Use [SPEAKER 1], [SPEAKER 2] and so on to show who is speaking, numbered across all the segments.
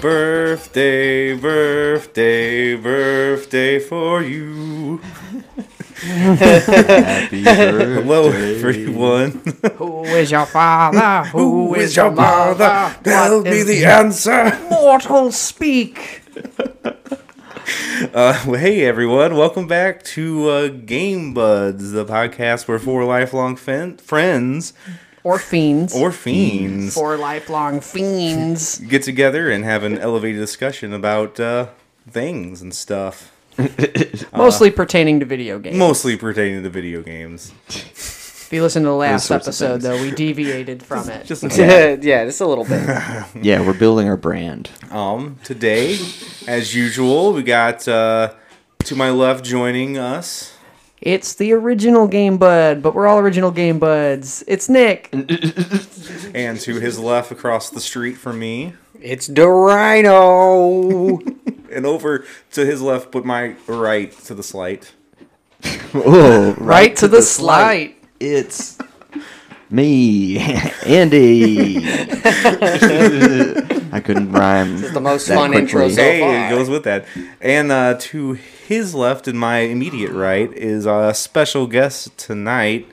[SPEAKER 1] Birthday, birthday, birthday for you.
[SPEAKER 2] Happy birthday.
[SPEAKER 1] Hello, everyone.
[SPEAKER 3] Who is your father? Who is your mother?
[SPEAKER 1] Tell
[SPEAKER 3] What
[SPEAKER 1] me
[SPEAKER 3] is
[SPEAKER 1] the answer.
[SPEAKER 3] mortal speak?
[SPEAKER 1] Uh, well, hey, everyone. Welcome back to uh, Game Buds, the podcast where four lifelong fin- friends
[SPEAKER 3] Or fiends.
[SPEAKER 1] or fiends
[SPEAKER 3] Or lifelong fiends.
[SPEAKER 1] get together and have an elevated discussion about uh, things and stuff,
[SPEAKER 3] Mostly pertaining to video games.
[SPEAKER 1] mostly pertaining to video games.
[SPEAKER 3] if you listen to the last
[SPEAKER 2] sorts of
[SPEAKER 3] episode,
[SPEAKER 2] things.
[SPEAKER 3] though, we deviated from it.
[SPEAKER 1] Just a
[SPEAKER 4] yeah, just a little bit.
[SPEAKER 2] Yeah, we're building our brand.
[SPEAKER 1] Um, today, as usual, we got uh, to my left joining us.
[SPEAKER 3] It's the original Game Bud, but we're all original Game Buds. It's Nick.
[SPEAKER 1] And to his left across the street from me.
[SPEAKER 4] It's the Rhino.
[SPEAKER 1] And over to his left, but my right to the slight.
[SPEAKER 2] Oh, right.
[SPEAKER 3] Right to the slight.
[SPEAKER 2] It's me, Andy. I couldn't rhyme. This is
[SPEAKER 4] the most fun intro so
[SPEAKER 1] hey,
[SPEAKER 4] far.
[SPEAKER 1] it goes with that. And uh, to his left and my immediate right is a special guest tonight,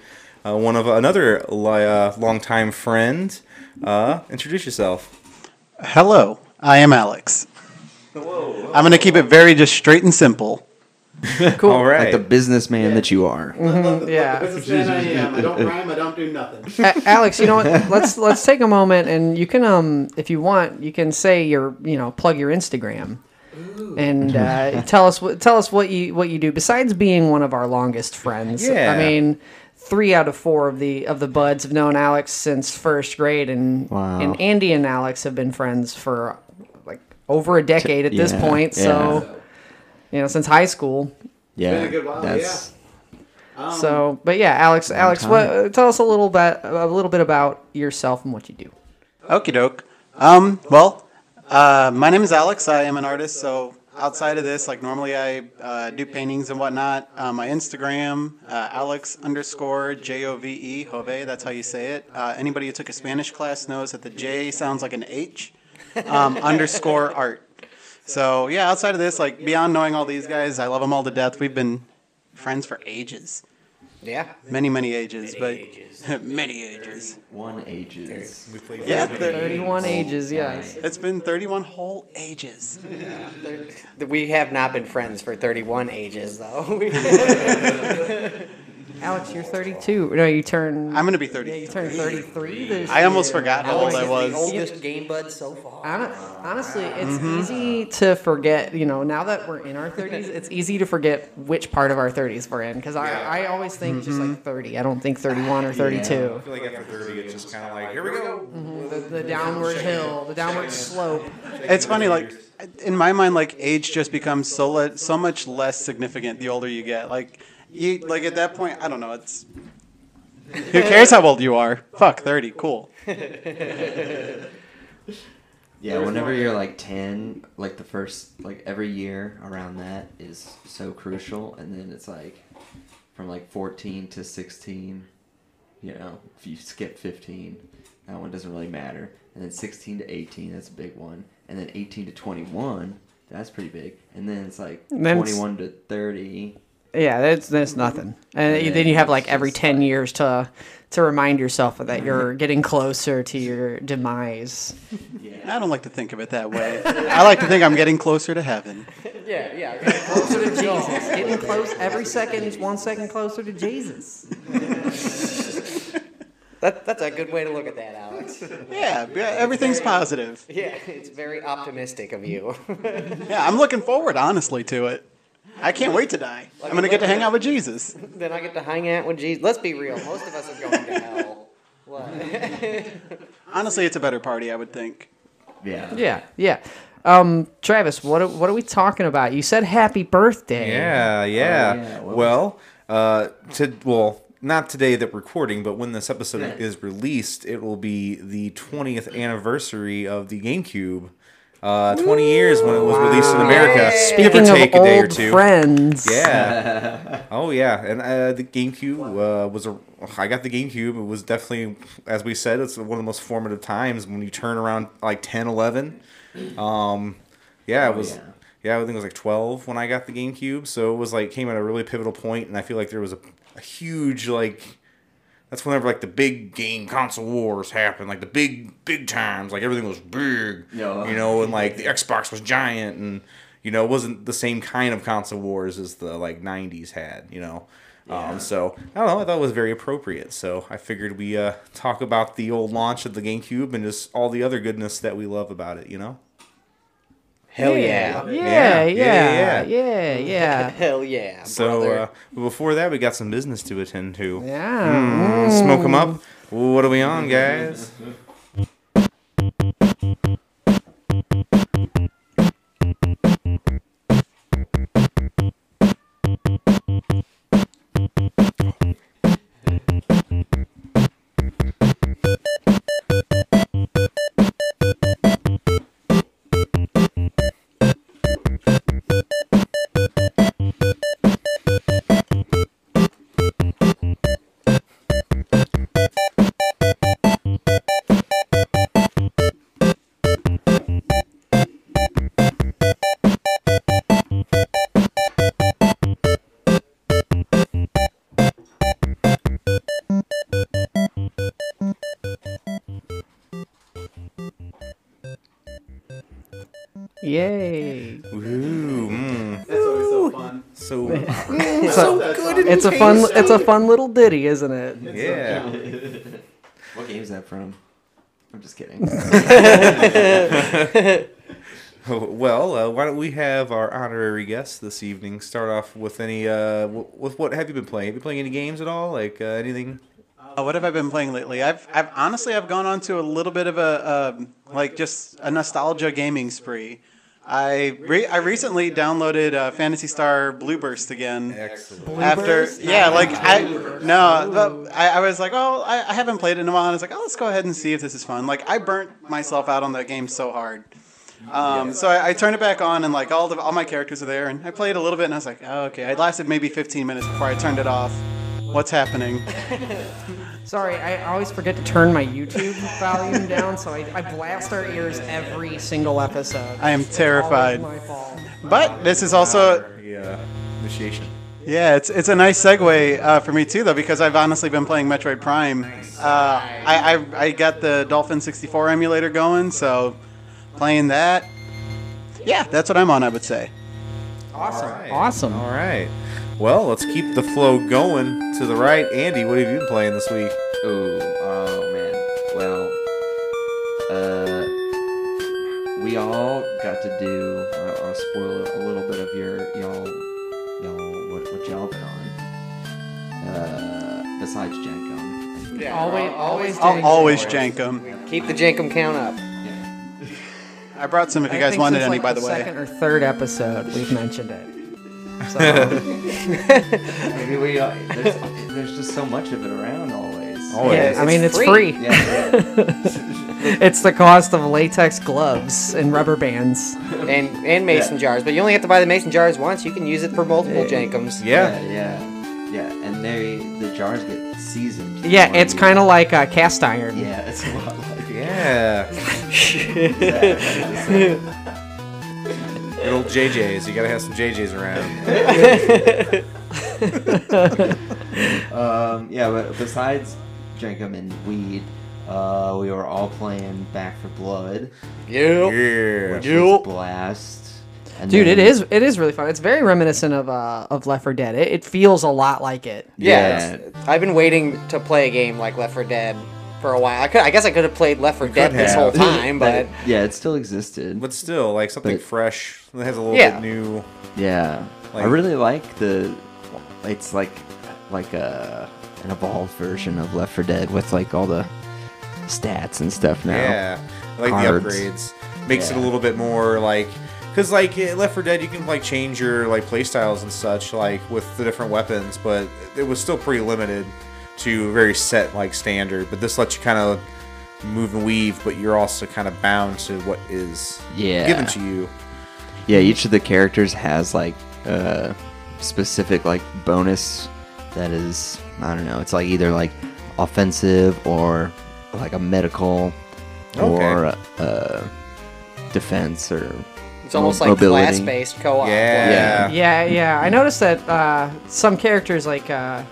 [SPEAKER 1] uh, one of another li- uh, longtime friend. Uh, introduce yourself.
[SPEAKER 5] Hello, I am Alex. I'm going to keep it very just straight and simple.
[SPEAKER 3] Cool.
[SPEAKER 1] All right.
[SPEAKER 2] Like the businessman that you
[SPEAKER 5] Mm-hmm.
[SPEAKER 2] are.
[SPEAKER 3] Yeah.
[SPEAKER 5] I am. I don't rhyme. I don't do nothing.
[SPEAKER 3] A- Alex, you know what? Let's let's take a moment and you can um if you want, you can say your, you know, plug your Instagram. And uh, tell us what tell us what you what you do besides being one of our longest friends.
[SPEAKER 1] Yeah.
[SPEAKER 3] I mean, 3 out of 4 of the of the buds have known Alex since first grade and
[SPEAKER 2] Wow.
[SPEAKER 3] and Andy and Alex have been friends for like over a decade at this
[SPEAKER 2] yeah,
[SPEAKER 3] point. So you know, since high school.
[SPEAKER 2] Yeah,
[SPEAKER 5] a good while,
[SPEAKER 2] that's Um,
[SPEAKER 3] so, but yeah, Alex, Alex, what, uh, tell us a little bit, a little bit about yourself and what you do.
[SPEAKER 5] Okie doke. Um, well, uh, my name is Alex. I am an artist. So outside of this, like normally I uh, do paintings and whatnot. Uh, my Instagram, uh, Alex underscore J O V E, Jove, that's how you say it. Uh, anybody who took a Spanish class knows that the J sounds like an H, um, underscore art. So yeah, outside of this, like beyond knowing all these guys, I love them all to death. We've been friends for ages.
[SPEAKER 4] yeah.
[SPEAKER 5] Many, many ages, but many ages.
[SPEAKER 2] one ages.
[SPEAKER 5] Yeah, there-
[SPEAKER 3] Thirty-one ages, yes.
[SPEAKER 5] it's been 31 whole ages.
[SPEAKER 4] We have not been friends for 31 ages, though.
[SPEAKER 3] Alex, you're thirty-two. No, you turn.
[SPEAKER 5] I'm gonna be
[SPEAKER 3] yeah, you
[SPEAKER 5] 30.
[SPEAKER 3] turned thirty-three this
[SPEAKER 5] I almost
[SPEAKER 3] year.
[SPEAKER 5] forgot how old I
[SPEAKER 4] The
[SPEAKER 5] was.
[SPEAKER 4] oldest game bud so far.
[SPEAKER 3] Hon- Honestly, it's
[SPEAKER 2] Mm-hmm.
[SPEAKER 3] easy to forget. You know, now that we're in our thirties, it's easy to forget which part of our thirties we're in. Because I, I always think just
[SPEAKER 2] Mm-hmm.
[SPEAKER 3] like thirty. I don't think thirty-one or thirty-two.
[SPEAKER 1] I feel like after 30, it's just kind of like, here we go.
[SPEAKER 3] The, the downward hill, the downward slope.
[SPEAKER 5] It's funny, like in my mind, like age just becomes so le- so much less significant the older you get. Like you, like at that point, I don't know. It's who cares how old you are? Fuck 30, cool.
[SPEAKER 2] Yeah, whenever you're like 10, like the first, like every year around that is so crucial. And then it's like from like 14 to 16, you know, if you skip 15, that one doesn't really matter. And then 16 to 18, that's a big one. And then 18 to 21, that's pretty big. And then it's like
[SPEAKER 3] then it's-
[SPEAKER 2] 21 to 30.
[SPEAKER 3] Yeah, that's that's nothing. And
[SPEAKER 2] Yeah,
[SPEAKER 3] then you have
[SPEAKER 2] it's
[SPEAKER 3] like every
[SPEAKER 2] just Mm-hmm.
[SPEAKER 3] ten years to to remind yourself that you're getting closer to your demise.
[SPEAKER 5] I don't like to think of it that way. I like to think I'm getting closer to heaven.
[SPEAKER 4] Yeah, yeah.
[SPEAKER 3] Closer to Jesus, getting close every second is one second closer to Jesus.
[SPEAKER 4] That, that's a good way to look at that, Alex.
[SPEAKER 5] Yeah, yeah, everything's positive.
[SPEAKER 4] Yeah, it's very optimistic of you.
[SPEAKER 5] Yeah, I'm looking forward honestly to it. I can't wait to die. I'm gonna get to hang out with Jesus.
[SPEAKER 4] then I get to hang out with Jesus. Let's be real. Most of us are going to hell. What?
[SPEAKER 5] Honestly, it's a better party, I would think.
[SPEAKER 2] Yeah.
[SPEAKER 3] Yeah, yeah. Um, Travis, what are, what are we talking about? You said happy birthday.
[SPEAKER 1] Yeah,
[SPEAKER 3] Oh,
[SPEAKER 1] yeah.
[SPEAKER 2] yeah, what
[SPEAKER 1] well, uh, to well, not today that recording, but when this episode is released, it will be the 20th anniversary of the GameCube Uh, 20 years when it was released in America. give
[SPEAKER 3] Speaking
[SPEAKER 1] or
[SPEAKER 3] of
[SPEAKER 1] take
[SPEAKER 3] old
[SPEAKER 1] a day or two.
[SPEAKER 3] friends,
[SPEAKER 1] Yeah. oh yeah, and uh, the GameCube uh, was a. I got the GameCube. It was definitely, as we said, it's one of the most formative times when you turn around like 10, 11. Um, yeah, it was.
[SPEAKER 2] Oh, yeah.
[SPEAKER 1] yeah. I think it was like twelve when I got the GameCube. So it was like came at a really pivotal point, and I feel like there was a, a huge like. That's whenever like the big game console wars happened, like the big big times, like everything was big,
[SPEAKER 2] Yeah.
[SPEAKER 1] you know, and like the Xbox was giant, and you know, it wasn't the same kind of console wars as the like '90s had, you know. Um, so I don't know. I thought it was very appropriate. So I figured we uh, talk about the old launch of the GameCube and just all the other goodness that we love about it, you know.
[SPEAKER 4] Hell
[SPEAKER 3] yeah,
[SPEAKER 4] yeah.
[SPEAKER 3] yeah,
[SPEAKER 1] Yeah, yeah,
[SPEAKER 3] yeah, yeah, yeah.
[SPEAKER 4] Hell yeah.
[SPEAKER 1] So
[SPEAKER 4] brother.
[SPEAKER 1] uh, but before that, we got some business to attend to.
[SPEAKER 3] yeah.
[SPEAKER 1] Mm, Smoke them up. What are we on, guys?
[SPEAKER 3] Yay.
[SPEAKER 1] Ooh, mm.
[SPEAKER 5] That's always so fun.
[SPEAKER 1] so
[SPEAKER 3] It's a, it's a fun it's a fun little ditty, isn't it?
[SPEAKER 1] yeah.
[SPEAKER 2] What game is that from? I'm just kidding.
[SPEAKER 1] Well, uh, why don't we have our honorary guests this evening start off with any uh, w- with what have you been playing? Have you been playing any games at all? Like uh, anything?
[SPEAKER 5] Uh, what have I been playing lately? I've, I've honestly I've gone on to a little bit of a um, like just a nostalgia gaming spree. I re- I recently downloaded uh, Fantasy Star Blue Burst again.
[SPEAKER 1] Excellent.
[SPEAKER 5] After yeah, like I no, but I, I was like, oh, I, I haven't played it in a while. And I was like, oh, let's go ahead and see if this is fun. Like I burnt myself out on that game so hard. Um, so I, I turned it back on and like all the all my characters are there and I played a little bit and I was like, oh, okay. I lasted maybe 15 minutes before I turned it off. What's happening?
[SPEAKER 3] Sorry, I always forget to turn my YouTube volume down, so I, I blast our ears every single episode.
[SPEAKER 5] I am terrified.
[SPEAKER 3] Always my fault.
[SPEAKER 5] But this is also,
[SPEAKER 1] Yeah. Initiation.
[SPEAKER 5] yeah, it's it's a nice segue uh, for me too, though, because I've honestly been playing Metroid Prime. Uh, I, I I got the Dolphin 64 emulator going, so playing that. Yeah, that's what I'm on. I would say.
[SPEAKER 3] Awesome.
[SPEAKER 1] All right.
[SPEAKER 3] Awesome.
[SPEAKER 1] All right. Well, let's keep the flow going to the right. Andy, what have you been playing this week?
[SPEAKER 2] Ooh, oh man. Well, uh, we all got to do. uh, I'll, I'll spoil a little bit of your y'all, y'all, what, what y'all been on. Uh, besides Gen Con.
[SPEAKER 4] Yeah.
[SPEAKER 3] Always always
[SPEAKER 5] I'll
[SPEAKER 3] doing-
[SPEAKER 5] always jank 'em.
[SPEAKER 4] Keep the Jankum count up.
[SPEAKER 2] Yeah.
[SPEAKER 5] I brought some if you
[SPEAKER 3] I
[SPEAKER 5] guys
[SPEAKER 3] think
[SPEAKER 5] wanted
[SPEAKER 3] since,
[SPEAKER 5] any,
[SPEAKER 3] like,
[SPEAKER 5] by the way.
[SPEAKER 3] Second or third episode, we've mentioned it. So,
[SPEAKER 2] Maybe we. Uh, there's, there's just so much of it around always.
[SPEAKER 1] Oh,
[SPEAKER 3] yeah,
[SPEAKER 1] it's
[SPEAKER 3] I mean it's free.
[SPEAKER 4] free.
[SPEAKER 2] Yeah. yeah.
[SPEAKER 3] It's the cost of latex gloves and rubber bands.
[SPEAKER 4] And and mason jars. But you only have to buy the mason jars once. You can use it for multiple Jankums.
[SPEAKER 1] Yeah.
[SPEAKER 2] yeah. Yeah. Yeah. And they the jars get seasoned. the
[SPEAKER 3] Yeah,
[SPEAKER 2] more
[SPEAKER 3] it's
[SPEAKER 2] you-
[SPEAKER 3] kind of like uh, cast iron.
[SPEAKER 2] Yeah, it's a lot like
[SPEAKER 1] Yeah. Good old JJ's. You gotta have some JJ's around.
[SPEAKER 2] Um, yeah, but besides Jenkum and weed, uh, we were all playing Back for Blood,
[SPEAKER 4] Yep.
[SPEAKER 1] Yeah.
[SPEAKER 2] which
[SPEAKER 4] Yup.
[SPEAKER 2] was blast. And
[SPEAKER 3] Dude,
[SPEAKER 2] then-
[SPEAKER 3] it is it is really fun. It's very reminiscent of uh of Left 4 Dead. It, it feels a lot like it.
[SPEAKER 4] Yeah.
[SPEAKER 2] Yeah.
[SPEAKER 4] it's- I've been waiting to play a game like Left 4 Dead for a while. I could I guess I could have played Left 4 Dead this
[SPEAKER 1] have.
[SPEAKER 4] whole time, but
[SPEAKER 2] yeah, it still existed.
[SPEAKER 1] But still, like something
[SPEAKER 2] But-
[SPEAKER 1] fresh that has a little
[SPEAKER 4] Yeah.
[SPEAKER 1] bit new.
[SPEAKER 2] yeah,
[SPEAKER 1] Like-
[SPEAKER 2] I really like the. It's like, like a an evolved version of Left 4 Dead with like all the stats and stuff now.
[SPEAKER 1] Yeah, I like
[SPEAKER 2] Cards.
[SPEAKER 1] the upgrades makes it a
[SPEAKER 2] Yeah.
[SPEAKER 1] little bit more like because like in Left 4 Dead, you can like change your like playstyles and such like with the different weapons, but it was still pretty limited to very set like standard. But this lets you kind of move and weave, but you're also kind of bound to what is
[SPEAKER 2] Yeah.
[SPEAKER 1] given to you.
[SPEAKER 2] Yeah, each of the characters has like a specific like bonus that is I don't know. It's like either like offensive or like a medical or
[SPEAKER 1] Okay.
[SPEAKER 2] uh, defense or
[SPEAKER 4] It's almost
[SPEAKER 2] mo-
[SPEAKER 4] like
[SPEAKER 2] mobility.
[SPEAKER 4] class based co op.
[SPEAKER 1] Yeah.
[SPEAKER 3] Yeah, yeah. I noticed that uh, some characters like uh,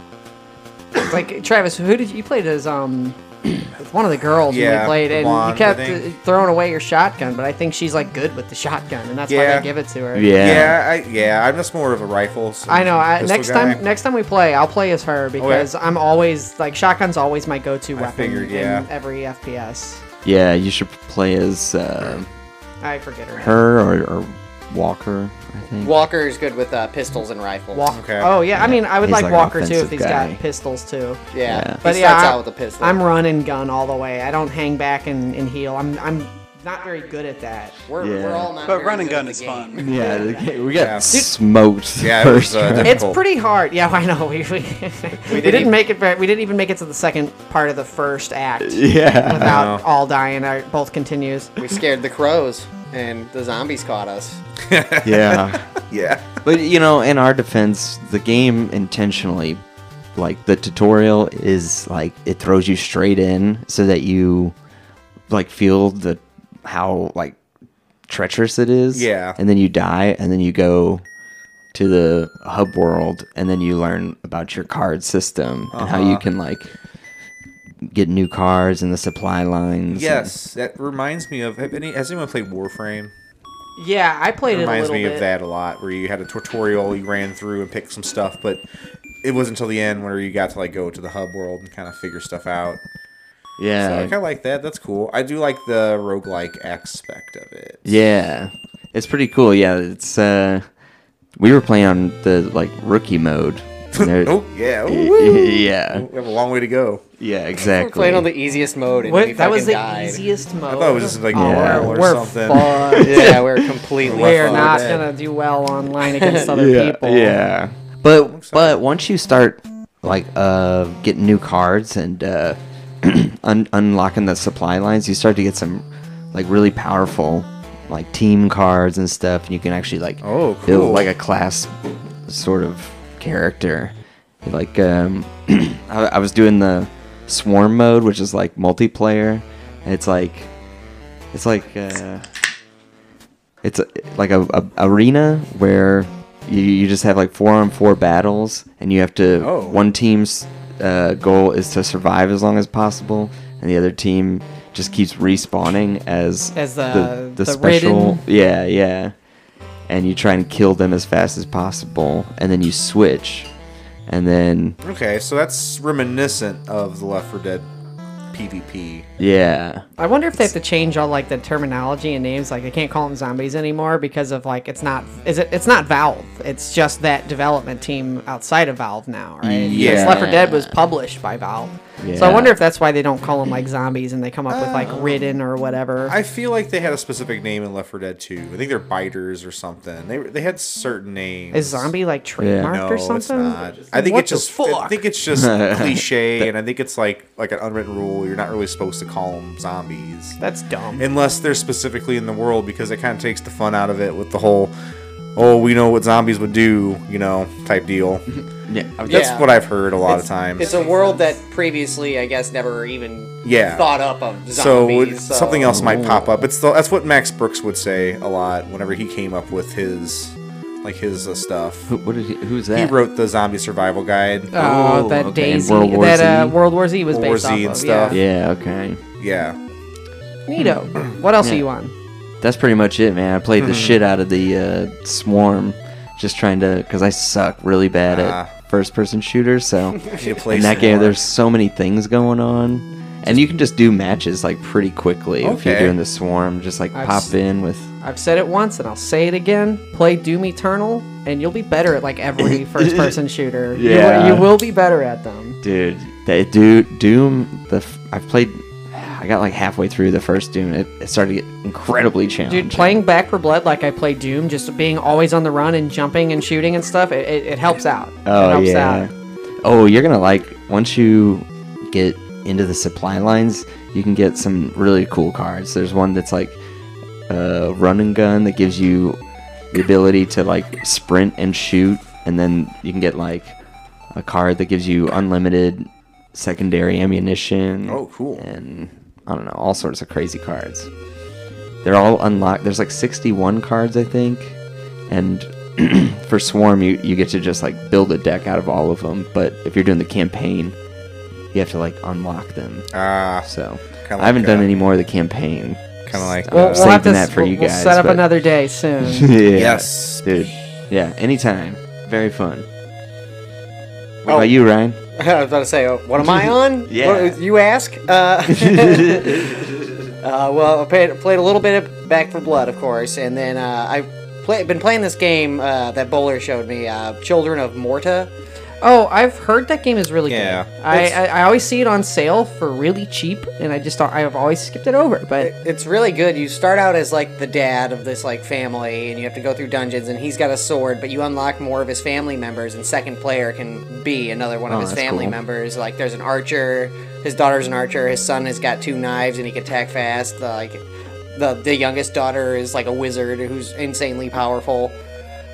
[SPEAKER 3] like Travis, who did you, you played as um one of the girls when
[SPEAKER 1] Yeah,
[SPEAKER 3] we played
[SPEAKER 1] the
[SPEAKER 3] and
[SPEAKER 1] blonde,
[SPEAKER 3] you kept
[SPEAKER 1] I think.
[SPEAKER 3] uh, throwing away your shotgun, but I think she's like good with the shotgun and that's why
[SPEAKER 1] Yeah.
[SPEAKER 3] they give it to her.
[SPEAKER 2] Yeah.
[SPEAKER 1] Yeah, I, yeah, I'm just more of a rifle. so
[SPEAKER 3] I know. I,
[SPEAKER 1] pistol
[SPEAKER 3] next
[SPEAKER 1] guy.
[SPEAKER 3] time, next time we play, I'll play as her because I'm always like shotgun's always my go-to weapon
[SPEAKER 1] figured, yeah.
[SPEAKER 3] in every FPS.
[SPEAKER 2] Yeah, you should play as uh,
[SPEAKER 3] I forget her. name.
[SPEAKER 2] her or, or Walker, I think.
[SPEAKER 4] Walker's good with uh, pistols and rifles.
[SPEAKER 3] Walk-
[SPEAKER 1] Okay.
[SPEAKER 3] Oh yeah, I mean, I would
[SPEAKER 2] He's
[SPEAKER 3] like,
[SPEAKER 2] like an
[SPEAKER 3] Walker too if
[SPEAKER 2] offensive
[SPEAKER 3] he's
[SPEAKER 2] guy.
[SPEAKER 3] got pistols too.
[SPEAKER 4] Yeah.
[SPEAKER 2] Yeah.
[SPEAKER 4] He
[SPEAKER 3] But
[SPEAKER 4] starts
[SPEAKER 3] yeah, I-
[SPEAKER 4] out with a pistol.
[SPEAKER 3] I'm run and gun all the way. I don't hang back and, and heal. I'm I'm not very good at that.
[SPEAKER 4] we're,
[SPEAKER 2] Yeah.
[SPEAKER 4] we're all not
[SPEAKER 5] But
[SPEAKER 4] very
[SPEAKER 5] run and
[SPEAKER 4] good at
[SPEAKER 5] gun
[SPEAKER 4] the
[SPEAKER 5] is
[SPEAKER 4] game.
[SPEAKER 5] fun.
[SPEAKER 2] yeah, the ga- we got
[SPEAKER 1] Yeah.
[SPEAKER 2] smoked
[SPEAKER 1] Yeah, it was,
[SPEAKER 2] first.
[SPEAKER 1] uh,
[SPEAKER 2] round.
[SPEAKER 1] diff-
[SPEAKER 3] It's
[SPEAKER 1] Cool.
[SPEAKER 3] pretty hard. Yeah, I know. We, we, we
[SPEAKER 4] didn't
[SPEAKER 3] didn't
[SPEAKER 4] even-
[SPEAKER 3] make it. Very, we didn't even make it to the second part of the first act
[SPEAKER 2] yeah.
[SPEAKER 3] without
[SPEAKER 1] know.
[SPEAKER 3] all dying. Our both continues.
[SPEAKER 4] We scared the crows, and the zombies caught us.
[SPEAKER 2] yeah.
[SPEAKER 1] Yeah.
[SPEAKER 2] But you know, in our defense, the game intentionally, like the tutorial is like it throws you straight in so that you like feel the how like treacherous it is.
[SPEAKER 1] Yeah.
[SPEAKER 2] And then you die, and then you go to the hub world, and then you learn about your card system and how
[SPEAKER 1] Uh-huh.
[SPEAKER 2] you can like get new cards and the supply lines. and-
[SPEAKER 1] Yes, that reminds me of. Have any, has anyone played Warframe?
[SPEAKER 3] Yeah, I played
[SPEAKER 1] It
[SPEAKER 3] it a
[SPEAKER 1] reminds
[SPEAKER 3] little
[SPEAKER 1] me
[SPEAKER 3] bit.
[SPEAKER 1] of that a lot, where you had a tutorial, you ran through and picked some stuff, but it wasn't until the end where you got to like go to the hub world and kind of figure stuff out.
[SPEAKER 2] yeah.
[SPEAKER 1] So I kind of like that. That's cool. I do like the roguelike aspect of it.
[SPEAKER 2] Yeah, it's pretty cool. Yeah, it's uh, we were playing on the like rookie mode. and there-
[SPEAKER 1] Oh yeah, Ooh, woo.
[SPEAKER 2] yeah,
[SPEAKER 1] we have a long way to go.
[SPEAKER 2] yeah,
[SPEAKER 4] We're playing on
[SPEAKER 2] exactly.
[SPEAKER 4] the easiest mode, and
[SPEAKER 3] What-
[SPEAKER 4] we
[SPEAKER 3] that was
[SPEAKER 4] fucking
[SPEAKER 3] the
[SPEAKER 4] died.
[SPEAKER 3] easiest mode. Oh,
[SPEAKER 1] I thought it was just like
[SPEAKER 2] Yeah.
[SPEAKER 1] normal or
[SPEAKER 3] We're
[SPEAKER 1] something.
[SPEAKER 3] fucked.
[SPEAKER 4] yeah, we're completely.
[SPEAKER 1] We're
[SPEAKER 3] We're
[SPEAKER 1] fucked.
[SPEAKER 3] not
[SPEAKER 1] Yeah.
[SPEAKER 3] gonna do well online against other
[SPEAKER 2] Yeah,
[SPEAKER 3] people.
[SPEAKER 2] yeah. But but once you start like uh getting new cards and uh un- unlocking the supply lines, you start to get some like really powerful like team cards and stuff, and you can actually like
[SPEAKER 1] Oh, cool.
[SPEAKER 2] build like a class sort of character. Like um, I, I was doing the swarm mode, which is like multiplayer, and it's like it's like uh, it's a, like a, a arena where you, you just have like four on four battles, and you have to
[SPEAKER 1] Oh.
[SPEAKER 2] one team's uh, goal is to survive as long as possible, and the other team just keeps respawning as
[SPEAKER 3] As the- the ridden-
[SPEAKER 2] yeah yeah, and you try and kill them as fast as possible, and then you switch, and then
[SPEAKER 1] Okay, so that's reminiscent of the Left 4 Dead PvP.
[SPEAKER 2] yeah
[SPEAKER 3] I wonder if they have to change all like the terminology and names. Like they can't call them zombies anymore because of like it's not is it it's not Valve. It's just that development team outside of Valve now, right? Because Left 4 Dead was published by Valve. So I
[SPEAKER 2] Yeah.
[SPEAKER 3] wonder if that's why they don't call them like zombies and they come up with like ridden or whatever.
[SPEAKER 1] Um, I feel like they had a specific name in Left 4 Dead 2. I think they're biters or something. They they had certain names.
[SPEAKER 3] is zombie like trademarked
[SPEAKER 1] no,
[SPEAKER 3] or something?
[SPEAKER 1] It's not. I think
[SPEAKER 3] What
[SPEAKER 1] it's
[SPEAKER 3] the
[SPEAKER 1] just I
[SPEAKER 3] fuck?
[SPEAKER 1] think it's just cliche and I think it's like like an unwritten rule you're not really supposed to call them zombies
[SPEAKER 3] That's dumb.
[SPEAKER 1] unless they're specifically in the world because it kind of takes the fun out of it with the whole oh we know what zombies would do, you know, type deal.
[SPEAKER 2] yeah.
[SPEAKER 1] That's
[SPEAKER 4] Yeah.
[SPEAKER 1] what I've heard a lot
[SPEAKER 4] It's-
[SPEAKER 1] of times.
[SPEAKER 4] It's a world that previously, I guess, never even
[SPEAKER 1] Yeah.
[SPEAKER 4] thought up of
[SPEAKER 1] so,
[SPEAKER 4] zombies.
[SPEAKER 1] it- something else might pop up. It's the, that's what Max Brooks would say a lot whenever he came up with his like his uh, stuff.
[SPEAKER 2] Who, what is he, who's that?
[SPEAKER 1] He wrote the zombie survival guide.
[SPEAKER 3] Oh,
[SPEAKER 2] Oh,
[SPEAKER 3] that
[SPEAKER 2] okay, and
[SPEAKER 3] Daisy,
[SPEAKER 2] World War
[SPEAKER 3] that uh,
[SPEAKER 2] Z?
[SPEAKER 3] World War Z was
[SPEAKER 1] World War
[SPEAKER 3] based
[SPEAKER 1] Z
[SPEAKER 3] off
[SPEAKER 1] and
[SPEAKER 3] of.
[SPEAKER 1] stuff.
[SPEAKER 3] Yeah.
[SPEAKER 2] Yeah. Okay.
[SPEAKER 1] Yeah.
[SPEAKER 3] Neato. What else are you on?
[SPEAKER 2] That's pretty much it, man. I played
[SPEAKER 1] Hmm.
[SPEAKER 2] the shit out of the uh, swarm, just trying to because I suck really bad
[SPEAKER 1] Ah.
[SPEAKER 2] at first-person shooters. So
[SPEAKER 1] You play
[SPEAKER 2] in that
[SPEAKER 1] some
[SPEAKER 2] game,
[SPEAKER 1] more.
[SPEAKER 2] there's so many things going on, and you can just do matches like pretty quickly if you're
[SPEAKER 1] Okay.
[SPEAKER 2] doing the swarm. Just like
[SPEAKER 3] I've
[SPEAKER 2] pop
[SPEAKER 3] s-
[SPEAKER 2] in with.
[SPEAKER 3] I've said it once and I'll say it again. Play Doom Eternal and you'll be better at like every first person shooter. You will-
[SPEAKER 2] Yeah.
[SPEAKER 3] You, will be better at them.
[SPEAKER 2] Dude, they do Doom. The f- I've played. I got like halfway through the first Doom. It, it started to get incredibly challenging.
[SPEAKER 3] Dude, playing Back for Blood like I play Doom, just being always on the run and jumping and shooting and stuff, it, it, it helps out.
[SPEAKER 2] Oh
[SPEAKER 3] it helps
[SPEAKER 2] yeah.
[SPEAKER 3] out.
[SPEAKER 2] Oh, you're gonna like once you get into the supply lines, you can get some really cool cards. There's one that's like a run and gun that gives you the ability to like sprint and shoot, and then you can get like a card that gives you unlimited secondary ammunition.
[SPEAKER 1] Oh, cool.
[SPEAKER 2] And I don't know, all sorts of crazy cards. They're all unlocked. There's like 61 cards, I think, and for Swarm, you, you get to just like build a deck out of all of them. But if you're doing the campaign, you have to like unlock them.
[SPEAKER 1] Ah,
[SPEAKER 2] So
[SPEAKER 1] Kinda
[SPEAKER 2] I haven't
[SPEAKER 1] like,
[SPEAKER 2] done
[SPEAKER 1] uh,
[SPEAKER 2] any more of the campaign.
[SPEAKER 1] kind of like
[SPEAKER 3] We'll,
[SPEAKER 1] uh,
[SPEAKER 3] we'll have to
[SPEAKER 2] saving that for
[SPEAKER 3] we'll-
[SPEAKER 2] you
[SPEAKER 3] we'll
[SPEAKER 2] guys,
[SPEAKER 3] set up
[SPEAKER 2] but-
[SPEAKER 3] another day soon.
[SPEAKER 2] yeah.
[SPEAKER 1] yes.
[SPEAKER 2] dude. Yeah, anytime. Very fun. What
[SPEAKER 1] Oh.
[SPEAKER 2] about you, Ryan?
[SPEAKER 4] I was about to say, uh, what am I on?
[SPEAKER 2] Yeah.
[SPEAKER 4] What- you ask? Uh, uh, well, I played, played a little bit of Back for Blood, of course, and then uh, I've play, been playing this game uh, that Bowler showed me, uh, Children of Morta.
[SPEAKER 3] Oh, I've heard that game is really
[SPEAKER 1] Yeah.
[SPEAKER 3] good. I, I I always see it on sale for really cheap, and I just don't- I've always skipped it over. But
[SPEAKER 4] It's really good. You start out as like the dad of this like family, and you have to go through dungeons, and he's got a sword, but you unlock more of his family members, and second player can be another one of
[SPEAKER 2] Oh,
[SPEAKER 4] his
[SPEAKER 2] that's
[SPEAKER 4] family
[SPEAKER 2] cool.
[SPEAKER 4] members. Like there's an archer, his daughter's an archer, his son has got two knives, and he can attack fast. The, like the the youngest daughter is like a wizard who's insanely powerful,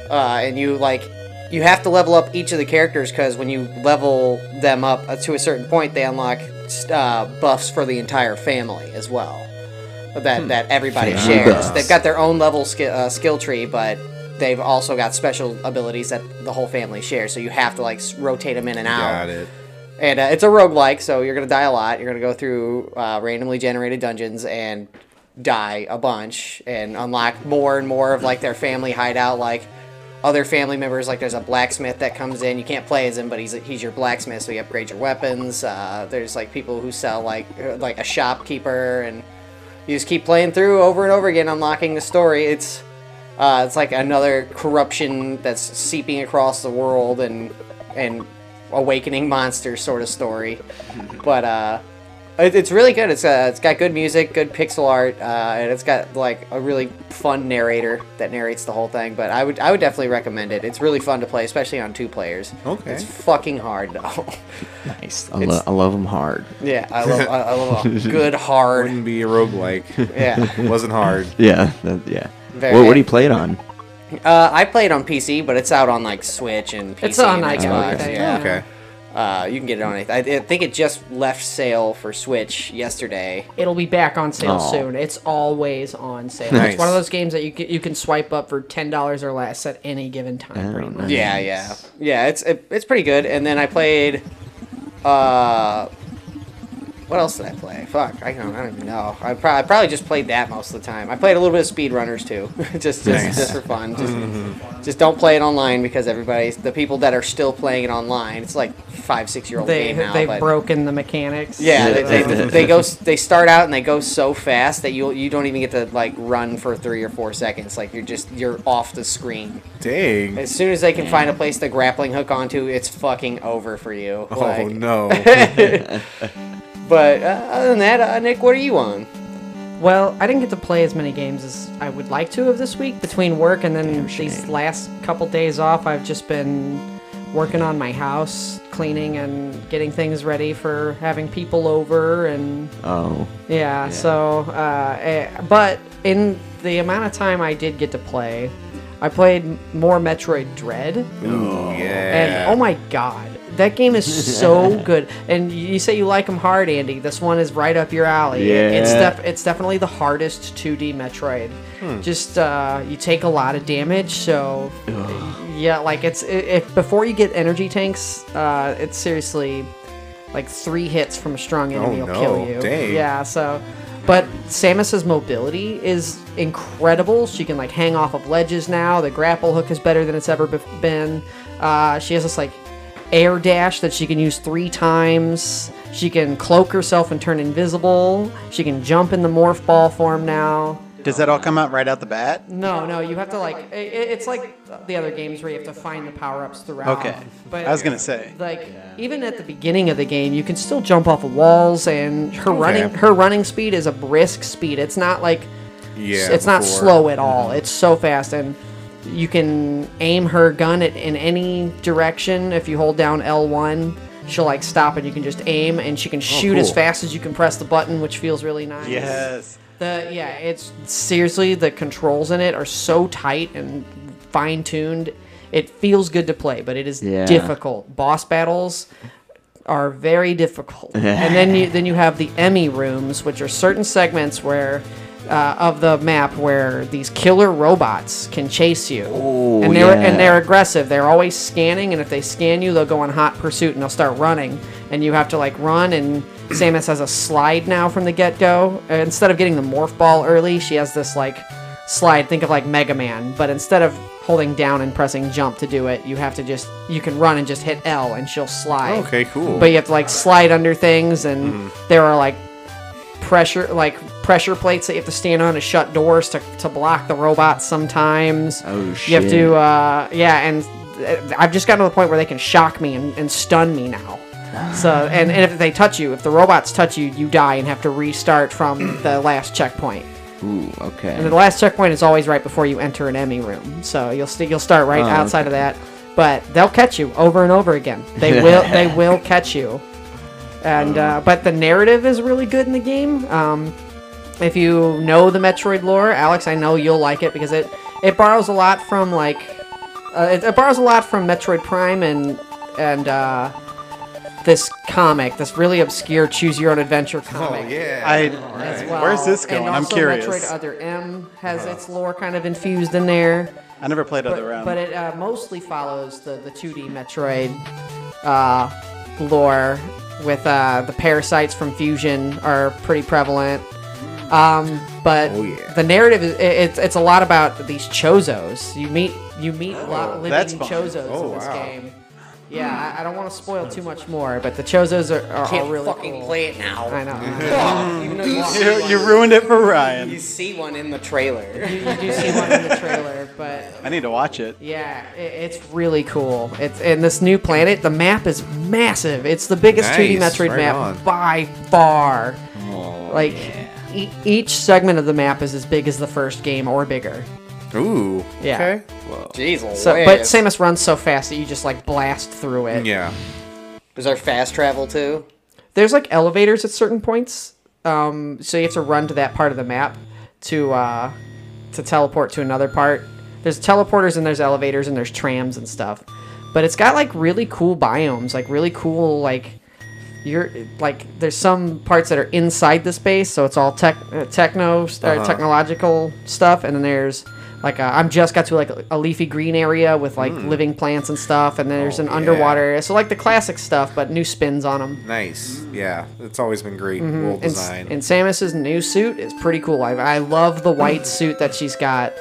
[SPEAKER 4] uh, and you like. You have to level up each of the characters because when you level them up uh, to a certain point, they unlock uh, buffs for the entire family as well that that everybody
[SPEAKER 2] Family
[SPEAKER 4] shares.
[SPEAKER 2] buffs.
[SPEAKER 4] They've got their own level skill uh, skill tree, but they've also got special abilities that the whole family shares. So you have to like s- rotate them in and out.
[SPEAKER 1] Got it.
[SPEAKER 4] And uh, it's a roguelike, so you're going to die a lot. You're going to go through uh, randomly generated dungeons and die a bunch and unlock more and more of like their family hideout, like other family members. Like there's a blacksmith that comes in. You can't play as him, but he's he's your blacksmith, so you upgrade your weapons. Uh, there's like people who sell like uh, like a shopkeeper, and you just keep playing through over and over again, unlocking the story. It's uh, it's like another corruption that's seeping across the world and and awakening monster sort of story. But uh, it, it's really good. It's uh, it's got good music, good pixel art, uh, and it's got like a really fun narrator that narrates the whole thing. But I would I would definitely recommend it. It's really fun to play, especially on two players.
[SPEAKER 1] Okay.
[SPEAKER 4] It's fucking hard though.
[SPEAKER 2] Nice. I, lo- I love them hard.
[SPEAKER 4] yeah, I love I, I love a good hard.
[SPEAKER 1] Wouldn't be a roguelike.
[SPEAKER 4] Yeah.
[SPEAKER 1] Wasn't hard.
[SPEAKER 2] Yeah, that, yeah.
[SPEAKER 4] Very-
[SPEAKER 2] What, what do you play it on?
[SPEAKER 4] Uh, I play it on PC, but it's out on like Switch and PC.
[SPEAKER 3] It's on
[SPEAKER 4] and
[SPEAKER 3] Xbox,
[SPEAKER 4] Xbox,
[SPEAKER 3] okay.
[SPEAKER 4] Yeah.
[SPEAKER 1] Okay.
[SPEAKER 4] Uh, you can get it on it. I, I think it just left sale for Switch yesterday.
[SPEAKER 3] it'll be back on sale
[SPEAKER 2] Aw.
[SPEAKER 3] soon. It's always on sale.
[SPEAKER 1] Nice.
[SPEAKER 3] It's one of those games that you can, you can swipe up for ten dollars or less at any given time.
[SPEAKER 2] Oh,
[SPEAKER 3] pretty much.
[SPEAKER 2] nice.
[SPEAKER 4] Yeah, yeah, yeah. It's it, it's pretty good. And then I played. Uh, what else did I play? Fuck, I don't, I don't even know. I, pro- I probably just played that most of the time. I played a little bit of Speedrunners too, just just,
[SPEAKER 1] Nice.
[SPEAKER 4] just for fun. Just, just don't play it online because everybody's the people that are still playing it online. It's like five six year old
[SPEAKER 3] They
[SPEAKER 4] game now.
[SPEAKER 3] they've
[SPEAKER 4] but,
[SPEAKER 3] broken the mechanics.
[SPEAKER 4] Yeah,
[SPEAKER 3] so-
[SPEAKER 4] they, they, they go. They start out and they go so fast that you you don't even get to like run for three or four seconds. Like you're just you're off the screen.
[SPEAKER 1] Dang.
[SPEAKER 4] As soon as they can find a place to grappling hook onto, it's fucking over for you.
[SPEAKER 1] Oh
[SPEAKER 4] Like,
[SPEAKER 1] no.
[SPEAKER 4] But uh, other than that, uh, Nick, what are you on?
[SPEAKER 3] Well, I didn't get to play as many games as I would like to have this week between work and then these last couple days off. I've just been working on my house, cleaning and getting things ready for having people over and
[SPEAKER 2] Oh,
[SPEAKER 3] yeah, so uh, eh, but in the amount of time I did get to play, I played more Metroid Dread.
[SPEAKER 1] Ooh, yeah.
[SPEAKER 3] And oh my god, that game is so good. And you say you like them hard, Andy. This one is right up your alley.
[SPEAKER 2] Yeah.
[SPEAKER 3] It's def- it's definitely the hardest 2D Metroid. Just uh, you take a lot of damage, so yeah, like it's i if before you get energy tanks, uh, it's seriously like three hits from a strong enemy will
[SPEAKER 1] Oh, no.
[SPEAKER 3] kill you.
[SPEAKER 1] Dang.
[SPEAKER 3] Yeah, so. But Samus's mobility is incredible. She can like hang off of ledges now. The grapple hook is better than it's ever bef- been. Uh, she has this like air dash that she can use three times. She can cloak herself and turn invisible. She can jump in the morph ball form now.
[SPEAKER 5] Does that all come out right out the bat?
[SPEAKER 3] No, no, you have to like. i- i it's like the other games where you have to find the power ups throughout.
[SPEAKER 5] Okay. I was gonna say.
[SPEAKER 3] Like even at the beginning of the game, you can still jump off of walls, and her running her running speed is a brisk speed. It's not like
[SPEAKER 1] yeah.
[SPEAKER 3] it's not
[SPEAKER 1] before. Mm-hmm.
[SPEAKER 3] slow at all. It's so fast, and you can aim her gun at, in any direction if you hold down L1. she'll like stop and you can just aim and she can shoot as
[SPEAKER 1] Oh, cool.
[SPEAKER 3] fast as you can press the button, which feels really nice.
[SPEAKER 5] Yes.
[SPEAKER 3] The yeah, it's seriously the controls in it are so tight and fine tuned. It feels good to play, but it is
[SPEAKER 2] Yeah.
[SPEAKER 3] difficult. Boss battles are very difficult. and then you then you have the Emmy rooms, which are certain segments where uh, of the map where these killer robots can chase you.
[SPEAKER 2] Oh,
[SPEAKER 3] and they're
[SPEAKER 2] yeah.
[SPEAKER 3] and they're aggressive. They're always scanning, and if they scan you, they'll go on hot pursuit and they'll start running, and you have to like run. And Samus has a slide now from the get go. Instead of getting the morph ball early, she has this like slide. Think of like Mega Man, but instead of holding down and pressing jump to do it, you have to just you can run and just hit L, and she'll slide.
[SPEAKER 1] Okay, cool.
[SPEAKER 3] But you have to like slide under things, and there are like pressure like pressure plates that you have to stand on to shut doors to, to block the robots sometimes
[SPEAKER 2] Oh,
[SPEAKER 3] you have
[SPEAKER 2] shit.
[SPEAKER 3] to uh, yeah and th- i've just gotten to the point where they can shock me and, and stun me now so and, and if they touch you if the robots touch you you die and have to restart from the last checkpoint
[SPEAKER 2] Ooh, okay.
[SPEAKER 3] and the last checkpoint is always right before you enter an Emmy room. So you'll st- you'll start right outside of that, but they'll catch you over and over again. They will they will catch you. And uh, but the narrative is really good in the game. Um, if you know the Metroid lore, Alex, I know you'll like it because it it borrows a lot from like uh, it, it borrows a lot from Metroid Prime and and uh, this comic, this really obscure choose your own adventure comic.
[SPEAKER 1] yeah.
[SPEAKER 5] I. Where's this
[SPEAKER 3] And
[SPEAKER 5] going? I'm
[SPEAKER 3] also
[SPEAKER 5] curious.
[SPEAKER 3] Metroid Other M has its lore kind of infused in there,
[SPEAKER 5] I never played Other Realm.
[SPEAKER 3] but, but it uh, mostly follows the, the 2D Metroid uh, lore. With uh, the parasites from fusion are pretty prevalent, um, but
[SPEAKER 1] Oh, yeah.
[SPEAKER 3] the narrative is it, it's it's a lot about these chozos. You meet you meet a lot of
[SPEAKER 5] that's
[SPEAKER 3] living
[SPEAKER 5] fun.
[SPEAKER 3] chozos
[SPEAKER 1] Oh,
[SPEAKER 3] in this
[SPEAKER 1] wow.
[SPEAKER 3] game. Yeah, I, I don't want to spoil too much more, but the chozos are, are,
[SPEAKER 4] Can't
[SPEAKER 3] are really
[SPEAKER 4] fucking
[SPEAKER 3] cool.
[SPEAKER 4] play it now.
[SPEAKER 3] I know. I know.
[SPEAKER 4] Fuck, even though you, see
[SPEAKER 5] you,
[SPEAKER 4] one-
[SPEAKER 5] you ruined it for Ryan.
[SPEAKER 4] you see one in the trailer.
[SPEAKER 3] you, you do see one in the trailer, but
[SPEAKER 5] I need to watch it.
[SPEAKER 3] yeah, i it's really cool. It's and this new planet. The map is massive. It's the biggest 2D
[SPEAKER 1] Nice,
[SPEAKER 3] Metroid
[SPEAKER 1] right
[SPEAKER 3] map
[SPEAKER 1] on.
[SPEAKER 3] by far.
[SPEAKER 2] Oh,
[SPEAKER 3] Like e- each segment of the map is as big as the first game or bigger.
[SPEAKER 1] Ooh.
[SPEAKER 3] Yeah.
[SPEAKER 1] Okay.
[SPEAKER 4] Jeez,
[SPEAKER 3] So,
[SPEAKER 4] Louise.
[SPEAKER 3] but Samus runs so fast that you just like blast through it.
[SPEAKER 1] Yeah.
[SPEAKER 4] is there fast travel too?
[SPEAKER 3] There's like elevators at certain points, um, so you have to run to that part of the map to uh, to teleport to another part. There's teleporters and there's elevators and there's trams and stuff, but it's got like really cool biomes, like really cool like you're like there's some parts that are inside the space, so it's all tech uh, techno uh, technological stuff, and then there's like i I'm just got to like a leafy green area with like living plants and stuff, and then there's an
[SPEAKER 1] yeah.
[SPEAKER 3] underwater area, so like the classic stuff, but new spins on them.
[SPEAKER 1] Nice. Yeah. It's always been great world
[SPEAKER 3] And,
[SPEAKER 1] design.
[SPEAKER 3] and Samus's new suit is pretty cool. I, I love the white suit that she's got.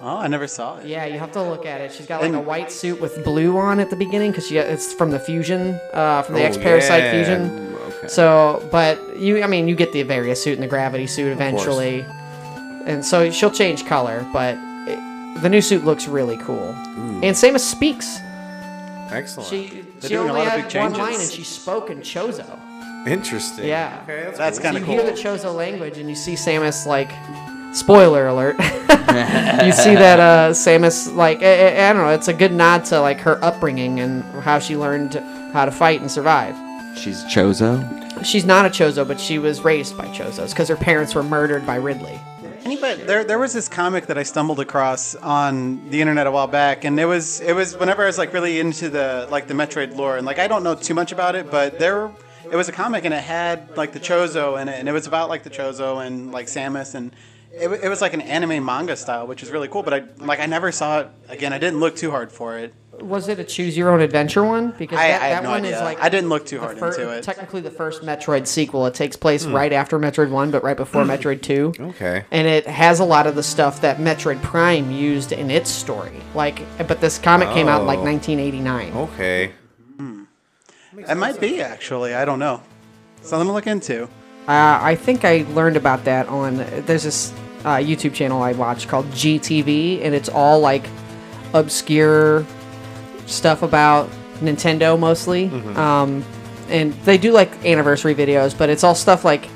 [SPEAKER 5] Oh, I never saw it.
[SPEAKER 3] Yeah, you have to look at it. She's got like a white suit with blue on at the beginning because she uh, it's from the fusion, uh, from the
[SPEAKER 1] Oh,
[SPEAKER 3] X Parasite
[SPEAKER 1] yeah.
[SPEAKER 3] fusion. So, but you, I mean, you get the various suit and the gravity suit eventually, and so she'll change color. But it, the new suit looks really cool. And Samus speaks.
[SPEAKER 1] Excellent.
[SPEAKER 3] She she
[SPEAKER 5] doing
[SPEAKER 3] only
[SPEAKER 5] a lot of
[SPEAKER 3] had
[SPEAKER 5] big
[SPEAKER 3] one
[SPEAKER 5] changes.
[SPEAKER 3] line and she spoke in Chozo.
[SPEAKER 1] Interesting.
[SPEAKER 3] Yeah.
[SPEAKER 1] Okay, that's,
[SPEAKER 5] That's kind
[SPEAKER 3] you
[SPEAKER 5] of
[SPEAKER 3] hear the
[SPEAKER 5] cool.
[SPEAKER 3] Chozo language and you see Samus like spoiler alert. you see that uh, Samus like I, I, I don't know. It's a good nod to like her upbringing and how she learned how to fight and survive.
[SPEAKER 2] she's Chozo.
[SPEAKER 3] She's not a Chozo, but she was raised by Chozos because her parents were murdered by Ridley.
[SPEAKER 5] Anybody, there, there was this comic that I stumbled across on the internet a while back, and it was it was whenever I was like really into the like the Metroid lore, and like I don't know too much about it, but there it was a comic and it had like the Chozo in it, and it was about like the Chozo and like Samus, and it, wa- it was like an anime manga style, which is really cool. But I like I never saw it again. I didn't look too hard for it.
[SPEAKER 3] Was it a choose your own adventure one? Because
[SPEAKER 5] I-
[SPEAKER 3] that,
[SPEAKER 5] I have
[SPEAKER 3] that
[SPEAKER 5] no
[SPEAKER 3] one is
[SPEAKER 5] idea.
[SPEAKER 3] like
[SPEAKER 5] I didn't look too
[SPEAKER 3] the
[SPEAKER 5] hard
[SPEAKER 3] fir-
[SPEAKER 5] into it. Hmm.
[SPEAKER 3] Technically, the first Metroid sequel. It takes place right after Metroid One, but right before Metroid Two.
[SPEAKER 1] Okay.
[SPEAKER 3] and it has a lot of the stuff that Metroid Prime used in its story. Like, but this comic came out in like
[SPEAKER 1] Oh.
[SPEAKER 3] 1989.
[SPEAKER 1] Okay.
[SPEAKER 5] It might be actually. I don't know. Something to look into.
[SPEAKER 3] Uh, I think I learned about that on there's this uh, YouTube channel I watch called GTV, and it's all like obscure stuff about Nintendo mostly.
[SPEAKER 2] Mm-hmm.
[SPEAKER 3] Um, and they do like anniversary videos, but it's all stuff like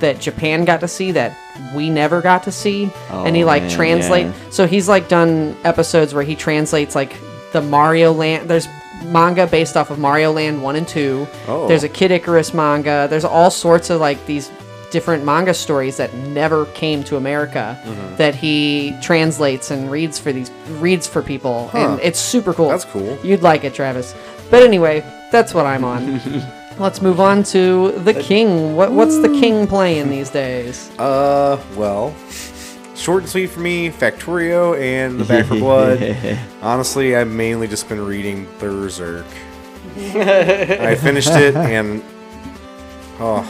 [SPEAKER 3] that Japan got to see that we never got to see. and he
[SPEAKER 2] Oh,
[SPEAKER 3] like
[SPEAKER 2] man,
[SPEAKER 3] translate.
[SPEAKER 2] yeah.
[SPEAKER 3] So he's like done episodes where he translates like the Mario Land. There's manga based off of Mario Land 1 and 2.
[SPEAKER 1] Oh.
[SPEAKER 3] There's a Kid Icarus manga. There's all sorts of like these different manga stories that never came to America
[SPEAKER 1] Mm-hmm.
[SPEAKER 3] that he translates and reads for these reads for people and it's super cool.
[SPEAKER 1] That's cool.
[SPEAKER 3] You'd like it, Travis. But anyway, that's what I'm on. Let's move on to the king. What, what's the king playing these days?
[SPEAKER 1] Uh, well, short and sweet for me. Factorio and the Back for Blood. Honestly, I've mainly just been reading Berserk. I finished it, and oh,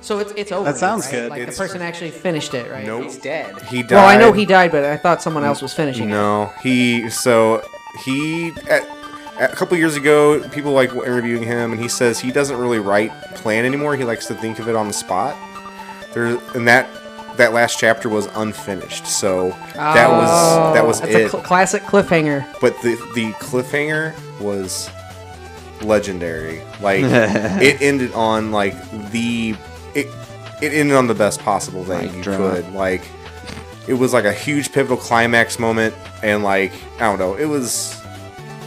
[SPEAKER 3] So it's it's over.
[SPEAKER 5] That sounds
[SPEAKER 3] right?
[SPEAKER 5] good.
[SPEAKER 3] Like
[SPEAKER 1] It's-
[SPEAKER 3] the person actually finished it, right?
[SPEAKER 1] nope.
[SPEAKER 4] He's dead.
[SPEAKER 1] He died.
[SPEAKER 3] Well, I know he died, but I thought someone else was finishing it.
[SPEAKER 1] No, he. So he. At, a couple years ago, people like were interviewing him, and he says he doesn't really write plan anymore. He likes to think of it on the spot. There, and that that last chapter was unfinished, so that was that was
[SPEAKER 3] Oh. That's
[SPEAKER 1] it.
[SPEAKER 3] a cl- classic cliffhanger.
[SPEAKER 1] but the the cliffhanger was legendary. Like it ended on like the it it ended on the best possible thing
[SPEAKER 2] Mic
[SPEAKER 1] you
[SPEAKER 2] drop.
[SPEAKER 1] could. Like it was like a huge pivotal climax moment, and like I don't know, it was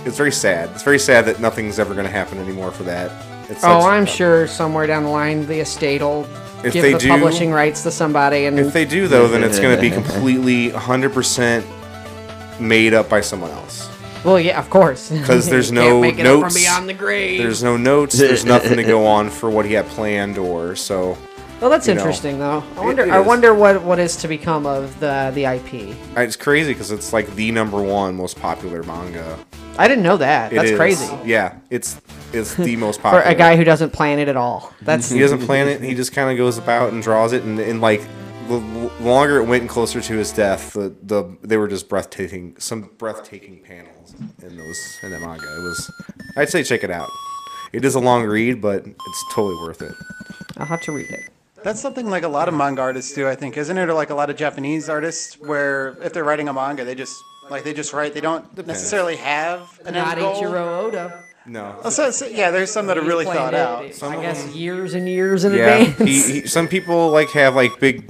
[SPEAKER 1] it's very sad. It's very sad that nothing's ever going to happen anymore for that. It's
[SPEAKER 3] Oh,
[SPEAKER 1] such-
[SPEAKER 3] I'm sure somewhere down the line the estate will
[SPEAKER 1] If
[SPEAKER 3] give
[SPEAKER 1] they
[SPEAKER 3] the
[SPEAKER 1] do-
[SPEAKER 3] publishing rights to somebody, and
[SPEAKER 1] If they do though, then it's going to be completely 100% made up by someone else.
[SPEAKER 3] well, yeah, of course,
[SPEAKER 1] 'Cause there's
[SPEAKER 3] You
[SPEAKER 1] no
[SPEAKER 3] can't make it up
[SPEAKER 1] notes.
[SPEAKER 3] from beyond the grave.
[SPEAKER 1] There's no notes. There's nothing to go on for what he had planned, or so.
[SPEAKER 3] well, that's
[SPEAKER 1] you know,
[SPEAKER 3] interesting though. I wonder.
[SPEAKER 1] it
[SPEAKER 3] I
[SPEAKER 1] is.
[SPEAKER 3] wonder what what is to become of the the IP.
[SPEAKER 1] Uh, It's crazy because it's like the number one most popular manga.
[SPEAKER 3] I didn't know that.
[SPEAKER 1] It
[SPEAKER 3] that's
[SPEAKER 1] is-
[SPEAKER 3] crazy
[SPEAKER 1] Yeah, it's it's the most
[SPEAKER 3] for
[SPEAKER 1] popular.
[SPEAKER 3] a guy who doesn't plan it at all. That's
[SPEAKER 1] he doesn't plan it. He just kind of goes about and draws it, and, and like the l- longer it went and closer to his death, the, the they were just breathtaking. Some breathtaking panels in those in that manga. It was. I'd say check it out. It is a long read, but it's totally worth it.
[SPEAKER 3] I'll have to read it.
[SPEAKER 5] That's something like a lot of manga artists do, I think, isn't it? Or like a lot of Japanese artists, where if they're writing a manga, they just like they just write. They don't necessarily have an
[SPEAKER 3] Not
[SPEAKER 5] end goal.
[SPEAKER 3] Ichiro Oda.
[SPEAKER 1] No,
[SPEAKER 5] Oh, so- so- yeah, there's some that are really
[SPEAKER 3] Planned
[SPEAKER 5] thought out.
[SPEAKER 3] it, I guess years and years in
[SPEAKER 1] Yeah,
[SPEAKER 3] advance.
[SPEAKER 1] he, he, some people like have like big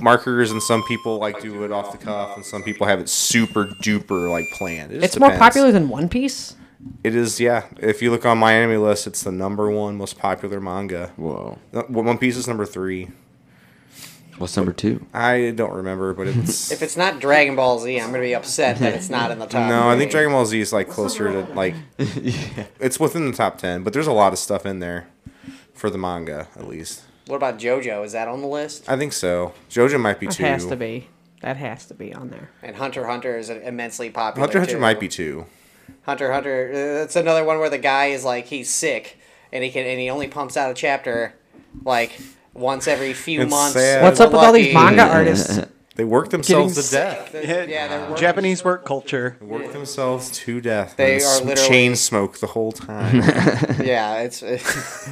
[SPEAKER 1] markers, and some people like do it off the cuff, and some people have it super duper like planned. It just
[SPEAKER 3] it's more
[SPEAKER 1] depends.
[SPEAKER 3] popular than One Piece.
[SPEAKER 1] It is, yeah. If you look on my anime list, it's the number one most popular manga.
[SPEAKER 2] Whoa.
[SPEAKER 1] No, One Piece is number three.
[SPEAKER 2] What's number two?
[SPEAKER 1] I don't remember, but it's.
[SPEAKER 4] If it's not Dragon Ball Z, I'm gonna be upset that it's not in the top.
[SPEAKER 1] no, I think
[SPEAKER 4] three.
[SPEAKER 1] Dragon Ball Z is like closer to like. It's within the top ten, but there's a lot of stuff in there, for the manga at least.
[SPEAKER 4] What about JoJo? Is that on the list?
[SPEAKER 1] I think so. JoJo might be
[SPEAKER 3] That
[SPEAKER 1] two.
[SPEAKER 3] has to be. That has to be on there.
[SPEAKER 4] And Hunter x Hunter is immensely popular.
[SPEAKER 1] Hunter x Hunter
[SPEAKER 4] too.
[SPEAKER 1] might be two.
[SPEAKER 4] Hunter x Hunter. uh, That's another one where the guy is like he's sick and he can and he only pumps out a chapter like once every few
[SPEAKER 1] It's
[SPEAKER 4] months.
[SPEAKER 1] sad.
[SPEAKER 3] What's
[SPEAKER 1] We're
[SPEAKER 3] up with all these
[SPEAKER 4] Lucky.
[SPEAKER 3] manga artists?
[SPEAKER 1] They work themselves to
[SPEAKER 3] sick.
[SPEAKER 1] death.
[SPEAKER 4] They're- Yeah, they're working.
[SPEAKER 5] Japanese work culture.
[SPEAKER 1] Work themselves to death.
[SPEAKER 4] They
[SPEAKER 1] and
[SPEAKER 4] are
[SPEAKER 1] sm-
[SPEAKER 4] literally-
[SPEAKER 1] chain smoke the whole time.
[SPEAKER 4] Yeah, it's uh, it's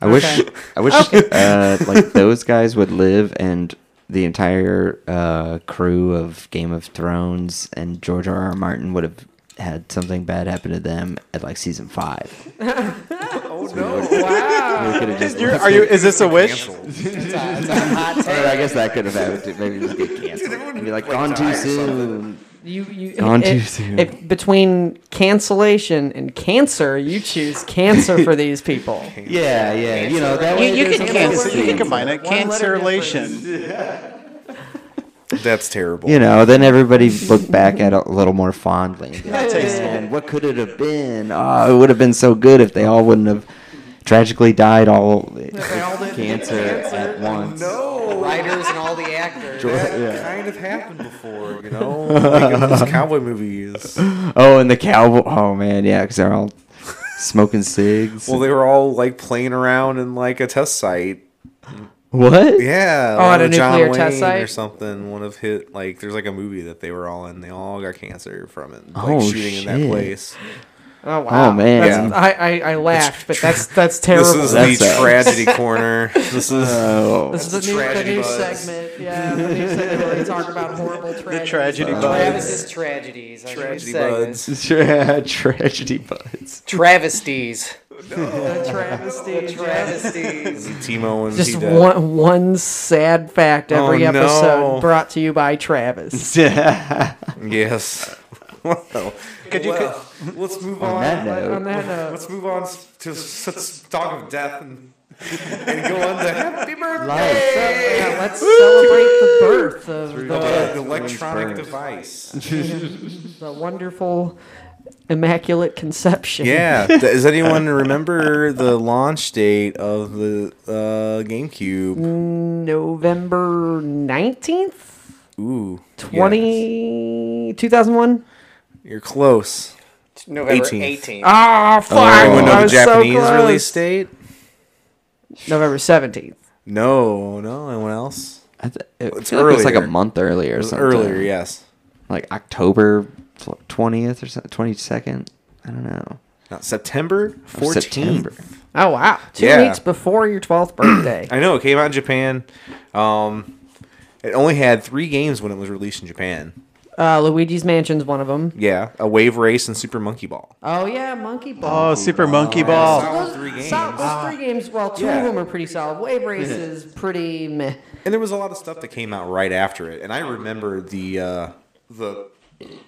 [SPEAKER 2] I wish I wish uh, like those guys would live and the entire uh, crew of Game of Thrones and George R. R. Martin would have had something bad happen to them at like season five. oh no! Wow.
[SPEAKER 5] Is, your- are you? Is this a wish?
[SPEAKER 4] a, it's a hot take.
[SPEAKER 2] I guess that could have happened. Too. Maybe just get canceled. And be like gone too soon.
[SPEAKER 3] You, you,
[SPEAKER 2] Gone
[SPEAKER 3] if-
[SPEAKER 2] too
[SPEAKER 3] if-
[SPEAKER 2] soon.
[SPEAKER 3] if between cancellation and cancer, you choose cancer for these people.
[SPEAKER 2] Yeah, yeah. You know that way.
[SPEAKER 3] you
[SPEAKER 2] there's
[SPEAKER 3] can
[SPEAKER 2] a
[SPEAKER 3] cancel-
[SPEAKER 2] little
[SPEAKER 5] You can
[SPEAKER 2] scene.
[SPEAKER 5] combine it.
[SPEAKER 3] One letter
[SPEAKER 5] Cancerlation.
[SPEAKER 1] That's terrible.
[SPEAKER 2] You know, then everybody looked back at it a little more fondly. And be like,
[SPEAKER 5] Tasteful.
[SPEAKER 2] "Man, what could it have been? Oh, it would have been so good if they all wouldn't have tragically died all with cancer at once.
[SPEAKER 4] writers and all the actors.
[SPEAKER 2] Yeah.
[SPEAKER 1] kind of happened before, you know? like in those cowboy movies.
[SPEAKER 2] Oh, and the cowboy. Oh man, yeah, because they're all smoking cigs.
[SPEAKER 1] Well, they were all like playing around in like a test site.
[SPEAKER 2] what?
[SPEAKER 1] Yeah.
[SPEAKER 3] Oh,
[SPEAKER 1] one
[SPEAKER 3] at a
[SPEAKER 1] with John
[SPEAKER 3] nuclear test
[SPEAKER 1] Wayne
[SPEAKER 3] site?
[SPEAKER 1] Or something. One of his, like, there's like a movie that they were all in. They all got cancer from it. Like
[SPEAKER 2] Oh,
[SPEAKER 1] shooting in that
[SPEAKER 2] shit.
[SPEAKER 1] place.
[SPEAKER 3] Oh wow!
[SPEAKER 2] man.
[SPEAKER 3] That's-
[SPEAKER 2] Yeah.
[SPEAKER 3] I, I, I laughed, but that's that's terrible.
[SPEAKER 1] This is
[SPEAKER 2] That's
[SPEAKER 1] the
[SPEAKER 2] sad.
[SPEAKER 1] tragedy corner. This is.
[SPEAKER 2] Oh,
[SPEAKER 3] This is the new, the
[SPEAKER 1] tragedy
[SPEAKER 3] new
[SPEAKER 1] buzz.
[SPEAKER 3] segment. Yeah, the new segment where we talk about horrible tragedies.
[SPEAKER 5] Tragedy buds.
[SPEAKER 4] Travis's tragedies. I should
[SPEAKER 1] Tragedy
[SPEAKER 4] say.
[SPEAKER 1] buds.
[SPEAKER 2] tra- tragedy buds.
[SPEAKER 4] Travesties.
[SPEAKER 3] The travesty.
[SPEAKER 4] Travesties.
[SPEAKER 1] Timo and
[SPEAKER 3] Just
[SPEAKER 1] T-Dub.
[SPEAKER 3] one, one sad fact every
[SPEAKER 1] Oh, no.
[SPEAKER 3] episode brought to you by Travis.
[SPEAKER 2] yeah,
[SPEAKER 1] Yes. Well,
[SPEAKER 5] Could you?
[SPEAKER 1] Well, let's move on.
[SPEAKER 2] On that note,
[SPEAKER 3] On that note,
[SPEAKER 1] Let's move on s- to s- s- talk of death and, and go on to happy
[SPEAKER 2] Life.
[SPEAKER 1] birthday.
[SPEAKER 3] yeah, let's celebrate the birth of
[SPEAKER 1] The
[SPEAKER 3] the,
[SPEAKER 1] electronic
[SPEAKER 2] Birth.
[SPEAKER 1] device.
[SPEAKER 3] the wonderful immaculate conception.
[SPEAKER 1] Yeah. th- Does anyone remember the launch date of the uh, GameCube?
[SPEAKER 3] November 19th,
[SPEAKER 1] Ooh.
[SPEAKER 3] 20, 2001.
[SPEAKER 1] yes. You're close.
[SPEAKER 4] November
[SPEAKER 1] 18th.
[SPEAKER 4] 18th.
[SPEAKER 3] Ah, fuck.
[SPEAKER 1] Anyone Oh, know
[SPEAKER 3] I
[SPEAKER 1] the
[SPEAKER 3] was
[SPEAKER 1] Japanese
[SPEAKER 3] so close.
[SPEAKER 1] release date?
[SPEAKER 3] November 17th.
[SPEAKER 1] No, no. Anyone else?
[SPEAKER 2] I th- it,
[SPEAKER 1] It's
[SPEAKER 2] it's like it's like a
[SPEAKER 1] earlier.
[SPEAKER 2] month earlier.
[SPEAKER 1] It
[SPEAKER 2] Or
[SPEAKER 1] was
[SPEAKER 2] something.
[SPEAKER 1] earlier, yes.
[SPEAKER 2] Like October twentieth or twenty second. I don't know.
[SPEAKER 1] Not September 14th.
[SPEAKER 2] September.
[SPEAKER 3] Oh, wow. Two
[SPEAKER 1] Yeah.
[SPEAKER 3] weeks before your 12th birthday.
[SPEAKER 1] I know it came out in Japan. Um, it only had three games when it was released in Japan.
[SPEAKER 3] uh, Luigi's Mansion's one of them.
[SPEAKER 1] Yeah, a wave race and Super Monkey Ball.
[SPEAKER 3] Oh, yeah, Monkey Ball.
[SPEAKER 5] Oh, Super Monkey Ball.
[SPEAKER 1] Solid Oh, three games.
[SPEAKER 3] Sol- those three games, well, two
[SPEAKER 1] Yeah.
[SPEAKER 3] of them are pretty solid. Wave Race is pretty meh.
[SPEAKER 1] And there was a lot of stuff that came out right after it. And I remember the uh, the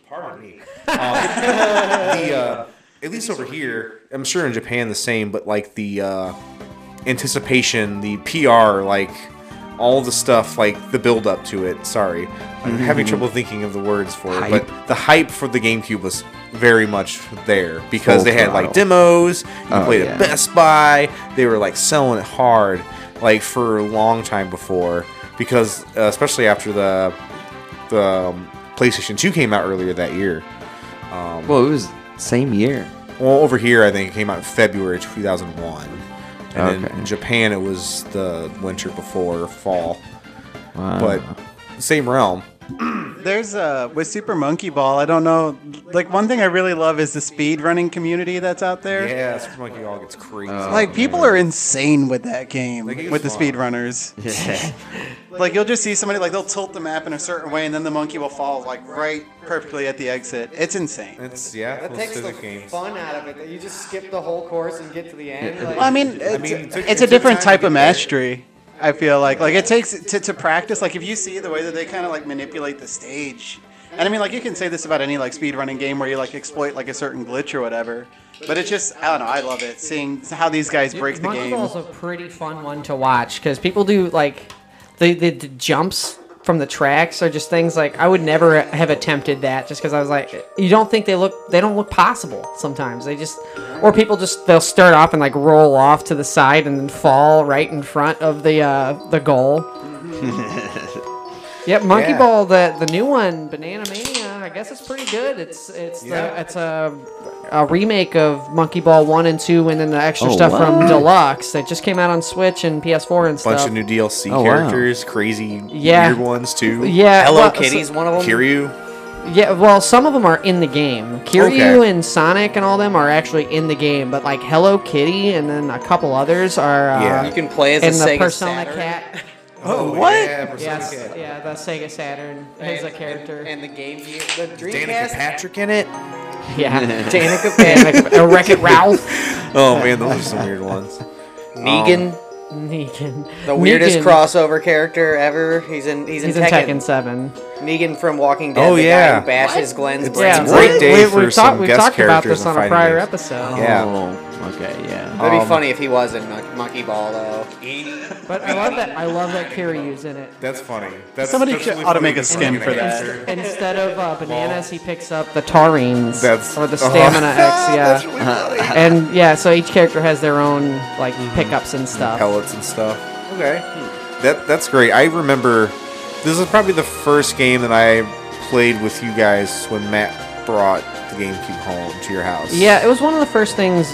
[SPEAKER 1] pardon me uh, the uh, at least over here. I'm sure in Japan the same, but like the uh, anticipation, the PR, like all the stuff, like the build up to it. Sorry, I'm having trouble thinking of the words for it.
[SPEAKER 2] Mm-hmm. Hype.
[SPEAKER 1] But the hype for the GameCube was very much there because
[SPEAKER 2] Full
[SPEAKER 1] they had like
[SPEAKER 2] throttle.
[SPEAKER 1] demos. You
[SPEAKER 2] Oh,
[SPEAKER 1] played
[SPEAKER 2] yeah.
[SPEAKER 1] at Best Buy. They were like selling it hard, like for a long time before, because uh, especially after the the um, PlayStation Two came out earlier that year.
[SPEAKER 2] Well, it was same year.
[SPEAKER 1] Well, over here I think it came out in February 2001, and then
[SPEAKER 2] Okay.
[SPEAKER 1] in Japan it was the winter before fall,
[SPEAKER 2] Wow.
[SPEAKER 1] but same realm.
[SPEAKER 5] There's uh with Super Monkey Ball. I don't know. Like one thing I really love is the speed running community that's out there.
[SPEAKER 1] Yeah, Super Monkey Ball gets crazy.
[SPEAKER 5] Like people are insane with that game
[SPEAKER 1] Like, it's
[SPEAKER 5] with the
[SPEAKER 1] fun.
[SPEAKER 5] speedrunners. Like you'll just see somebody like they'll tilt the map in a certain way and then the monkey will fall like right perfectly at the exit. It's insane.
[SPEAKER 1] it's yeah,
[SPEAKER 4] That
[SPEAKER 1] those
[SPEAKER 4] takes the
[SPEAKER 1] physics games.
[SPEAKER 4] fun out of it. That you just skip the whole course and get to the end. Like,
[SPEAKER 5] Well, I mean, it's,
[SPEAKER 1] mean, it took-
[SPEAKER 5] it's
[SPEAKER 1] it
[SPEAKER 5] a
[SPEAKER 1] took
[SPEAKER 5] different
[SPEAKER 1] time
[SPEAKER 5] type
[SPEAKER 1] to
[SPEAKER 5] of
[SPEAKER 1] get there.
[SPEAKER 5] mastery. I feel like like it takes to, to practice. Like if you see the way that they kind of like manipulate the stage, and I mean like you can say this about any like speedrunning game where you like exploit like a certain glitch or whatever. But it's just I don't know. I love it seeing how these guys break the
[SPEAKER 3] Monkey
[SPEAKER 5] game.
[SPEAKER 3] Ball's a pretty fun one to watch because people do like the, the the jumps from the tracks are just things like I would never have attempted that just because I was like you don't think they look they don't look possible sometimes they just or people just they'll start off and like roll off to the side and then fall right in front of the uh, the goal. Yep, Monkey
[SPEAKER 1] Yeah.
[SPEAKER 3] Ball, the the new one, Banana Mania. I guess it's pretty good. It's it's
[SPEAKER 1] Yeah.
[SPEAKER 3] the, it's a, a remake of Monkey Ball one and two, and then the extra
[SPEAKER 2] Oh,
[SPEAKER 3] stuff from
[SPEAKER 2] wow.
[SPEAKER 3] Deluxe that just came out on Switch and PS4 and stuff.
[SPEAKER 1] Bunch of new DLC
[SPEAKER 2] Oh, wow.
[SPEAKER 1] characters, crazy
[SPEAKER 3] Yeah.
[SPEAKER 1] weird ones too.
[SPEAKER 3] yeah,
[SPEAKER 4] Hello
[SPEAKER 3] well, so-
[SPEAKER 4] Kitty's one of them.
[SPEAKER 1] Kiryu.
[SPEAKER 3] yeah, well, some of them are in the game. Kiryu
[SPEAKER 1] Okay.
[SPEAKER 3] and Sonic and all them are actually in the game, but like Hello Kitty and then a couple others are uh,
[SPEAKER 1] Yeah.
[SPEAKER 4] you can play as a
[SPEAKER 3] in the
[SPEAKER 4] Sega
[SPEAKER 3] Persona
[SPEAKER 4] Saturn.
[SPEAKER 3] Cat.
[SPEAKER 1] Oh,
[SPEAKER 5] what?
[SPEAKER 1] Yeah,
[SPEAKER 3] Yes, yeah, the Sega Saturn is a character.
[SPEAKER 4] And, and the Game Gear, the
[SPEAKER 1] Danica
[SPEAKER 4] Dreamcast,
[SPEAKER 1] Patrick in it.
[SPEAKER 3] yeah,
[SPEAKER 4] Danica Panic,
[SPEAKER 3] a Wreck It Ralph.
[SPEAKER 1] Oh man, those are some weird ones. Oh.
[SPEAKER 4] Negan,
[SPEAKER 3] Negan.
[SPEAKER 4] the weirdest
[SPEAKER 3] Negan.
[SPEAKER 4] crossover character ever. He's in he's in,
[SPEAKER 3] He's in
[SPEAKER 4] Tekken.
[SPEAKER 3] Tekken Seven.
[SPEAKER 4] Negan from Walking Dead.
[SPEAKER 1] Oh,
[SPEAKER 4] the
[SPEAKER 1] yeah.
[SPEAKER 4] Guy who bashes Glenn's
[SPEAKER 1] It's
[SPEAKER 4] brains.
[SPEAKER 1] a great day for
[SPEAKER 3] we've
[SPEAKER 1] some
[SPEAKER 3] we've
[SPEAKER 1] guest
[SPEAKER 3] talked about
[SPEAKER 1] characters
[SPEAKER 3] this
[SPEAKER 1] in
[SPEAKER 3] on a
[SPEAKER 1] fighting
[SPEAKER 3] prior
[SPEAKER 1] games.
[SPEAKER 3] episode.
[SPEAKER 1] Yeah.
[SPEAKER 2] Oh, okay. Yeah.
[SPEAKER 4] It'd be
[SPEAKER 1] Um,
[SPEAKER 4] funny if he was in Mon- Monkey Ball though.
[SPEAKER 3] But I love that I love that Kiryu's in it.
[SPEAKER 1] That's funny. That's,
[SPEAKER 5] Somebody
[SPEAKER 1] that's
[SPEAKER 5] should-
[SPEAKER 1] really
[SPEAKER 5] ought to
[SPEAKER 1] funny
[SPEAKER 5] make a
[SPEAKER 1] because
[SPEAKER 5] skin
[SPEAKER 1] I'm
[SPEAKER 5] for
[SPEAKER 1] gonna
[SPEAKER 5] that.
[SPEAKER 1] answer.
[SPEAKER 3] Instead of uh, bananas, he picks up the taurines
[SPEAKER 1] That's-
[SPEAKER 3] or the
[SPEAKER 1] uh-huh.
[SPEAKER 3] stamina X. Yeah, and yeah, so each character has their own like
[SPEAKER 1] Mm-hmm.
[SPEAKER 3] pickups and stuff.
[SPEAKER 1] pellets and stuff. Okay, that that's great. I remember this is probably the first game that I played with you guys when Matt brought the GameCube home to your house.
[SPEAKER 3] Yeah, it was one of the first things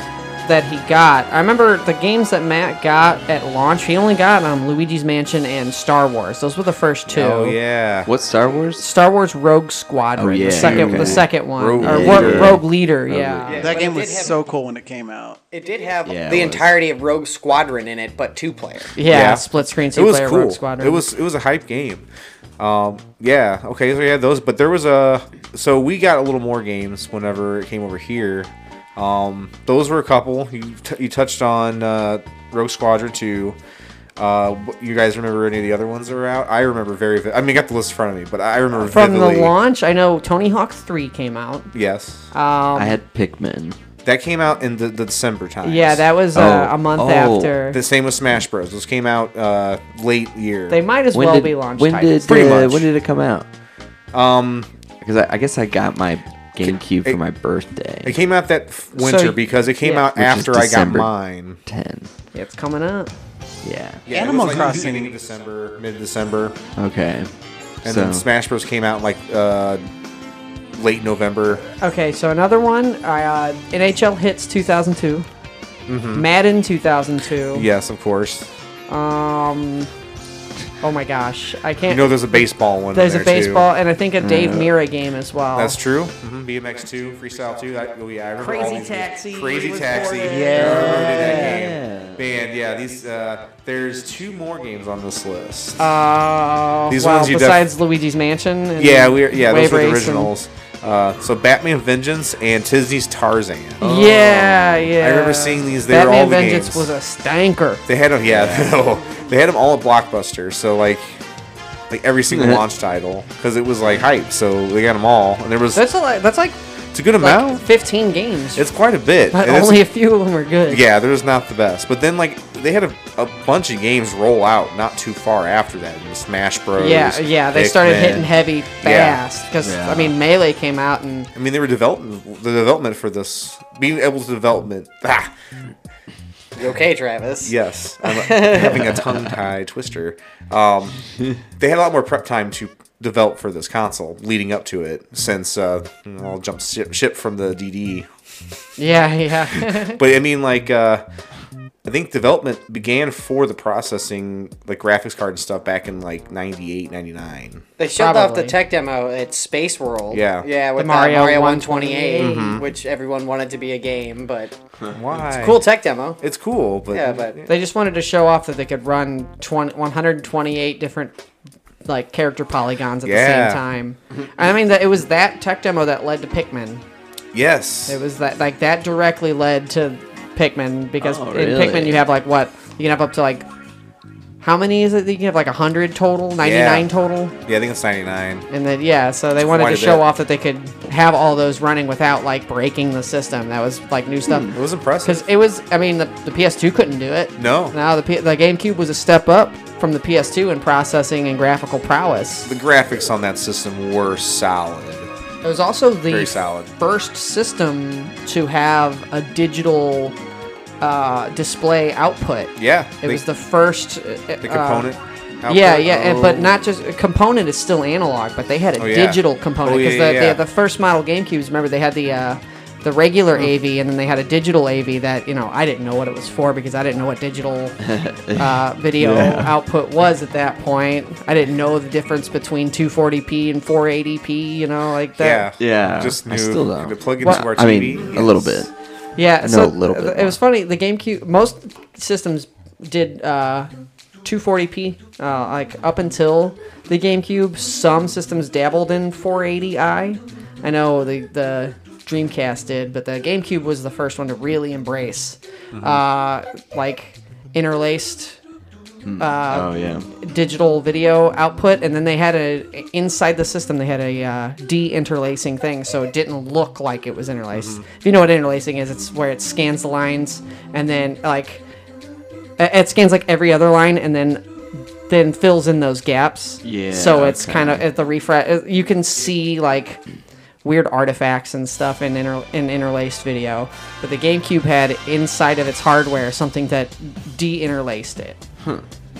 [SPEAKER 3] that he got. I remember the games that Matt got at launch. He only got um, Luigi's Mansion and Star Wars. Those were the first two.
[SPEAKER 1] Oh yeah.
[SPEAKER 2] What Star Wars?
[SPEAKER 3] Star Wars Rogue Squadron,
[SPEAKER 2] Oh, yeah.
[SPEAKER 3] the second,
[SPEAKER 2] Okay.
[SPEAKER 3] the second one,
[SPEAKER 1] Rogue
[SPEAKER 3] or Ro-
[SPEAKER 2] Leader.
[SPEAKER 3] Rogue Leader, yeah.
[SPEAKER 5] That
[SPEAKER 4] Leader. But it
[SPEAKER 5] game
[SPEAKER 4] did
[SPEAKER 5] was
[SPEAKER 4] have-
[SPEAKER 5] so cool when it came out.
[SPEAKER 4] It did have
[SPEAKER 2] Yeah,
[SPEAKER 4] the
[SPEAKER 2] it was.
[SPEAKER 4] entirety of Rogue Squadron in it, but two player.
[SPEAKER 3] yeah, split screen
[SPEAKER 1] It
[SPEAKER 3] two
[SPEAKER 1] was
[SPEAKER 3] player
[SPEAKER 1] cool.
[SPEAKER 3] Rogue Squadron.
[SPEAKER 1] It was it was a hype game. Um, yeah. Okay. So we had those, but there was a so we got a little more games whenever it came over here. Um, those were a couple. You t- you touched on uh, Rogue Squadron two. Uh, wh- you guys remember any of the other ones that were out? I remember very. Vi- I mean, I got the list in front of me, but I remember
[SPEAKER 3] From the
[SPEAKER 1] vividly.
[SPEAKER 3] launch, I know Tony Hawk 3 came out.
[SPEAKER 1] Yes,
[SPEAKER 3] Um,
[SPEAKER 2] I had Pikmin.
[SPEAKER 1] that came out in the, the December time.
[SPEAKER 3] yeah, that was uh,
[SPEAKER 2] Oh.
[SPEAKER 3] a month
[SPEAKER 2] Oh.
[SPEAKER 3] after.
[SPEAKER 1] The same with Smash Bros. Those came out uh, late year.
[SPEAKER 3] they might as well
[SPEAKER 2] did,
[SPEAKER 3] be launched.
[SPEAKER 2] when
[SPEAKER 3] titles.
[SPEAKER 2] did
[SPEAKER 1] Pretty
[SPEAKER 2] uh,
[SPEAKER 1] much.
[SPEAKER 2] when did it come out?
[SPEAKER 1] um,
[SPEAKER 2] Because I, I guess I got my GameCube
[SPEAKER 1] It-
[SPEAKER 2] for my birthday.
[SPEAKER 1] it came out that f- winter
[SPEAKER 3] So-
[SPEAKER 1] because it came
[SPEAKER 3] yeah.
[SPEAKER 1] out
[SPEAKER 2] Which is
[SPEAKER 1] after I got
[SPEAKER 2] December.
[SPEAKER 1] mine.
[SPEAKER 2] Ten.
[SPEAKER 3] It's coming up.
[SPEAKER 2] Yeah.
[SPEAKER 1] Yeah, it
[SPEAKER 5] Animal
[SPEAKER 1] was
[SPEAKER 5] Crossing.
[SPEAKER 1] beginning of December, mid December,
[SPEAKER 2] Okay.
[SPEAKER 1] and
[SPEAKER 2] so
[SPEAKER 1] then Smash Bros. came out like uh, late November.
[SPEAKER 3] Okay, so another one. I, uh, NHL hits 2002.
[SPEAKER 1] Mm-hmm.
[SPEAKER 3] Madden 2002.
[SPEAKER 1] Yes, of course.
[SPEAKER 3] Um. Oh my gosh, I can't.
[SPEAKER 1] You know, there's a baseball one. in
[SPEAKER 3] there's a
[SPEAKER 1] there, too.
[SPEAKER 3] baseball and I think a Dave Mira game as well.
[SPEAKER 1] That's true. Mm-hmm. BMX two, freestyle two. That, oh yeah, I remember all
[SPEAKER 3] Crazy
[SPEAKER 1] these-
[SPEAKER 3] Taxi
[SPEAKER 1] Crazy
[SPEAKER 3] was
[SPEAKER 1] taxi.
[SPEAKER 3] ported.
[SPEAKER 1] Yeah. Man, yeah. These. Uh, there's two more games on this list.
[SPEAKER 3] Um, Uh,
[SPEAKER 1] These
[SPEAKER 3] well,
[SPEAKER 1] ones you def-
[SPEAKER 3] besides Luigi's Mansion. And
[SPEAKER 1] yeah, we're yeah.
[SPEAKER 3] Wave
[SPEAKER 1] Those were the
[SPEAKER 3] Race and-
[SPEAKER 1] originals. Uh, so Batman Vengeance and Disney's Tarzan.
[SPEAKER 3] Yeah, yeah.
[SPEAKER 1] Oh, I remember seeing these. They were
[SPEAKER 3] Batman
[SPEAKER 1] all the
[SPEAKER 3] Vengeance
[SPEAKER 1] games.
[SPEAKER 3] was a stanker.
[SPEAKER 1] They had them. Yeah, they had them all at Blockbuster. So like. Like every single launch title, because it was like hype, so they got them all, and there was
[SPEAKER 3] That's a lot, that's like,
[SPEAKER 1] it's a good
[SPEAKER 3] like
[SPEAKER 1] amount.
[SPEAKER 3] 15 games.
[SPEAKER 1] it's quite a bit.
[SPEAKER 3] but
[SPEAKER 1] and it's-
[SPEAKER 3] only a few of them are good.
[SPEAKER 1] Yeah, they're just not the best. But then, like, they had a, a bunch of games roll out not too far after that. You know, Smash Bros.
[SPEAKER 3] Yeah, yeah, they started
[SPEAKER 1] Pikmin.
[SPEAKER 3] hitting heavy fast because
[SPEAKER 2] Yeah.
[SPEAKER 3] I mean melee came out and
[SPEAKER 1] I mean, they were developing the development for this, being able to development. Ah,
[SPEAKER 4] You okay, Travis?
[SPEAKER 1] yes, I'm having a tongue tie twister. Um, they had a lot more prep time to develop for this console leading up to it, since uh, I'll jump ship, ship from the DD
[SPEAKER 3] yeah, yeah,
[SPEAKER 1] But I mean, like, uh, I think development began for the processing, like graphics card and stuff, back in like 98, 99.
[SPEAKER 4] They showed off the
[SPEAKER 3] Probably.
[SPEAKER 4] tech demo at Space World.
[SPEAKER 1] Yeah. Mm-hmm.
[SPEAKER 4] Yeah, with
[SPEAKER 3] The
[SPEAKER 4] uh,
[SPEAKER 3] Mario
[SPEAKER 4] Mario,
[SPEAKER 3] 128.
[SPEAKER 4] 128, which everyone wanted to be a game, but
[SPEAKER 1] Why? It's
[SPEAKER 4] cool tech demo.
[SPEAKER 1] It's cool, but
[SPEAKER 4] Yeah, but
[SPEAKER 3] they just wanted to show off that they could run 20, 128 different like character polygons at the
[SPEAKER 1] Yeah.
[SPEAKER 3] same time. And I mean that it was that tech demo that led to Pikmin.
[SPEAKER 1] yes,
[SPEAKER 3] It was that like that directly led to Pikmin because
[SPEAKER 2] Oh,
[SPEAKER 3] in
[SPEAKER 2] really?
[SPEAKER 3] Pikmin you have like what you can have up to like how many is it? that You can have like hundred total, ninety nine
[SPEAKER 1] Yeah.
[SPEAKER 3] total.
[SPEAKER 1] yeah, I think it's 99.
[SPEAKER 3] And then yeah, so they wanted
[SPEAKER 1] quite
[SPEAKER 3] to
[SPEAKER 1] a
[SPEAKER 3] show
[SPEAKER 1] bit.
[SPEAKER 3] off that they could have all those running without like breaking the system. That was like new stuff.
[SPEAKER 1] It was
[SPEAKER 3] Because
[SPEAKER 1] impressive.
[SPEAKER 3] it was, I mean, the, the PS2 couldn't do it.
[SPEAKER 1] No.
[SPEAKER 3] Now the P- the GameCube was a step up from the PS2 in processing and graphical prowess.
[SPEAKER 1] the graphics on that system were solid.
[SPEAKER 3] It was also the
[SPEAKER 1] Very solid.
[SPEAKER 3] first system to have a digital uh, display output.
[SPEAKER 1] Yeah,
[SPEAKER 3] It was the first. uh,
[SPEAKER 1] the
[SPEAKER 3] uh,
[SPEAKER 1] component.
[SPEAKER 3] Yeah,
[SPEAKER 1] output.
[SPEAKER 3] yeah, and, but not just a component is still analog, but they had a
[SPEAKER 1] Oh, yeah.
[SPEAKER 3] digital component
[SPEAKER 1] Oh, yeah,
[SPEAKER 3] because
[SPEAKER 1] yeah,
[SPEAKER 3] the, they
[SPEAKER 1] yeah.
[SPEAKER 3] had the first model GameCubes. Remember, they had the uh, the regular AV, and then they had a digital AV that you know I didn't know what it was for because I didn't know what digital uh, video output was at that point. I didn't know the difference between 240p and 480p. You know, like
[SPEAKER 1] Yeah,
[SPEAKER 3] that.
[SPEAKER 2] Yeah,
[SPEAKER 1] Just
[SPEAKER 2] I
[SPEAKER 1] new.
[SPEAKER 2] still don't.
[SPEAKER 1] To plug into
[SPEAKER 3] Well,
[SPEAKER 1] our TV.
[SPEAKER 2] I mean, a little bit.
[SPEAKER 1] yes.
[SPEAKER 3] Yeah, yeah.
[SPEAKER 2] know
[SPEAKER 3] so
[SPEAKER 2] a little bit
[SPEAKER 3] th- it
[SPEAKER 2] more.
[SPEAKER 3] was funny. The GameCube, most systems did. Uh, 240p, uh, like up until the GameCube, some systems dabbled in 480i. I know the the Dreamcast did, but the GameCube was the first one to really embrace, uh, like interlaced
[SPEAKER 2] oh
[SPEAKER 3] Um,
[SPEAKER 2] yeah.
[SPEAKER 3] digital video output, and then they had a inside the system they had a uh, de-interlacing thing, so it didn't look like it was interlaced.
[SPEAKER 2] Mm-hmm.
[SPEAKER 3] If you know what interlacing is, it's where it scans the lines and then like it it scans like every other line and then then fills in those gaps.
[SPEAKER 2] Yeah,
[SPEAKER 3] So it's
[SPEAKER 2] okay.
[SPEAKER 3] kind of at the refresh, you can see like weird artifacts and stuff in inter- in interlaced video, but the GameCube had inside of its hardware something that de-interlaced it.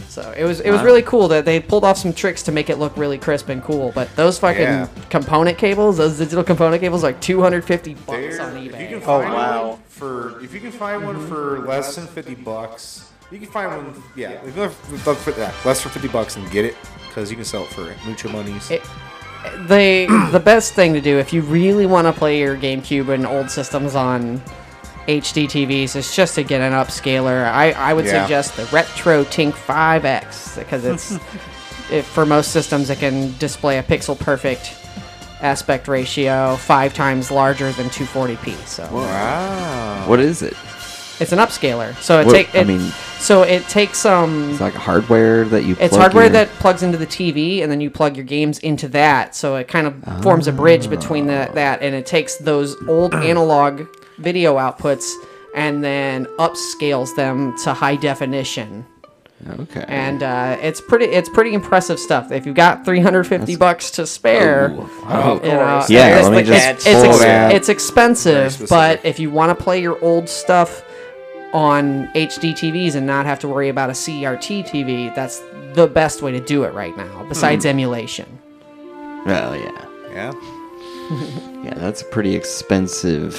[SPEAKER 3] So it was it was really cool that they pulled off some tricks to make it look really crisp and cool. But those fucking
[SPEAKER 1] Yeah.
[SPEAKER 3] component cables, those digital component cables, are like 250 bucks on
[SPEAKER 1] There, if you can
[SPEAKER 3] eBay.
[SPEAKER 1] find
[SPEAKER 5] wow.
[SPEAKER 1] one for if you can find one for less than fifty bucks, you can find one. Yeah, like, less for- for- yeah, less for fifty bucks and get it because you can sell it for mucho monies.
[SPEAKER 3] It- They the best thing to do if you really want to play your GameCube and old systems on HD TVs is just to get an upscaler. I I would
[SPEAKER 1] Yeah.
[SPEAKER 3] suggest the Retro Tink 5X because it's it, for most systems it can display a pixel perfect aspect ratio five times larger than 240p. So.
[SPEAKER 1] wow.
[SPEAKER 2] What is it?
[SPEAKER 3] It's an upscaler, so it
[SPEAKER 2] What-
[SPEAKER 3] take.
[SPEAKER 2] I
[SPEAKER 3] It,
[SPEAKER 2] mean,
[SPEAKER 3] So it takes um
[SPEAKER 2] It's like hardware that you.
[SPEAKER 3] it's
[SPEAKER 2] plug
[SPEAKER 3] hardware
[SPEAKER 2] your-
[SPEAKER 3] that plugs into the TV, and then you plug your games into that. So it kind of forms a bridge between
[SPEAKER 2] Ah.
[SPEAKER 3] that, that, and it takes those old analog video outputs and then upscales them to high definition.
[SPEAKER 2] Okay.
[SPEAKER 3] And uh, it's pretty, it's pretty impressive stuff. If you've got 350 bucks to spare,
[SPEAKER 2] Ooh.
[SPEAKER 1] Oh.
[SPEAKER 3] you know,
[SPEAKER 4] course.
[SPEAKER 2] Yeah,
[SPEAKER 3] it's-
[SPEAKER 2] let me
[SPEAKER 3] it's,
[SPEAKER 2] just
[SPEAKER 3] it's,
[SPEAKER 2] pull
[SPEAKER 3] ex-
[SPEAKER 2] that.
[SPEAKER 3] it's expensive,
[SPEAKER 1] specific.
[SPEAKER 3] but if you want to play your old stuff on HD TVs and not have to worry about a CRT TV, that's the best way to do it right now, besides emulation.
[SPEAKER 2] Well, yeah,
[SPEAKER 1] Yeah.
[SPEAKER 2] yeah. That's pretty expensive.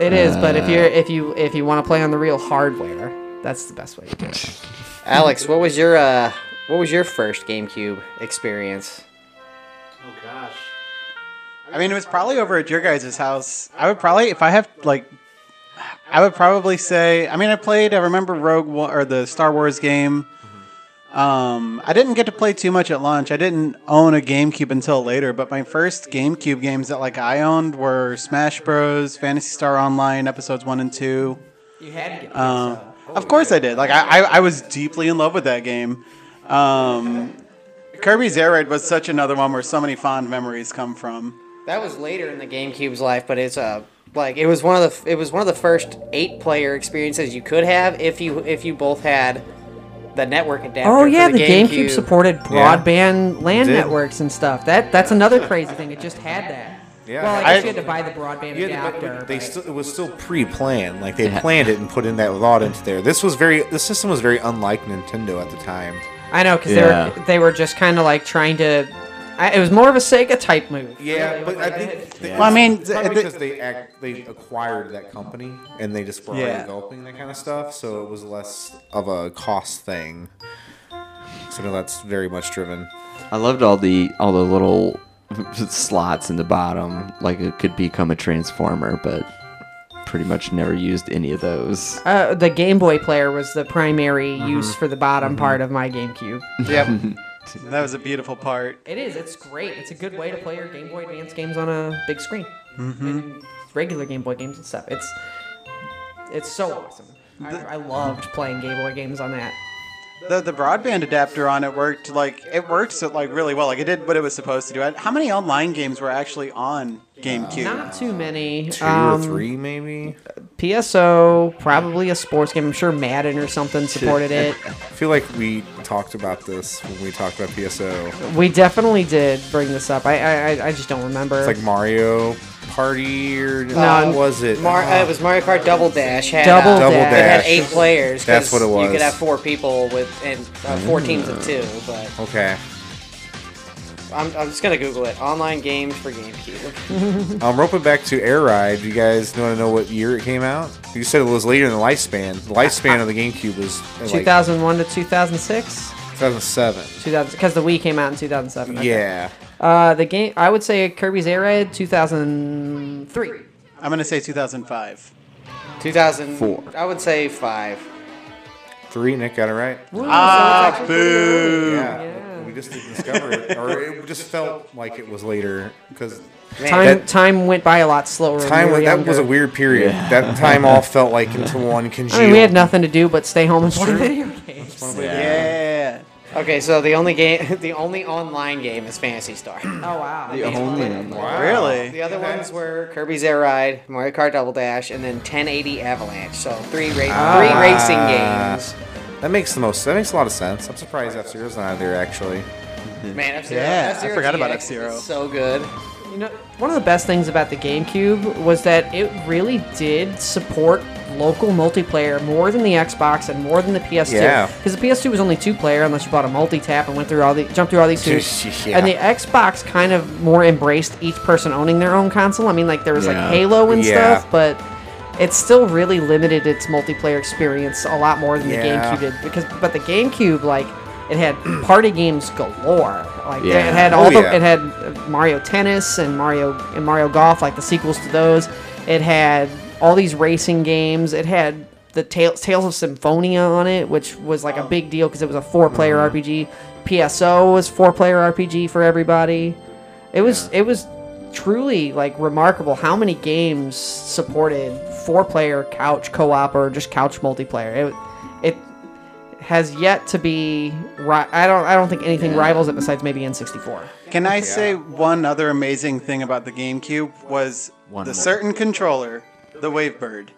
[SPEAKER 3] It is, but if you're if you if you want to play on the real hardware, that's the best way to do it.
[SPEAKER 4] Alex, what was your uh, what was your first GameCube experience?
[SPEAKER 5] Oh gosh. I mean, it was probably over at your guys' house. I would probably, if I have like, I would probably say. I mean, I played. I remember Rogue One or the Star Wars game. Um, I didn't get to play too much at launch. I didn't own a GameCube until later, but my first GameCube games that like I owned were Smash Bros, Fantasy Star Online episodes one and two. You had. Um, of course I did. Like I, I, I was deeply in love with that game. Um, Kirby's Air Raid was such another one where so many fond memories come from.
[SPEAKER 4] That was later in the GameCube's life, but it's uh, like it was one of the it was one of the first eight player experiences you could have if you if you both had the network adapter.
[SPEAKER 3] Oh
[SPEAKER 4] for
[SPEAKER 3] yeah, the, GameCube.
[SPEAKER 4] GameCube
[SPEAKER 3] supported broadband LAN
[SPEAKER 1] did.
[SPEAKER 3] networks and stuff. That that's another crazy thing. It just had that.
[SPEAKER 1] Yeah.
[SPEAKER 3] Well, I guess
[SPEAKER 5] I-
[SPEAKER 3] you had to buy the broadband
[SPEAKER 1] Yeah, but-
[SPEAKER 3] adapter.
[SPEAKER 1] but they
[SPEAKER 3] but-
[SPEAKER 1] still, it was still pre-planned. Like they planned it and put in that thought into there. This was very. The system was very unlike Nintendo at the time.
[SPEAKER 3] I know because
[SPEAKER 2] Yeah.
[SPEAKER 3] they were they were just kind of like trying to. I, it was more of a Sega type move.
[SPEAKER 1] Yeah, but I think. They,
[SPEAKER 5] Well, I mean,
[SPEAKER 1] probably
[SPEAKER 5] th-
[SPEAKER 1] because they ac they acquired that company and they just were already
[SPEAKER 5] Yeah.
[SPEAKER 1] developing that kind of stuff, so it was less of a cost thing. So no, that's very much driven.
[SPEAKER 2] I loved all the all the little slots in the bottom, like it could become a transformer, but pretty much never used any of those.
[SPEAKER 3] Uh, the Game Boy player was the primary
[SPEAKER 1] Mm-hmm.
[SPEAKER 3] use for the bottom part of my GameCube.
[SPEAKER 5] Yep. that was a beautiful part.
[SPEAKER 3] It is. It's great. It's a good way to play your Game Boy Advance games on a big screen.
[SPEAKER 1] Mm-hmm.
[SPEAKER 3] And regular Game Boy games and stuff. It's it's so awesome. I, I loved playing Game Boy games on that.
[SPEAKER 5] The the broadband adapter on it worked like it worked so, like really well. Like it did what it was supposed to do. I- How many online games were actually on GameCube?
[SPEAKER 3] Not too many.
[SPEAKER 1] Two
[SPEAKER 3] Um,
[SPEAKER 1] or three, maybe.
[SPEAKER 3] PSO, probably a sports game. I'm sure Madden or something supported it.
[SPEAKER 1] I feel like we talked about this when we talked about PSO. It's
[SPEAKER 3] We definitely did bring this up. I I, I- I just don't remember.
[SPEAKER 1] like Mario Party or
[SPEAKER 3] No,
[SPEAKER 1] what was it?
[SPEAKER 4] Mar- uh, it was Mario Kart Double Dash. Had,
[SPEAKER 3] Double
[SPEAKER 4] uh,
[SPEAKER 1] Double
[SPEAKER 3] Dash.
[SPEAKER 1] Dash.
[SPEAKER 4] It had eight players. 'cause
[SPEAKER 1] That's what it
[SPEAKER 4] You
[SPEAKER 1] was. Mm.
[SPEAKER 4] could have four people with and uh, four teams of two. But
[SPEAKER 1] Okay.
[SPEAKER 4] I'm, I'm just gonna Google it. Online games for GameCube.
[SPEAKER 1] Um, roping back to Air Ride, you guys want to know what year it came out? You said it was later in the lifespan. The lifespan of the GameCube was uh, like
[SPEAKER 3] 2001 to 2006,
[SPEAKER 1] 2007.
[SPEAKER 3] 2000 because the Wii came out in 2007. okay.
[SPEAKER 1] Yeah.
[SPEAKER 3] Uh, the game I would say Kirby's Air Ride 2003.
[SPEAKER 5] I'm gonna say 2005.
[SPEAKER 4] 2004.
[SPEAKER 2] Four.
[SPEAKER 4] I would say five.
[SPEAKER 1] Three, Nick got it right.
[SPEAKER 5] Ah, boo!
[SPEAKER 1] Yeah. We just didn't discover it. Or it just felt like it was later because
[SPEAKER 3] Time
[SPEAKER 1] That-
[SPEAKER 3] time went by a lot slower. when
[SPEAKER 1] time
[SPEAKER 3] we were
[SPEAKER 1] was, that was a
[SPEAKER 3] younger.
[SPEAKER 1] weird period. That time all felt like into one congealed.
[SPEAKER 3] I mean, we had nothing to do but stay home and play video games.
[SPEAKER 5] Yeah.
[SPEAKER 4] Okay, so the only game, the only online game is Fantasy Star.
[SPEAKER 3] Oh wow.
[SPEAKER 2] The only
[SPEAKER 1] Wow.
[SPEAKER 5] Really?
[SPEAKER 4] The other ones were Kirby's Air Ride, Mario Kart Double Dash, and then 1080 Avalanche. So three ra- three racing games.
[SPEAKER 1] That makes the most. That makes a lot of sense. I'm surprised F Zero's not out there actually.
[SPEAKER 4] Man, F Zero.
[SPEAKER 5] Yeah, I
[SPEAKER 4] F-Zero
[SPEAKER 5] forgot about
[SPEAKER 4] GX is
[SPEAKER 5] F-Zero.
[SPEAKER 4] So good.
[SPEAKER 3] You know, one of the best things about the GameCube was that it really did support local multiplayer more than the Xbox and more than the PS2.
[SPEAKER 1] Yeah.
[SPEAKER 3] Because the PS2 was only two player unless you bought a multi tap and went through all the jumped through all these hoops.
[SPEAKER 1] Yeah.
[SPEAKER 3] And the Xbox kind of more embraced each person owning their own console. I mean, like there was
[SPEAKER 2] Yeah.
[SPEAKER 3] like Halo and
[SPEAKER 1] Yeah.
[SPEAKER 3] stuff, but it still really limited its multiplayer experience a lot more than
[SPEAKER 1] Yeah.
[SPEAKER 3] the GameCube did. Because but the GameCube like. It had party games galore. Like
[SPEAKER 2] Yeah.
[SPEAKER 3] it had
[SPEAKER 1] Oh,
[SPEAKER 3] all the
[SPEAKER 1] yeah.
[SPEAKER 3] it had had Mario Tennis and Mario and Mario Golf, like the sequels to those. It had all these racing games. It had the Tales, Tales of Symphonia on it, which was like a big deal because it was a four-player
[SPEAKER 1] Mm-hmm.
[SPEAKER 3] RPG. PSO was four-player RPG for everybody. It was it was truly like remarkable how many games supported four-player couch co-op or just couch multiplayer. It it has yet to be. Ri- I don't. I don't think anything rivals it besides maybe N64.
[SPEAKER 5] Can I say one other amazing thing about the GameCube was
[SPEAKER 2] One
[SPEAKER 5] the
[SPEAKER 2] more.
[SPEAKER 5] certain controller, the Wavebird.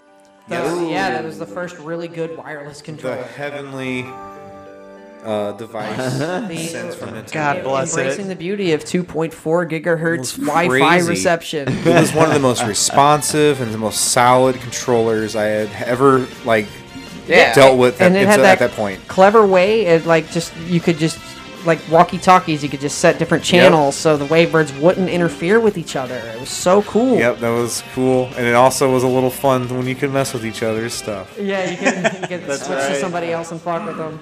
[SPEAKER 3] yeah, that was the first really good wireless
[SPEAKER 1] The
[SPEAKER 3] controller.
[SPEAKER 1] heavenly uh, device
[SPEAKER 3] The-
[SPEAKER 1] sends from Nintendo.
[SPEAKER 5] God bless
[SPEAKER 3] Embracing
[SPEAKER 5] it.
[SPEAKER 3] the beauty of 2.4 gigahertz
[SPEAKER 1] It was
[SPEAKER 3] Wi-Fi
[SPEAKER 1] crazy.
[SPEAKER 3] reception.
[SPEAKER 1] It was one of the most responsive and the most solid controllers I had ever like
[SPEAKER 4] Yeah.
[SPEAKER 1] dealt with
[SPEAKER 3] and
[SPEAKER 1] at,
[SPEAKER 3] it had
[SPEAKER 1] until-
[SPEAKER 3] that,
[SPEAKER 1] at that point.
[SPEAKER 3] clever way of like just you could just like walkie talkies you could just set different channels so the wavebirds wouldn't interfere with each other it was so cool
[SPEAKER 1] Yep, that was cool, and it also was a little fun when you could mess with each other's stuff.
[SPEAKER 3] yeah you could, you could switch to
[SPEAKER 5] right.
[SPEAKER 3] somebody else and fuck with them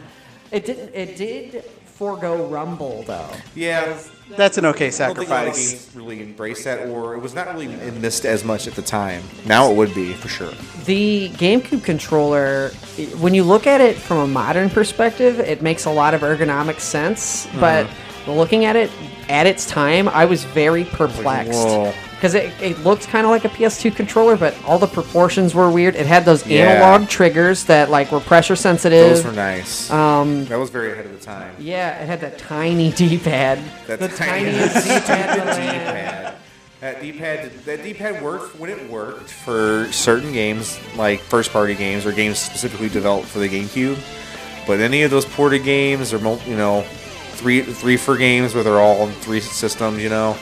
[SPEAKER 3] it did it did forego rumble though
[SPEAKER 1] Yeah,
[SPEAKER 5] That's an okay
[SPEAKER 1] I don't think a lot of
[SPEAKER 5] sacrifice.
[SPEAKER 1] games really embraced that, or it was not really missed as much at the time. Now it would be for sure.
[SPEAKER 3] the GameCube controller, i- when you look at it from a modern perspective, it makes a lot of ergonomic sense.
[SPEAKER 1] Uh-huh.
[SPEAKER 3] But looking at it at its time, I was very perplexed
[SPEAKER 1] whoa.
[SPEAKER 3] because it, it looked kind of like a PS2 controller, but all the proportions were weird. It had those
[SPEAKER 1] Yeah.
[SPEAKER 3] analog triggers that like were pressure sensitive.
[SPEAKER 1] Those were nice. Um, that was very ahead of the time.
[SPEAKER 3] yeah, it had that tiny D-pad.
[SPEAKER 1] That
[SPEAKER 3] the
[SPEAKER 1] tiny-
[SPEAKER 3] tiniest D-pad. in the land.
[SPEAKER 1] D-pad. That D-pad, that D-pad worked when it worked for certain games, like first-party games or games specifically developed for the GameCube. But any of those ported games or mul- you know, three three for games where they're all on three systems, you know,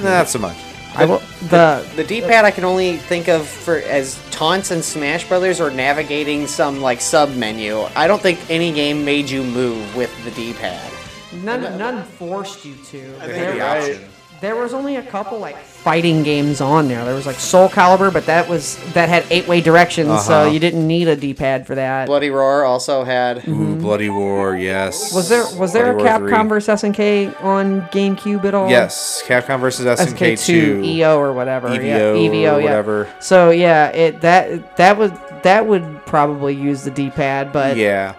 [SPEAKER 1] not so much.
[SPEAKER 3] I will, the
[SPEAKER 4] The D-pad I can only think of for as taunts in Smash Brothers or navigating some like sub menu. I don't think any game made you move with the D-pad.
[SPEAKER 3] none none forced you to.
[SPEAKER 5] think
[SPEAKER 3] There
[SPEAKER 5] you're
[SPEAKER 1] The
[SPEAKER 5] right.
[SPEAKER 1] option.
[SPEAKER 3] There was only a couple like fighting games on there. There was like Soul Calibur, but that was that had eight way directions, so
[SPEAKER 1] Uh-huh.
[SPEAKER 3] you didn't need a D pad for that.
[SPEAKER 4] Bloody Roar also had.
[SPEAKER 1] Ooh, Bloody War, yes.
[SPEAKER 3] was there was there a
[SPEAKER 1] Bloody War 3.
[SPEAKER 3] Capcom versus SNK on GameCube at all?
[SPEAKER 1] Yes, Capcom versus SNK,
[SPEAKER 3] SNK2 EO E or whatever.
[SPEAKER 1] EVO E
[SPEAKER 3] yeah.
[SPEAKER 1] or
[SPEAKER 3] EVO, yeah.
[SPEAKER 1] whatever.
[SPEAKER 3] So yeah, it that that would that would probably use the D pad, but
[SPEAKER 1] Yeah,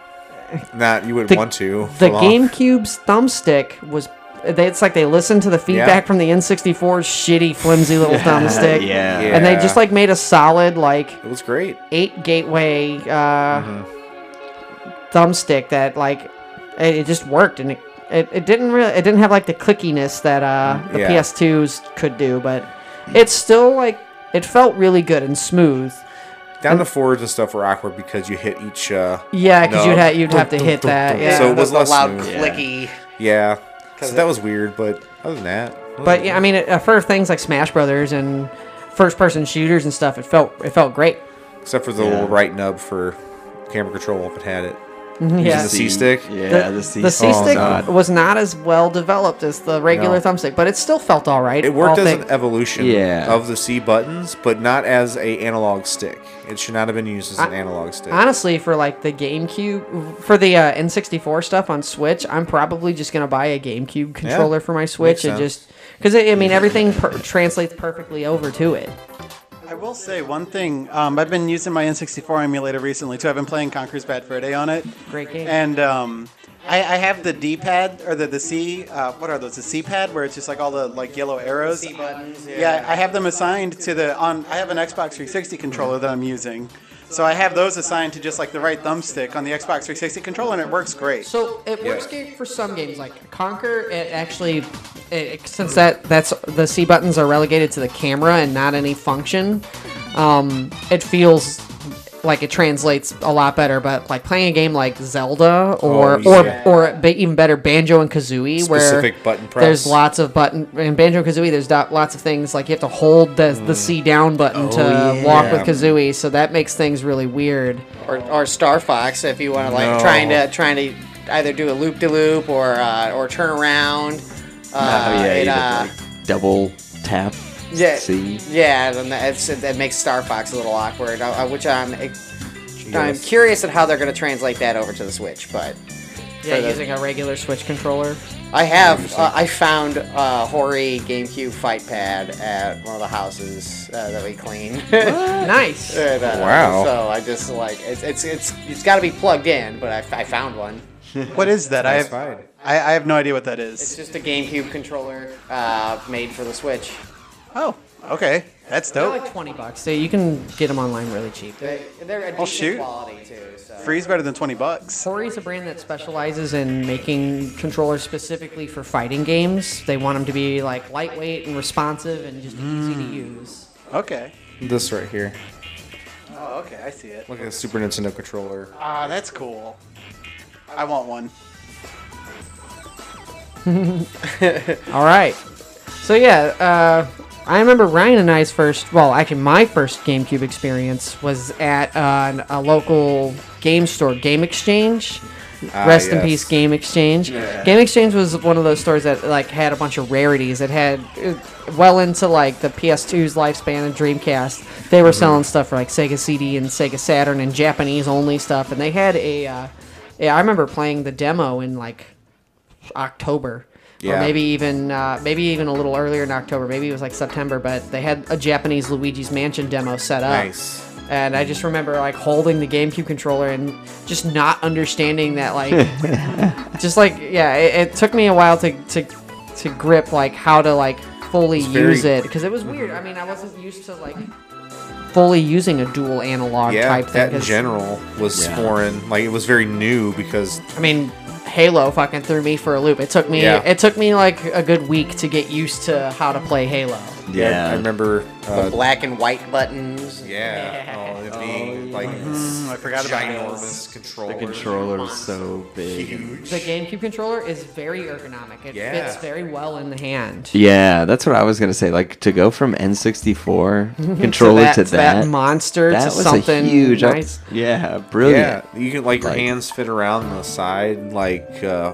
[SPEAKER 1] not you would
[SPEAKER 3] The-
[SPEAKER 1] not want to.
[SPEAKER 3] the
[SPEAKER 1] for long.
[SPEAKER 3] GameCube's thumbstick was. they- It's like they listened to the feedback from the N64's shitty, flimsy little thumbstick,
[SPEAKER 2] Yeah.
[SPEAKER 1] Yeah.
[SPEAKER 3] and they just like made a solid like
[SPEAKER 1] It was great.
[SPEAKER 3] eight gateway uh, thumbstick that like it, it just worked and it, it, it didn't really it didn't have like the clickiness that uh, the
[SPEAKER 1] yeah.
[SPEAKER 3] PS2s could do, but it's still like it felt really good and smooth.
[SPEAKER 1] Down the forwards and stuff were awkward because you hit each. Uh,
[SPEAKER 3] Yeah, because you'd
[SPEAKER 1] No.
[SPEAKER 3] have you'd have to
[SPEAKER 1] Dun,
[SPEAKER 3] hit
[SPEAKER 1] dun,
[SPEAKER 3] that.
[SPEAKER 1] dun.
[SPEAKER 3] Yeah.
[SPEAKER 1] So it
[SPEAKER 4] the-
[SPEAKER 1] was
[SPEAKER 4] the
[SPEAKER 1] less
[SPEAKER 4] loud
[SPEAKER 1] smooth.
[SPEAKER 4] clicky.
[SPEAKER 1] yeah, so
[SPEAKER 4] it-
[SPEAKER 1] that was weird. But other than that,
[SPEAKER 3] but yeah, I mean, it, for things like Smash Brothers and first person shooters and stuff, it felt it felt great.
[SPEAKER 1] except for the little right nub for camera control if it had it.
[SPEAKER 3] Yeah.
[SPEAKER 1] the C stick?
[SPEAKER 2] Yeah, the Oh, C
[SPEAKER 3] The C stick
[SPEAKER 1] God.
[SPEAKER 3] was not as well developed as the regular
[SPEAKER 1] No.
[SPEAKER 3] thumbstick, but it still felt all right.
[SPEAKER 1] It worked
[SPEAKER 3] all
[SPEAKER 1] as
[SPEAKER 3] thi-
[SPEAKER 1] an evolution
[SPEAKER 2] Yeah.
[SPEAKER 1] of the C buttons, but not as a analog stick. It should not have been used as an
[SPEAKER 3] I-
[SPEAKER 1] analog stick.
[SPEAKER 3] Honestly, for like the GameCube, for the uh, N64 stuff on Switch, I'm probably just gonna buy a GameCube controller for my Switch and
[SPEAKER 1] makes sense.
[SPEAKER 3] just because I mean everything per- translates perfectly over to it.
[SPEAKER 5] I will say one thing. Um, I've been using my N64 emulator recently too. I've been playing Conker's Bad Fur Day on it.
[SPEAKER 3] Great game.
[SPEAKER 5] And um, I, I have the D-pad or the the C. Uh, what are those? The C-pad where it's just like all the like yellow arrows. C buttons. Yeah. I have them assigned to the on. I have an Xbox 360 controller that I'm using. So I have those assigned to just like the right thumbstick on the Xbox 360 controller, and it works great.
[SPEAKER 3] So it works good for some games like Conquer. It actually, it, since that that's the C buttons are relegated to the camera and not any function, um, it feels like it translates a lot better. But like playing a game like Zelda or
[SPEAKER 1] Oh, yeah.
[SPEAKER 3] or or ba- even better Banjo and Kazooie, where
[SPEAKER 1] Specific button
[SPEAKER 3] there's
[SPEAKER 1] press.
[SPEAKER 3] lots of button in Banjo and Kazooie. There's do- lots of things like you have to hold the
[SPEAKER 4] Mm.
[SPEAKER 3] the C down button
[SPEAKER 4] Oh,
[SPEAKER 3] to walk with Kazooie, so that makes things really weird.
[SPEAKER 4] or, or Star Fox if you want to like trying to trying to either do a loop de loop or uh, or turn around. Uh,
[SPEAKER 2] Oh, yeah,
[SPEAKER 4] it,
[SPEAKER 2] you
[SPEAKER 4] uh,
[SPEAKER 2] did, like, double tap.
[SPEAKER 4] yeah,
[SPEAKER 2] C.
[SPEAKER 4] yeah, then that, it's, that makes Star Fox a little awkward, uh, uh, which I'm I'm
[SPEAKER 1] Yes.
[SPEAKER 4] curious at how they're going to translate that over to the Switch. But
[SPEAKER 3] Yeah,
[SPEAKER 4] For the-
[SPEAKER 3] using a regular Switch controller.
[SPEAKER 4] I have uh, I found uh, Hori GameCube Fight Pad at one of the houses uh, that we clean.
[SPEAKER 3] Nice.
[SPEAKER 4] And, uh,
[SPEAKER 1] Wow.
[SPEAKER 4] So I just like it's it's it's, it's got to be plugged in, but I, I found one.
[SPEAKER 5] what is that? I
[SPEAKER 1] Nice
[SPEAKER 5] have
[SPEAKER 1] find.
[SPEAKER 5] I, I have no idea what that
[SPEAKER 4] It's
[SPEAKER 5] is.
[SPEAKER 4] just a GameCube controller uh, made for the Switch.
[SPEAKER 5] Oh, Okay, that's
[SPEAKER 3] They're
[SPEAKER 5] dope.
[SPEAKER 3] like twenty bucks, so you can get them online really cheap.
[SPEAKER 4] They, they're at
[SPEAKER 5] Oh,
[SPEAKER 4] decent
[SPEAKER 5] shoot.
[SPEAKER 4] quality too. So.
[SPEAKER 5] Free's better than twenty bucks.
[SPEAKER 3] Corey is a brand that specializes in making controllers specifically for fighting games. They want them to be like lightweight and responsive and just easy
[SPEAKER 4] Mm.
[SPEAKER 3] to use.
[SPEAKER 5] Okay.
[SPEAKER 1] This right here,
[SPEAKER 5] Oh, okay, I see it.
[SPEAKER 1] like a Super Nintendo controller.
[SPEAKER 5] Ah, that's cool. I want one.
[SPEAKER 3] All right. So yeah, uh, I remember Ryan and I's first. Well, actually, my first GameCube experience was at uh, an- a local game store, Game Exchange.
[SPEAKER 1] Ah,
[SPEAKER 3] Rest in
[SPEAKER 1] yes.
[SPEAKER 3] peace, Game Exchange. Game Exchange was one of those stores that like had a bunch of rarities. It had uh, well into like the PS2's lifespan and Dreamcast. They were
[SPEAKER 1] Mm-hmm.
[SPEAKER 3] selling stuff for like Sega CD and Sega Saturn and Japanese only stuff. And they had a. Uh, yeah, I remember playing the demo in like October. Or
[SPEAKER 1] Yeah.
[SPEAKER 3] maybe even uh, maybe even a little earlier in October. Maybe it was like September, but they had a Japanese Luigi's Mansion demo set up.
[SPEAKER 1] Nice.
[SPEAKER 3] And I just remember like holding the GameCube controller and just not understanding that like just like yeah, it, it took me a while to, to to grip like how to like fully
[SPEAKER 1] very-
[SPEAKER 3] use it because it was weird. I mean, I wasn't used to like fully using a dual analog
[SPEAKER 1] Yeah,
[SPEAKER 3] type thing.
[SPEAKER 1] that in
[SPEAKER 3] 'cause-
[SPEAKER 1] general was foreign. Like it was very new because
[SPEAKER 3] I mean, Halo fucking threw me for a loop. It took me
[SPEAKER 1] Yeah.
[SPEAKER 3] it took me like a good week to get used to how to play Halo.
[SPEAKER 1] yeah, I, remember.
[SPEAKER 4] the
[SPEAKER 1] Uh,
[SPEAKER 4] black and white buttons.
[SPEAKER 1] yeah, oh, it being like
[SPEAKER 5] I forgot about those.
[SPEAKER 1] ginormous controller.
[SPEAKER 2] The controller is so big.
[SPEAKER 1] huge.
[SPEAKER 3] The GameCube controller is very ergonomic. It
[SPEAKER 1] Yeah.
[SPEAKER 3] fits very well in the hand.
[SPEAKER 2] Yeah, that's what I was gonna say. Like to go from N64 controller to, that,
[SPEAKER 3] monster
[SPEAKER 2] that
[SPEAKER 3] to
[SPEAKER 2] was
[SPEAKER 3] something
[SPEAKER 2] a huge. up-
[SPEAKER 3] nice.
[SPEAKER 2] yeah,
[SPEAKER 1] Yeah,
[SPEAKER 2] brilliant.
[SPEAKER 1] you can like your
[SPEAKER 2] Like-
[SPEAKER 1] hands fit around the side like uh,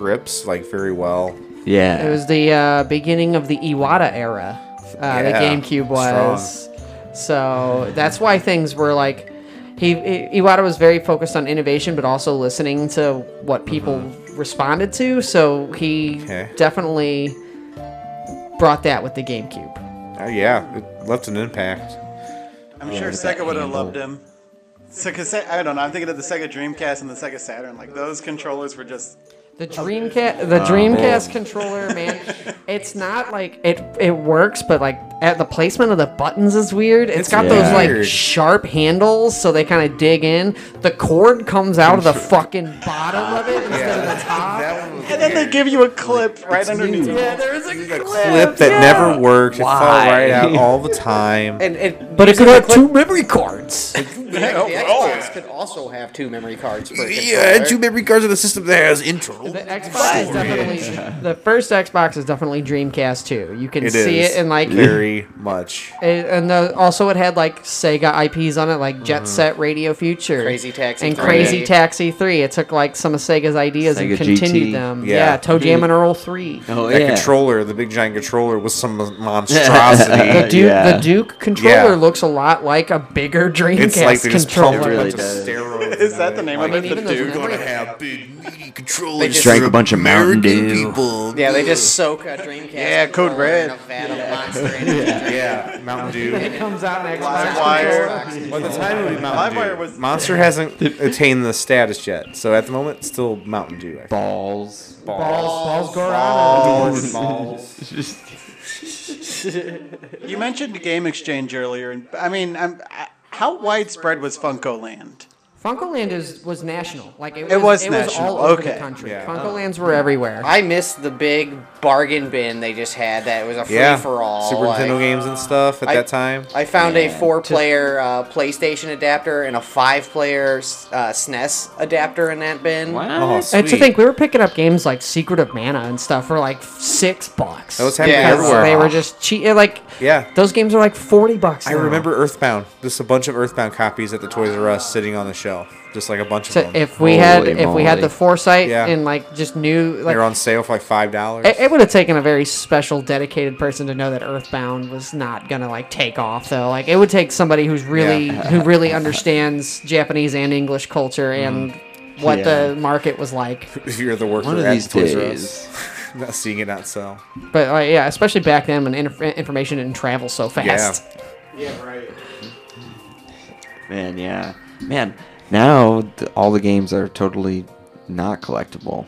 [SPEAKER 1] grips like very well.
[SPEAKER 2] Yeah,
[SPEAKER 3] It was the uh, beginning of the Iwata era. Uh, The
[SPEAKER 1] Yeah,
[SPEAKER 3] GameCube was. So that's why things were like. He, I- Iwata was very focused on innovation, but also listening to what people responded to. So he
[SPEAKER 1] Mm-hmm. Okay.
[SPEAKER 3] definitely brought that with the GameCube.
[SPEAKER 1] Uh, yeah, it left an impact.
[SPEAKER 5] I'm sure
[SPEAKER 2] look at
[SPEAKER 5] Sega
[SPEAKER 2] that
[SPEAKER 5] would have
[SPEAKER 2] handle.
[SPEAKER 5] loved him. So, cause Se- I don't know. I'm thinking of the Sega Dreamcast and the Sega Saturn. Like those controllers were just.
[SPEAKER 3] The Dreamcast,
[SPEAKER 1] Ah,
[SPEAKER 3] the Dreamcast controller, man, it's not like it. It works, but like at the placement of the buttons is weird. it's got those like
[SPEAKER 1] weird.
[SPEAKER 3] sharp handles, so they kind of dig in. The cord comes out of the fucking bottom of it instead of the top.
[SPEAKER 5] And then they give you a clip right underneath. it.
[SPEAKER 3] yeah, there is a clip,
[SPEAKER 1] Clip that
[SPEAKER 3] yeah.
[SPEAKER 1] never worked. It fell
[SPEAKER 2] Why?
[SPEAKER 1] right out all the time.
[SPEAKER 4] And it,
[SPEAKER 3] But it could have two memory cards.
[SPEAKER 4] the Xbox could also have two memory cards. For a
[SPEAKER 1] Oh, yeah,
[SPEAKER 4] controller.
[SPEAKER 1] two memory cards in the system that has internal.
[SPEAKER 3] The Xbox is definitely the first Xbox is definitely Dreamcast too. You can
[SPEAKER 1] It
[SPEAKER 3] see
[SPEAKER 1] is
[SPEAKER 3] it in like
[SPEAKER 1] very much.
[SPEAKER 3] It, and the, also, it had like Sega IPs on it,
[SPEAKER 1] Mm-hmm.
[SPEAKER 3] like Jet Set Radio Future,
[SPEAKER 4] Crazy Taxi
[SPEAKER 3] and
[SPEAKER 4] 3.
[SPEAKER 3] Crazy Taxi Three. It took like some of Sega's ideas and
[SPEAKER 2] Sega
[SPEAKER 3] continued
[SPEAKER 2] GT.
[SPEAKER 3] them.
[SPEAKER 1] Yeah. Uh,
[SPEAKER 3] Yeah, Toe Jam and Earl Three.
[SPEAKER 2] Oh
[SPEAKER 1] That
[SPEAKER 2] yeah.
[SPEAKER 1] controller, the big giant controller, was some monstrosity.
[SPEAKER 3] The Duke,
[SPEAKER 2] Yeah.
[SPEAKER 3] the Duke controller
[SPEAKER 1] Yeah.
[SPEAKER 3] looks a lot like a bigger Dreamcast
[SPEAKER 1] it's like they just pumped a
[SPEAKER 3] controller.
[SPEAKER 2] It really
[SPEAKER 1] bunch of
[SPEAKER 2] does.
[SPEAKER 1] steroids.
[SPEAKER 5] Is that the name of
[SPEAKER 3] I mean,
[SPEAKER 5] it?
[SPEAKER 3] even
[SPEAKER 5] The
[SPEAKER 3] those
[SPEAKER 5] Duke.
[SPEAKER 3] memory-
[SPEAKER 1] have big meaty controllers.
[SPEAKER 4] just-
[SPEAKER 2] Drank a bunch of Mountain Dew.
[SPEAKER 1] People.
[SPEAKER 4] Yeah, they just soak a Dreamcast.
[SPEAKER 5] Yeah, Code
[SPEAKER 4] controller
[SPEAKER 5] Red.
[SPEAKER 4] In a vat of Monster Energy.
[SPEAKER 1] Yeah, Mountain Dew.
[SPEAKER 3] It comes out next
[SPEAKER 5] Livewire.
[SPEAKER 1] By the time it was Mountain
[SPEAKER 5] Livewire
[SPEAKER 1] Dew,
[SPEAKER 5] was-
[SPEAKER 1] Monster hasn't attained the status yet, so at the moment, it's still Mountain Dew. I think.
[SPEAKER 2] balls.
[SPEAKER 3] Balls, balls,
[SPEAKER 1] Balls,
[SPEAKER 3] Gorana.
[SPEAKER 1] balls.
[SPEAKER 5] You mentioned Game Exchange earlier, and I mean, I'm, I, how widespread was Funko Land?
[SPEAKER 3] Funkoland is was national. Like it was,
[SPEAKER 5] was
[SPEAKER 3] it
[SPEAKER 5] national,
[SPEAKER 3] all over the
[SPEAKER 5] okay.
[SPEAKER 3] country.
[SPEAKER 1] Yeah.
[SPEAKER 3] Funkolands were everywhere.
[SPEAKER 4] I missed the big bargain bin they just had. That was a free
[SPEAKER 1] Yeah,
[SPEAKER 4] for all.
[SPEAKER 1] Super Nintendo games and stuff at
[SPEAKER 4] I-
[SPEAKER 1] that time.
[SPEAKER 4] I found a four-player uh, PlayStation adapter and a five-player uh, SNES adapter in that bin.
[SPEAKER 1] Oh,
[SPEAKER 3] And to
[SPEAKER 1] sweet.
[SPEAKER 3] think we were picking up games like Secret of Mana and stuff for like six bucks.
[SPEAKER 1] That was happening
[SPEAKER 4] Yeah,
[SPEAKER 3] Because
[SPEAKER 1] everywhere.
[SPEAKER 3] They were just cheating. Like
[SPEAKER 1] Yeah.
[SPEAKER 3] those games are like forty bucks.
[SPEAKER 1] I
[SPEAKER 3] now.
[SPEAKER 1] remember Earthbound. Just a bunch of Earthbound copies at the Toys R Us sitting on the shelf. Just like a bunch
[SPEAKER 3] So
[SPEAKER 1] of them.
[SPEAKER 3] if we had
[SPEAKER 2] Holy
[SPEAKER 3] if we had the
[SPEAKER 2] moly.
[SPEAKER 3] foresight
[SPEAKER 1] Yeah.
[SPEAKER 3] and like just knew
[SPEAKER 1] they
[SPEAKER 3] like
[SPEAKER 1] were on sale for like five dollars.
[SPEAKER 3] it, it would have taken a very special, dedicated person to know that Earthbound was not gonna like take off though. Like it would take somebody who's really who really understands Japanese and English culture and what
[SPEAKER 2] Yeah.
[SPEAKER 3] the market was like.
[SPEAKER 1] If you're the worker
[SPEAKER 2] One of
[SPEAKER 1] at
[SPEAKER 2] these
[SPEAKER 1] Toys
[SPEAKER 2] days.
[SPEAKER 1] R Us, not seeing it not sell.
[SPEAKER 3] But uh, yeah, especially back then when inf- information didn't travel so fast.
[SPEAKER 2] Man, yeah. Man, now th- all the games are totally not collectible.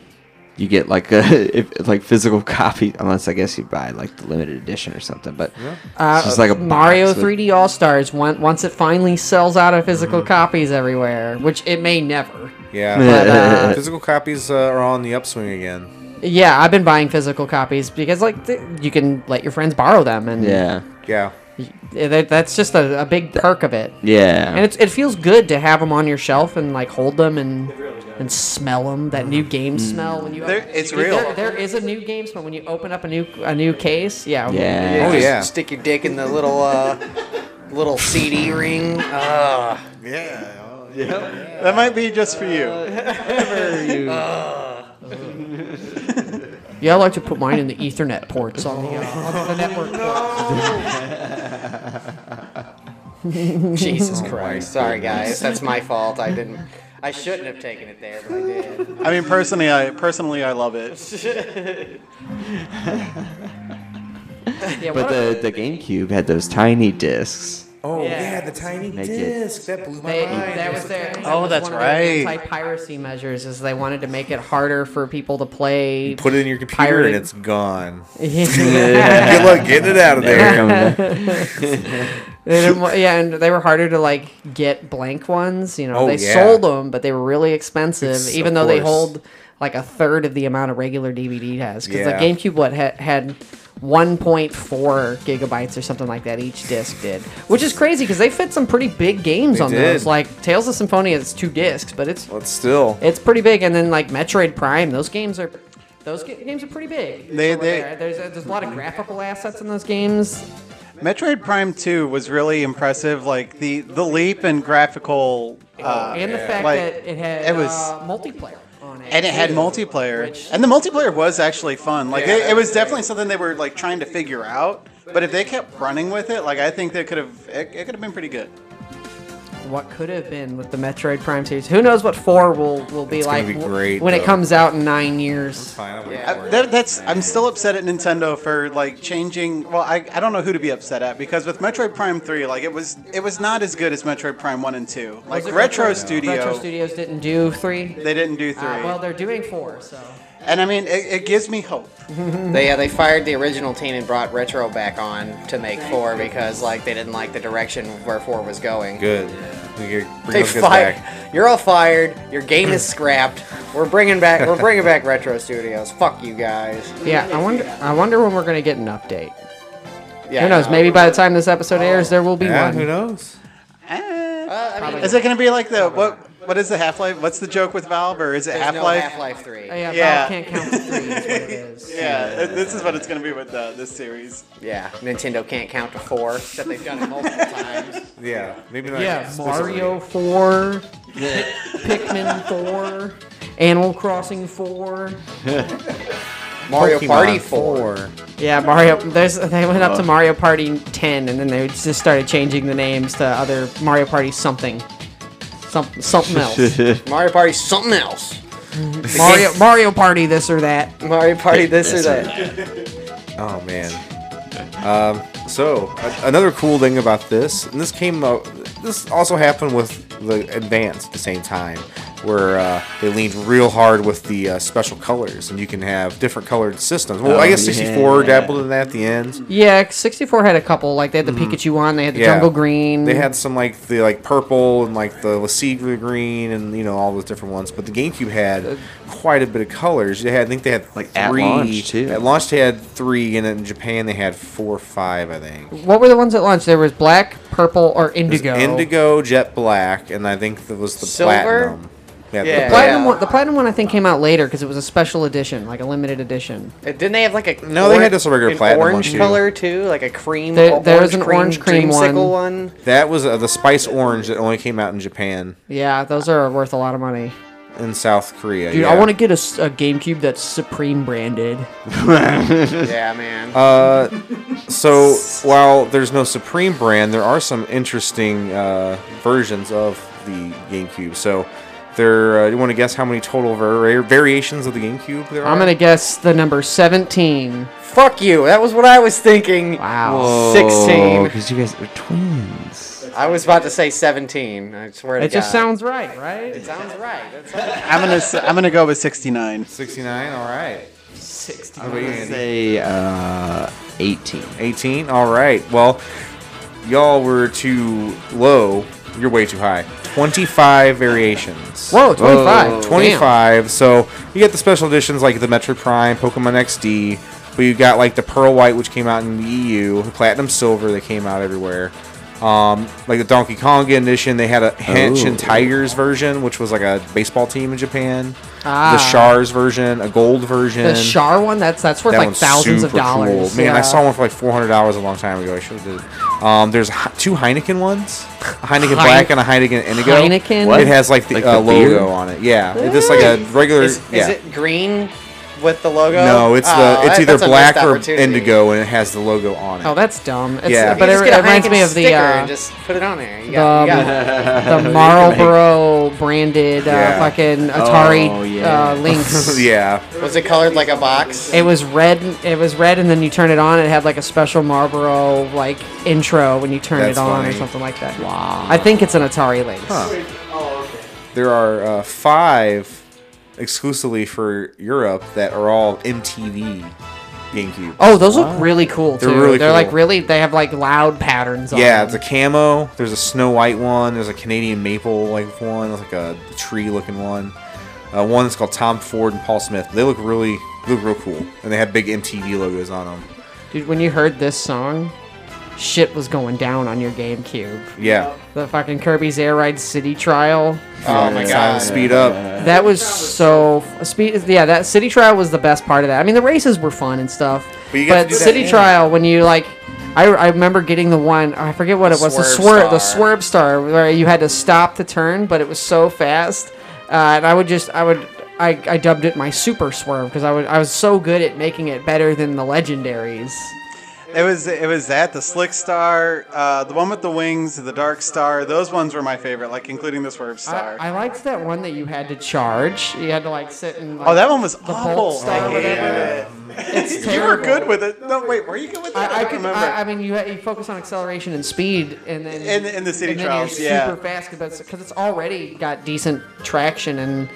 [SPEAKER 2] you get like a if, like physical copy unless I guess you buy like the limited edition or something. But
[SPEAKER 3] Uh,
[SPEAKER 2] it's just like a
[SPEAKER 3] Mario
[SPEAKER 2] box with-
[SPEAKER 3] 3D All Stars. Once it finally sells out of physical
[SPEAKER 2] Mm-hmm.
[SPEAKER 3] copies everywhere, which it may never.
[SPEAKER 1] Yeah.
[SPEAKER 3] But, uh,
[SPEAKER 6] Physical copies uh, are on the upswing again.
[SPEAKER 3] Yeah, I've been buying physical copies because like th- you can let your friends borrow them, and
[SPEAKER 2] yeah,
[SPEAKER 1] yeah.
[SPEAKER 3] that, that's just a, a big perk of it.
[SPEAKER 2] yeah.
[SPEAKER 3] And it's, it feels good to have them on your shelf and like hold them and and smell them. That
[SPEAKER 2] Mm-hmm.
[SPEAKER 3] new game
[SPEAKER 2] Mm.
[SPEAKER 3] smell when you
[SPEAKER 5] There-
[SPEAKER 3] open-
[SPEAKER 5] it's
[SPEAKER 3] there-
[SPEAKER 5] real.
[SPEAKER 3] there is a new game smell when you open up a new a new case. Yeah.
[SPEAKER 2] yeah.
[SPEAKER 1] Oh,
[SPEAKER 4] Just
[SPEAKER 1] yeah.
[SPEAKER 4] Stick your dick in the little uh, little CD ring. Uh,
[SPEAKER 5] Yeah. That might be just for you.
[SPEAKER 3] Yeah, I like to put mine in the Ethernet ports on the, uh, on the network.
[SPEAKER 4] Jesus Christ. oh Sorry guys, that's my fault. I didn't. I shouldn't have taken it there, but I did.
[SPEAKER 5] I mean, personally, I personally I love it.
[SPEAKER 3] ports. Yeah,
[SPEAKER 2] But
[SPEAKER 3] what-
[SPEAKER 2] the the GameCube had those tiny discs.
[SPEAKER 6] Oh
[SPEAKER 3] Yeah.
[SPEAKER 6] yeah, the tiny
[SPEAKER 2] Make it-
[SPEAKER 6] disc that blew my
[SPEAKER 3] They,
[SPEAKER 6] mind.
[SPEAKER 3] that was their. that
[SPEAKER 5] Oh,
[SPEAKER 3] was
[SPEAKER 5] that's
[SPEAKER 3] one of their
[SPEAKER 5] right.
[SPEAKER 3] Anti-piracy measures is they wanted to make it harder for people to play.
[SPEAKER 6] Put it in your computer
[SPEAKER 3] Pirated.
[SPEAKER 6] and it's gone.
[SPEAKER 3] yeah,
[SPEAKER 6] Good luck getting it out of
[SPEAKER 2] They're
[SPEAKER 6] there.
[SPEAKER 2] coming back.
[SPEAKER 3] They didn't wa- yeah, and they were harder to like get blank ones. You know,
[SPEAKER 1] Oh,
[SPEAKER 3] they
[SPEAKER 1] yeah.
[SPEAKER 3] sold them, but they were really expensive,
[SPEAKER 6] Ex-
[SPEAKER 3] even
[SPEAKER 6] of
[SPEAKER 3] though they
[SPEAKER 6] course.
[SPEAKER 3] hold like a third of the amount a regular DVD has. Because
[SPEAKER 1] Yeah.
[SPEAKER 3] the GameCube what had, had 1.4 gigabytes or something like that each disc did, which is crazy because they fit some pretty big games
[SPEAKER 1] They
[SPEAKER 3] on
[SPEAKER 1] did.
[SPEAKER 3] those. Like Tales of Symphonia, it's two discs, but it's
[SPEAKER 1] But still.
[SPEAKER 3] It's pretty big, and then like Metroid Prime, those games are those ga- games are pretty big.
[SPEAKER 5] They-
[SPEAKER 3] over
[SPEAKER 5] they-
[SPEAKER 3] there. there's a, there's a lot of graphical assets in those games.
[SPEAKER 5] Metroid Prime 2 was really impressive. Like the the leap in graphical, uh,
[SPEAKER 3] and the fact
[SPEAKER 5] like,
[SPEAKER 3] that it had
[SPEAKER 5] it was-
[SPEAKER 3] uh, multiplayer on it,
[SPEAKER 5] and it had
[SPEAKER 3] too.
[SPEAKER 5] multiplayer, and the multiplayer was actually fun. Like it, it was definitely something they were like trying to figure out. But if they kept running with it, like I think they could have, it, it could have been pretty good.
[SPEAKER 3] What could have been with the Metroid Prime series? Who knows what four will will be
[SPEAKER 1] It's gonna
[SPEAKER 3] like
[SPEAKER 1] be
[SPEAKER 3] w-
[SPEAKER 1] great,
[SPEAKER 3] when it
[SPEAKER 1] though.
[SPEAKER 3] comes out in nine years?
[SPEAKER 1] Fine, I'll wait
[SPEAKER 4] Yeah.
[SPEAKER 1] for
[SPEAKER 5] I,
[SPEAKER 1] it.
[SPEAKER 5] that, that's I'm still upset at Nintendo for like changing. Well, I, I don't know who to be upset at because with Metroid Prime three, like it was it was not as good as Metroid Prime one and two. Like
[SPEAKER 3] Was it
[SPEAKER 5] Retro, Studio,
[SPEAKER 3] Retro Studios didn't do three.
[SPEAKER 5] they didn't do three.
[SPEAKER 3] Uh, well, they're doing four, so
[SPEAKER 5] and I mean, it, it gives me hope.
[SPEAKER 4] They yeah, they fired the original team and brought Retro back on to make four because like they didn't like the direction where four was going.
[SPEAKER 1] Good. We get- bring
[SPEAKER 4] They
[SPEAKER 1] those goods
[SPEAKER 4] fired.
[SPEAKER 1] back.
[SPEAKER 4] You're all fired. Your game is scrapped. We're bringing back. We're bringing back Retro Studios. Fuck you guys.
[SPEAKER 3] yeah. I wonder. I wonder when we're gonna get an update.
[SPEAKER 4] Yeah,
[SPEAKER 3] who knows?
[SPEAKER 4] no.
[SPEAKER 3] Maybe by the time this episode airs, there will be
[SPEAKER 1] Yeah,
[SPEAKER 3] one.
[SPEAKER 1] who knows?
[SPEAKER 5] Eh.
[SPEAKER 4] Uh, I mean,
[SPEAKER 5] is it gonna be like the what? What is the Half Life? What's the joke with Valve? Or is it
[SPEAKER 4] there's
[SPEAKER 5] Half
[SPEAKER 4] no
[SPEAKER 5] Life?
[SPEAKER 4] Half Life Three.
[SPEAKER 3] Oh, yeah, yeah.
[SPEAKER 5] Yeah.
[SPEAKER 3] can't count to three. Is what it is.
[SPEAKER 5] yeah, th- this is what it's gonna be with uh, this series.
[SPEAKER 4] Yeah, Nintendo can't count to four. Except they've done it multiple times.
[SPEAKER 1] Yeah, maybe not.
[SPEAKER 3] Yeah,
[SPEAKER 1] explicitly.
[SPEAKER 3] Mario Four, Pikmin Four, Animal Crossing Four.
[SPEAKER 4] Mario
[SPEAKER 1] Pokemon
[SPEAKER 4] Party Four.
[SPEAKER 3] Yeah, Mario. There's they went up to Mario Party Ten, and then they just started changing the names to other Mario Party something, some, something else.
[SPEAKER 4] Mario Party something else.
[SPEAKER 3] Mario Mario Party this or that.
[SPEAKER 4] Mario Party this or that.
[SPEAKER 1] Oh man. Um, so a- another cool thing about this, and this came, uh, this also happened with the Advance at the same time, where uh, they leaned real hard with the uh, special colors, and you can have different colored systems. Well, I
[SPEAKER 2] Oh,
[SPEAKER 1] guess 64
[SPEAKER 2] yeah.
[SPEAKER 1] dabbled in that at the end.
[SPEAKER 3] Yeah, 64 had a couple. Like they had the Pikachu one, they had the
[SPEAKER 1] Mm-hmm. Yeah.
[SPEAKER 3] Jungle Green.
[SPEAKER 1] They had some like the like purple and like the Lassigla green and you know all those different ones, but the GameCube had quite a bit of colors. They had, I think they had
[SPEAKER 2] Uh, Like, at
[SPEAKER 1] three.
[SPEAKER 2] launch, too.
[SPEAKER 1] At launch they had three, and in Japan they had four, or five, I think.
[SPEAKER 3] What were the ones at launch? There was black, purple, or
[SPEAKER 1] There's
[SPEAKER 3] indigo.
[SPEAKER 1] indigo, jet black, and I think that was the
[SPEAKER 4] Silver?
[SPEAKER 1] platinum. Yeah, the
[SPEAKER 4] Yeah.
[SPEAKER 1] plat-
[SPEAKER 3] Platinum
[SPEAKER 4] Yeah.
[SPEAKER 3] one, the platinum one I think came out later because it was a special edition, like a limited edition.
[SPEAKER 4] Uh, Didn't they have like a
[SPEAKER 1] No, they had just a regular
[SPEAKER 4] an
[SPEAKER 1] platinum one,
[SPEAKER 4] orange
[SPEAKER 1] too.
[SPEAKER 4] color too, like a cream.
[SPEAKER 3] There-
[SPEAKER 4] o-
[SPEAKER 3] there was an orange cream
[SPEAKER 4] dreamsicle one.
[SPEAKER 1] that was uh, the spice orange that only came out in Japan
[SPEAKER 3] Yeah, those are worth a lot of money.
[SPEAKER 1] and South Korea.
[SPEAKER 3] Dude,
[SPEAKER 1] yeah.
[SPEAKER 3] I want to get a, s- a GameCube that's Supreme branded.
[SPEAKER 4] Yeah, man.
[SPEAKER 1] Uh, So while there's no Supreme brand, there are some interesting uh, versions of the GameCube. So there, uh, you want to guess how many total var- variations of the GameCube there are?
[SPEAKER 3] I'm gonna guess the number 17.
[SPEAKER 4] Fuck you. That was what I was thinking.
[SPEAKER 2] Oh,
[SPEAKER 3] Wow.
[SPEAKER 2] Whoa,
[SPEAKER 4] 16.
[SPEAKER 2] Because you guys are twins.
[SPEAKER 4] I was about to say 17. I swear to
[SPEAKER 3] It just
[SPEAKER 4] God.
[SPEAKER 3] sounds right, right?
[SPEAKER 4] It sounds right. That's all.
[SPEAKER 5] I'm gonna s- I'm gonna go with 69.
[SPEAKER 1] 69, all right.
[SPEAKER 2] I'm
[SPEAKER 1] about you,
[SPEAKER 2] gonna
[SPEAKER 1] Andy?
[SPEAKER 2] say uh, 18.
[SPEAKER 1] 18, all right. Well, y'all were too low. You're way too high. 25 variations.
[SPEAKER 3] Whoa, 25. Oh, Damn.
[SPEAKER 1] 25. So you get the special editions like the Metro Prime, Pokemon XD, but you got like the Pearl White, which came out in the EU, the Platinum Silver that came out everywhere. Um, like the Donkey Kong edition, they had a Hench and
[SPEAKER 2] Oh.
[SPEAKER 1] Tigers version, which was like a baseball team in Japan.
[SPEAKER 3] Ah.
[SPEAKER 1] The Shars version, a gold version.
[SPEAKER 3] The Char one, that's that's worth
[SPEAKER 1] That
[SPEAKER 3] like
[SPEAKER 1] one's
[SPEAKER 3] thousands of
[SPEAKER 1] super
[SPEAKER 3] dollars.
[SPEAKER 1] Cool. Man, I
[SPEAKER 3] Yeah.
[SPEAKER 1] saw one for like four hundred dollars a long time ago. I should have did. It. Um, there's h- two Heineken ones, a Heineken Black and a Heineken Indigo.
[SPEAKER 3] Heineken? What?
[SPEAKER 1] It has like the,
[SPEAKER 2] Like
[SPEAKER 1] uh,
[SPEAKER 2] the
[SPEAKER 1] logo
[SPEAKER 2] beer?
[SPEAKER 1] on it. Yeah, it's just like a regular.
[SPEAKER 4] Is, is
[SPEAKER 1] yeah.
[SPEAKER 4] it green with the logo?
[SPEAKER 1] no, it's
[SPEAKER 4] Oh,
[SPEAKER 1] the it's
[SPEAKER 4] that-
[SPEAKER 1] either
[SPEAKER 4] that's a
[SPEAKER 1] black
[SPEAKER 4] missed
[SPEAKER 1] or
[SPEAKER 4] opportunity.
[SPEAKER 1] indigo, and it has the logo on it.
[SPEAKER 3] Oh, that's dumb. It's,
[SPEAKER 1] Yeah.
[SPEAKER 3] yeah, but it,
[SPEAKER 4] You just
[SPEAKER 3] it
[SPEAKER 4] get a
[SPEAKER 3] reminds
[SPEAKER 4] Heineken
[SPEAKER 3] me of the
[SPEAKER 4] sticker
[SPEAKER 3] uh,
[SPEAKER 4] and just put it on there. You got, you
[SPEAKER 3] the- um,
[SPEAKER 4] got it.
[SPEAKER 3] the Marlboro branded uh,
[SPEAKER 1] Yeah.
[SPEAKER 3] fucking Atari
[SPEAKER 2] Oh, yeah.
[SPEAKER 3] uh, links.
[SPEAKER 1] yeah,
[SPEAKER 4] Was it colored like a box?
[SPEAKER 3] It was red. It was red, and then you turn it on. It had like a special Marlboro like intro when you turn
[SPEAKER 1] That's
[SPEAKER 3] it on or
[SPEAKER 1] funny.
[SPEAKER 3] something like that. Wow. I think it's an Atari Lynx.
[SPEAKER 1] there are uh, five exclusively for Europe that are all MTV GameCube.
[SPEAKER 3] Oh, those look really cool too.
[SPEAKER 1] They're
[SPEAKER 3] They're,
[SPEAKER 1] really
[SPEAKER 3] like
[SPEAKER 1] cool.
[SPEAKER 3] really. They have like loud patterns. on
[SPEAKER 1] Yeah,
[SPEAKER 3] them.
[SPEAKER 1] it's a camo. There's a Snow White one. There's a Canadian maple like one. There's like a tree looking one. Uh, one that's called Tom Ford and Paul Smith. They look really they look real cool, and they have big MTV logos on them.
[SPEAKER 3] dude. When you heard this song, shit was going down on your GameCube.
[SPEAKER 1] Yeah.
[SPEAKER 3] The fucking Kirby's Air Ride City Trial.
[SPEAKER 4] Oh my god.
[SPEAKER 1] Speed up.
[SPEAKER 3] That was so f- speed. Yeah, that city trial was the best part of that. I mean, the races were fun and stuff,
[SPEAKER 1] But you got to
[SPEAKER 3] but
[SPEAKER 1] do that
[SPEAKER 3] city
[SPEAKER 1] in.
[SPEAKER 3] trial when you like, I, I remember getting the one. I forget what it was. The swerve,
[SPEAKER 4] Swerve
[SPEAKER 3] the
[SPEAKER 4] Star.
[SPEAKER 3] swerve star, where you had to stop the turn, but it was so fast. Uh, and I would just, I would, I, I dubbed it my super swerve because I would, I was so good at making it better than the legendaries.
[SPEAKER 5] It was it was that the slick star, uh, the one with the wings, the dark star. Those ones were my favorite, like including the swerve star.
[SPEAKER 3] I, I liked that one that you had to charge. You had to like sit and. Like,
[SPEAKER 5] oh, that one was
[SPEAKER 3] bolt
[SPEAKER 5] awful.
[SPEAKER 3] star,
[SPEAKER 5] I hated it.
[SPEAKER 3] It's
[SPEAKER 5] You were
[SPEAKER 3] terrible.
[SPEAKER 5] good with it. No, wait, were you good with that?
[SPEAKER 3] I, I,
[SPEAKER 5] don't
[SPEAKER 3] could,
[SPEAKER 5] remember.
[SPEAKER 3] I, I mean, you, you focus on acceleration and speed, and then
[SPEAKER 5] In- in the city
[SPEAKER 3] and then
[SPEAKER 5] trials,
[SPEAKER 3] you're
[SPEAKER 5] yeah.
[SPEAKER 3] super fast because it's already got decent traction and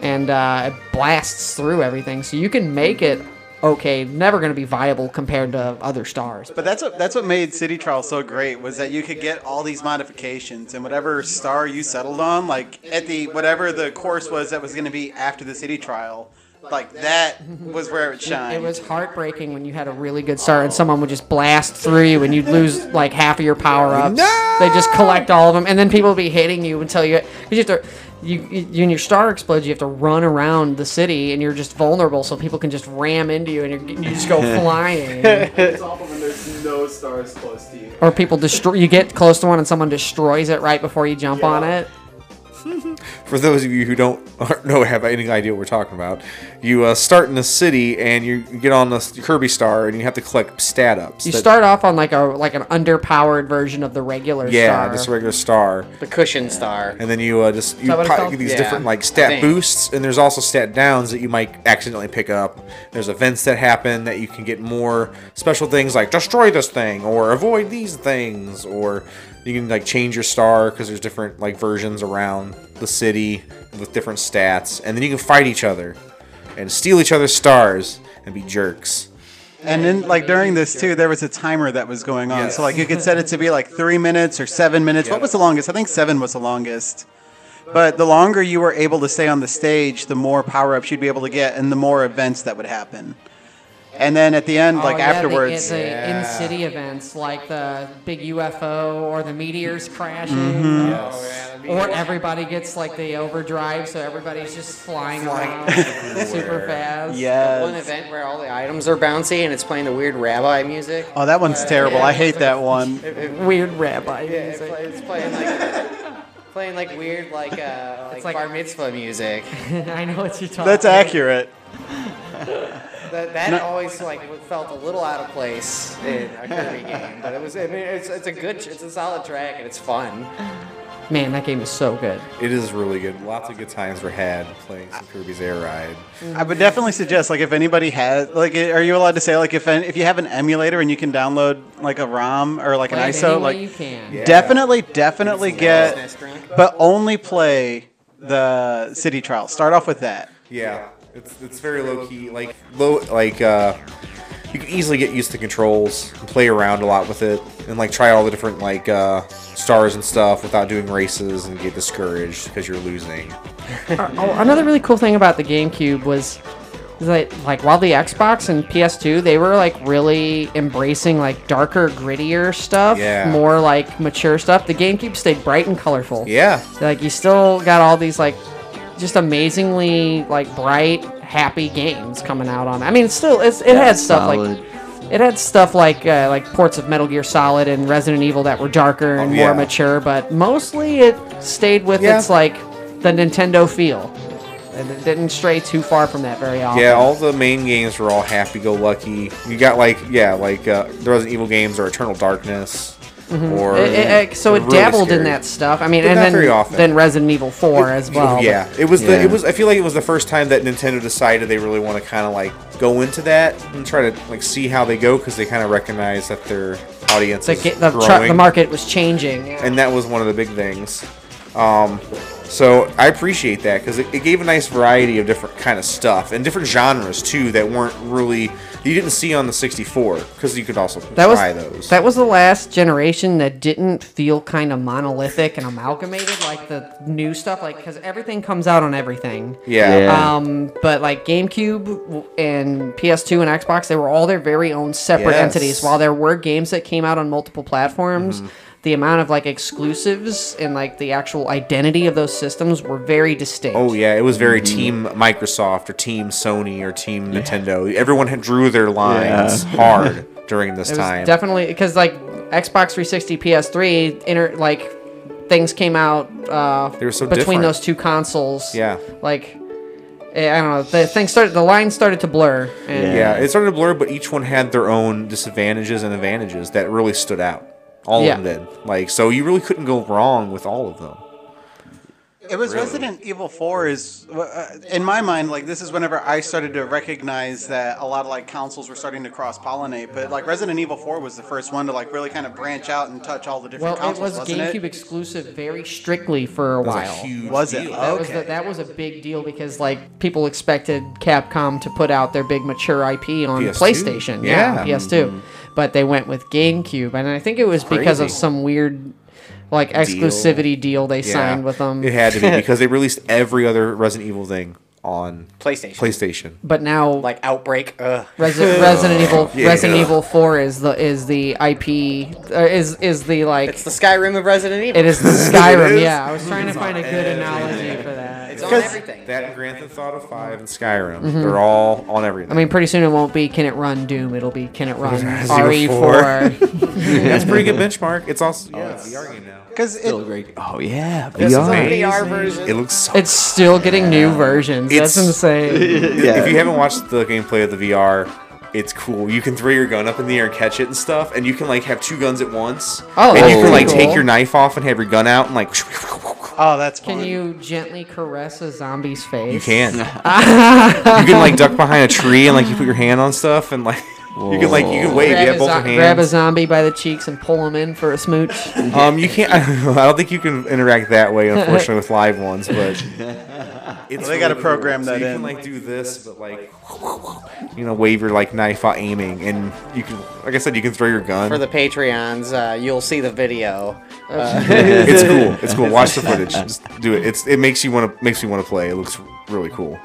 [SPEAKER 3] and uh, it blasts through everything, so you can make it okay. Never going to be viable compared to other stars.
[SPEAKER 5] But that's what that's what made City Trial so great was that you could get all these modifications and whatever star you settled on, like at the whatever the course was that was going to be after the City Trial, like that was where it shined.
[SPEAKER 3] It was heartbreaking when you had a really good start and someone would just blast through you and you'd lose like half of your power ups. They just collect all of them and then people would be hitting you until you. 'cause You have to. You, you and your star explodes. You have to run around the city, and you're just vulnerable, so people can just ram into you, and you're, you just go flying.
[SPEAKER 7] It's awful when there's no stars close to you.
[SPEAKER 3] Or people destroy. You get close to one, and someone destroys it right before you jump on
[SPEAKER 7] Yeah.
[SPEAKER 3] it.
[SPEAKER 1] For those of you who don't aren't- know have any idea what we're talking about, you uh, start in the city and you get on the Kirby Star and you have to collect stat ups.
[SPEAKER 3] You
[SPEAKER 1] that-
[SPEAKER 3] start off on like a like an underpowered version of the regular
[SPEAKER 1] Yeah,
[SPEAKER 3] star.
[SPEAKER 1] this regular star.
[SPEAKER 4] The cushion star.
[SPEAKER 1] and then you uh, just you
[SPEAKER 3] that what it's
[SPEAKER 1] pop,
[SPEAKER 3] called?
[SPEAKER 1] get these
[SPEAKER 4] Yeah,
[SPEAKER 1] different like
[SPEAKER 4] I
[SPEAKER 1] stat
[SPEAKER 4] think.
[SPEAKER 1] boosts, and there's also stat downs that you might accidentally pick up. There's events that happen that you can get more special things like destroy this thing or avoid these things, or you can like change your star because there's different like versions around the city with different stats, and then you can fight each other and steal each other's stars and be jerks.
[SPEAKER 5] And then, like during this too, there was a timer that was going on. So like you could set it to be like three minutes or seven minutes. What was the longest? I think seven was the longest. But the longer you were able to stay on the stage, the more power ups you'd be able to get, and the more events that would happen. And then at the end, like
[SPEAKER 3] Oh, yeah, the-
[SPEAKER 5] afterwards,
[SPEAKER 3] the, in-city events like the big UFO or the meteors crashing,
[SPEAKER 5] Mm-hmm.
[SPEAKER 3] Uh, or everybody gets like the overdrive, so everybody's just flying around super fast.
[SPEAKER 5] yes.
[SPEAKER 4] One event where all the items are bouncy and it's playing the weird rabbi music.
[SPEAKER 5] Oh, that one's terrible. I hate that one.
[SPEAKER 3] weird rabbi
[SPEAKER 4] It's,
[SPEAKER 3] music.
[SPEAKER 4] play, it's playing like playing like weird like uh like,
[SPEAKER 3] like-
[SPEAKER 4] bar mitzvah music.
[SPEAKER 3] I know what you're talking.
[SPEAKER 5] That's
[SPEAKER 3] about.
[SPEAKER 5] accurate.
[SPEAKER 4] That, that always like felt a little out of place in a Kirby game, but it was I mean it's, it's a good it's a solid track and it's fun.
[SPEAKER 3] Man, that game is so good.
[SPEAKER 6] It is really good. Lots of good times were had playing some Kirby's Air Ride.
[SPEAKER 5] I would definitely suggest, like, if anybody has, like, are you allowed to say, like, if an, if you have an emulator and you can download like a ROM or like an
[SPEAKER 3] Play it any
[SPEAKER 5] ISO,
[SPEAKER 3] way
[SPEAKER 5] like,
[SPEAKER 3] you can.
[SPEAKER 5] definitely, definitely
[SPEAKER 4] Nice
[SPEAKER 5] get,
[SPEAKER 4] grant.
[SPEAKER 5] but only play the City Trial. Start off with that.
[SPEAKER 6] Yeah.
[SPEAKER 1] It's, it's very low key, like low, like uh, you can easily get used to controls, play around a lot with it, and like try all the different like uh, stars and stuff without doing races and get discouraged because you're losing.
[SPEAKER 3] Oh, another really cool thing about the GameCube was that, like, while the Xbox and PS2, they were like really embracing like darker, grittier stuff,
[SPEAKER 1] Yeah.
[SPEAKER 3] more like mature stuff. The GameCube stayed bright and colorful.
[SPEAKER 1] Yeah,
[SPEAKER 3] Like, you still got all these like just amazingly like bright, happy games coming out on. I mean, it's still it's, it had stuff like
[SPEAKER 2] Solid.
[SPEAKER 3] it had stuff like uh, like ports of Metal Gear Solid and Resident Evil that were darker and
[SPEAKER 1] yeah.
[SPEAKER 3] more mature, but mostly it stayed with
[SPEAKER 1] Yeah.
[SPEAKER 3] its like the Nintendo feel. And it didn't stray too far from that very often.
[SPEAKER 1] yeah. All the main games were all happy-go-lucky. You got like yeah, like uh, the Resident Evil games or Eternal Darkness, or
[SPEAKER 3] It- it- it- so it
[SPEAKER 1] really
[SPEAKER 3] dabbled in
[SPEAKER 1] scary.
[SPEAKER 3] that stuff. I mean,
[SPEAKER 1] But
[SPEAKER 3] and
[SPEAKER 1] not
[SPEAKER 3] then
[SPEAKER 1] very often.
[SPEAKER 3] then Resident Evil Four as well.
[SPEAKER 1] yeah, it was the
[SPEAKER 2] Yeah.
[SPEAKER 1] it was. I feel like it was the first time that Nintendo decided they really want to kind of like go into that and try to like see how they go because they kind of recognize that their audience
[SPEAKER 3] The,
[SPEAKER 1] is
[SPEAKER 3] ga- the, tr-
[SPEAKER 1] growing,
[SPEAKER 3] the market was changing. yeah.
[SPEAKER 1] and that was one of the big things. Um, so I appreciate that because it, it gave a nice variety of different kind of stuff and different genres too that weren't really you didn't see on the 64 because you could also
[SPEAKER 3] that was
[SPEAKER 1] try those.
[SPEAKER 3] that was the last generation that didn't feel kind of monolithic and amalgamated like the new stuff like because everything comes out on everything
[SPEAKER 1] yeah.
[SPEAKER 2] Yeah.
[SPEAKER 3] um but like gamecube w- and ps2 and xbox they were all their very own separate
[SPEAKER 1] Yes. Mm-hmm.
[SPEAKER 3] entities while there were games that came out on multiple platforms the amount of like exclusives and like the actual identity of those systems were very distinct
[SPEAKER 1] Oh yeah, it was very team Microsoft or team Sony or team Nintendo. Everyone had drew their lines hard during this
[SPEAKER 3] It was
[SPEAKER 1] time.
[SPEAKER 3] definitely because like Xbox 360, PS3, inter, like things came out uh,
[SPEAKER 1] were so
[SPEAKER 3] between
[SPEAKER 1] different.
[SPEAKER 3] those two consoles.
[SPEAKER 1] Yeah.
[SPEAKER 3] like eh, I don't know, the things started, the lines started to blur. And
[SPEAKER 1] yeah, it started to blur, but each one had their own disadvantages and advantages that really stood out. All
[SPEAKER 3] Yeah.
[SPEAKER 1] of them did. Like so, you really couldn't go wrong with all of them.
[SPEAKER 5] It was Resident Evil 4 is uh, in my mind like this is whenever I started to recognize that a lot of like consoles were starting to cross pollinate but like Resident Evil 4 was the first one to like really kind of branch out and touch all the
[SPEAKER 3] Well,
[SPEAKER 5] different
[SPEAKER 3] it
[SPEAKER 5] consoles
[SPEAKER 3] was
[SPEAKER 5] wasn't
[SPEAKER 3] GameCube
[SPEAKER 5] it?
[SPEAKER 3] exclusive very strictly for a while.
[SPEAKER 1] Huge
[SPEAKER 5] Was it?
[SPEAKER 1] deal.
[SPEAKER 3] that
[SPEAKER 5] Okay.
[SPEAKER 3] was the, that was a big deal because like people expected Capcom to put out their big mature IP on
[SPEAKER 1] PS2?
[SPEAKER 3] PlayStation,
[SPEAKER 1] Yeah.
[SPEAKER 3] yeah, PS2, but they went with GameCube, and I think it was because of
[SPEAKER 1] Crazy.
[SPEAKER 3] some weird like exclusivity deal they
[SPEAKER 1] Yeah.
[SPEAKER 3] signed with them.
[SPEAKER 1] It had to be because they released every other Resident Evil thing on
[SPEAKER 4] PlayStation.
[SPEAKER 1] PlayStation.
[SPEAKER 3] But now
[SPEAKER 4] like Outbreak. Ugh.
[SPEAKER 3] Resi- Resident Evil
[SPEAKER 1] Yeah.
[SPEAKER 3] Resident Evil Four is the is the IP uh, is is the like
[SPEAKER 4] It's the Skyrim of Resident Evil.
[SPEAKER 3] it is the Skyrim.
[SPEAKER 1] is.
[SPEAKER 3] Yeah, I was trying to find a good analogy for that.
[SPEAKER 4] It's on everything.
[SPEAKER 1] That and Grand Theft Auto Five and Skyrim,
[SPEAKER 3] Mm-hmm.
[SPEAKER 1] they're all on everything.
[SPEAKER 3] I mean, pretty soon it won't be can it run Doom. It'll be can it run E
[SPEAKER 1] RE4.
[SPEAKER 3] RE4.
[SPEAKER 1] that's a pretty good benchmark. It's also yeah, Oh, it's a VR game now.
[SPEAKER 5] Cuz
[SPEAKER 2] Still
[SPEAKER 5] it
[SPEAKER 2] great. Oh yeah,
[SPEAKER 4] This is a
[SPEAKER 2] VR.
[SPEAKER 4] VR version.
[SPEAKER 1] It looks so
[SPEAKER 3] It's still getting new versions. That's
[SPEAKER 1] It's-
[SPEAKER 3] insane.
[SPEAKER 1] If you haven't watched the gameplay of the VR, it's cool. You can throw your gun up in the air and catch it and stuff, and you can like have two guns at once.
[SPEAKER 3] Oh,
[SPEAKER 1] and
[SPEAKER 3] that's
[SPEAKER 1] you can
[SPEAKER 3] pretty
[SPEAKER 1] like take
[SPEAKER 3] cool.
[SPEAKER 1] your knife off and have your gun out and like
[SPEAKER 5] Oh, that's fun.
[SPEAKER 3] Can you gently caress a zombie's face?
[SPEAKER 1] you can. you can like duck behind a tree and like you put your hand on stuff and like you can like you can wave.
[SPEAKER 3] Grab,
[SPEAKER 1] you have
[SPEAKER 3] a,
[SPEAKER 1] both
[SPEAKER 3] zo-
[SPEAKER 1] your hands.
[SPEAKER 3] grab a zombie by the cheeks and pull him in for a smooch.
[SPEAKER 1] Um, you can't. I don't think you can interact that way, unfortunately, with live ones. But it's
[SPEAKER 5] They gotta program
[SPEAKER 1] so
[SPEAKER 5] that
[SPEAKER 1] you
[SPEAKER 5] in.
[SPEAKER 1] can like do this, but like you know, wave your like knife while aiming, and you can, like I said, you can throw your gun.
[SPEAKER 4] For the Patreons, uh, you'll see the video.
[SPEAKER 1] it's cool. It's cool. Watch the footage. Just do it. It's it makes you want to makes me want to play. It looks really cool.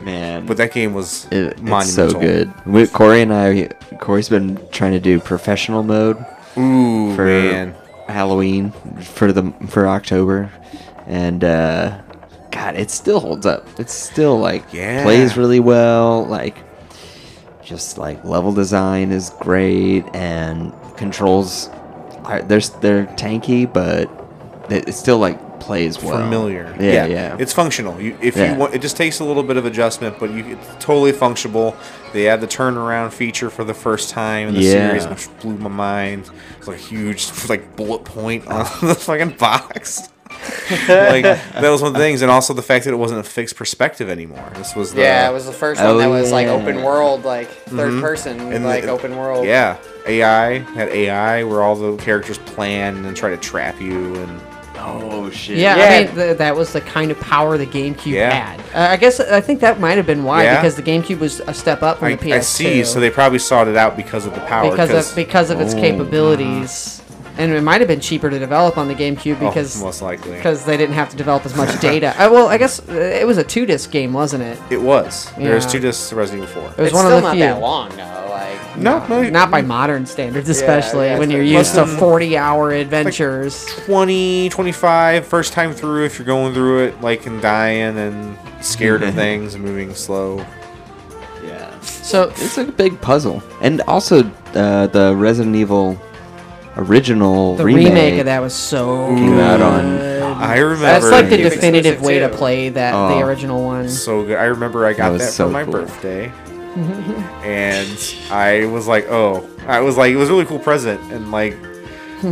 [SPEAKER 2] man.
[SPEAKER 1] But that game was
[SPEAKER 2] It- it's
[SPEAKER 1] monumental.
[SPEAKER 2] so good. We, Corey and I, Corey's been trying to do professional mode
[SPEAKER 1] Ooh
[SPEAKER 2] for
[SPEAKER 1] man.
[SPEAKER 2] Halloween for the for October, and uh, God, it still holds up. It's still like
[SPEAKER 1] Yeah.
[SPEAKER 2] plays really well. Like just like level design is great and controls are they're s- they're tanky, but it- it's still like plays well.
[SPEAKER 1] familiar.
[SPEAKER 2] Yeah, yeah.
[SPEAKER 1] It's functional. You, if
[SPEAKER 2] Yeah.
[SPEAKER 1] you want, it just takes a little bit of adjustment, but you, it's totally functional. They add the turnaround feature for the first time in the
[SPEAKER 2] Yeah.
[SPEAKER 1] series, which blew my mind. It's like a huge like bullet point on the fucking box. like that was one of the things, and also the fact that it wasn't a fixed perspective anymore. This was the,
[SPEAKER 4] Yeah, it was the first one
[SPEAKER 2] Oh,
[SPEAKER 4] that was like
[SPEAKER 2] yeah.
[SPEAKER 4] open world, like 3rd person,
[SPEAKER 1] mm-hmm. and
[SPEAKER 4] like
[SPEAKER 1] the-
[SPEAKER 4] open world.
[SPEAKER 1] Yeah, AI had AI where all the characters plan and try to trap you, and
[SPEAKER 2] Oh shit.
[SPEAKER 3] Yeah, I
[SPEAKER 4] Yeah.
[SPEAKER 3] mean th- that was the kind of power the GameCube
[SPEAKER 1] Yeah.
[SPEAKER 3] had. Uh, I guess I think that might have been why
[SPEAKER 1] Yeah.
[SPEAKER 3] because the GameCube was a step up from
[SPEAKER 1] I,
[SPEAKER 3] the PS2.
[SPEAKER 1] I see. So they probably sought it out because of the power.
[SPEAKER 3] because of because of
[SPEAKER 1] Oh,
[SPEAKER 3] its capabilities, and it might have been cheaper to develop on the GameCube
[SPEAKER 1] oh,
[SPEAKER 3] because
[SPEAKER 1] most likely
[SPEAKER 3] because they didn't have to develop as much data. Uh, well, I guess uh, it was a two disc game, wasn't it?
[SPEAKER 1] It was. There's
[SPEAKER 3] Yeah.
[SPEAKER 1] two discs of Resident Evil 4.
[SPEAKER 3] It was
[SPEAKER 4] It's
[SPEAKER 3] one
[SPEAKER 4] still
[SPEAKER 3] of the
[SPEAKER 4] not
[SPEAKER 3] few.
[SPEAKER 4] that long though. Like
[SPEAKER 1] No, no,
[SPEAKER 3] Not by modern standards, especially
[SPEAKER 4] yeah,
[SPEAKER 3] when
[SPEAKER 4] it's
[SPEAKER 3] you're
[SPEAKER 4] like-
[SPEAKER 3] used to 40 hour adventures.
[SPEAKER 1] 20, 25, first time through if you're going through it, like, and dying and scared of things and moving slow.
[SPEAKER 2] Yeah.
[SPEAKER 3] so,
[SPEAKER 2] It's a big puzzle, and also uh, the Resident Evil original
[SPEAKER 3] the remake,
[SPEAKER 2] remake,
[SPEAKER 3] of that was so
[SPEAKER 2] came out on.
[SPEAKER 3] good.
[SPEAKER 1] I remember.
[SPEAKER 3] Um, That's like the
[SPEAKER 4] GameCube
[SPEAKER 3] definitive
[SPEAKER 4] exclusive
[SPEAKER 3] way to
[SPEAKER 4] too.
[SPEAKER 3] play that
[SPEAKER 2] Oh.
[SPEAKER 3] the original one.
[SPEAKER 1] so good. I remember I got
[SPEAKER 2] That
[SPEAKER 1] that,
[SPEAKER 2] was so
[SPEAKER 1] for my
[SPEAKER 2] cool.
[SPEAKER 1] birthday. and I was like, oh. I was like, it was a really cool present. And, like,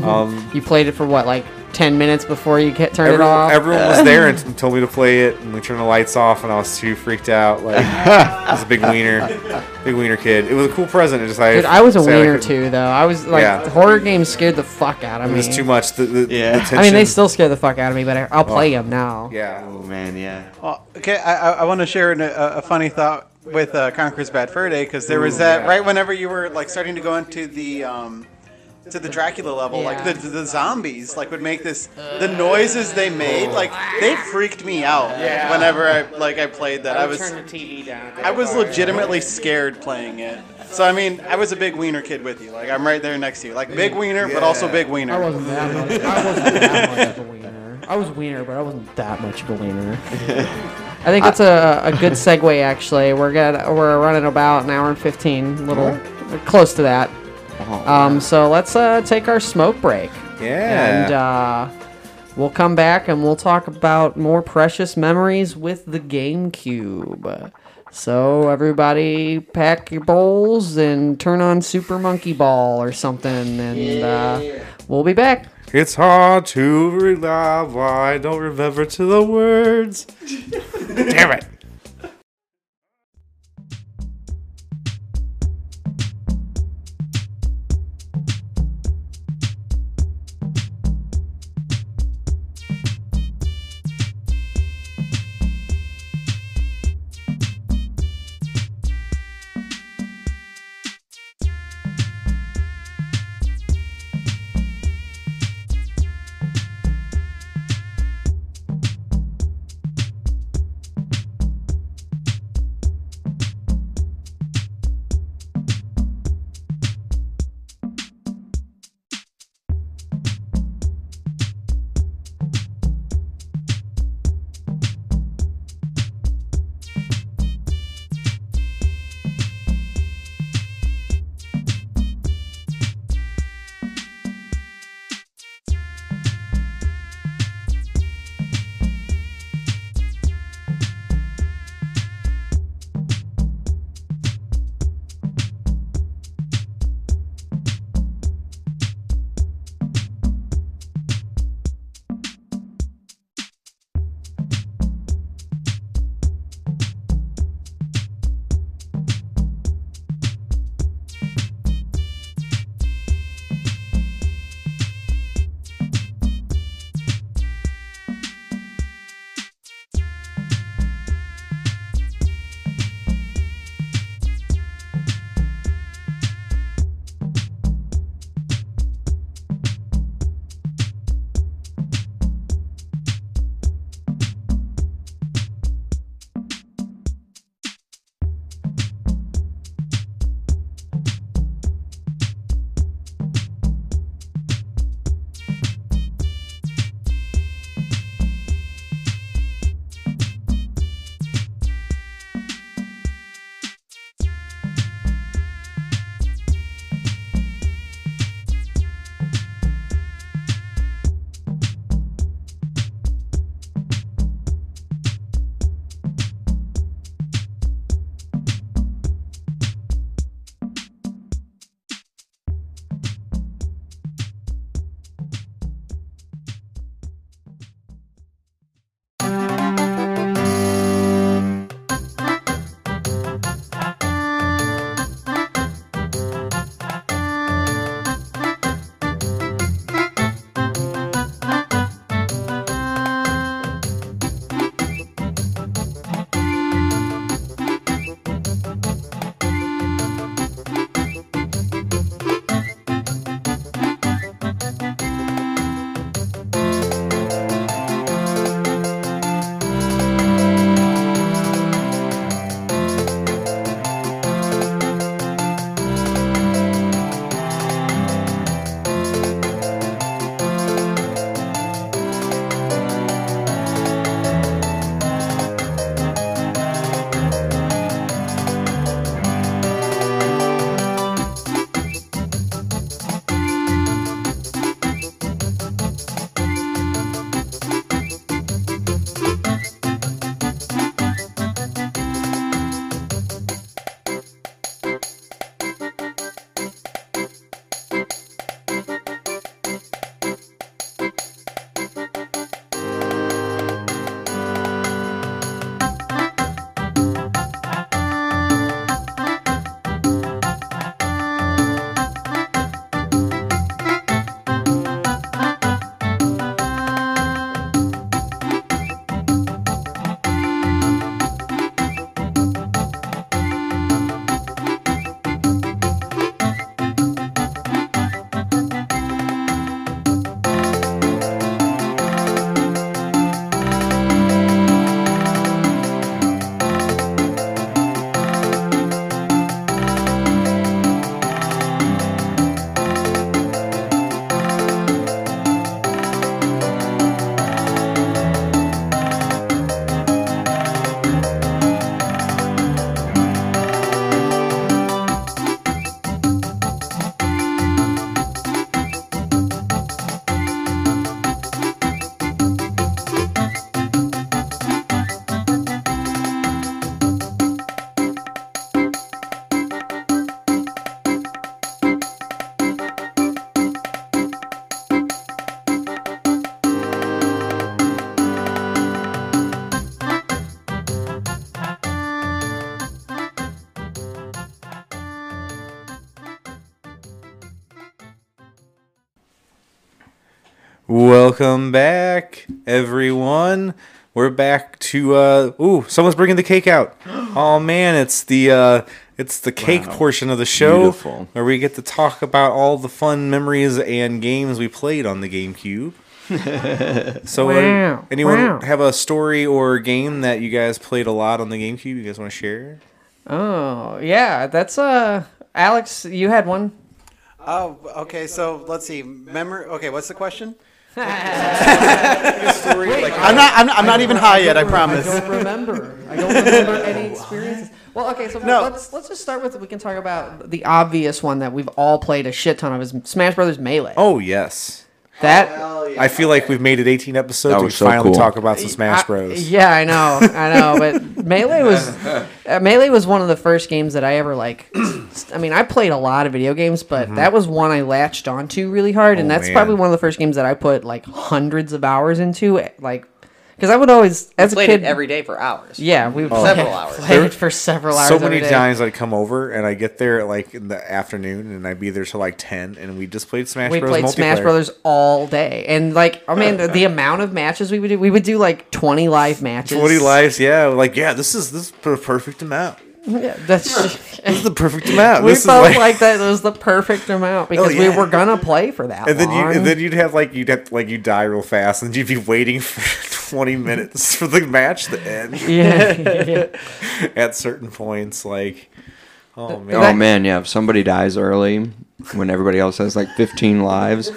[SPEAKER 1] um,
[SPEAKER 3] You played it for what, like 10 minutes before you ca- turned it
[SPEAKER 1] everyone,
[SPEAKER 3] off?
[SPEAKER 1] everyone was there and t- told me to play it. And we turned the lights off, and I was too freaked out. Like, I was a big wiener. Big wiener kid. It was a cool present. It just, I,
[SPEAKER 3] Dude, I was a
[SPEAKER 1] say I
[SPEAKER 3] wiener
[SPEAKER 1] couldn't-
[SPEAKER 3] too, though. I was like,
[SPEAKER 1] Yeah.
[SPEAKER 3] horror games scared the fuck out of
[SPEAKER 1] It
[SPEAKER 3] me.
[SPEAKER 1] was too much. The, the,
[SPEAKER 2] Yeah.
[SPEAKER 1] the
[SPEAKER 2] I mean,
[SPEAKER 1] tension.
[SPEAKER 3] I mean, they still scare the fuck out of me, but I, I'll play them now.
[SPEAKER 1] Yeah.
[SPEAKER 2] Oh man, yeah.
[SPEAKER 5] Well, Uh, okay, I, I- I want to share an, a, a funny thought with uh, Conqueror's Bad Fur Day because there was that right whenever you were like starting to go into the um, to the Dracula level, like the,
[SPEAKER 3] Yeah.
[SPEAKER 5] the zombies like would make this the noises they made like they freaked me out. Whenever I like I played that, I was
[SPEAKER 4] the TV down.
[SPEAKER 5] I was legitimately scared playing it. So I mean, I was a big wiener kid with you. Like I'm right there next to you, like big wiener, but also big wiener.
[SPEAKER 3] I wasn't that much. I wasn't that much of a wiener. I was wiener, but I wasn't that much of a wiener. I think that's a, a good segue. Actually, we're gonna we're running about an hour and fifteen, little close to that. Um, so let's uh, take our smoke break,
[SPEAKER 1] Yeah.
[SPEAKER 3] and uh, we'll come back and we'll talk about more precious memories with the GameCube. So everybody, pack your bowls and turn on Super Monkey Ball or something, and uh, we'll be back.
[SPEAKER 1] it's hard to rely. Why I don't remember to the words. Damn it. Welcome back, everyone. We're back to uh ooh, someone's bringing the cake out. Oh man, it's the uh it's the cake portion of the show
[SPEAKER 2] Beautiful.
[SPEAKER 1] where we get to talk about all the fun memories and games we played on the GameCube. so uh,
[SPEAKER 3] Wow,
[SPEAKER 1] anyone
[SPEAKER 3] wow.
[SPEAKER 1] have a story or game that you guys played a lot on the GameCube you guys want to share?
[SPEAKER 3] Oh, yeah. That's uh, Alex. You had one.
[SPEAKER 5] Oh, okay. So let's see. Memory. Okay, what's the question? I'm not. I'm not, I'm not even high yet. I promise.
[SPEAKER 3] I don't remember. I don't remember any experiences. Well, okay, so
[SPEAKER 5] No.
[SPEAKER 3] let's let's just start with we can talk about the obvious one that we've all played a shit ton of is Smash Brothers Melee.
[SPEAKER 1] Oh yes.
[SPEAKER 3] that
[SPEAKER 1] I feel like we've made it 18 episodes.
[SPEAKER 2] That
[SPEAKER 1] and We
[SPEAKER 2] was so
[SPEAKER 1] finally
[SPEAKER 2] cool.
[SPEAKER 1] talk about some Smash
[SPEAKER 3] I-
[SPEAKER 1] Bros.
[SPEAKER 3] yeah, I know, I know. But melee was uh, melee was one of the first games that I ever like. s- I mean, I played a lot of video games, but that was one I latched onto really hard, and
[SPEAKER 1] Oh,
[SPEAKER 3] that's
[SPEAKER 1] man.
[SPEAKER 3] probably one of the first games that I put like hundreds of hours into, eh, like. Because I would always, as a
[SPEAKER 4] Played
[SPEAKER 3] kid,
[SPEAKER 4] it every day for hours.
[SPEAKER 3] yeah, we would
[SPEAKER 4] Several
[SPEAKER 3] play-
[SPEAKER 4] hours.
[SPEAKER 3] play it for several hours.
[SPEAKER 1] Oh. so
[SPEAKER 3] every
[SPEAKER 1] many
[SPEAKER 3] day.
[SPEAKER 1] times I'd come over and I get there at like in the afternoon and I'd be there till like 10 and we just played Smash
[SPEAKER 3] we
[SPEAKER 1] Bros.
[SPEAKER 3] played Smash
[SPEAKER 1] multiplayer.
[SPEAKER 3] Brothers all day, and like, I mean, the, the amount of matches we would do, we would do like twenty live matches.
[SPEAKER 1] 20 lives, yeah. Like, yeah, this is this is the perfect amount.
[SPEAKER 3] Yeah, that's
[SPEAKER 1] This is the perfect amount.
[SPEAKER 3] we
[SPEAKER 1] this
[SPEAKER 3] felt
[SPEAKER 1] is Oh,
[SPEAKER 3] like... that was the perfect amount because we
[SPEAKER 1] yeah.
[SPEAKER 3] were gonna play for that.
[SPEAKER 1] And then you
[SPEAKER 3] long.
[SPEAKER 1] and then you'd have like you'd have like you die real fast and you'd be waiting for 20 minutes for the match to end
[SPEAKER 3] yeah, yeah.
[SPEAKER 1] at certain points like oh man.
[SPEAKER 2] Oh man, yeah. If somebody dies early, when everybody else has like 15 lives,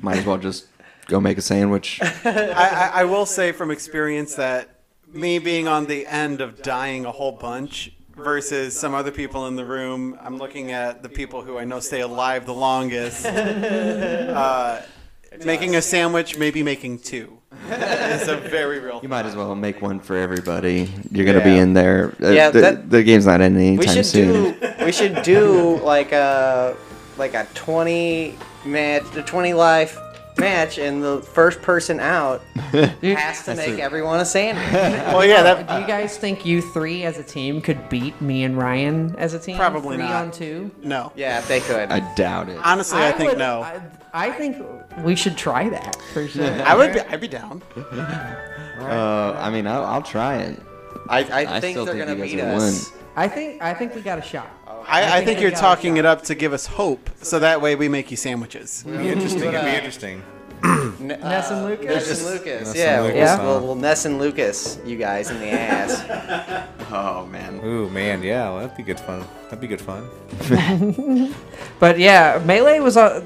[SPEAKER 2] might as well just go make a sandwich.
[SPEAKER 5] I, I, I will say from experience that me being on the end of dying a whole bunch versus some other people in the room, I'm looking at the people who I know stay alive the longest. Uh, making a sandwich, maybe making two. It's a very real.
[SPEAKER 2] You might as well make one for everybody. You're gonna be
[SPEAKER 5] Yeah.
[SPEAKER 2] in there. Uh,
[SPEAKER 4] Yeah,
[SPEAKER 2] the,
[SPEAKER 4] that-
[SPEAKER 2] the game's not ending
[SPEAKER 4] We
[SPEAKER 2] anytime
[SPEAKER 4] should
[SPEAKER 2] soon.
[SPEAKER 4] do. We should do like a like a twenty match, the twenty life match, and the first person out has to make everyone a sandwich.
[SPEAKER 5] Well, yeah, that
[SPEAKER 3] Do you guys think you three as a team could beat me and Ryan as a team?
[SPEAKER 5] Probably
[SPEAKER 3] three
[SPEAKER 5] not.
[SPEAKER 3] on two.
[SPEAKER 5] no.
[SPEAKER 4] Yeah, if they could.
[SPEAKER 2] I doubt it.
[SPEAKER 5] Honestly, I, think
[SPEAKER 3] would-
[SPEAKER 5] no. I,
[SPEAKER 3] I, I think we should try that for sure.
[SPEAKER 5] would. Be, I'd be down.
[SPEAKER 2] Uh, I mean, I'll, I'll try it.
[SPEAKER 4] I, I,
[SPEAKER 2] I
[SPEAKER 4] think
[SPEAKER 2] still
[SPEAKER 4] they're
[SPEAKER 2] think
[SPEAKER 4] gonna
[SPEAKER 2] you guys
[SPEAKER 4] beat
[SPEAKER 2] would
[SPEAKER 4] us.
[SPEAKER 3] I think I think we got a shot.
[SPEAKER 5] I, I think
[SPEAKER 3] we
[SPEAKER 5] you're
[SPEAKER 3] got a
[SPEAKER 5] talking
[SPEAKER 3] shot.
[SPEAKER 5] it up to give us hope, so that way we make you sandwiches.
[SPEAKER 1] It'd be interesting. It'd be
[SPEAKER 3] uh,
[SPEAKER 1] interesting.
[SPEAKER 3] Ness
[SPEAKER 5] Uh,
[SPEAKER 3] and Lucas.
[SPEAKER 4] Ness and Lucas,
[SPEAKER 1] Ness
[SPEAKER 4] yeah,
[SPEAKER 1] and
[SPEAKER 4] we'll-
[SPEAKER 1] Lucas,
[SPEAKER 4] We'll,
[SPEAKER 1] huh?
[SPEAKER 4] we'll Ness and Lucas, you guys in the ass.
[SPEAKER 2] Oh man.
[SPEAKER 1] Ooh man, yeah, well, that'd be good fun. That'd be good fun.
[SPEAKER 3] But yeah, melee was a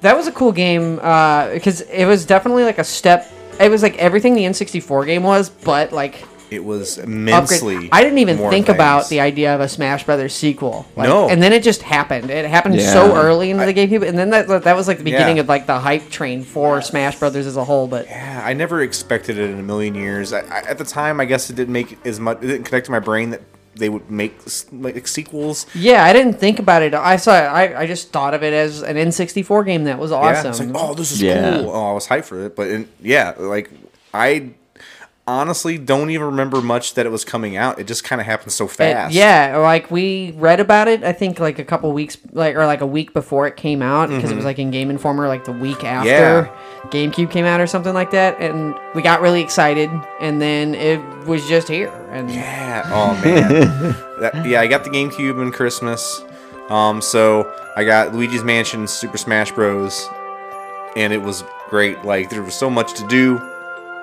[SPEAKER 3] that was a cool game because it was definitely like a step. It was like everything the N64 game was, but like
[SPEAKER 1] It was
[SPEAKER 3] upgrade.
[SPEAKER 1] immensely.
[SPEAKER 3] I didn't even
[SPEAKER 1] more
[SPEAKER 3] think about
[SPEAKER 1] things.
[SPEAKER 3] the idea of a Smash Brothers sequel. Like,
[SPEAKER 1] No.
[SPEAKER 3] and then it just happened. It happened so
[SPEAKER 2] Yeah.
[SPEAKER 3] early into the GameCube, and then that that was like the beginning
[SPEAKER 1] Yeah.
[SPEAKER 3] of like the hype train for Smash Brothers as a whole. But
[SPEAKER 1] Yeah, I never expected it in a million years. I, I, at the time, I guess it didn't make as much. It didn't connect to my brain that they would make s- like sequels.
[SPEAKER 3] yeah, I didn't think about it. I saw. I I just thought of it as an N64 game that was
[SPEAKER 1] Yeah, it's
[SPEAKER 3] awesome.
[SPEAKER 1] like oh, this is
[SPEAKER 2] Yeah.
[SPEAKER 1] cool. Oh, I was hyped for it, but in, yeah, like I honestly don't even remember much that it was coming out. It just kind of happened so
[SPEAKER 3] It-
[SPEAKER 1] fast.
[SPEAKER 3] yeah, like we read about it. I think like a couple weeks, like or like a week before it came out, because
[SPEAKER 1] Mm-hmm.
[SPEAKER 3] it was like in Game Informer, like the week after GameCube came out or something like that. And we got really excited, and then it was just here. And
[SPEAKER 1] Yeah. Oh man. that, yeah, I got the GameCube in Christmas. Um, so I got Luigi's Mansion, and Super Smash Bros, and it was great. Like there was so much to do.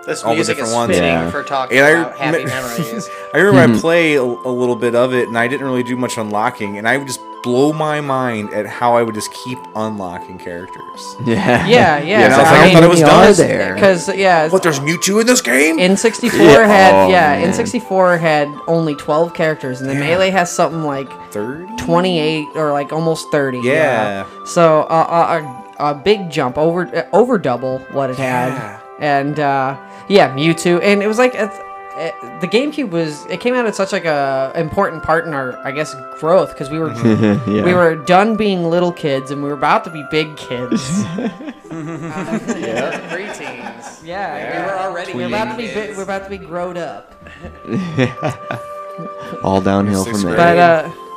[SPEAKER 4] This
[SPEAKER 1] All the
[SPEAKER 4] music is
[SPEAKER 1] different ones.
[SPEAKER 4] spitting
[SPEAKER 2] Yeah.
[SPEAKER 4] for talking
[SPEAKER 1] And I
[SPEAKER 4] about happy
[SPEAKER 1] rem-
[SPEAKER 4] memories.
[SPEAKER 1] I remember I
[SPEAKER 2] Hmm.
[SPEAKER 1] play a, a little bit of it, and I didn't really do much unlocking, and I would just blow my mind at how I would just keep unlocking characters.
[SPEAKER 2] Yeah.
[SPEAKER 3] yeah, yeah.
[SPEAKER 1] and I was like, I thought it was done.
[SPEAKER 3] because yeah,
[SPEAKER 1] What? There's Mewtwo in this game?
[SPEAKER 3] N64
[SPEAKER 2] Yeah,
[SPEAKER 3] had
[SPEAKER 2] oh,
[SPEAKER 3] yeah,
[SPEAKER 2] man.
[SPEAKER 3] N64 had only 12 characters, and the Melee has something like
[SPEAKER 1] Thirty.
[SPEAKER 3] 28 or like almost 30.
[SPEAKER 1] Yeah.
[SPEAKER 3] So uh, a, a, a big jump over uh, over double what it
[SPEAKER 1] Yeah.
[SPEAKER 3] had, and uh, yeah, Mewtwo, and it was like it's, it, the GameCube was it came out at such like a important part in our I guess growth because we were
[SPEAKER 2] Mm-hmm. Yeah.
[SPEAKER 3] we were done being little kids and we were about to be big kids.
[SPEAKER 4] Preteens.
[SPEAKER 3] yeah,
[SPEAKER 4] We were already.
[SPEAKER 3] we're about to be
[SPEAKER 4] kids.
[SPEAKER 3] big, we're about to be growed up.
[SPEAKER 2] All downhill from
[SPEAKER 1] Sixth
[SPEAKER 2] there.
[SPEAKER 1] grade.
[SPEAKER 3] But uh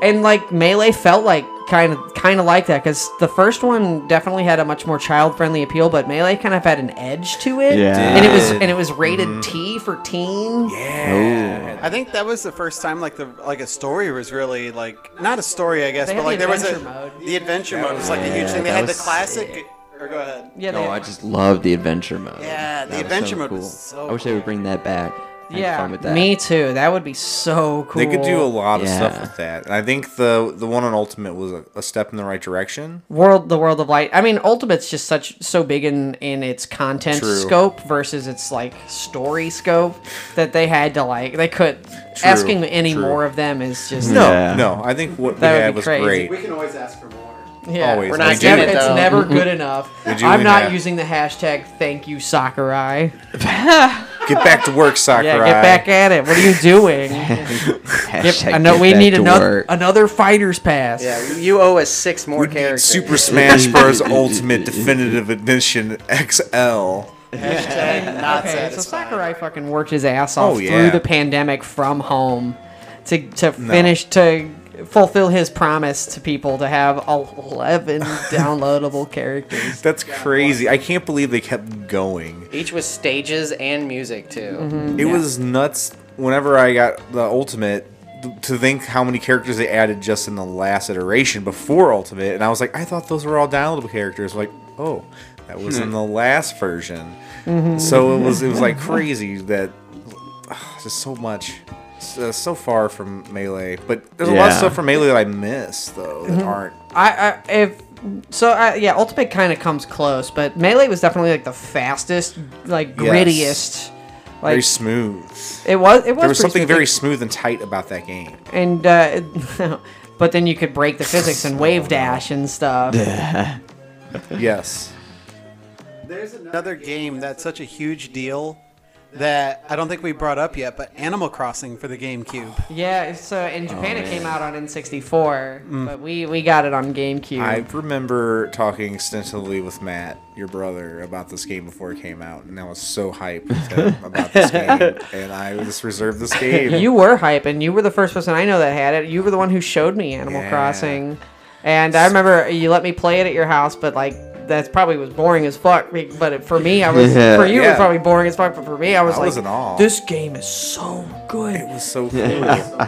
[SPEAKER 3] and like melee felt like kind of kind of like that because the first one definitely had a much more child friendly appeal, but Melee kind of had an edge to it.
[SPEAKER 2] Yeah. Mm-hmm.
[SPEAKER 3] and it was
[SPEAKER 1] Did.
[SPEAKER 3] and it was rated T for teen.
[SPEAKER 2] Oh.
[SPEAKER 5] I think that was the first time like the like a story was really like not a story I guess
[SPEAKER 3] They
[SPEAKER 5] but
[SPEAKER 3] had
[SPEAKER 5] like
[SPEAKER 3] the
[SPEAKER 5] there was a
[SPEAKER 3] adventure mode.
[SPEAKER 5] the adventure mode was like a huge
[SPEAKER 2] Yeah,
[SPEAKER 5] thing. They
[SPEAKER 2] that
[SPEAKER 5] had the
[SPEAKER 2] was
[SPEAKER 5] classic. Or go ahead.
[SPEAKER 3] Yeah,
[SPEAKER 2] No,
[SPEAKER 3] they-
[SPEAKER 2] Oh, I just love the adventure mode.
[SPEAKER 5] Yeah, the
[SPEAKER 2] was Oh,
[SPEAKER 5] adventure mode was so
[SPEAKER 2] I wish they would bring that back. I had
[SPEAKER 3] yeah,
[SPEAKER 2] fun with that.
[SPEAKER 3] me too. That would be so cool.
[SPEAKER 1] They could do a lot of stuff
[SPEAKER 2] Yeah.
[SPEAKER 1] with that. And I think the the one on Ultimate was a, a step in the right direction.
[SPEAKER 3] world the world of light i mean ultimate's just such so big in in its content
[SPEAKER 1] True.
[SPEAKER 3] scope versus its like story scope that they had to like they could asking any
[SPEAKER 1] true.
[SPEAKER 3] more of them is just
[SPEAKER 1] No,
[SPEAKER 2] Yeah.
[SPEAKER 1] no. I think what
[SPEAKER 3] That
[SPEAKER 1] we
[SPEAKER 3] would
[SPEAKER 1] had
[SPEAKER 3] be
[SPEAKER 1] was
[SPEAKER 3] crazy.
[SPEAKER 1] great.
[SPEAKER 7] We can always ask for more.
[SPEAKER 3] yeah
[SPEAKER 1] always.
[SPEAKER 4] We're not
[SPEAKER 3] it's,
[SPEAKER 1] getting
[SPEAKER 3] never-
[SPEAKER 4] it,
[SPEAKER 3] it's
[SPEAKER 4] though.
[SPEAKER 3] never
[SPEAKER 2] Mm-hmm.
[SPEAKER 3] good enough
[SPEAKER 1] do
[SPEAKER 3] i'm
[SPEAKER 1] in
[SPEAKER 3] not
[SPEAKER 1] half.
[SPEAKER 3] using the hashtag thank you sakurai
[SPEAKER 1] Get back to work, Sakurai.
[SPEAKER 3] yeah get back at it what are you doing Get-
[SPEAKER 2] Hashtag
[SPEAKER 3] i know
[SPEAKER 2] get
[SPEAKER 3] we
[SPEAKER 2] back
[SPEAKER 3] need
[SPEAKER 2] to
[SPEAKER 3] another
[SPEAKER 2] work.
[SPEAKER 3] another fighter's pass
[SPEAKER 4] Yeah, you owe us six more
[SPEAKER 1] We need
[SPEAKER 4] characters.
[SPEAKER 1] Super Smash Bros. Ultimate Definitive Edition XL.
[SPEAKER 5] Hashtag not
[SPEAKER 3] Okay, so
[SPEAKER 5] satisfied.
[SPEAKER 3] Sakurai fucking worked his ass off
[SPEAKER 1] Oh, yeah.
[SPEAKER 3] through the pandemic from home to to finish to fulfill his promise to people to have eleven downloadable characters.
[SPEAKER 1] That's crazy. I can't believe they kept going.
[SPEAKER 4] Each with stages and music too.
[SPEAKER 1] It was nuts. Whenever I got the Ultimate, th- to think how many characters they added just in the last iteration before Ultimate, and I was like, I thought those were all downloadable characters. Like, oh, that was in the last version.
[SPEAKER 3] Mm-hmm.
[SPEAKER 1] So it was it was like crazy that ugh, just so much. So, so far from melee, but there's a lot of
[SPEAKER 2] Yeah.
[SPEAKER 1] stuff from melee that I miss though
[SPEAKER 3] Mm-hmm.
[SPEAKER 1] that aren't
[SPEAKER 3] I, I if so I, yeah, Ultimate kind of comes close, but Melee was definitely like the fastest, like
[SPEAKER 1] Yes.
[SPEAKER 3] grittiest. Like
[SPEAKER 1] very smooth.
[SPEAKER 3] it was, it was.
[SPEAKER 1] There was
[SPEAKER 3] pretty
[SPEAKER 1] something
[SPEAKER 3] smooth.
[SPEAKER 1] very smooth and tight about that game.
[SPEAKER 3] and uh, but then you could break the physics and wave dash and stuff.
[SPEAKER 1] Yes.
[SPEAKER 7] There's another.
[SPEAKER 5] Another game that's such a huge deal that I don't think we brought up yet, but Animal Crossing for the GameCube.
[SPEAKER 3] Yeah, so in
[SPEAKER 4] Oh,
[SPEAKER 3] Japan it came out on N64,
[SPEAKER 4] Mm.
[SPEAKER 3] but we we got it on GameCube.
[SPEAKER 1] I remember talking extensively with Matt, your brother, about this game before it came out, and I was so hyped with him about this game, and I just reserved this game.
[SPEAKER 3] you were hype, and you were the first person I know that had it. You were the one who showed me Animal
[SPEAKER 1] Yeah.
[SPEAKER 3] Crossing, and I remember you let me play it at your house, but like that probably was boring as fuck. be- But it- for me, I was
[SPEAKER 2] Yeah.
[SPEAKER 3] for you it
[SPEAKER 1] Yeah.
[SPEAKER 3] was probably boring as fuck, but for me, I was
[SPEAKER 1] I
[SPEAKER 3] like,
[SPEAKER 1] was in awe.
[SPEAKER 3] this game is so good.
[SPEAKER 1] It was so cool.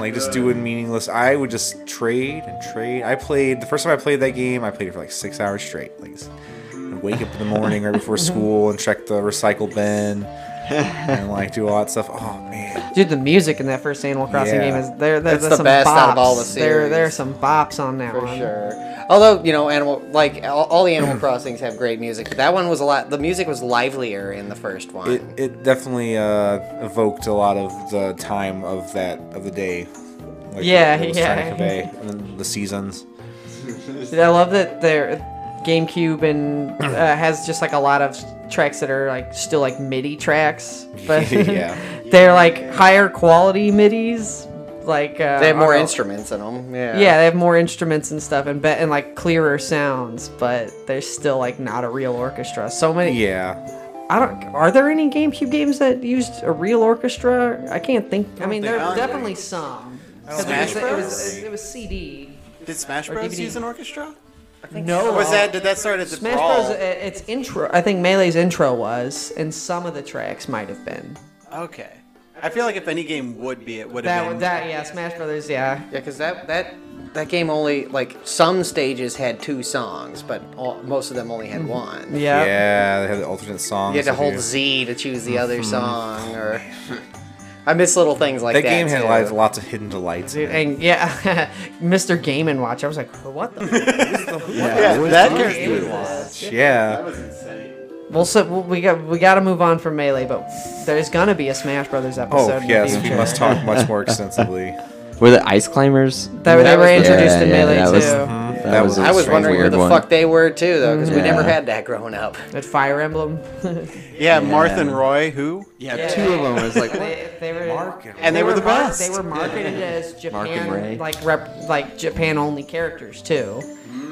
[SPEAKER 1] like just doing meaningless. I would just trade and trade. I played the first time I played that game. I played it for like six hours straight. Like s- I'd wake up in the morning right before school and check the recycle bin and like do all that stuff. Oh man,
[SPEAKER 3] Dude, the music in that first Animal Crossing
[SPEAKER 1] Yeah.
[SPEAKER 3] game is there. there
[SPEAKER 4] It's
[SPEAKER 3] there's
[SPEAKER 4] the
[SPEAKER 3] some
[SPEAKER 4] best
[SPEAKER 3] bops.
[SPEAKER 4] out of all the
[SPEAKER 3] There, there are
[SPEAKER 4] series.
[SPEAKER 3] some bops on that
[SPEAKER 4] For
[SPEAKER 3] one.
[SPEAKER 4] sure. Although you know, animal like all, all the Animal Crossings have great music, but that one was a lot. The music was livelier in the first one.
[SPEAKER 1] it it definitely uh, evoked a lot of the time of that of the day. Like,
[SPEAKER 3] Yeah,
[SPEAKER 1] it was
[SPEAKER 3] yeah.
[SPEAKER 1] trying to convey, and then the seasons.
[SPEAKER 3] I love that their GameCube and uh, has just like a lot of tracks that are like still like MIDI tracks, but
[SPEAKER 1] Yeah.
[SPEAKER 3] they're like higher quality MIDIs. Like uh,
[SPEAKER 4] they have more uh,
[SPEAKER 3] are-
[SPEAKER 4] instruments in them. Yeah.
[SPEAKER 3] Yeah, they have more instruments and stuff, and be- and like clearer sounds, but they're still like not a real orchestra. So many.
[SPEAKER 1] Yeah,
[SPEAKER 3] I don't. Are there any GameCube games that used a real orchestra? I can't think. I, mean, there are
[SPEAKER 5] think-
[SPEAKER 3] definitely some. 'Cause
[SPEAKER 5] think
[SPEAKER 3] it, was,
[SPEAKER 5] Smash
[SPEAKER 3] it,
[SPEAKER 5] Bros.
[SPEAKER 3] was, it was CD.
[SPEAKER 5] Did Smash Bros.
[SPEAKER 3] DVD.
[SPEAKER 5] use an orchestra?
[SPEAKER 3] No,
[SPEAKER 5] Or was that did that start at the
[SPEAKER 3] Smash
[SPEAKER 5] brawl?
[SPEAKER 3] Bros. uh, Its intro, I think Melee's intro was, and some of the tracks might have been.
[SPEAKER 5] Okay. I feel like if any game would be, it would have
[SPEAKER 3] That
[SPEAKER 5] been.
[SPEAKER 3] would that yeah, Smash Brothers yeah.
[SPEAKER 4] Yeah, because that that that game only like some stages had two songs, but all, most of them only had
[SPEAKER 1] Mm-hmm.
[SPEAKER 4] one.
[SPEAKER 3] Yeah.
[SPEAKER 1] yeah. They had the alternate songs.
[SPEAKER 4] You had to
[SPEAKER 1] if
[SPEAKER 4] hold
[SPEAKER 1] you-
[SPEAKER 4] Z to choose the other song, or I miss little things like
[SPEAKER 1] Mm-hmm. That
[SPEAKER 4] that.
[SPEAKER 1] game had
[SPEAKER 4] too.
[SPEAKER 1] lots, lots of hidden delights. in
[SPEAKER 3] Dude,
[SPEAKER 1] it.
[SPEAKER 3] and yeah, Mr. Game and Watch. I was like, what the? Fuck
[SPEAKER 5] Yeah, that character-
[SPEAKER 3] is this?
[SPEAKER 7] That
[SPEAKER 1] Yeah,
[SPEAKER 7] was insane.
[SPEAKER 3] Well, so well, we got we got to move on from melee, but there's gonna be a Smash Brothers episode.
[SPEAKER 1] Oh
[SPEAKER 3] in the
[SPEAKER 1] yes, we
[SPEAKER 3] future.
[SPEAKER 1] must talk much more extensively.
[SPEAKER 2] Were the ice climbers?
[SPEAKER 3] uh, That, they
[SPEAKER 4] That
[SPEAKER 3] were
[SPEAKER 4] was the-
[SPEAKER 3] introduced in melee
[SPEAKER 2] that
[SPEAKER 3] too.
[SPEAKER 2] was- Mm-hmm. that, was. a
[SPEAKER 4] I was
[SPEAKER 2] strange,
[SPEAKER 4] wondering where
[SPEAKER 2] weird
[SPEAKER 4] the
[SPEAKER 2] one.
[SPEAKER 4] fuck they were too, though, because
[SPEAKER 3] Mm.
[SPEAKER 4] we never
[SPEAKER 2] Yeah.
[SPEAKER 4] had that growing up.
[SPEAKER 3] That Fire Emblem.
[SPEAKER 5] Yeah, Martha and Roy, who? Yeah,
[SPEAKER 2] Two of them was like.
[SPEAKER 3] they, they were
[SPEAKER 5] and they, were, the
[SPEAKER 3] mar-
[SPEAKER 5] best.
[SPEAKER 3] They were marketed as
[SPEAKER 2] Mark and
[SPEAKER 3] Japan,
[SPEAKER 2] Ray.
[SPEAKER 3] like rep, like Japan only characters too.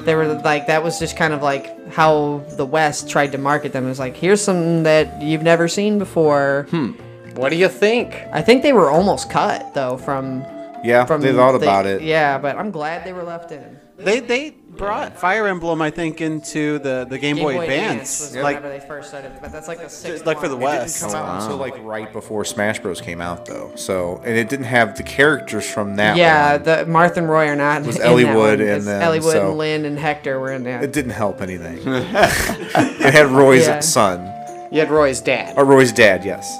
[SPEAKER 3] They were like that was just kind of like how the West tried to market them. It was like here's something that you've never seen before.
[SPEAKER 5] Hmm.
[SPEAKER 4] What do you think?
[SPEAKER 3] I think they were almost cut though from
[SPEAKER 1] Yeah,
[SPEAKER 3] from
[SPEAKER 1] they thought
[SPEAKER 3] the-
[SPEAKER 1] about it.
[SPEAKER 3] Yeah, but I'm glad they were left in.
[SPEAKER 5] They they brought Fire Emblem, I think, into the, the Game, Boy, Advance.
[SPEAKER 3] was
[SPEAKER 5] Like
[SPEAKER 3] whenever they first started, but that's like the six.
[SPEAKER 5] like for the
[SPEAKER 6] It didn't
[SPEAKER 5] West.
[SPEAKER 6] come out until like right before Smash Bros. came out, though. So, and it didn't have the characters from that.
[SPEAKER 3] Yeah,
[SPEAKER 6] one.
[SPEAKER 3] the Martha and Roy are not.
[SPEAKER 6] was
[SPEAKER 3] in
[SPEAKER 6] Ellie
[SPEAKER 3] that
[SPEAKER 6] Wood
[SPEAKER 3] one.
[SPEAKER 6] and
[SPEAKER 3] It's
[SPEAKER 6] them,
[SPEAKER 3] Ellie Wood
[SPEAKER 6] so-
[SPEAKER 3] and Lynn and Hector were in
[SPEAKER 6] it
[SPEAKER 3] that.
[SPEAKER 6] didn't help anything. it had Roy's
[SPEAKER 3] Yeah.
[SPEAKER 6] son
[SPEAKER 4] You had Roy's dad.
[SPEAKER 6] or Oh, Roy's dad. Yes.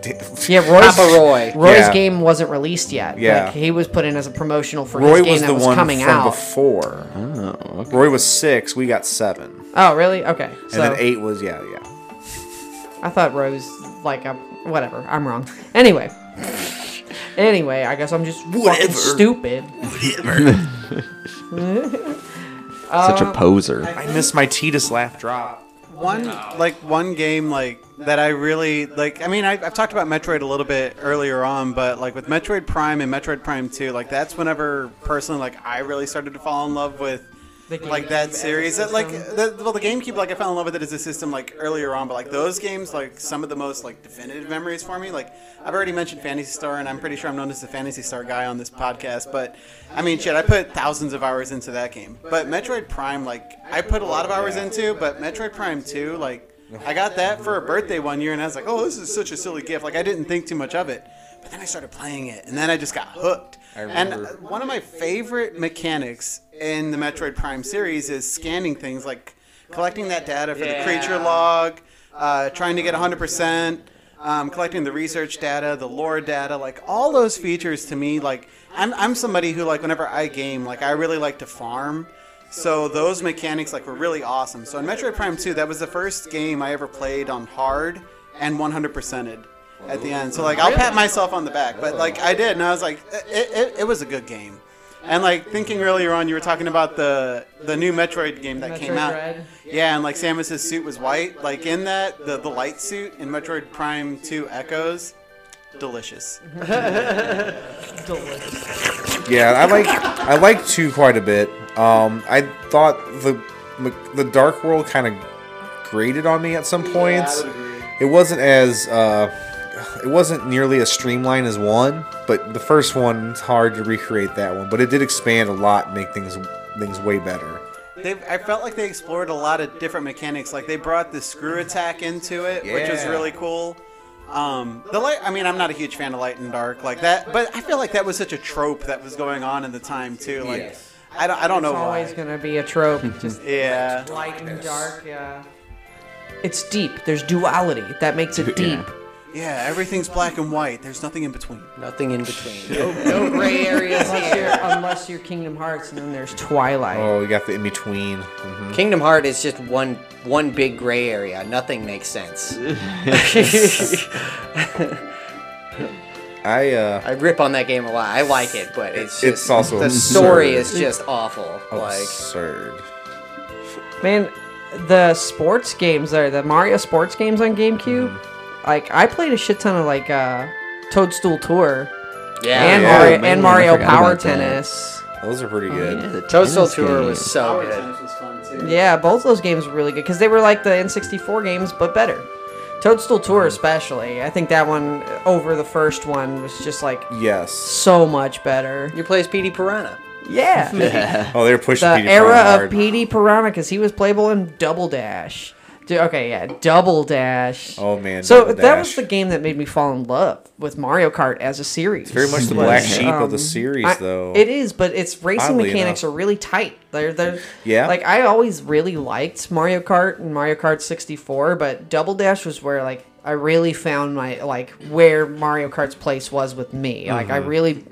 [SPEAKER 6] D-
[SPEAKER 3] Yeah, Roy's,
[SPEAKER 4] Papa Roy.
[SPEAKER 3] Roy's
[SPEAKER 6] Yeah.
[SPEAKER 3] game wasn't released yet.
[SPEAKER 6] Yeah.
[SPEAKER 3] like, he was put in as a promotional for his
[SPEAKER 6] Roy
[SPEAKER 3] game
[SPEAKER 6] was
[SPEAKER 3] that
[SPEAKER 6] the
[SPEAKER 3] was
[SPEAKER 6] one
[SPEAKER 3] coming
[SPEAKER 6] from
[SPEAKER 3] out.
[SPEAKER 6] before.
[SPEAKER 2] Oh, okay.
[SPEAKER 6] Roy was six. We got seven,
[SPEAKER 3] oh, really? Okay. So
[SPEAKER 6] and then eight was yeah, yeah.
[SPEAKER 3] I thought Rose like a, whatever. I'm wrong. Anyway. anyway, I guess I'm just fucking
[SPEAKER 6] Whatever.
[SPEAKER 3] stupid.
[SPEAKER 2] Such a poser.
[SPEAKER 6] I missed my Titus laugh drop.
[SPEAKER 5] one like one game like that I really like. I mean, I, I've talked about Metroid a little bit earlier on, but like with Metroid Prime and Metroid Prime Two, like that's whenever personally like I really started to fall in love with. Like that series, that like the, well, the GameCube, like I fell in love with it as a system like earlier on, but like those games, like some of the most like definitive memories for me. Like I've already mentioned Fantasy Star, and I'm pretty sure I'm known as the Fantasy Star guy on this podcast, but I mean, shit, I put thousands of hours into that game. But Metroid Prime, like I put a lot of hours into, but Metroid Prime Two, like I got that for a birthday one year, and I was like, oh, this is such a silly gift. Like I didn't think too much of it, but then I started playing it, and then I just got hooked. And uh, one of my favorite mechanics in the Metroid Prime series is scanning things, like collecting that data for the creature log, uh, trying to get 100%, um, collecting the research data, the lore data, like all those features to me, like I'm, I'm somebody who like whenever I game, like I really like to farm. So those mechanics like were really awesome. So in Metroid Prime 2, that was the first game I ever played on hard and 100%ed at the end. So like I'll pat myself on the back, but like I did, and I was like, it, it, it was a good game. And like thinking earlier on, you were talking about the the new Metroid game that came
[SPEAKER 3] Metroid
[SPEAKER 5] out.
[SPEAKER 3] Dread.
[SPEAKER 5] Yeah, and like Samus's suit was white. Like in that, the, the light suit in Metroid Prime 2 Echoes, delicious.
[SPEAKER 6] Yeah, I like I like two quite a bit. Um, I thought the the Dark World kind of grated on me at some points. it wasn't as uh, it wasn't nearly as streamlined as one, but the first one it's hard to recreate that one. But it did expand a lot, and make things things way better.
[SPEAKER 5] They, I felt like they explored a lot of different mechanics. Like they brought the screw attack into it, which was
[SPEAKER 6] Yeah.
[SPEAKER 5] really cool. Um, the light. I mean, I'm not a huge fan of light and dark like that, but I feel like that was such a trope that was going on in the time too. Like,
[SPEAKER 6] Yes.
[SPEAKER 5] I don't. I don't know
[SPEAKER 3] It's always
[SPEAKER 5] why.
[SPEAKER 3] gonna be a trope. Just
[SPEAKER 5] Yeah.
[SPEAKER 3] light and dark. Yeah. It's deep. There's duality that makes it deep.
[SPEAKER 5] Yeah. Everything's black and white. There's nothing in between.
[SPEAKER 4] Nothing in between.
[SPEAKER 3] No gray areas unless you're, unless you're Kingdom Hearts, and then there's Twilight.
[SPEAKER 6] Oh, you got the in between. hmm
[SPEAKER 4] Kingdom Heart is just one one big gray area. Nothing makes sense.
[SPEAKER 6] I uh,
[SPEAKER 4] I rip on that game a lot. I like it, but it's just
[SPEAKER 6] it's also
[SPEAKER 4] the story is just awful. Like
[SPEAKER 6] absurd.
[SPEAKER 3] Man, the sports games there, the Mario sports games on GameCube.
[SPEAKER 2] Mm.
[SPEAKER 3] Like I played a shit ton of like uh, Toadstool Tour
[SPEAKER 4] yeah,
[SPEAKER 3] and
[SPEAKER 6] yeah,
[SPEAKER 3] Mario
[SPEAKER 2] Oh, man,
[SPEAKER 3] and
[SPEAKER 2] I
[SPEAKER 3] Mario
[SPEAKER 2] forgot
[SPEAKER 3] Power
[SPEAKER 2] about that.
[SPEAKER 3] Tennis.
[SPEAKER 6] Those are
[SPEAKER 3] Oh,
[SPEAKER 6] pretty good.
[SPEAKER 2] Yeah, the
[SPEAKER 4] Toadstool
[SPEAKER 2] tennis
[SPEAKER 4] Tour
[SPEAKER 2] game.
[SPEAKER 4] was so
[SPEAKER 7] Power
[SPEAKER 4] good.
[SPEAKER 7] Tennis was fun too.
[SPEAKER 3] Yeah, both those games were really good because they were like the N64 games, but better. Toadstool Tour,
[SPEAKER 2] Mm.
[SPEAKER 3] especially. I think that one uh, over the first one was just like
[SPEAKER 6] Yes.
[SPEAKER 3] so much better.
[SPEAKER 4] You play as Petey Piranha.
[SPEAKER 3] Yeah.
[SPEAKER 6] Oh, they're pushing
[SPEAKER 3] the
[SPEAKER 6] Peter Pan
[SPEAKER 3] era of
[SPEAKER 6] hard.
[SPEAKER 3] P.D. Piranha because he was playable in Double Dash. Dude, okay, yeah, Double Dash.
[SPEAKER 6] Oh, man,
[SPEAKER 3] so
[SPEAKER 6] Double
[SPEAKER 3] that was
[SPEAKER 6] Dash.
[SPEAKER 3] the game that made me fall in love with Mario Kart as a series.
[SPEAKER 6] Very much the
[SPEAKER 2] Yeah.
[SPEAKER 6] black sheep of the
[SPEAKER 3] Um,
[SPEAKER 6] series,
[SPEAKER 3] I-
[SPEAKER 6] though.
[SPEAKER 3] It is, but its racing
[SPEAKER 6] Oddly
[SPEAKER 3] mechanics
[SPEAKER 6] enough.
[SPEAKER 3] are really tight. They're they're
[SPEAKER 6] Yeah.
[SPEAKER 3] Like I always really liked Mario Kart and Mario Kart 64, but Double Dash was where like I really found my like where Mario Kart's place was with me. Like I
[SPEAKER 6] Mm-hmm.
[SPEAKER 3] really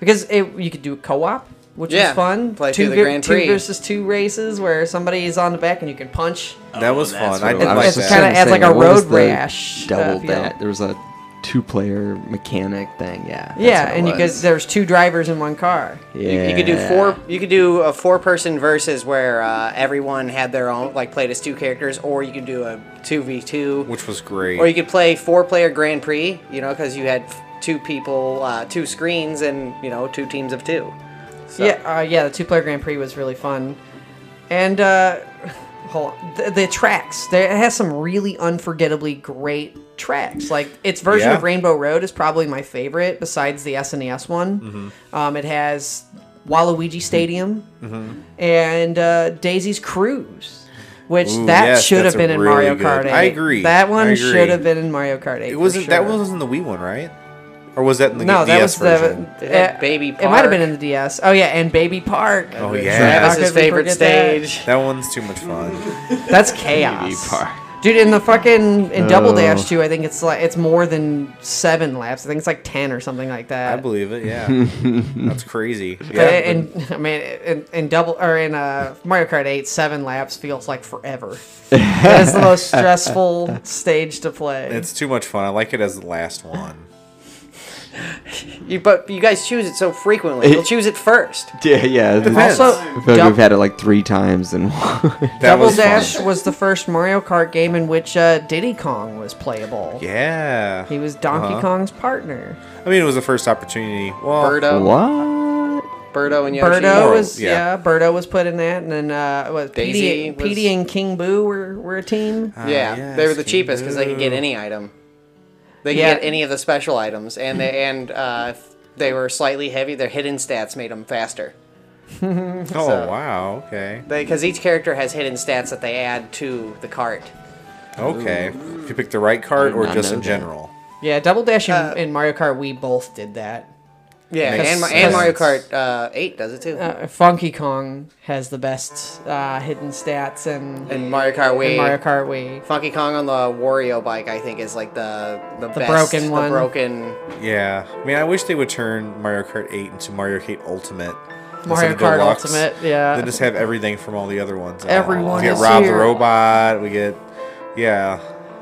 [SPEAKER 3] because it you could do a co-op, which
[SPEAKER 4] Yeah.
[SPEAKER 3] was fun.
[SPEAKER 4] Play through the
[SPEAKER 3] ver-
[SPEAKER 4] Grand
[SPEAKER 3] two
[SPEAKER 4] Prix.
[SPEAKER 3] versus two races where somebody is on the back and you can punch.
[SPEAKER 6] that was
[SPEAKER 2] That's
[SPEAKER 6] fun.
[SPEAKER 2] what
[SPEAKER 6] I
[SPEAKER 2] it
[SPEAKER 6] did
[SPEAKER 2] was.
[SPEAKER 6] like
[SPEAKER 3] It's
[SPEAKER 2] Just
[SPEAKER 6] that.
[SPEAKER 3] kinda
[SPEAKER 2] trying to
[SPEAKER 3] adds
[SPEAKER 2] say,
[SPEAKER 3] like a
[SPEAKER 2] what was
[SPEAKER 3] road
[SPEAKER 2] the
[SPEAKER 3] rash, uh,
[SPEAKER 2] Double
[SPEAKER 3] feel.
[SPEAKER 2] that. There was a two-player mechanic thing. Yeah. that's
[SPEAKER 3] Yeah,
[SPEAKER 2] what it
[SPEAKER 3] and you could
[SPEAKER 2] was.
[SPEAKER 3] there's two drivers in one car.
[SPEAKER 4] You,
[SPEAKER 2] Yeah.
[SPEAKER 4] you could do four. You could do a four-person versus where uh, everyone had their own, like played as two characters, or you could do a two v two,
[SPEAKER 6] which was great.
[SPEAKER 4] or you could play four-player Grand Prix. You know, because you had two people, uh, two screens, and you know, two teams of two. So-
[SPEAKER 3] Yeah, uh, yeah, the two player Grand Prix was really fun. And uh, hold on. The, the tracks. There it has some really unforgettably great tracks. Like its version
[SPEAKER 6] Yeah.
[SPEAKER 3] E
[SPEAKER 1] Mm-hmm.
[SPEAKER 3] of Rainbow Road is probably my favorite besides the SNES one. Um, it has Waluigi Stadium,
[SPEAKER 1] Mm-hmm.
[SPEAKER 3] and uh, Daisy's Cruise, which
[SPEAKER 1] Ooh,
[SPEAKER 3] that
[SPEAKER 1] yes,
[SPEAKER 3] should
[SPEAKER 1] that's
[SPEAKER 3] have been
[SPEAKER 1] a
[SPEAKER 3] in
[SPEAKER 1] really
[SPEAKER 3] Mario
[SPEAKER 1] good-
[SPEAKER 3] Kart 8.
[SPEAKER 1] I agree,
[SPEAKER 3] That
[SPEAKER 1] I
[SPEAKER 3] one should
[SPEAKER 1] agree.
[SPEAKER 3] have been in Mario Kart 8.
[SPEAKER 1] It
[SPEAKER 3] for
[SPEAKER 1] wasn't that
[SPEAKER 3] sure.
[SPEAKER 1] wasn't the Wii one, right? Or was that in the DS
[SPEAKER 3] No, that was
[SPEAKER 1] version?
[SPEAKER 3] the
[SPEAKER 4] They had Baby
[SPEAKER 3] It might have
[SPEAKER 4] Park.
[SPEAKER 3] been in the DS. Oh yeah, and Baby Park.
[SPEAKER 1] Oh yeah,
[SPEAKER 3] Travis- How
[SPEAKER 4] Travis's
[SPEAKER 3] could we
[SPEAKER 4] favorite
[SPEAKER 3] forget that?
[SPEAKER 4] stage.
[SPEAKER 1] that one's too much fun.
[SPEAKER 3] That's chaos. Dude, in the fucking in Double
[SPEAKER 1] Oh.
[SPEAKER 3] Dash too, I think it's like it's more than seven laps. I think it's like ten or something like
[SPEAKER 1] I
[SPEAKER 3] that.
[SPEAKER 1] believe it. Yeah, that's crazy. Yeah,
[SPEAKER 3] But in, I mean, in, in double or in uh, Mario Kart Eight, seven laps feels like forever. That's the most stressful stage to play.
[SPEAKER 1] it's too much fun. I like it as the last one.
[SPEAKER 4] You, but you guys choose it so frequently. You'll choose it first.
[SPEAKER 2] Yeah, yeah. it was-
[SPEAKER 3] also,
[SPEAKER 2] I feel like
[SPEAKER 3] Dou-
[SPEAKER 2] we've had it like three times and
[SPEAKER 1] That
[SPEAKER 3] Double
[SPEAKER 1] was fun.
[SPEAKER 3] Dash was the first Mario Kart game in which uh, Diddy Kong was playable.
[SPEAKER 1] Yeah,
[SPEAKER 3] He was Donkey
[SPEAKER 1] Uh-huh.
[SPEAKER 3] Kong's partner.
[SPEAKER 1] I mean, it was the first opportunity. Well,
[SPEAKER 4] Birdo,
[SPEAKER 2] what?
[SPEAKER 4] Birdo, and Yoshi.
[SPEAKER 3] Birdo
[SPEAKER 1] Or-
[SPEAKER 3] was yeah.
[SPEAKER 1] yeah.
[SPEAKER 3] Birdo was put in that, and then uh, what,
[SPEAKER 4] Daisy
[SPEAKER 3] Petey,
[SPEAKER 4] was- Uh,
[SPEAKER 3] Petey and King Boo were, were a team.
[SPEAKER 4] Yeah,
[SPEAKER 1] Ah,
[SPEAKER 4] they were
[SPEAKER 1] yes,
[SPEAKER 4] the cheapest because they could get
[SPEAKER 1] Kangaroo.
[SPEAKER 4] any item. They could
[SPEAKER 3] Yeah.
[SPEAKER 4] get any of the special items, and they and uh, if they were slightly heavy. Their hidden stats made them faster.
[SPEAKER 1] oh wow, okay,
[SPEAKER 4] Because each character has hidden stats that they add to the cart.
[SPEAKER 1] okay. If you pick the right card
[SPEAKER 2] did
[SPEAKER 1] or
[SPEAKER 2] not
[SPEAKER 1] just
[SPEAKER 2] know
[SPEAKER 1] in
[SPEAKER 2] that.
[SPEAKER 1] general.
[SPEAKER 3] Yeah, Double Dash and,
[SPEAKER 4] Uh,
[SPEAKER 3] and Mario Kart, we both did that.
[SPEAKER 4] Yeah,
[SPEAKER 1] Makes
[SPEAKER 4] and, Ma- and Mario
[SPEAKER 1] sense.
[SPEAKER 4] Kart uh, Eight does it too.
[SPEAKER 3] Uh, Funky Kong has the best uh, hidden stats and,
[SPEAKER 4] and Mario Kart Wii,
[SPEAKER 3] and Mario Kart Wii.
[SPEAKER 4] Funky Kong on the Wario bike, I think, is like the the, best,
[SPEAKER 3] broken one.
[SPEAKER 4] The broken.
[SPEAKER 1] Yeah, I mean, I wish they would turn Mario Kart 8 into Mario Kart Ultimate. instead
[SPEAKER 3] Mario
[SPEAKER 1] of
[SPEAKER 3] Kart
[SPEAKER 1] Deluxe.
[SPEAKER 3] Ultimate, yeah.
[SPEAKER 1] Then just have everything from all the other ones. out.
[SPEAKER 3] Everyone
[SPEAKER 1] We get
[SPEAKER 3] is
[SPEAKER 1] Rob
[SPEAKER 3] here.
[SPEAKER 1] the Robot. We get, yeah,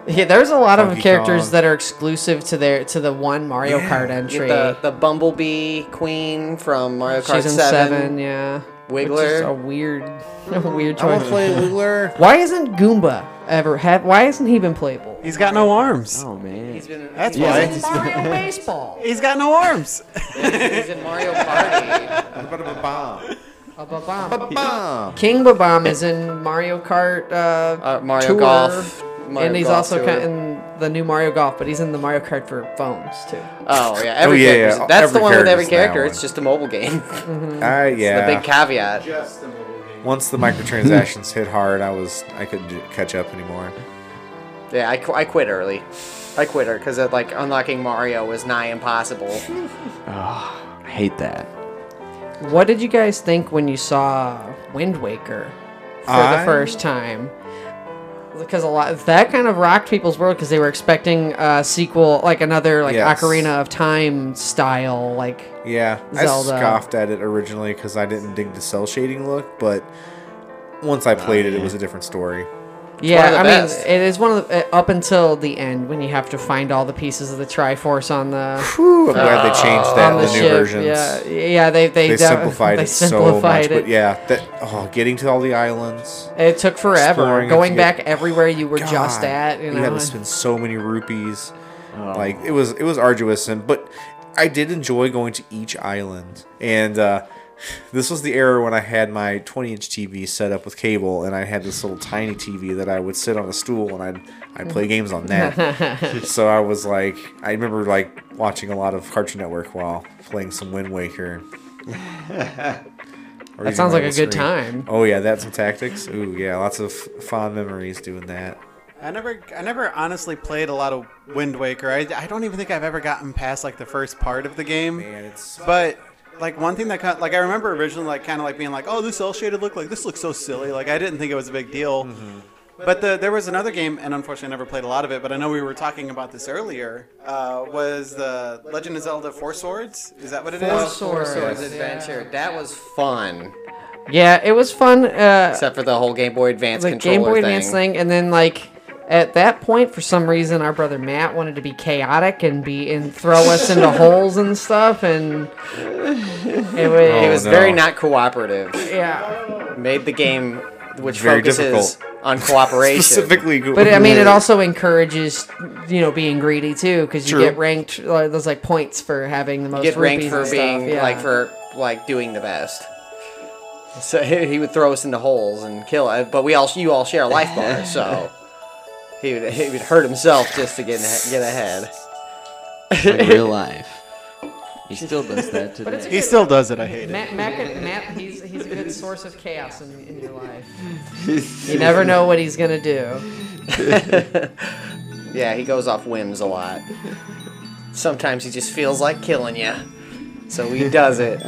[SPEAKER 3] Yeah, there's a lot of
[SPEAKER 1] Funky
[SPEAKER 3] characters
[SPEAKER 1] Kong.
[SPEAKER 3] that are exclusive to their to the one Mario Kart
[SPEAKER 4] you
[SPEAKER 3] entry.
[SPEAKER 4] get The, the Bumblebee Queen from Mario Kart
[SPEAKER 3] She's in
[SPEAKER 4] Seven.
[SPEAKER 3] yeah.
[SPEAKER 4] Wiggler.
[SPEAKER 3] Which is a weird, a weird choice.
[SPEAKER 1] Wiggler.
[SPEAKER 3] Why isn't Goomba ever have? Why hasn't he been playable?
[SPEAKER 5] He's got no arms.
[SPEAKER 2] Oh man. He's been
[SPEAKER 5] That's why.
[SPEAKER 3] Mario Baseball.
[SPEAKER 5] He's got no arms.
[SPEAKER 4] He's in Mario Party.
[SPEAKER 3] A Ba-bomb. King Babam is in Mario Kart. Uh,
[SPEAKER 4] Uh, Mario
[SPEAKER 3] Tour,
[SPEAKER 4] Golf. Mario
[SPEAKER 3] and he's
[SPEAKER 4] Golf
[SPEAKER 3] also
[SPEAKER 4] Tour.
[SPEAKER 3] kind in the new Mario Golf, but he's in the Mario Kart for phones too.
[SPEAKER 4] Oh yeah,
[SPEAKER 1] yeah,
[SPEAKER 4] every
[SPEAKER 1] yeah,
[SPEAKER 4] character.
[SPEAKER 1] all-
[SPEAKER 4] That's
[SPEAKER 1] every
[SPEAKER 4] the one with every
[SPEAKER 1] character's now
[SPEAKER 4] character.
[SPEAKER 1] one.
[SPEAKER 4] It's just a mobile game. It's
[SPEAKER 3] Mm.
[SPEAKER 1] I, yeah.
[SPEAKER 4] The big caveat.
[SPEAKER 8] Just a mobile game.
[SPEAKER 1] Once the microtransactions hit hard, I was I couldn't j- catch up anymore.
[SPEAKER 4] Yeah, I, qu- I quit early. I quit her because like unlocking Mario was nigh impossible.
[SPEAKER 2] I hate that.
[SPEAKER 3] What did you guys think when you saw Wind Waker for the
[SPEAKER 1] I-
[SPEAKER 3] first time? Because a lot that kind of rocked people's world because they were expecting a sequel, like another like
[SPEAKER 1] Yes.
[SPEAKER 3] Ocarina of Time style, like
[SPEAKER 1] Yeah,
[SPEAKER 3] Zelda.
[SPEAKER 1] I scoffed at it originally because I didn't dig the cell shading look, but once I played it, it was a different story.
[SPEAKER 3] yeah.
[SPEAKER 4] one of
[SPEAKER 3] I
[SPEAKER 4] the
[SPEAKER 3] mean,
[SPEAKER 4] best.
[SPEAKER 3] it is one of the, uh, up until the end when you have to find all the pieces of the Triforce on the
[SPEAKER 1] Whew, I'm glad they changed that
[SPEAKER 3] on
[SPEAKER 1] in
[SPEAKER 3] the
[SPEAKER 1] the new
[SPEAKER 3] ship.
[SPEAKER 1] versions.
[SPEAKER 3] Oh, Yeah, yeah. They they,
[SPEAKER 1] they
[SPEAKER 3] de-
[SPEAKER 1] simplified
[SPEAKER 3] they
[SPEAKER 1] it so
[SPEAKER 3] simplified
[SPEAKER 1] much. But yeah, that oh, getting to all the islands.
[SPEAKER 3] It took forever
[SPEAKER 1] Exploring
[SPEAKER 3] going
[SPEAKER 1] it.
[SPEAKER 3] back everywhere you were just
[SPEAKER 1] God,
[SPEAKER 3] at. You know,
[SPEAKER 1] had to
[SPEAKER 3] and-
[SPEAKER 1] spend so many rupees. Like it was, it was arduous, and but I did enjoy going to each island. And uh, this was the era when I had my 20-inch TV set up with cable, and I had this little tiny TV that I would sit on a stool and I'd I'd play games on that. so I was like, I remember like watching a lot of Cartoon Network while playing some Wind Waker.
[SPEAKER 3] that sounds like a good time.
[SPEAKER 1] Oh yeah, that's some tactics. Ooh yeah, lots of fond memories doing that.
[SPEAKER 5] I never, I never honestly played a lot of Wind Waker. I, I don't even think I've ever gotten past like the first part of the game.
[SPEAKER 1] it's
[SPEAKER 5] But like one thing that kind like I remember originally like kind of like being like, oh, this cel shaded look like this looks so silly. Like I didn't think it was a big deal. But the, there was another game, and unfortunately, I never played a lot of it. But I know we were talking about this earlier. Uh, was the Legend of Zelda Four Swords? Is that what it is?
[SPEAKER 3] Swords.
[SPEAKER 4] Swords Adventure. That was fun,
[SPEAKER 3] Yeah, it was fun. Uh,
[SPEAKER 4] except for the whole Game Boy Advance
[SPEAKER 3] the
[SPEAKER 4] controller
[SPEAKER 3] Game Boy
[SPEAKER 4] thing.
[SPEAKER 3] Advance thing, and then like at that point, for some reason, our brother Matt wanted to be chaotic and be and throw us into holes and stuff, and it was,
[SPEAKER 4] It
[SPEAKER 1] Oh,
[SPEAKER 4] was
[SPEAKER 1] no.
[SPEAKER 4] very not cooperative.
[SPEAKER 3] yeah.
[SPEAKER 4] Made the game, which
[SPEAKER 1] Very
[SPEAKER 4] focuses on cooperation.
[SPEAKER 1] specifically
[SPEAKER 3] But I mean, it also encourages you know being greedy too, because you
[SPEAKER 1] True.
[SPEAKER 3] get ranked. Uh, there's like points for having the most.
[SPEAKER 4] get ranked
[SPEAKER 3] rupees
[SPEAKER 4] for
[SPEAKER 3] and
[SPEAKER 4] being
[SPEAKER 3] stuff, yeah.
[SPEAKER 4] like for like doing the best. So he he would throw us into holes and kill us, but we all you all share a life bar, so he would he would hurt himself just to get in, get ahead.
[SPEAKER 2] Like real life. He still does that today.
[SPEAKER 3] But it's a
[SPEAKER 5] He still does it. I hate it.
[SPEAKER 3] Matt, Matt, Matt he's, he's a good source of chaos in, in your life. You never know what he's gonna do.
[SPEAKER 4] Yeah, he goes off whims a lot. Sometimes he just feels like killing you, so he does it.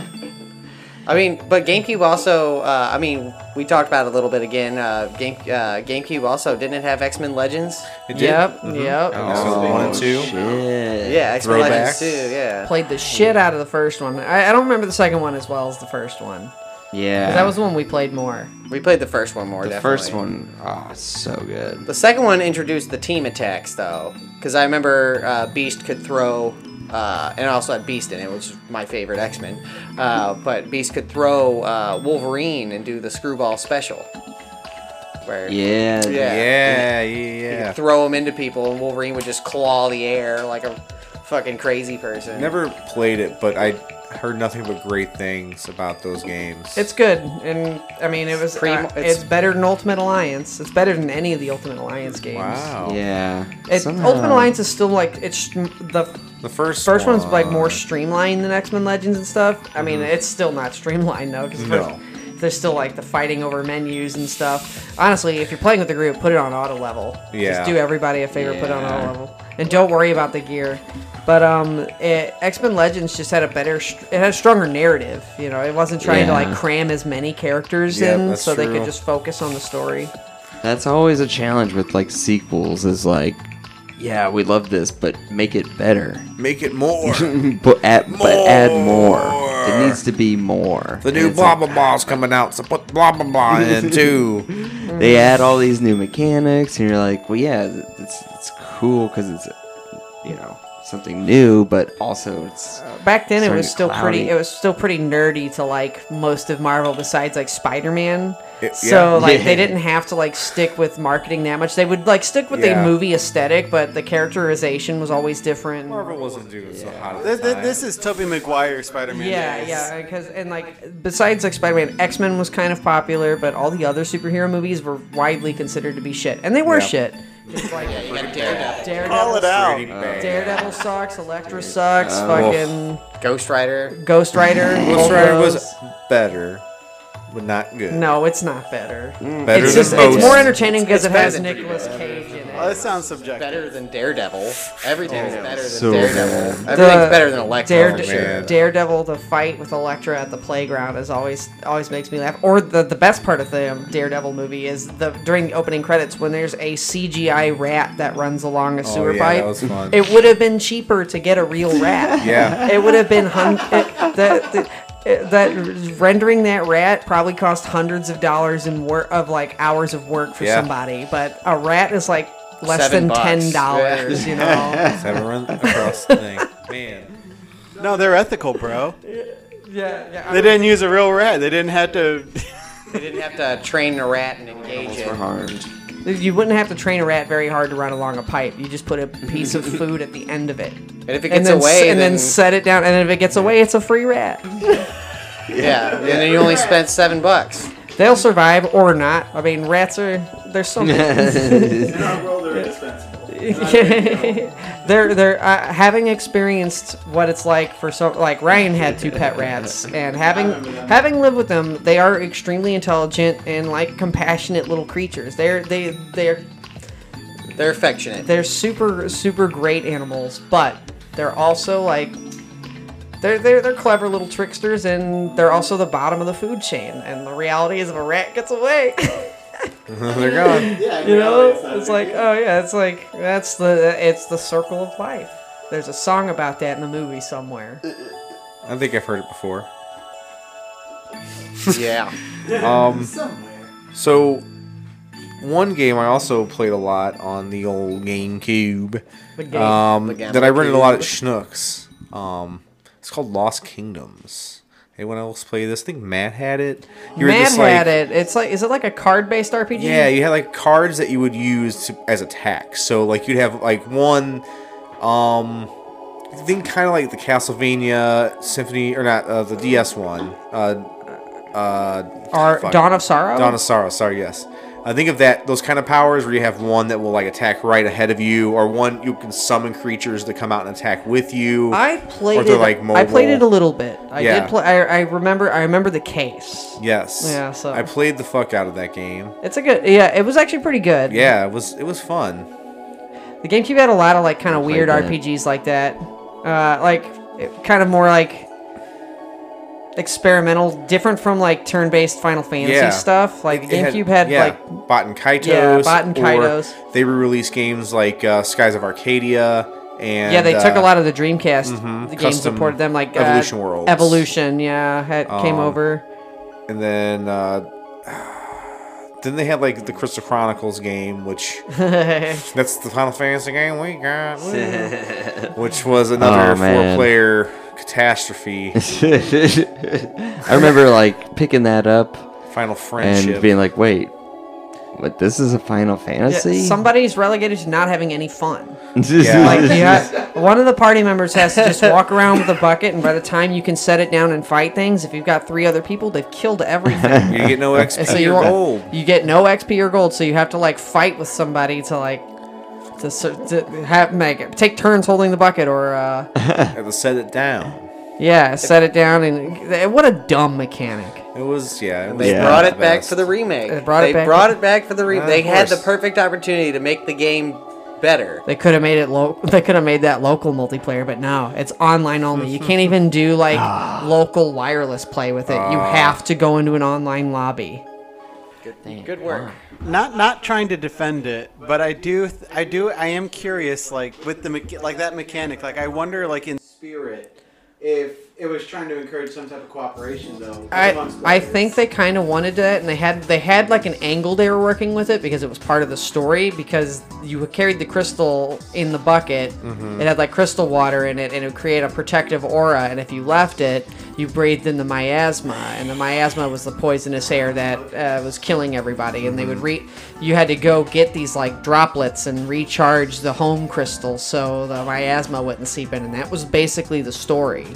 [SPEAKER 4] I mean, but GameCube also. Uh, I mean, we talked about it a little bit again. Uh, Game, uh, GameCube also didn't it have X Men Legends?
[SPEAKER 1] It did.
[SPEAKER 3] Yep, yep.
[SPEAKER 1] Episode one and two.
[SPEAKER 2] Shit.
[SPEAKER 4] Yeah, X Men
[SPEAKER 1] Throwbacks.
[SPEAKER 4] Legends too. Yeah.
[SPEAKER 3] Played the shit out of the first one. I, I don't remember the second one as well as the first one.
[SPEAKER 2] Yeah.
[SPEAKER 3] That was the one we played more.
[SPEAKER 4] We played the first one more.
[SPEAKER 2] the
[SPEAKER 4] definitely.
[SPEAKER 2] first one. Oh, it's so good.
[SPEAKER 4] The second one introduced the team attacks, though, because I remember uh, Beast could throw, uh, and it also had Beast in it, which is my favorite X Men. Uh, but Beast could throw uh, Wolverine and do the screwball special, where
[SPEAKER 2] Yeah.
[SPEAKER 4] Yeah.
[SPEAKER 1] Yeah, yeah,
[SPEAKER 4] he
[SPEAKER 1] yeah.
[SPEAKER 4] could throw him into people, and Wolverine would just claw the air like a fucking crazy person.
[SPEAKER 1] Never played it, but I heard nothing but great things about those games.
[SPEAKER 3] It's good, and I mean it was.
[SPEAKER 4] Pre-
[SPEAKER 3] uh,
[SPEAKER 4] it's-
[SPEAKER 3] it's, better than Ultimate Alliance. It's better than any of the Ultimate Alliance games.
[SPEAKER 1] wow.
[SPEAKER 2] Yeah.
[SPEAKER 3] It,
[SPEAKER 2] Somehow-
[SPEAKER 3] Ultimate Alliance is still like it's the
[SPEAKER 1] The first
[SPEAKER 3] first
[SPEAKER 1] one.
[SPEAKER 3] one's like more streamlined than X Men Legends and stuff. I mean, it's still not streamlined though because
[SPEAKER 1] Mm-hmm. No.
[SPEAKER 3] there's still like the fighting over menus and stuff. Honestly, if you're playing with a group, put it on auto level.
[SPEAKER 1] Yeah.
[SPEAKER 3] Just do everybody a favor, put it on
[SPEAKER 2] Yeah.
[SPEAKER 3] auto level, and don't worry about the gear. But um, X Men Legends just had a better, str- it had a stronger narrative. You know, it wasn't trying to
[SPEAKER 2] Yeah.
[SPEAKER 3] like cram as many characters
[SPEAKER 1] Yeah,
[SPEAKER 3] in,
[SPEAKER 1] that's
[SPEAKER 3] so they
[SPEAKER 1] true.
[SPEAKER 3] could just focus on the story.
[SPEAKER 2] That's always a challenge with like sequels. Is like, yeah, we love this, but make it better.
[SPEAKER 1] Make it more.
[SPEAKER 2] but add, but add more. It
[SPEAKER 1] More.
[SPEAKER 2] needs to be more.
[SPEAKER 6] The
[SPEAKER 2] And
[SPEAKER 6] new
[SPEAKER 2] it's
[SPEAKER 6] blah
[SPEAKER 2] like,
[SPEAKER 6] blah blah's coming out, so put blah blah blah in too.
[SPEAKER 2] They add all these new mechanics, and you're like, well, yeah, it's it's cool because it's you know something new, but also it's
[SPEAKER 3] back then it
[SPEAKER 2] Sort
[SPEAKER 3] was
[SPEAKER 2] of
[SPEAKER 3] still pretty
[SPEAKER 2] cloudy.
[SPEAKER 3] it was still pretty nerdy to like most of marvel besides like spider-man
[SPEAKER 1] It-
[SPEAKER 3] so
[SPEAKER 1] yeah.
[SPEAKER 3] like they
[SPEAKER 2] Yeah.
[SPEAKER 3] didn't have to like stick with marketing that much they would like stick with the
[SPEAKER 1] Yeah.
[SPEAKER 3] movie aesthetic but the characterization was always different
[SPEAKER 1] Marvel wasn't doing so hot.
[SPEAKER 5] Th- th- This is Tobey Maguire Spider-Man.
[SPEAKER 3] yeah
[SPEAKER 5] days.
[SPEAKER 3] yeah because and like besides like spider-man x-men was kind of popular but all the other superhero movies were widely considered to be shit and they were
[SPEAKER 1] Yeah.
[SPEAKER 3] shit Just like Daredevil,
[SPEAKER 5] Call it out.
[SPEAKER 3] Uh, Daredevil sucks, Elektra sucks, fucking
[SPEAKER 4] Ghost Rider.
[SPEAKER 3] Ghost Rider.
[SPEAKER 1] Oh. Ghost
[SPEAKER 3] both
[SPEAKER 1] Rider
[SPEAKER 3] those.
[SPEAKER 1] was better, but not good.
[SPEAKER 3] No, it's not better.
[SPEAKER 1] Better
[SPEAKER 3] it's
[SPEAKER 1] than
[SPEAKER 3] just
[SPEAKER 1] most.
[SPEAKER 3] it's more entertaining because it
[SPEAKER 4] better
[SPEAKER 3] has
[SPEAKER 4] than-
[SPEAKER 3] Nicolas Cage in it.
[SPEAKER 1] Oh,
[SPEAKER 5] Well, that sounds subjective.
[SPEAKER 4] Better than Daredevil. Everything's better than
[SPEAKER 2] So
[SPEAKER 4] Daredevil.
[SPEAKER 2] bad.
[SPEAKER 4] Everything's
[SPEAKER 3] The
[SPEAKER 4] better than Electro.
[SPEAKER 3] Dare-
[SPEAKER 4] for sure.
[SPEAKER 1] man.
[SPEAKER 3] Daredevil, the fight with Elektra at the playground is always always makes me laugh. Or the the best part of the um, Daredevil movie is the during the opening credits when there's a CGI rat that runs along a sewer
[SPEAKER 1] Oh, yeah,
[SPEAKER 3] pipe.
[SPEAKER 1] that was fun.
[SPEAKER 3] It would have been cheaper to get a real rat.
[SPEAKER 1] Yeah.
[SPEAKER 3] it would have been hun- it, that that- it- that rendering that rat probably cost hundreds of dollars in work of like hours of work for
[SPEAKER 1] Yeah.
[SPEAKER 3] somebody, but a rat is like less than
[SPEAKER 4] Seven bucks.
[SPEAKER 3] ten dollars. You know,
[SPEAKER 1] Have a run across the thing. Man.
[SPEAKER 5] No, they're ethical, bro.
[SPEAKER 3] yeah, yeah.
[SPEAKER 5] They didn't use a real rat. They didn't have to.
[SPEAKER 4] They didn't have to train a rat and engage it.
[SPEAKER 2] more hard.
[SPEAKER 3] You wouldn't have to train a rat very hard to run along a pipe. You just put a piece of food at the end of it,
[SPEAKER 4] And if it
[SPEAKER 3] and
[SPEAKER 4] gets
[SPEAKER 3] then
[SPEAKER 4] away,
[SPEAKER 3] and
[SPEAKER 4] then,
[SPEAKER 3] then, set it down. And if it gets away, it's a free rat.
[SPEAKER 4] yeah, and then you only spent seven bucks.
[SPEAKER 3] They'll survive or not. I mean, rats are they're so
[SPEAKER 7] In our world, they're indispensable.
[SPEAKER 3] they're they're uh, having experienced what it's like for so like Ryan had two pet rats and having having lived with them, they are extremely intelligent and like compassionate little creatures. They're they they're
[SPEAKER 4] They're affectionate.
[SPEAKER 3] they're super super great animals, but they're also like they're, they're, they're clever little tricksters and they're also the bottom of the food chain and the reality is if a rat gets away
[SPEAKER 1] They're gone.
[SPEAKER 7] Yeah,
[SPEAKER 3] you know it's like oh yeah it's like that's the it's the circle of life there's a song about that in the movie somewhere
[SPEAKER 1] I think I've heard it before.
[SPEAKER 4] yeah.
[SPEAKER 1] Um,
[SPEAKER 7] somewhere.
[SPEAKER 1] so, one game I also played a lot on the old GameCube
[SPEAKER 3] But game.
[SPEAKER 1] um,
[SPEAKER 4] The
[SPEAKER 1] that I rented a lot at
[SPEAKER 4] GameCube.
[SPEAKER 1] Schnucks. Um, it's called Lost Kingdoms. Anyone else play this? I think Matt had it. You were
[SPEAKER 3] Mad
[SPEAKER 1] just like-
[SPEAKER 3] had it it's like is it like a card based rpg
[SPEAKER 1] Yeah, you had like cards that you would use to, as attacks. So like you'd have like one, um, I think kind of like the Castlevania Symphony or not uh, the DS one, uh, uh,
[SPEAKER 3] or
[SPEAKER 1] fuck.
[SPEAKER 3] dawn of sorrow Oh.
[SPEAKER 1] Dawn of Sorrow. Sorry, yes. I think of that those kind of powers where you have one that will like attack right ahead of you, or one you can summon creatures that come out and attack with you.
[SPEAKER 3] I played
[SPEAKER 1] Or
[SPEAKER 3] it.
[SPEAKER 1] they're, like,
[SPEAKER 3] I played
[SPEAKER 1] mobile.
[SPEAKER 3] it a little bit. I
[SPEAKER 1] Yeah.
[SPEAKER 3] did play. I, I remember. I remember the case.
[SPEAKER 1] yes,
[SPEAKER 3] Yeah, so-
[SPEAKER 1] I played the fuck out of that game.
[SPEAKER 3] It's a good. Yeah, it was actually pretty good.
[SPEAKER 1] Yeah, it was it was fun.
[SPEAKER 3] The GameCube had a lot of like kind of weird
[SPEAKER 2] that.
[SPEAKER 3] RPGs like that, uh, like it- kind of more like experimental, different from like turn-based Final Fantasy
[SPEAKER 1] Yeah.
[SPEAKER 3] stuff. Like
[SPEAKER 1] It
[SPEAKER 3] GameCube had,
[SPEAKER 1] yeah,
[SPEAKER 3] like
[SPEAKER 1] Bot and Kaitos.
[SPEAKER 3] Yeah, Bot and
[SPEAKER 1] or
[SPEAKER 3] Kaitos.
[SPEAKER 1] They re-released games like uh, Skies of Arcadia and
[SPEAKER 3] yeah, they took
[SPEAKER 1] uh, mm-hmm.
[SPEAKER 3] a lot of the Dreamcast the games
[SPEAKER 1] Custom
[SPEAKER 3] supported them like uh,
[SPEAKER 1] Evolution Worlds. Um,
[SPEAKER 3] Evolution, yeah, had, came over.
[SPEAKER 1] and then uh, then they had like the Crystal Chronicles game, which that's the Final Fantasy game we got, which was another
[SPEAKER 2] Oh, man.
[SPEAKER 1] four-player catastrophe.
[SPEAKER 2] I remember like picking that up
[SPEAKER 1] Final Friendship.
[SPEAKER 2] and being like, "Wait, but this is a Final
[SPEAKER 3] Yeah,
[SPEAKER 2] Fantasy."
[SPEAKER 3] somebody's relegated to not having any fun.
[SPEAKER 1] Yeah.
[SPEAKER 3] Like yeah, one of the party members has to just walk around with a bucket, and by the time you can set it down and fight things, if you've got three other people, they've killed everything.
[SPEAKER 1] you get no XP
[SPEAKER 3] And so you
[SPEAKER 1] or
[SPEAKER 3] won't-
[SPEAKER 1] gold.
[SPEAKER 3] You get no XP or gold, so you have to like fight with somebody to like to, s- to have make it, take turns holding the bucket or uh,
[SPEAKER 1] Had to set it down.
[SPEAKER 3] yeah, set it down and eh, what a dumb mechanic.
[SPEAKER 1] It was yeah. It was
[SPEAKER 4] They
[SPEAKER 1] not
[SPEAKER 4] brought
[SPEAKER 1] the
[SPEAKER 4] it back
[SPEAKER 1] best.
[SPEAKER 4] for the remake.
[SPEAKER 3] They brought it
[SPEAKER 4] They
[SPEAKER 3] back-
[SPEAKER 4] brought it back for the remake.
[SPEAKER 1] of
[SPEAKER 4] They had the
[SPEAKER 1] course.
[SPEAKER 4] perfect opportunity to make the game better.
[SPEAKER 3] They could have made it lo- They could have made that local multiplayer, but no, it's online only. You can't even do like local wireless play with it. You have to go into an online lobby.
[SPEAKER 4] Good work.
[SPEAKER 5] not not trying to defend it, but I do th- I do I am curious like with the mecha- like that mechanic. Like I wonder like in
[SPEAKER 9] Spirit. If it was trying to encourage some type of cooperation, though.
[SPEAKER 3] I,
[SPEAKER 9] amongst
[SPEAKER 3] I
[SPEAKER 9] players.
[SPEAKER 3] think they kind of wanted that, and they had they had like an angle they were working with it because it was part of the story. Because you carried the crystal in the bucket, it had like crystal water in it, and it would create a protective aura. And if you left it, you breathed in the miasma, and the miasma was the poisonous air that uh, was killing everybody. And they would re you had to go get these like droplets and recharge the home crystal so the miasma wouldn't seep in, and that was basically the story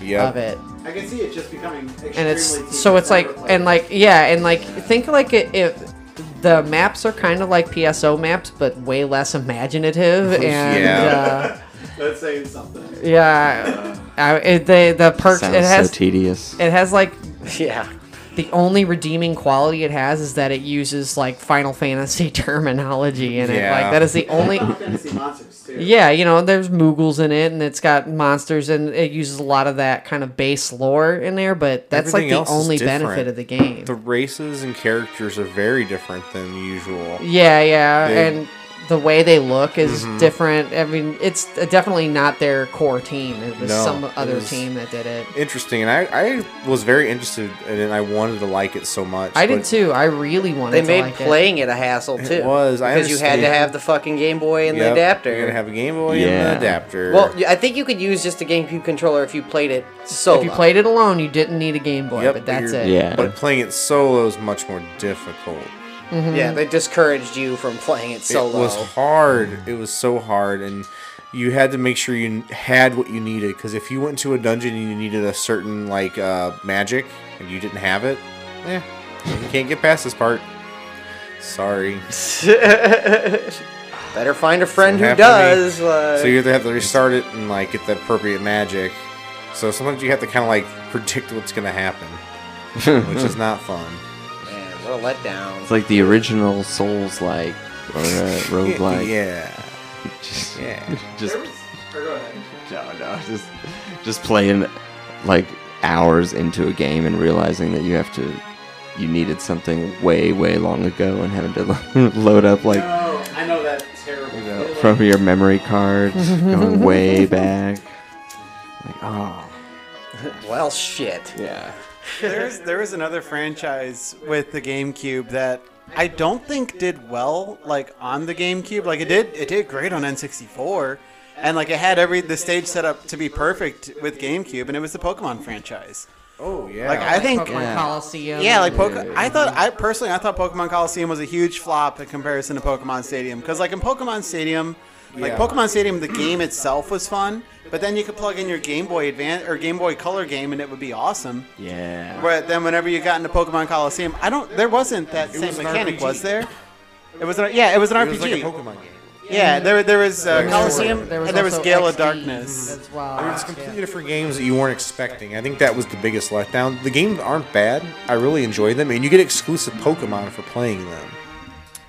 [SPEAKER 1] Yep.
[SPEAKER 3] of it
[SPEAKER 9] I can see it just becoming extremely.
[SPEAKER 3] and it's
[SPEAKER 9] tedious
[SPEAKER 3] so it's
[SPEAKER 9] for
[SPEAKER 3] like
[SPEAKER 9] players.
[SPEAKER 3] and like yeah and like think like it, if the maps are kind of like PSO maps but way less imaginative and
[SPEAKER 1] Yeah.
[SPEAKER 3] yeah,
[SPEAKER 9] That's saying something.
[SPEAKER 3] uh, yeah I, it, the the perks
[SPEAKER 2] Sounds
[SPEAKER 3] it has
[SPEAKER 2] so tedious.
[SPEAKER 3] it has like
[SPEAKER 4] Yeah.
[SPEAKER 3] the only redeeming quality it has is that it uses like Final Fantasy terminology in it
[SPEAKER 1] Yeah.
[SPEAKER 3] like that is the only
[SPEAKER 9] Final Fantasy monsters too.
[SPEAKER 3] Yeah, you know, there's Moogles in it, and it's got monsters, and it uses a lot of that kind of base lore in there. But that's
[SPEAKER 1] Everything
[SPEAKER 3] like
[SPEAKER 1] else
[SPEAKER 3] the
[SPEAKER 1] is
[SPEAKER 3] only
[SPEAKER 1] different.
[SPEAKER 3] benefit of the game.
[SPEAKER 1] The races and characters are very different than usual.
[SPEAKER 3] Yeah, yeah,
[SPEAKER 1] They-
[SPEAKER 3] and the way they look is
[SPEAKER 5] Mm-hmm.
[SPEAKER 3] different. I mean, it's uh, definitely not their core team. It was
[SPEAKER 1] No,
[SPEAKER 3] some
[SPEAKER 1] it
[SPEAKER 3] other
[SPEAKER 1] was-
[SPEAKER 3] team that did it.
[SPEAKER 1] Interesting, and I, I was very interested in it. I wanted to like it so much.
[SPEAKER 3] I did
[SPEAKER 1] but-
[SPEAKER 3] too. I really wanted.
[SPEAKER 4] They
[SPEAKER 3] to
[SPEAKER 4] made
[SPEAKER 3] like it.
[SPEAKER 4] playing it. a hassle too.
[SPEAKER 1] was, I
[SPEAKER 4] because you had to
[SPEAKER 1] understand.
[SPEAKER 4] have the fucking Game Boy and
[SPEAKER 1] Yep,
[SPEAKER 4] the adapter.
[SPEAKER 1] You're gonna have a Game Boy
[SPEAKER 2] Yeah.
[SPEAKER 1] and an adapter.
[SPEAKER 4] Well, y- I think you could use just a GameCube controller if you played it solo.
[SPEAKER 3] If you played it alone, you didn't need a Game Boy,
[SPEAKER 1] Yep,
[SPEAKER 3] but that's
[SPEAKER 1] you're-
[SPEAKER 3] it.
[SPEAKER 2] Yeah.
[SPEAKER 1] but playing it solo is much more difficult.
[SPEAKER 3] mm-hmm.
[SPEAKER 4] yeah, they discouraged you from playing
[SPEAKER 1] It
[SPEAKER 4] it solo.
[SPEAKER 1] was hard. It was so hard, and you had to make sure you had what you needed. Because if you went to a dungeon and you needed a certain like uh, magic and you didn't have it, yeah, you can't get past this part. Sorry.
[SPEAKER 4] Better find a friend who
[SPEAKER 1] happened to me.
[SPEAKER 4] does. like-
[SPEAKER 1] So you either have to restart it and like get the appropriate magic. So sometimes you have to kind of like predict what's gonna happen, which is not fun.
[SPEAKER 4] Man, what a letdown.
[SPEAKER 2] It's like the original Souls like or uh, roguelike.
[SPEAKER 1] Yeah.
[SPEAKER 2] Just,
[SPEAKER 1] Yeah.
[SPEAKER 2] just
[SPEAKER 9] There was- or go ahead.
[SPEAKER 2] no, no, just just playing like hours into a game and realizing that you have to you needed something way way long ago and having to load up like
[SPEAKER 9] No, Oh, I know that terrible. feeling.
[SPEAKER 2] from your memory card going way back. Like oh
[SPEAKER 4] Well, shit.
[SPEAKER 2] yeah.
[SPEAKER 5] there's there was another franchise with the GameCube that I don't think did well like on the GameCube. Like it did it did great on N64, and like it had every the stage set up to be perfect with GameCube, and it was the Pokemon franchise.
[SPEAKER 6] Oh yeah.
[SPEAKER 5] Like I think
[SPEAKER 3] Pokemon
[SPEAKER 2] Yeah.
[SPEAKER 3] Coliseum.
[SPEAKER 5] Yeah, like
[SPEAKER 2] Yeah,
[SPEAKER 5] Pokemon.
[SPEAKER 2] yeah,
[SPEAKER 5] I thought I personally I thought Pokemon Coliseum was a huge flop in comparison to Pokemon Stadium because like in Pokemon Stadium, like
[SPEAKER 6] Yeah.
[SPEAKER 5] Pokemon Stadium, the game itself was fun, but then you could plug in your Game Boy Advance or Game Boy Color game and it would be awesome.
[SPEAKER 2] Yeah.
[SPEAKER 5] But then whenever you got into Pokemon Coliseum, I don't there wasn't that same
[SPEAKER 6] was an
[SPEAKER 5] mechanic,
[SPEAKER 6] RPG.
[SPEAKER 5] was there? It was an, yeah, it was an
[SPEAKER 6] it was like a
[SPEAKER 5] RPG.
[SPEAKER 6] Pokemon game.
[SPEAKER 5] yeah, there there was uh, Coliseum
[SPEAKER 3] There was
[SPEAKER 5] and there was
[SPEAKER 3] also
[SPEAKER 5] Gale of
[SPEAKER 3] XD
[SPEAKER 5] Darkness.
[SPEAKER 3] As well.
[SPEAKER 6] It's completely different games that you weren't expecting. I think that was the biggest letdown. The games aren't bad. I really enjoy them, and you get exclusive Pokemon for playing them.
[SPEAKER 3] Yeah, but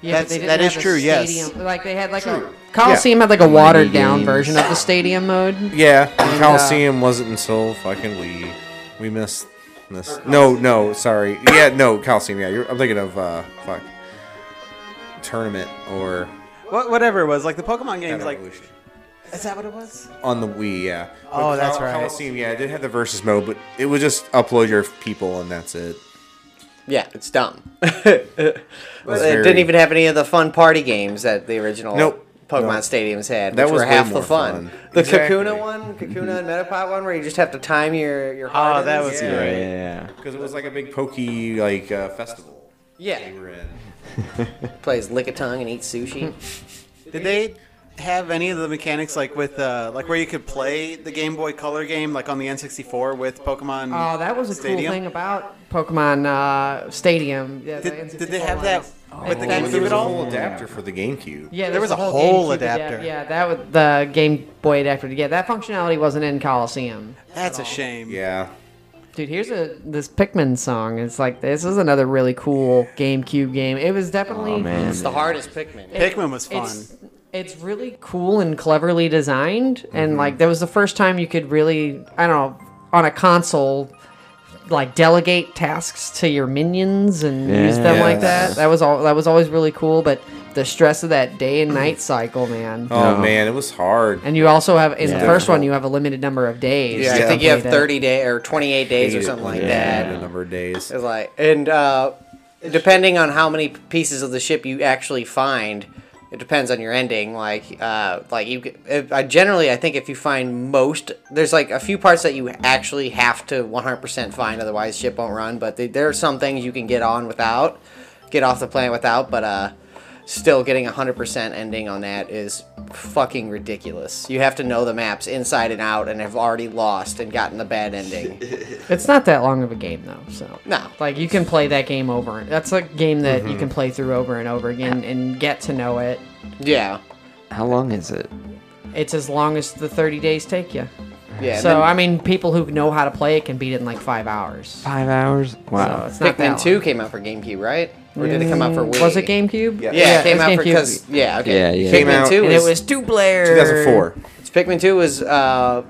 [SPEAKER 5] That's-
[SPEAKER 3] they didn't
[SPEAKER 5] that
[SPEAKER 3] have
[SPEAKER 5] is
[SPEAKER 3] the
[SPEAKER 5] true, yes.
[SPEAKER 3] Stadium. Like they had like a Coliseum had like a watered down
[SPEAKER 2] games.
[SPEAKER 3] version of the stadium mode.
[SPEAKER 6] Yeah,
[SPEAKER 3] And,
[SPEAKER 6] and
[SPEAKER 3] uh,
[SPEAKER 6] Coliseum wasn't until fucking Wii. We missed this. No, no, sorry. Yeah, no, Coliseum. Yeah, you're, I'm thinking of uh, fuck, tournament or
[SPEAKER 5] What, whatever it was, like the Pokemon games, like
[SPEAKER 6] Evolution.
[SPEAKER 5] is that what it was?
[SPEAKER 6] on the Wii. Yeah.
[SPEAKER 5] Oh,
[SPEAKER 6] But
[SPEAKER 5] that's
[SPEAKER 6] Col-
[SPEAKER 5] right.
[SPEAKER 6] Coliseum. Yeah, it did have the versus mode, but it was just upload your people and that's it.
[SPEAKER 4] Yeah, it's dumb. it didn't
[SPEAKER 6] very-
[SPEAKER 4] even have any of the fun party games that the original
[SPEAKER 6] Nope.
[SPEAKER 4] Pokemon
[SPEAKER 6] Nope.
[SPEAKER 4] stadiums had,
[SPEAKER 6] That
[SPEAKER 4] which
[SPEAKER 6] was
[SPEAKER 4] were
[SPEAKER 6] way
[SPEAKER 4] half the
[SPEAKER 6] more
[SPEAKER 4] fun.
[SPEAKER 6] fun.
[SPEAKER 4] The
[SPEAKER 6] Exactly.
[SPEAKER 4] Kakuna one, Kakuna and Metapod one, where you just have to time your your.
[SPEAKER 5] Oh, that
[SPEAKER 4] hardens.
[SPEAKER 5] was
[SPEAKER 6] Yeah.
[SPEAKER 5] great.
[SPEAKER 2] Yeah.
[SPEAKER 6] Because it was like a big pokey like uh, festival
[SPEAKER 4] yeah.
[SPEAKER 6] we were in.
[SPEAKER 4] Plays lick a tongue and eat sushi.
[SPEAKER 5] Did they have any of the mechanics like with uh, like where you could play the Game Boy Color game like on the N64 with Pokemon?
[SPEAKER 3] Oh, that was a cool
[SPEAKER 5] Stadium?
[SPEAKER 3] thing about Pokemon uh, Stadium. Yeah, the
[SPEAKER 5] Did, did
[SPEAKER 3] N64
[SPEAKER 5] they
[SPEAKER 3] lines.
[SPEAKER 5] have that with the
[SPEAKER 3] Well,
[SPEAKER 5] GameCube
[SPEAKER 6] There was
[SPEAKER 5] at
[SPEAKER 6] a
[SPEAKER 5] all?
[SPEAKER 6] whole adapter for the GameCube.
[SPEAKER 3] Yeah,
[SPEAKER 5] There
[SPEAKER 3] there's
[SPEAKER 5] was a
[SPEAKER 3] GameCube
[SPEAKER 5] whole
[SPEAKER 3] adap-
[SPEAKER 5] adapter.
[SPEAKER 3] yeah, that was the Game Boy adapter. Yeah, that functionality wasn't in Coliseum.
[SPEAKER 5] That's a shame.
[SPEAKER 6] Yeah.
[SPEAKER 3] Dude, here's a this Pikmin song. It's like this is another really cool GameCube game. It was definitely
[SPEAKER 2] Oh man.
[SPEAKER 4] It's the hardest Pikmin.
[SPEAKER 5] Pikmin was fun.
[SPEAKER 3] it's it's really cool and cleverly designed and like that was the first time you could really i don't know on a console like delegate tasks to your minions and use them like that
[SPEAKER 6] Yes.
[SPEAKER 3] that was all that was always really cool but the stress of that day and night cycle man
[SPEAKER 6] Oh
[SPEAKER 2] No.
[SPEAKER 6] man, it was hard.
[SPEAKER 3] and you also have in the
[SPEAKER 2] Yeah.
[SPEAKER 3] first one you have a limited number of days
[SPEAKER 4] Yeah,
[SPEAKER 3] to
[SPEAKER 4] I think you have
[SPEAKER 3] complete it.
[SPEAKER 4] 30 day or 28 days or something like
[SPEAKER 6] Yeah,
[SPEAKER 4] that.
[SPEAKER 6] the number of days.
[SPEAKER 4] It's like, and uh, depending on how many pieces of the ship you actually find, it depends on your ending. Like, uh, like you, c- if, I generally, I think if you find most, there's like a few parts that you actually have to 100% find, otherwise ship won't run. But they, there are some things you can get on without, get off the planet without, but uh. Still getting 100% ending on that is fucking ridiculous. You have to know the maps inside and out and have already lost and gotten the bad ending.
[SPEAKER 3] it's not that long of a game though so
[SPEAKER 4] No.
[SPEAKER 3] like you can play that game over that's a game that you can play through over and over again and get to know it
[SPEAKER 4] Yeah.
[SPEAKER 2] How long is it?
[SPEAKER 3] it's as long as the 30 days take you
[SPEAKER 4] Yeah. and
[SPEAKER 3] so
[SPEAKER 4] then-
[SPEAKER 3] I mean, people who know how to play it can beat it in like five hours.
[SPEAKER 2] Five hours.
[SPEAKER 3] So
[SPEAKER 2] Wow.
[SPEAKER 3] it's not that
[SPEAKER 4] Pikmin Two
[SPEAKER 3] long. Mm,
[SPEAKER 4] came out for GameCube, right? Or did it come out for Wii?
[SPEAKER 3] Was it GameCube?
[SPEAKER 4] Yeah, it came
[SPEAKER 3] was
[SPEAKER 4] out for
[SPEAKER 3] GameCube.
[SPEAKER 4] because yeah, okay.
[SPEAKER 2] Yeah, yeah.
[SPEAKER 4] Pikmin
[SPEAKER 2] Came
[SPEAKER 6] out-
[SPEAKER 4] Two
[SPEAKER 3] and
[SPEAKER 4] was,
[SPEAKER 3] it was two player.
[SPEAKER 6] 2004.
[SPEAKER 4] Pikmin Two was uh,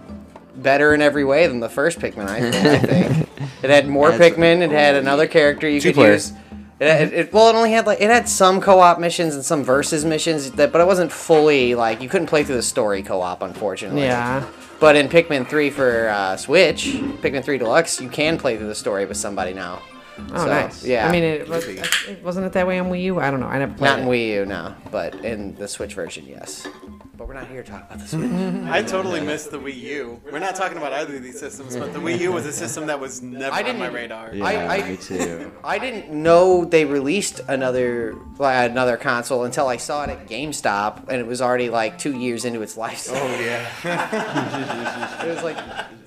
[SPEAKER 4] better in every way than the first Pikmin. I think. I think. it had more
[SPEAKER 2] That's-
[SPEAKER 4] Pikmin. It had another character you could
[SPEAKER 6] player.
[SPEAKER 4] use. It, it, it- well, it only had like it had some co-op missions and some versus missions, that, but it wasn't fully like you couldn't play through the story co-op, unfortunately.
[SPEAKER 3] Yeah.
[SPEAKER 4] But in Pikmin 3 for uh, Switch, Pikmin 3 Deluxe, you can play through the story with somebody now.
[SPEAKER 3] Oh, nice.
[SPEAKER 4] Yeah.
[SPEAKER 3] I mean, it, was, it wasn't it that way on Wii U. I don't know. I never played.
[SPEAKER 4] Not in
[SPEAKER 3] it.
[SPEAKER 4] Wii U, no, but in the Switch version, yes. But we're not here to talk about the Switch.
[SPEAKER 5] I totally missed the Wii U. We're not talking about either of these systems, but the Wii U was a system that was never
[SPEAKER 4] I
[SPEAKER 5] on
[SPEAKER 4] didn't
[SPEAKER 5] my
[SPEAKER 4] even-
[SPEAKER 5] radar.
[SPEAKER 2] Yeah,
[SPEAKER 4] I- I-
[SPEAKER 2] me too.
[SPEAKER 4] I didn't know they released another like, another console until I saw it at GameStop, and it was already like two years into its life. Oh yeah. it was like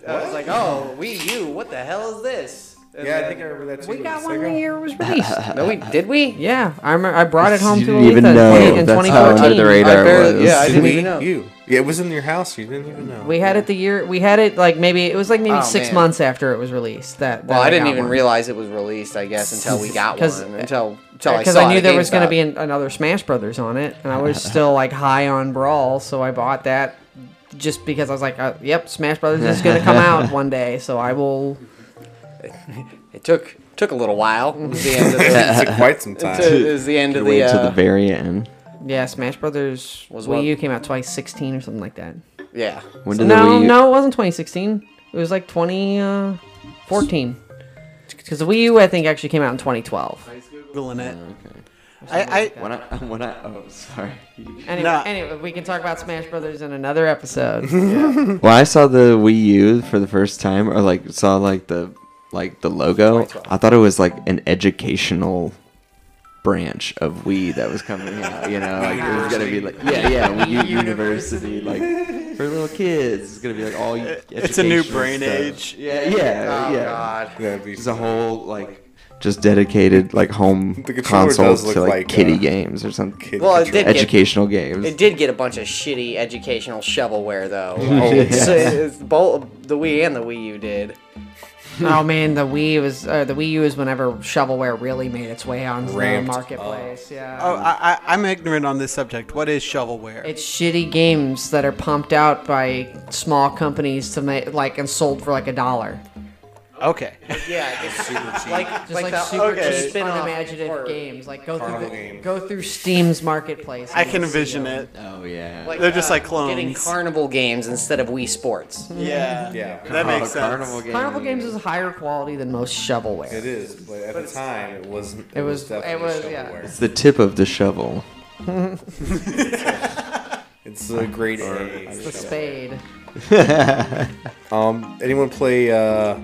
[SPEAKER 4] I was like, oh Wii U, what the hell is this? And
[SPEAKER 6] Yeah, I
[SPEAKER 4] then-
[SPEAKER 6] think I remember that too.
[SPEAKER 3] We
[SPEAKER 6] It
[SPEAKER 3] got
[SPEAKER 6] was
[SPEAKER 3] one
[SPEAKER 6] like, oh,
[SPEAKER 3] the year it was released.
[SPEAKER 4] No, we did we?
[SPEAKER 3] yeah, I remember. I brought it home
[SPEAKER 2] You
[SPEAKER 3] to
[SPEAKER 2] didn't
[SPEAKER 3] Aletha
[SPEAKER 2] even
[SPEAKER 3] in
[SPEAKER 2] know.
[SPEAKER 3] 20 in
[SPEAKER 2] That's how under
[SPEAKER 3] 2014.
[SPEAKER 2] the radar
[SPEAKER 4] I barely-
[SPEAKER 2] was.
[SPEAKER 4] yeah, I didn't
[SPEAKER 6] "Wii
[SPEAKER 4] even know.
[SPEAKER 6] U." Yeah, it was in your house. You didn't even know.
[SPEAKER 3] We had it the year. We had it like maybe it was like maybe
[SPEAKER 4] Oh,
[SPEAKER 3] six
[SPEAKER 4] man.
[SPEAKER 3] months after it was released. That,
[SPEAKER 4] Well, I didn't even realize it was released. I guess until we got
[SPEAKER 3] 'Cause-
[SPEAKER 4] one. Until until I
[SPEAKER 3] because
[SPEAKER 4] saw
[SPEAKER 3] I, knew
[SPEAKER 4] it
[SPEAKER 3] there was going to
[SPEAKER 4] to
[SPEAKER 3] be an, another Smash Brothers on it, and I was still like high on Brawl, so I bought that just because I was like, uh, "Yep, Smash Brothers is going to come out one day, so I will."
[SPEAKER 4] It took took a little while. It was the end of the,
[SPEAKER 6] it took quite some
[SPEAKER 4] it
[SPEAKER 6] time.
[SPEAKER 4] took- it was the end of the,
[SPEAKER 2] Wait till the
[SPEAKER 4] uh,
[SPEAKER 2] very end.
[SPEAKER 3] Yeah, Smash Brothers
[SPEAKER 4] Was
[SPEAKER 3] was
[SPEAKER 4] what?
[SPEAKER 3] Wii U came out 2016 or something like that.
[SPEAKER 4] yeah.
[SPEAKER 2] When did the
[SPEAKER 3] No,
[SPEAKER 2] Wii U?
[SPEAKER 3] no, it wasn't 2016. It was like uh, 2014. Because the Wii U, I think, actually came out in 2012.
[SPEAKER 5] Googling it. I, I
[SPEAKER 2] When I when I oh sorry.
[SPEAKER 3] Anyway,
[SPEAKER 5] Nah.
[SPEAKER 3] anyway, we can talk about Smash Brothers in another episode.
[SPEAKER 2] Well, I saw the Wii U for the first time, or like saw like the like the logo. I thought it was like an educational branch of Wii that was coming out. You know, like it was gonna be like yeah, yeah, Wii U University, like for little kids. It's gonna be like all
[SPEAKER 5] it's a new
[SPEAKER 2] educational
[SPEAKER 5] brain
[SPEAKER 2] stuff.
[SPEAKER 5] age.
[SPEAKER 2] Yeah, yeah,
[SPEAKER 4] Oh
[SPEAKER 2] yeah.
[SPEAKER 4] God.
[SPEAKER 6] That'd be-
[SPEAKER 2] There's a whole like just dedicated like home
[SPEAKER 6] The controller
[SPEAKER 2] consoles
[SPEAKER 6] does look
[SPEAKER 2] to like,
[SPEAKER 6] like,
[SPEAKER 2] kitty
[SPEAKER 6] uh,
[SPEAKER 2] games or something.
[SPEAKER 6] kid
[SPEAKER 4] Well, it
[SPEAKER 6] control.
[SPEAKER 4] did get-
[SPEAKER 2] Educational games.
[SPEAKER 4] It did get a bunch of shitty educational shovelware though. Like, it's, it's both the Wii and the Wii U did.
[SPEAKER 3] oh man, the Wii was uh, the Wii U is whenever shovelware really made its way onto the
[SPEAKER 6] Ramped
[SPEAKER 3] marketplace. Yeah.
[SPEAKER 5] Oh, I, I, I'm ignorant on this subject. What is shovelware?
[SPEAKER 3] It's shitty games that are pumped out by small companies to make like and sold for like a dollar.
[SPEAKER 5] okay.
[SPEAKER 4] Yeah, just super cheap. Like,
[SPEAKER 3] Just like, super
[SPEAKER 5] okay.
[SPEAKER 3] cheap,
[SPEAKER 4] spin-off
[SPEAKER 3] unimaginative
[SPEAKER 4] or-
[SPEAKER 3] games. Like go through
[SPEAKER 6] Carnival
[SPEAKER 3] the,
[SPEAKER 6] games.
[SPEAKER 3] go through Steam's marketplace.
[SPEAKER 5] I
[SPEAKER 3] and
[SPEAKER 5] can
[SPEAKER 3] you'll see
[SPEAKER 5] envision
[SPEAKER 3] them.
[SPEAKER 5] it.
[SPEAKER 2] oh yeah.
[SPEAKER 5] They're just like
[SPEAKER 4] Getting
[SPEAKER 5] clones.
[SPEAKER 4] carnival games instead of Wii Sports.
[SPEAKER 5] Yeah.
[SPEAKER 6] Yeah.
[SPEAKER 5] That
[SPEAKER 2] Oh,
[SPEAKER 5] makes sense.
[SPEAKER 2] Carnival games.
[SPEAKER 3] Carnival games is higher quality than most shovelware.
[SPEAKER 6] It is, but at the time, it wasn't.
[SPEAKER 3] It was- it was, yeah.
[SPEAKER 6] shovelware.
[SPEAKER 2] It's the tip of the shovel.
[SPEAKER 6] It's a great A.
[SPEAKER 3] The spade.
[SPEAKER 6] Um, anyone play uh,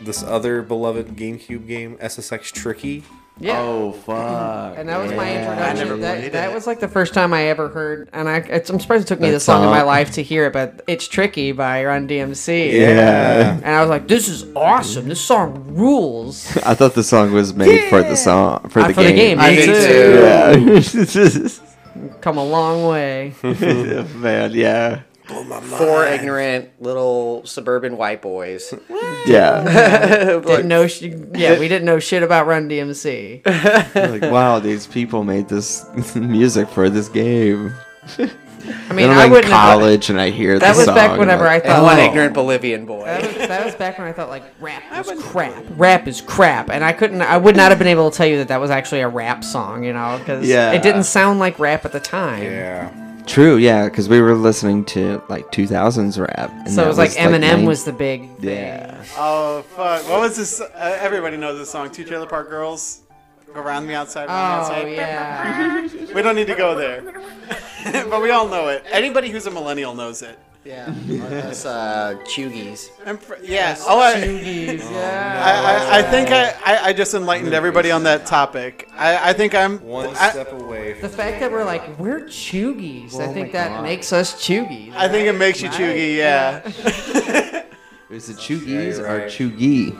[SPEAKER 6] this other beloved GameCube game, SSX Tricky?
[SPEAKER 3] Yeah.
[SPEAKER 2] Oh fuck!
[SPEAKER 3] And that was my
[SPEAKER 2] yeah.
[SPEAKER 5] I never
[SPEAKER 3] introduction.
[SPEAKER 5] played
[SPEAKER 3] That, that
[SPEAKER 5] it.
[SPEAKER 3] was like the first time I ever heard, and I, it's, I'm surprised it took me
[SPEAKER 2] That
[SPEAKER 3] this long in my
[SPEAKER 2] song.
[SPEAKER 3] life to hear it. But it's tricky by Run DMC.
[SPEAKER 2] Yeah.
[SPEAKER 3] And I was like, this is awesome. This song rules.
[SPEAKER 2] I thought the song was made for the song for
[SPEAKER 3] Uh,
[SPEAKER 2] the
[SPEAKER 3] for the
[SPEAKER 2] game.
[SPEAKER 3] game. Me too.
[SPEAKER 2] Yeah.
[SPEAKER 3] Come a long way.
[SPEAKER 2] Man, yeah,
[SPEAKER 4] Four ignorant little suburban white boys.
[SPEAKER 2] yeah.
[SPEAKER 3] didn't know. Sh- yeah, we didn't know shit about Run DMC.
[SPEAKER 2] like wow, these people made this music for this game.
[SPEAKER 3] I mean,
[SPEAKER 2] and
[SPEAKER 3] I
[SPEAKER 2] I'm in
[SPEAKER 3] wouldn't. have-
[SPEAKER 2] college and I hear
[SPEAKER 3] that
[SPEAKER 2] the
[SPEAKER 3] was
[SPEAKER 2] song,
[SPEAKER 3] back whenever
[SPEAKER 2] like,
[SPEAKER 3] I thought.
[SPEAKER 4] One
[SPEAKER 3] like,
[SPEAKER 4] ignorant Bolivian boy.
[SPEAKER 3] That was, that was back when I thought like rap was crap. Rap is crap, and I couldn't. I would not have been able to tell you that that was actually a rap song, you know, because
[SPEAKER 2] Yeah.
[SPEAKER 3] it didn't sound like rap at the time.
[SPEAKER 6] Yeah.
[SPEAKER 2] True, yeah, because we were listening to like 2000s rap. And
[SPEAKER 3] So
[SPEAKER 2] that
[SPEAKER 3] it was like Eminem
[SPEAKER 2] nine-
[SPEAKER 3] was the big. Thing.
[SPEAKER 2] Yeah.
[SPEAKER 5] Oh fuck! What was this? Uh, everybody knows this song. Two Trailer Park Girls. Go round me outside. Round
[SPEAKER 3] Oh
[SPEAKER 5] me outside.
[SPEAKER 3] yeah.
[SPEAKER 5] We don't need to go there. but we all know it. Anybody who's a millennial knows it.
[SPEAKER 4] Yeah. That's uh, Chugies.
[SPEAKER 5] I'm fr- yeah. Oh, I,
[SPEAKER 3] yeah.
[SPEAKER 5] I, I, I think I, I, I just enlightened everybody on that topic. I, I think I'm.
[SPEAKER 6] One
[SPEAKER 5] I,
[SPEAKER 6] step away. From
[SPEAKER 3] The fact that we're like we're chuggies, I think that makes us chuggies.
[SPEAKER 5] I think it makes you chuggy. Yeah.
[SPEAKER 2] Is it Chugis
[SPEAKER 6] you're
[SPEAKER 2] or
[SPEAKER 6] right.
[SPEAKER 2] Chugi?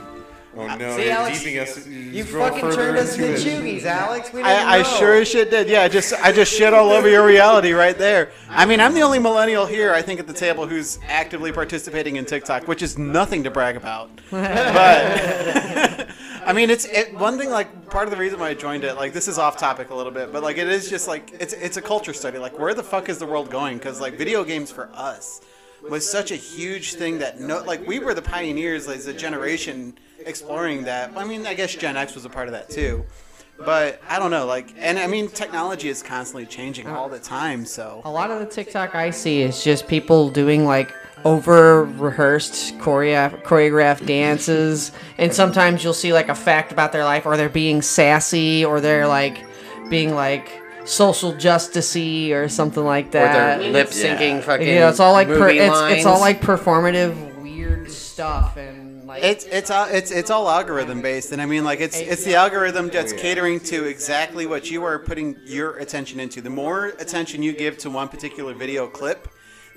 [SPEAKER 6] oh no!
[SPEAKER 4] See,
[SPEAKER 6] you're
[SPEAKER 4] Alex,
[SPEAKER 6] deeping us.
[SPEAKER 4] You
[SPEAKER 6] drove
[SPEAKER 4] fucking
[SPEAKER 6] further
[SPEAKER 4] turned us into
[SPEAKER 6] it.
[SPEAKER 4] Chugies, Alex. We didn't
[SPEAKER 5] I, I
[SPEAKER 4] know.
[SPEAKER 5] sure as shit did. Yeah. I just I just shit all over your reality right there. I mean, I'm the only millennial here, I think, at the table who's actively participating in TikTok, which is nothing to brag about. I mean, it's it, one thing. Like part of the reason why I joined it, like this is off topic a little bit, but like it is just like it's it's a culture study. Like where the fuck is the world going? Because like video games for us was such a huge thing that no, like we were the pioneers as a generation exploring that. I mean, I guess Gen X was a part of that too. But I don't know, like, and I mean, technology is constantly changing all the time.
[SPEAKER 3] A
[SPEAKER 5] So
[SPEAKER 3] lot of the TikTok I see is just people doing like over rehearsed choreo- choreographed dances, and sometimes you'll see like a fact about their life, or they're being sassy, or they're like being like social justicey or something like
[SPEAKER 4] Or they're
[SPEAKER 3] that.
[SPEAKER 4] lip syncing fucking.
[SPEAKER 3] you know, it's all like per-
[SPEAKER 4] movie
[SPEAKER 3] it's, it's all
[SPEAKER 4] lines.
[SPEAKER 3] like performative weird stuff and like
[SPEAKER 5] it's it's all it's it's all algorithm based, and I mean, like, it's it's the algorithm that's catering to exactly what you are putting your attention into. The more attention you give to one particular video clip,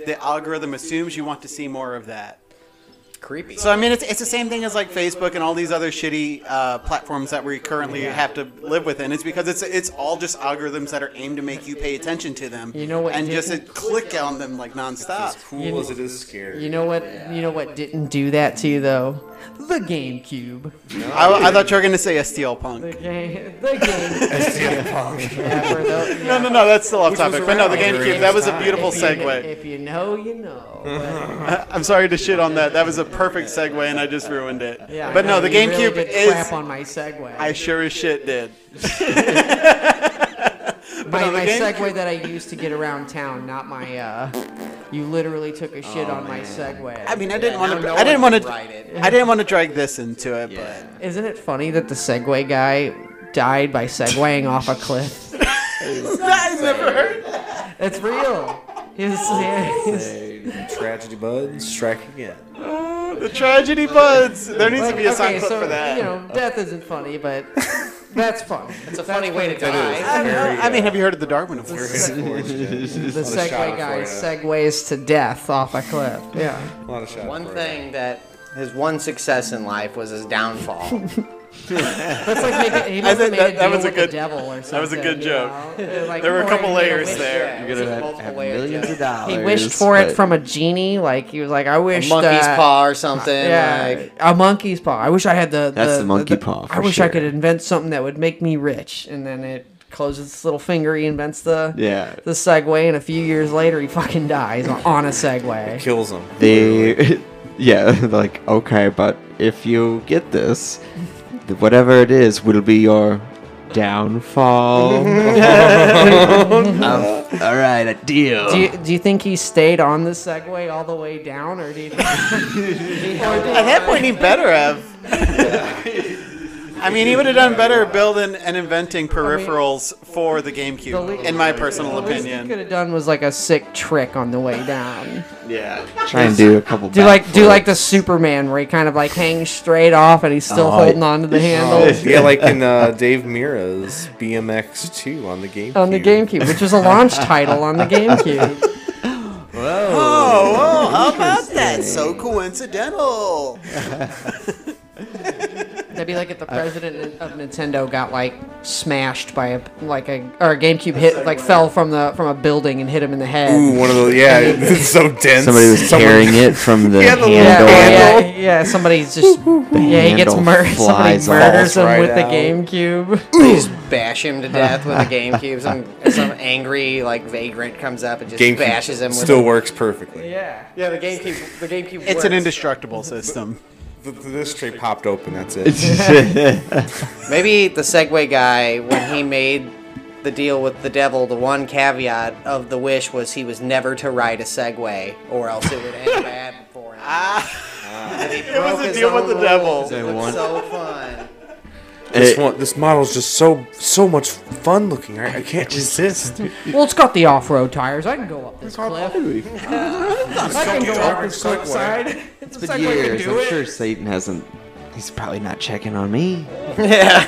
[SPEAKER 5] the algorithm assumes you want to see more of that.
[SPEAKER 4] creepy.
[SPEAKER 5] So I mean, it's, it's the same thing as like Facebook and all these other shitty uh, platforms that we currently have to live within. It's because it's it's all just algorithms that are aimed to make you pay attention to them.
[SPEAKER 3] You know what
[SPEAKER 5] And just uh,
[SPEAKER 3] didn't-
[SPEAKER 5] click on them like nonstop.
[SPEAKER 6] Cool as it is scary.
[SPEAKER 3] you know what you know what didn't do that to you though the GameCube.
[SPEAKER 5] I, I thought you were gonna say a steel punk.
[SPEAKER 3] The game. The game. Yeah, for those-
[SPEAKER 5] No, no, no, that's still off topic. But no, the
[SPEAKER 6] around
[SPEAKER 5] GameCube.
[SPEAKER 6] during
[SPEAKER 5] That was a
[SPEAKER 6] this
[SPEAKER 5] beautiful
[SPEAKER 3] If you-
[SPEAKER 5] segue.
[SPEAKER 3] If you know, you know. But
[SPEAKER 5] I'm sorry to shit on that. That was a perfect segue, and I just ruined it.
[SPEAKER 3] yeah,
[SPEAKER 5] But no, the
[SPEAKER 3] you really
[SPEAKER 5] GameCube
[SPEAKER 3] did
[SPEAKER 5] is.
[SPEAKER 3] crap on my segue.
[SPEAKER 5] I sure as shit did.
[SPEAKER 3] my
[SPEAKER 5] on the
[SPEAKER 3] my
[SPEAKER 5] GameCube-
[SPEAKER 3] segue that I used to get around town, not my. uh You literally took a
[SPEAKER 4] Oh,
[SPEAKER 3] shit on my segue.
[SPEAKER 5] I mean, I didn't want to.
[SPEAKER 4] no
[SPEAKER 5] I didn't
[SPEAKER 4] one
[SPEAKER 5] want to.
[SPEAKER 4] can write it.
[SPEAKER 5] I didn't want to drag this into it, but.
[SPEAKER 3] isn't it funny that the segue guy died by segueing off a cliff?
[SPEAKER 2] never heard
[SPEAKER 3] It's real. He's, yeah, he's-
[SPEAKER 1] Tragedy Bud, strike again.
[SPEAKER 5] The tragedy buds. There needs to be a
[SPEAKER 3] Like,
[SPEAKER 5] sound
[SPEAKER 3] okay,
[SPEAKER 5] clip
[SPEAKER 3] so,
[SPEAKER 5] for that.
[SPEAKER 3] You know, death isn't funny, but that's fun.
[SPEAKER 4] It's a funny way to die.
[SPEAKER 5] I, don't know. I mean, have you heard of the Darwin Awards?
[SPEAKER 3] The
[SPEAKER 1] shot
[SPEAKER 3] Segway
[SPEAKER 1] for
[SPEAKER 3] guy
[SPEAKER 1] you.
[SPEAKER 3] segues to death off a cliff. Yeah.
[SPEAKER 1] A lot of shots.
[SPEAKER 4] One
[SPEAKER 1] for it.
[SPEAKER 4] thing that his one success in life was his downfall.
[SPEAKER 3] That's like making, he must have
[SPEAKER 5] think
[SPEAKER 3] made
[SPEAKER 5] that-
[SPEAKER 3] a
[SPEAKER 5] that
[SPEAKER 3] deal
[SPEAKER 5] was a
[SPEAKER 3] with
[SPEAKER 5] good-
[SPEAKER 3] the devil or something.
[SPEAKER 5] that was a good
[SPEAKER 3] you
[SPEAKER 5] joke.
[SPEAKER 3] know? Like,
[SPEAKER 5] There were a
[SPEAKER 3] or
[SPEAKER 5] couple
[SPEAKER 3] he made
[SPEAKER 5] layers
[SPEAKER 3] wish-
[SPEAKER 5] there.
[SPEAKER 4] Yeah,
[SPEAKER 2] You're
[SPEAKER 4] it's
[SPEAKER 2] gonna
[SPEAKER 4] a
[SPEAKER 2] have,
[SPEAKER 4] multiple
[SPEAKER 2] have
[SPEAKER 4] layer
[SPEAKER 2] millions
[SPEAKER 4] joke.
[SPEAKER 2] of dollars.
[SPEAKER 3] He wished for it
[SPEAKER 2] but-
[SPEAKER 3] from a genie. Like he was like, I
[SPEAKER 4] A
[SPEAKER 3] wish
[SPEAKER 4] monkey's
[SPEAKER 3] that-
[SPEAKER 4] paw or something.
[SPEAKER 3] Yeah,
[SPEAKER 4] Like,
[SPEAKER 3] a monkey's paw. I wish I had the.
[SPEAKER 2] That's the monkey paw,
[SPEAKER 3] I
[SPEAKER 2] for
[SPEAKER 3] wish I
[SPEAKER 2] sure.
[SPEAKER 3] could invent something that would make me rich, and then it closes its little finger. He invents the
[SPEAKER 2] Yeah.
[SPEAKER 3] the Segway, and a few years later, he fucking dies on a Segway.
[SPEAKER 1] kills him.
[SPEAKER 2] They, yeah, like okay, but if you get this, th- whatever it is will be your downfall. Um, all right, a deal.
[SPEAKER 3] Do you, do you think he stayed on the Segway all the way down, or did he?
[SPEAKER 5] At that point, he better have. I mean, he would have done better building and inventing peripherals for the
[SPEAKER 3] The
[SPEAKER 5] GameCube,
[SPEAKER 3] le-
[SPEAKER 5] in my personal
[SPEAKER 3] The least he could
[SPEAKER 5] opinion.
[SPEAKER 3] have done was like a sick trick on the way down.
[SPEAKER 2] Try and do a couple.
[SPEAKER 3] Do like do like the
[SPEAKER 2] backflips.
[SPEAKER 3] Superman where he kind of like hangs straight off and he's still
[SPEAKER 4] Oh,
[SPEAKER 3] holding on to the handle
[SPEAKER 1] Yeah, like in uh, Dave Mira's BMX 2 on the GameCube.
[SPEAKER 3] on the GameCube, which was a launch title on the GameCube.
[SPEAKER 5] Oh, oh, how about that? So coincidental.
[SPEAKER 3] That'd be like if the president of Nintendo got like smashed by a like a or a GameCube hit like fell from the from a building and hit him in the head.
[SPEAKER 1] Ooh, one of those. Yeah, it's so dense.
[SPEAKER 2] Somebody was
[SPEAKER 1] Someone-
[SPEAKER 2] carrying it from the
[SPEAKER 1] Yeah, the
[SPEAKER 2] handle.
[SPEAKER 1] little
[SPEAKER 3] Yeah, yeah,
[SPEAKER 1] handle.
[SPEAKER 3] yeah, yeah, somebody's just yeah, he gets
[SPEAKER 2] handle
[SPEAKER 3] murdered. Somebody
[SPEAKER 2] flies off.
[SPEAKER 3] murders him
[SPEAKER 1] Falls
[SPEAKER 3] with the
[SPEAKER 1] right out.
[SPEAKER 3] GameCube.
[SPEAKER 4] they just bash him to death with a GameCube. Some, some angry like vagrant comes up and just
[SPEAKER 1] GameCube
[SPEAKER 4] bashes him. With
[SPEAKER 1] still
[SPEAKER 4] a,
[SPEAKER 1] works perfectly.
[SPEAKER 3] yeah,
[SPEAKER 4] yeah, the GameCube. The GameCube.
[SPEAKER 5] It's an
[SPEAKER 4] works.
[SPEAKER 5] indestructible system.
[SPEAKER 1] The, the, this tray popped open. That's it.
[SPEAKER 4] Maybe the Segway guy, when he made the deal with the devil, the one caveat of the wish was he was never to ride a Segway, or else it would end bad for him.
[SPEAKER 5] It was a deal with the devil.
[SPEAKER 2] They
[SPEAKER 4] It was
[SPEAKER 2] want-
[SPEAKER 4] so fun.
[SPEAKER 1] this,
[SPEAKER 2] It-
[SPEAKER 1] one, this model's just so so much fun looking. I, I can't resist.
[SPEAKER 3] well, it's got the off-road tires. I can go up this cliff. Uh, I can go up this cliff side. It's
[SPEAKER 2] It's been years. I'm sure Satan hasn't. He's probably not checking on me.
[SPEAKER 4] Yeah.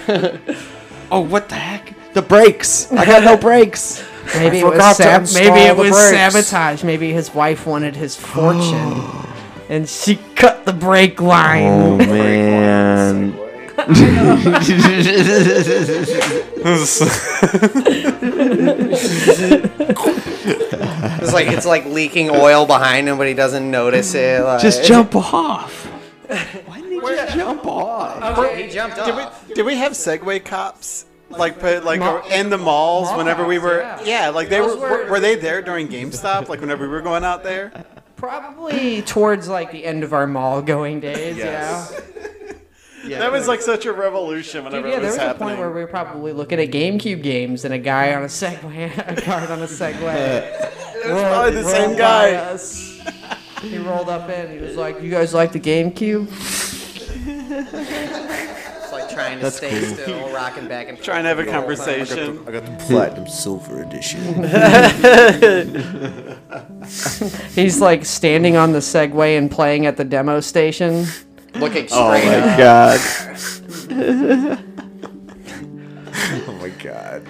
[SPEAKER 2] Oh, what the heck? The brakes! I got no brakes.
[SPEAKER 3] Maybe it
[SPEAKER 1] forgot
[SPEAKER 3] was,
[SPEAKER 1] to
[SPEAKER 3] sab-
[SPEAKER 1] install
[SPEAKER 3] maybe it
[SPEAKER 1] the
[SPEAKER 3] was
[SPEAKER 1] brakes.
[SPEAKER 3] sabotage. Maybe his wife wanted his fortune, and she cut the brake line.
[SPEAKER 2] Oh man.
[SPEAKER 1] Oh
[SPEAKER 4] It's like it's like leaking oil behind him, but he doesn't notice it. Like,
[SPEAKER 2] Just jump off. Why didn't you just jump off?
[SPEAKER 4] He jumped off.
[SPEAKER 5] Did we have Segway cops? Like put like in the malls
[SPEAKER 3] Mall
[SPEAKER 5] whenever we
[SPEAKER 3] cops,
[SPEAKER 5] were
[SPEAKER 3] yeah.
[SPEAKER 5] yeah, like they were,
[SPEAKER 3] Those
[SPEAKER 5] were
[SPEAKER 3] were-
[SPEAKER 5] were they there during GameStop like whenever we were going out there
[SPEAKER 3] Probably towards like the end of our mall going days. Yeah.
[SPEAKER 5] that was like such a revolution
[SPEAKER 3] Dude,
[SPEAKER 5] whenever
[SPEAKER 3] yeah,
[SPEAKER 5] it
[SPEAKER 3] there
[SPEAKER 5] was,
[SPEAKER 3] was a
[SPEAKER 5] happening
[SPEAKER 3] point where we were probably looking at GameCube games and a guy on a Segway, a guard on a Segway. it was
[SPEAKER 5] probably the same guy.
[SPEAKER 3] Us. He rolled up in. He was like, "You guys like the GameCube?"
[SPEAKER 4] It's like trying to stay still, rocking back and
[SPEAKER 5] trying to have a conversation
[SPEAKER 1] I got the platinum silver edition.
[SPEAKER 3] He's like standing on the Segway and playing at the demo station.
[SPEAKER 4] looking straight
[SPEAKER 2] My
[SPEAKER 4] up.
[SPEAKER 2] god.
[SPEAKER 1] Oh my god.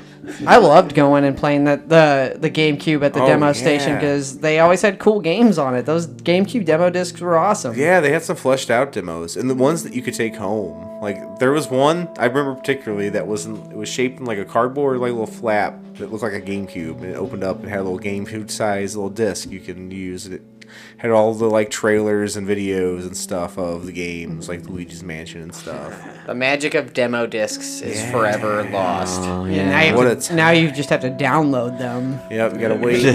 [SPEAKER 3] I loved going and playing that the the GameCube at the
[SPEAKER 1] Oh,
[SPEAKER 3] demo station
[SPEAKER 1] yeah.
[SPEAKER 3] because they always had cool games on it. Those GameCube demo discs were awesome.
[SPEAKER 1] Yeah, they had some fleshed out demos, and the ones that you could take home. Like there was one I remember particularly that wasn't. It was shaped in like a cardboard like little flap that looked like a GameCube, and it opened up and had a little GameCube size little disc you can use. And it had all the like trailers and videos and stuff of the games, like Luigi's Mansion and stuff.
[SPEAKER 4] The magic of demo discs is forever lost.
[SPEAKER 2] Oh,
[SPEAKER 3] And now, you have
[SPEAKER 1] What
[SPEAKER 3] to-
[SPEAKER 1] a time.
[SPEAKER 3] now you just have to download them.
[SPEAKER 1] Yep, you gotta wait or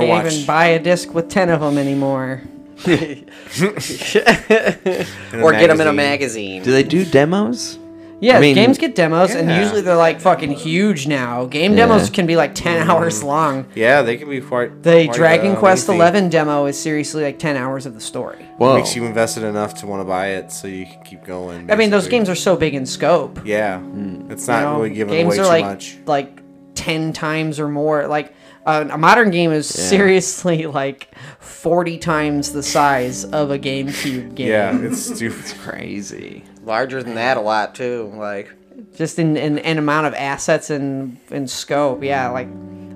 [SPEAKER 3] Can't
[SPEAKER 1] watch.
[SPEAKER 3] even buy a disc with ten of them anymore.
[SPEAKER 1] in a
[SPEAKER 4] or get them in a magazine.
[SPEAKER 2] Do they do demos?
[SPEAKER 3] Yeah,
[SPEAKER 2] I mean-
[SPEAKER 3] games get demos, and
[SPEAKER 1] Yeah.
[SPEAKER 3] usually they're like fucking huge now. Game demos can be like ten hours long.
[SPEAKER 1] Yeah, they can be quite.
[SPEAKER 3] The
[SPEAKER 1] quite,
[SPEAKER 3] Dragon
[SPEAKER 1] Mm. uh,
[SPEAKER 3] Quest
[SPEAKER 1] lengthy.
[SPEAKER 3] Eleven demo is seriously like ten hours of the story.
[SPEAKER 2] Whoa.
[SPEAKER 1] makes you invested enough to want to buy it, so you can keep going.
[SPEAKER 3] I mean, those
[SPEAKER 1] basically.
[SPEAKER 3] games are so big in scope.
[SPEAKER 1] Yeah, it's not
[SPEAKER 3] you know?
[SPEAKER 1] really giving
[SPEAKER 3] games
[SPEAKER 1] away
[SPEAKER 3] are
[SPEAKER 1] too
[SPEAKER 3] like
[SPEAKER 1] much.
[SPEAKER 3] like ten times or more. Like uh, a modern game is seriously like forty times the size of a GameCube game.
[SPEAKER 1] Yeah, it's stupid.
[SPEAKER 2] Crazy.
[SPEAKER 4] Larger than that, a lot too. Like
[SPEAKER 3] just in an in, in amount of assets and and scope. Yeah, like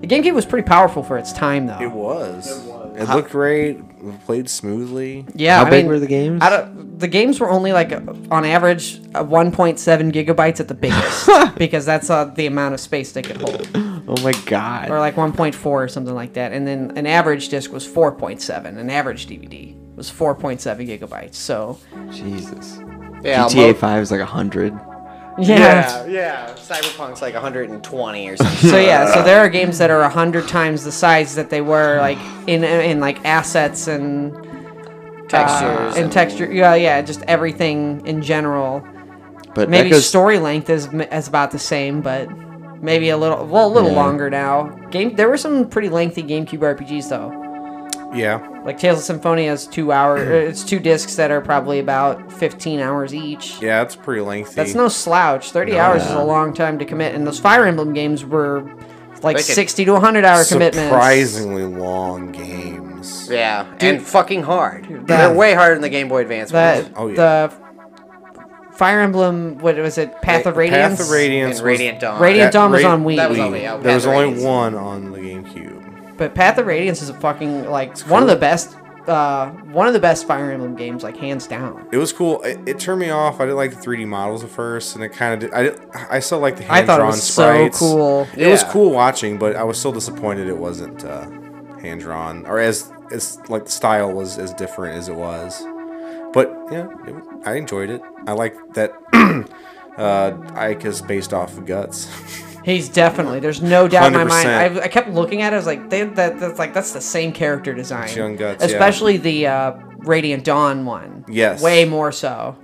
[SPEAKER 3] the GameCube was pretty powerful for its time, though.
[SPEAKER 1] It was. It looked great. Played smoothly.
[SPEAKER 3] yeah,
[SPEAKER 2] How
[SPEAKER 3] I
[SPEAKER 2] big
[SPEAKER 3] mean,
[SPEAKER 2] were the games?
[SPEAKER 3] I don't, the games were only like uh, on average uh, 1.7 gigabytes at the biggest because that's uh, the amount of space they could hold,
[SPEAKER 2] Oh my god.
[SPEAKER 3] or like 1.4 or something like that. And then an average disc was 4.7. An average DVD was 4.7 gigabytes. So
[SPEAKER 2] Jesus.
[SPEAKER 4] yeah,
[SPEAKER 2] GTA
[SPEAKER 4] mo-
[SPEAKER 2] 5 is like 100.
[SPEAKER 4] yeah, yeah. Cyberpunk's like 120 or something.
[SPEAKER 3] So yeah, so there are games that are a hundred times the size that they were like in uh, in like assets and uh,
[SPEAKER 4] Textures
[SPEAKER 3] and,
[SPEAKER 4] and-
[SPEAKER 3] texture. Yeah, yeah, just everything in general.
[SPEAKER 2] But
[SPEAKER 3] Maybe
[SPEAKER 2] that goes,
[SPEAKER 3] story length is m- is about the same, but maybe a little well a little longer now. Game there were some pretty lengthy GameCube RPGs though.
[SPEAKER 1] Yeah.
[SPEAKER 3] Like Tales of Symphonia is two hour. er, it's two discs that are probably about fifteen hours each.
[SPEAKER 1] Yeah, it's pretty lengthy.
[SPEAKER 3] That's no slouch. Thirty hours is a long time to commit, and those Fire Emblem games were like
[SPEAKER 4] Wicked.
[SPEAKER 3] sixty to hundred hour commitments.
[SPEAKER 1] surprisingly long games.
[SPEAKER 4] Yeah, and fucking hard.
[SPEAKER 3] that-
[SPEAKER 4] They're way harder than the Game Boy Advance ones.
[SPEAKER 3] That
[SPEAKER 1] Oh, yeah.
[SPEAKER 3] the Fire Emblem, what was it? Path of Radiance.
[SPEAKER 1] Path of Radiance. was-
[SPEAKER 4] and Radiant Dawn.
[SPEAKER 3] Radiant
[SPEAKER 1] that
[SPEAKER 3] Dawn was
[SPEAKER 1] ra-
[SPEAKER 3] on Wii.
[SPEAKER 4] That was on Wii, yeah,
[SPEAKER 1] There was
[SPEAKER 4] Path of
[SPEAKER 1] only
[SPEAKER 4] Radiance.
[SPEAKER 1] one on the GameCube.
[SPEAKER 3] But Path of Radiance is a fucking like one of the best, uh, one of the best Fire Emblem games, like hands down.
[SPEAKER 1] It was cool. It, it turned me off. I didn't like the 3D models at first, and it kind of did. I, didn't- I still like the
[SPEAKER 3] I
[SPEAKER 1] hand
[SPEAKER 3] thought it
[SPEAKER 1] drawn
[SPEAKER 3] was
[SPEAKER 1] sprites.
[SPEAKER 3] so cool.
[SPEAKER 1] It was
[SPEAKER 4] Yeah.
[SPEAKER 1] cool watching, but I was still disappointed it wasn't uh, hand drawn or as as like the style was as different as it was. But yeah, it, I enjoyed it. I like that uh, Ike is based off of Guts.
[SPEAKER 3] He's definitely there's no doubt in my mind.
[SPEAKER 1] 100%.
[SPEAKER 3] I, I kept looking at it. I was like, they, that, that's like that's the same character design.
[SPEAKER 1] Young Guts, yeah.
[SPEAKER 3] especially the uh, Radiant Dawn one.
[SPEAKER 1] Yes.
[SPEAKER 3] way more so.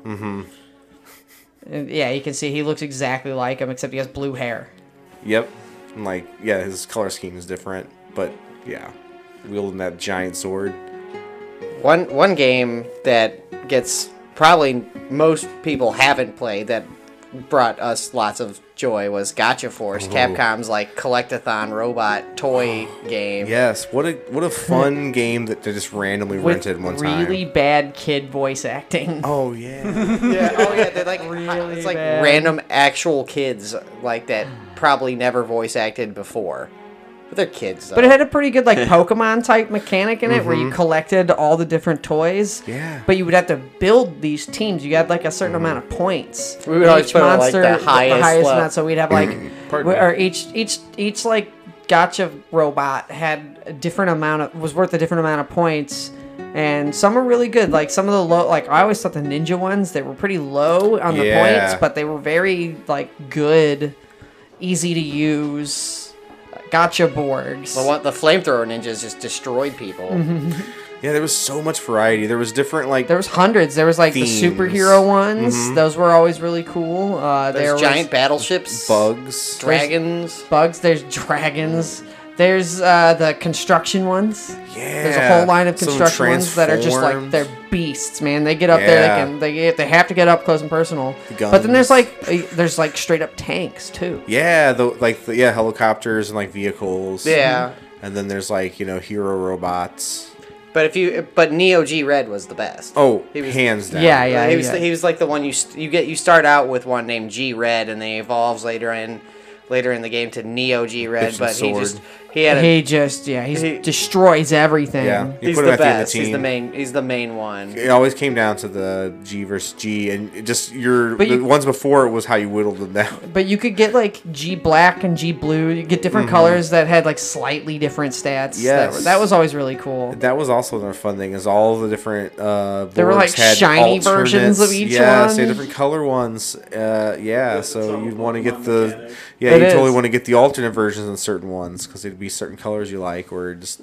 [SPEAKER 3] Mm-hmm. Yeah, you can see he looks exactly like him, except he has blue hair.
[SPEAKER 1] yep, and like yeah, his color scheme is different, but yeah, wielding that giant sword.
[SPEAKER 4] One one game that gets probably most people haven't played that brought us lots of joy was Gotcha Force, Capcom's like collectathon robot toy game.
[SPEAKER 1] Yes, what a what a fun game that they just randomly
[SPEAKER 3] with
[SPEAKER 1] rented one time.
[SPEAKER 3] really bad kid voice acting.
[SPEAKER 1] Oh yeah,
[SPEAKER 4] Yeah, oh yeah, they're like
[SPEAKER 3] Really
[SPEAKER 4] it's like
[SPEAKER 3] bad.
[SPEAKER 4] random actual kids like that probably never voice acted before. But they're kids though.
[SPEAKER 3] But it had a pretty good like Pokemon type mechanic in it, where you collected all the different toys.
[SPEAKER 1] Mm-hmm. Yeah.
[SPEAKER 3] But you would have to build these teams. You had like a certain amount of points.
[SPEAKER 4] We would
[SPEAKER 3] And
[SPEAKER 4] always put it, like, the
[SPEAKER 3] got
[SPEAKER 4] highest level.
[SPEAKER 3] amount, So we'd have like,
[SPEAKER 1] Pardon me.
[SPEAKER 3] or each each each like gotcha robot had a different amount of was worth a different amount of points. And some were really good. Like some of the low, like I always thought the ninja ones, they were pretty low on the
[SPEAKER 1] Yeah.
[SPEAKER 3] points, but they were very like good, easy to use. Gotcha boards.
[SPEAKER 4] the, one, the flamethrower ninjas just destroyed people.
[SPEAKER 3] Mm-hmm.
[SPEAKER 1] yeah. There was so much variety. There was different like
[SPEAKER 3] There was hundreds. There was like
[SPEAKER 1] Themes.
[SPEAKER 3] the superhero ones. Those were always really cool. Uh, there
[SPEAKER 4] There's
[SPEAKER 3] was
[SPEAKER 4] Mm-hmm. giant battleships,
[SPEAKER 1] bugs.
[SPEAKER 4] dragons.
[SPEAKER 3] bugs. There's dragons. There's uh, the construction ones.
[SPEAKER 1] Yeah,
[SPEAKER 3] There's a whole line of
[SPEAKER 1] some
[SPEAKER 3] construction ones that are just like
[SPEAKER 1] transformed.
[SPEAKER 3] they're beasts, man. They get up there,
[SPEAKER 1] Yeah.
[SPEAKER 3] they can, they get, they have to get up close and personal. But then
[SPEAKER 1] guns.
[SPEAKER 3] there's like uh, there's like straight up tanks too.
[SPEAKER 1] yeah, the like the, yeah helicopters and like vehicles. Mm-hmm.
[SPEAKER 4] Yeah.
[SPEAKER 1] and then there's like you know hero robots.
[SPEAKER 4] But if you but Neo G Red was the best.
[SPEAKER 1] Oh,
[SPEAKER 4] He was-
[SPEAKER 1] hands down.
[SPEAKER 3] Yeah, yeah,
[SPEAKER 4] he was
[SPEAKER 3] yeah.
[SPEAKER 4] he was like the one you st- you get you start out with one named G Red and then he evolves later in later in the game to Neo G Red,
[SPEAKER 1] Gibson
[SPEAKER 4] but he
[SPEAKER 1] Sword.
[SPEAKER 4] just he had a,
[SPEAKER 3] He just yeah he's,
[SPEAKER 4] He-
[SPEAKER 3] destroys everything.
[SPEAKER 1] yeah. You
[SPEAKER 4] he's
[SPEAKER 1] put
[SPEAKER 4] the
[SPEAKER 1] him at the end of
[SPEAKER 4] best.
[SPEAKER 1] the
[SPEAKER 4] he's the
[SPEAKER 1] team.
[SPEAKER 4] main he's the main one.
[SPEAKER 1] It always came down to the G versus G, and it just your
[SPEAKER 3] But
[SPEAKER 1] the
[SPEAKER 3] you-
[SPEAKER 1] ones before it was how you whittled them down.
[SPEAKER 3] But you could get like G black and G blue. You get different colors that had like slightly different stats. That,
[SPEAKER 1] Mm-hmm. Yes.
[SPEAKER 3] were- that was always really cool.
[SPEAKER 1] That was also another fun thing is all the different uh
[SPEAKER 3] There were,
[SPEAKER 1] boards
[SPEAKER 3] like, shiny versions of
[SPEAKER 1] alternates.
[SPEAKER 3] each
[SPEAKER 1] yeah,
[SPEAKER 3] one.
[SPEAKER 1] Yeah, different color ones. Uh yeah, so
[SPEAKER 7] all
[SPEAKER 1] you'd want to
[SPEAKER 7] Pokemon
[SPEAKER 1] get the
[SPEAKER 7] mechanic.
[SPEAKER 1] yeah,
[SPEAKER 3] It
[SPEAKER 1] you totally
[SPEAKER 3] is.
[SPEAKER 1] want to get the alternate versions in certain ones cuz it'd be certain colors you like or just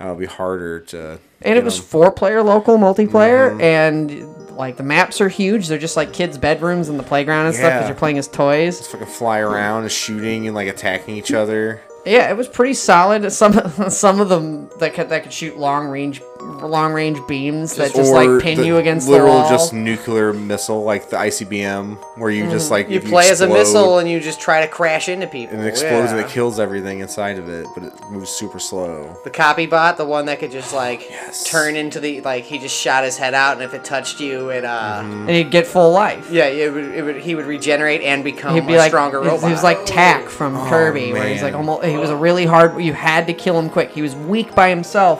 [SPEAKER 1] uh, it'd be harder to
[SPEAKER 3] and
[SPEAKER 1] you
[SPEAKER 3] it was
[SPEAKER 1] know. Mm-hmm.
[SPEAKER 3] four player local multiplayer and like the maps are huge. They're just like kids' bedrooms and the playground and stuff stuff because
[SPEAKER 1] Yeah.
[SPEAKER 3] you're playing as toys.
[SPEAKER 1] fucking fly around and shooting and like attacking each other.
[SPEAKER 3] Yeah, it was pretty solid. Some some of them that could that could shoot long range long range beams that just like pin
[SPEAKER 1] the
[SPEAKER 3] you against the
[SPEAKER 1] literal
[SPEAKER 3] wall.
[SPEAKER 1] just nuclear missile like the ICBM where you
[SPEAKER 3] Mm.
[SPEAKER 1] just like
[SPEAKER 4] You
[SPEAKER 1] if
[SPEAKER 4] play as a
[SPEAKER 1] explode,
[SPEAKER 4] missile and you just try to crash into people.
[SPEAKER 1] and it explodes
[SPEAKER 4] yeah.
[SPEAKER 1] and it kills everything inside of it, but it moves super slow.
[SPEAKER 4] The copy bot, the one that could just like
[SPEAKER 1] Yes.
[SPEAKER 4] turn into the like he just shot his head out, and if it touched you, it uh
[SPEAKER 3] and he'd get full life.
[SPEAKER 4] yeah, it would, it would he would regenerate and become
[SPEAKER 3] He'd be
[SPEAKER 4] a
[SPEAKER 3] like
[SPEAKER 4] Oh, stronger
[SPEAKER 3] he-
[SPEAKER 4] robot.
[SPEAKER 3] He was like Tack from Kirby, where he's like
[SPEAKER 1] man.
[SPEAKER 3] almost. He was a really hard. You had to kill him quick. He was weak by himself,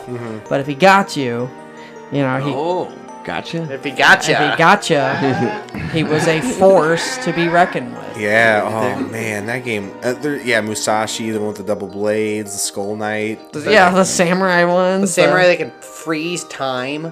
[SPEAKER 3] but if he got you, you know he.
[SPEAKER 2] Oh, gotcha.
[SPEAKER 4] if he got you,
[SPEAKER 3] If he gotcha, he was a force to be reckoned with.
[SPEAKER 1] Yeah, oh man, that game. Uh, there, yeah, Musashi, the one with the double blades, the Skull Knight.
[SPEAKER 3] Yeah, the samurai ones.
[SPEAKER 4] the same
[SPEAKER 3] the-
[SPEAKER 4] way they can freeze time.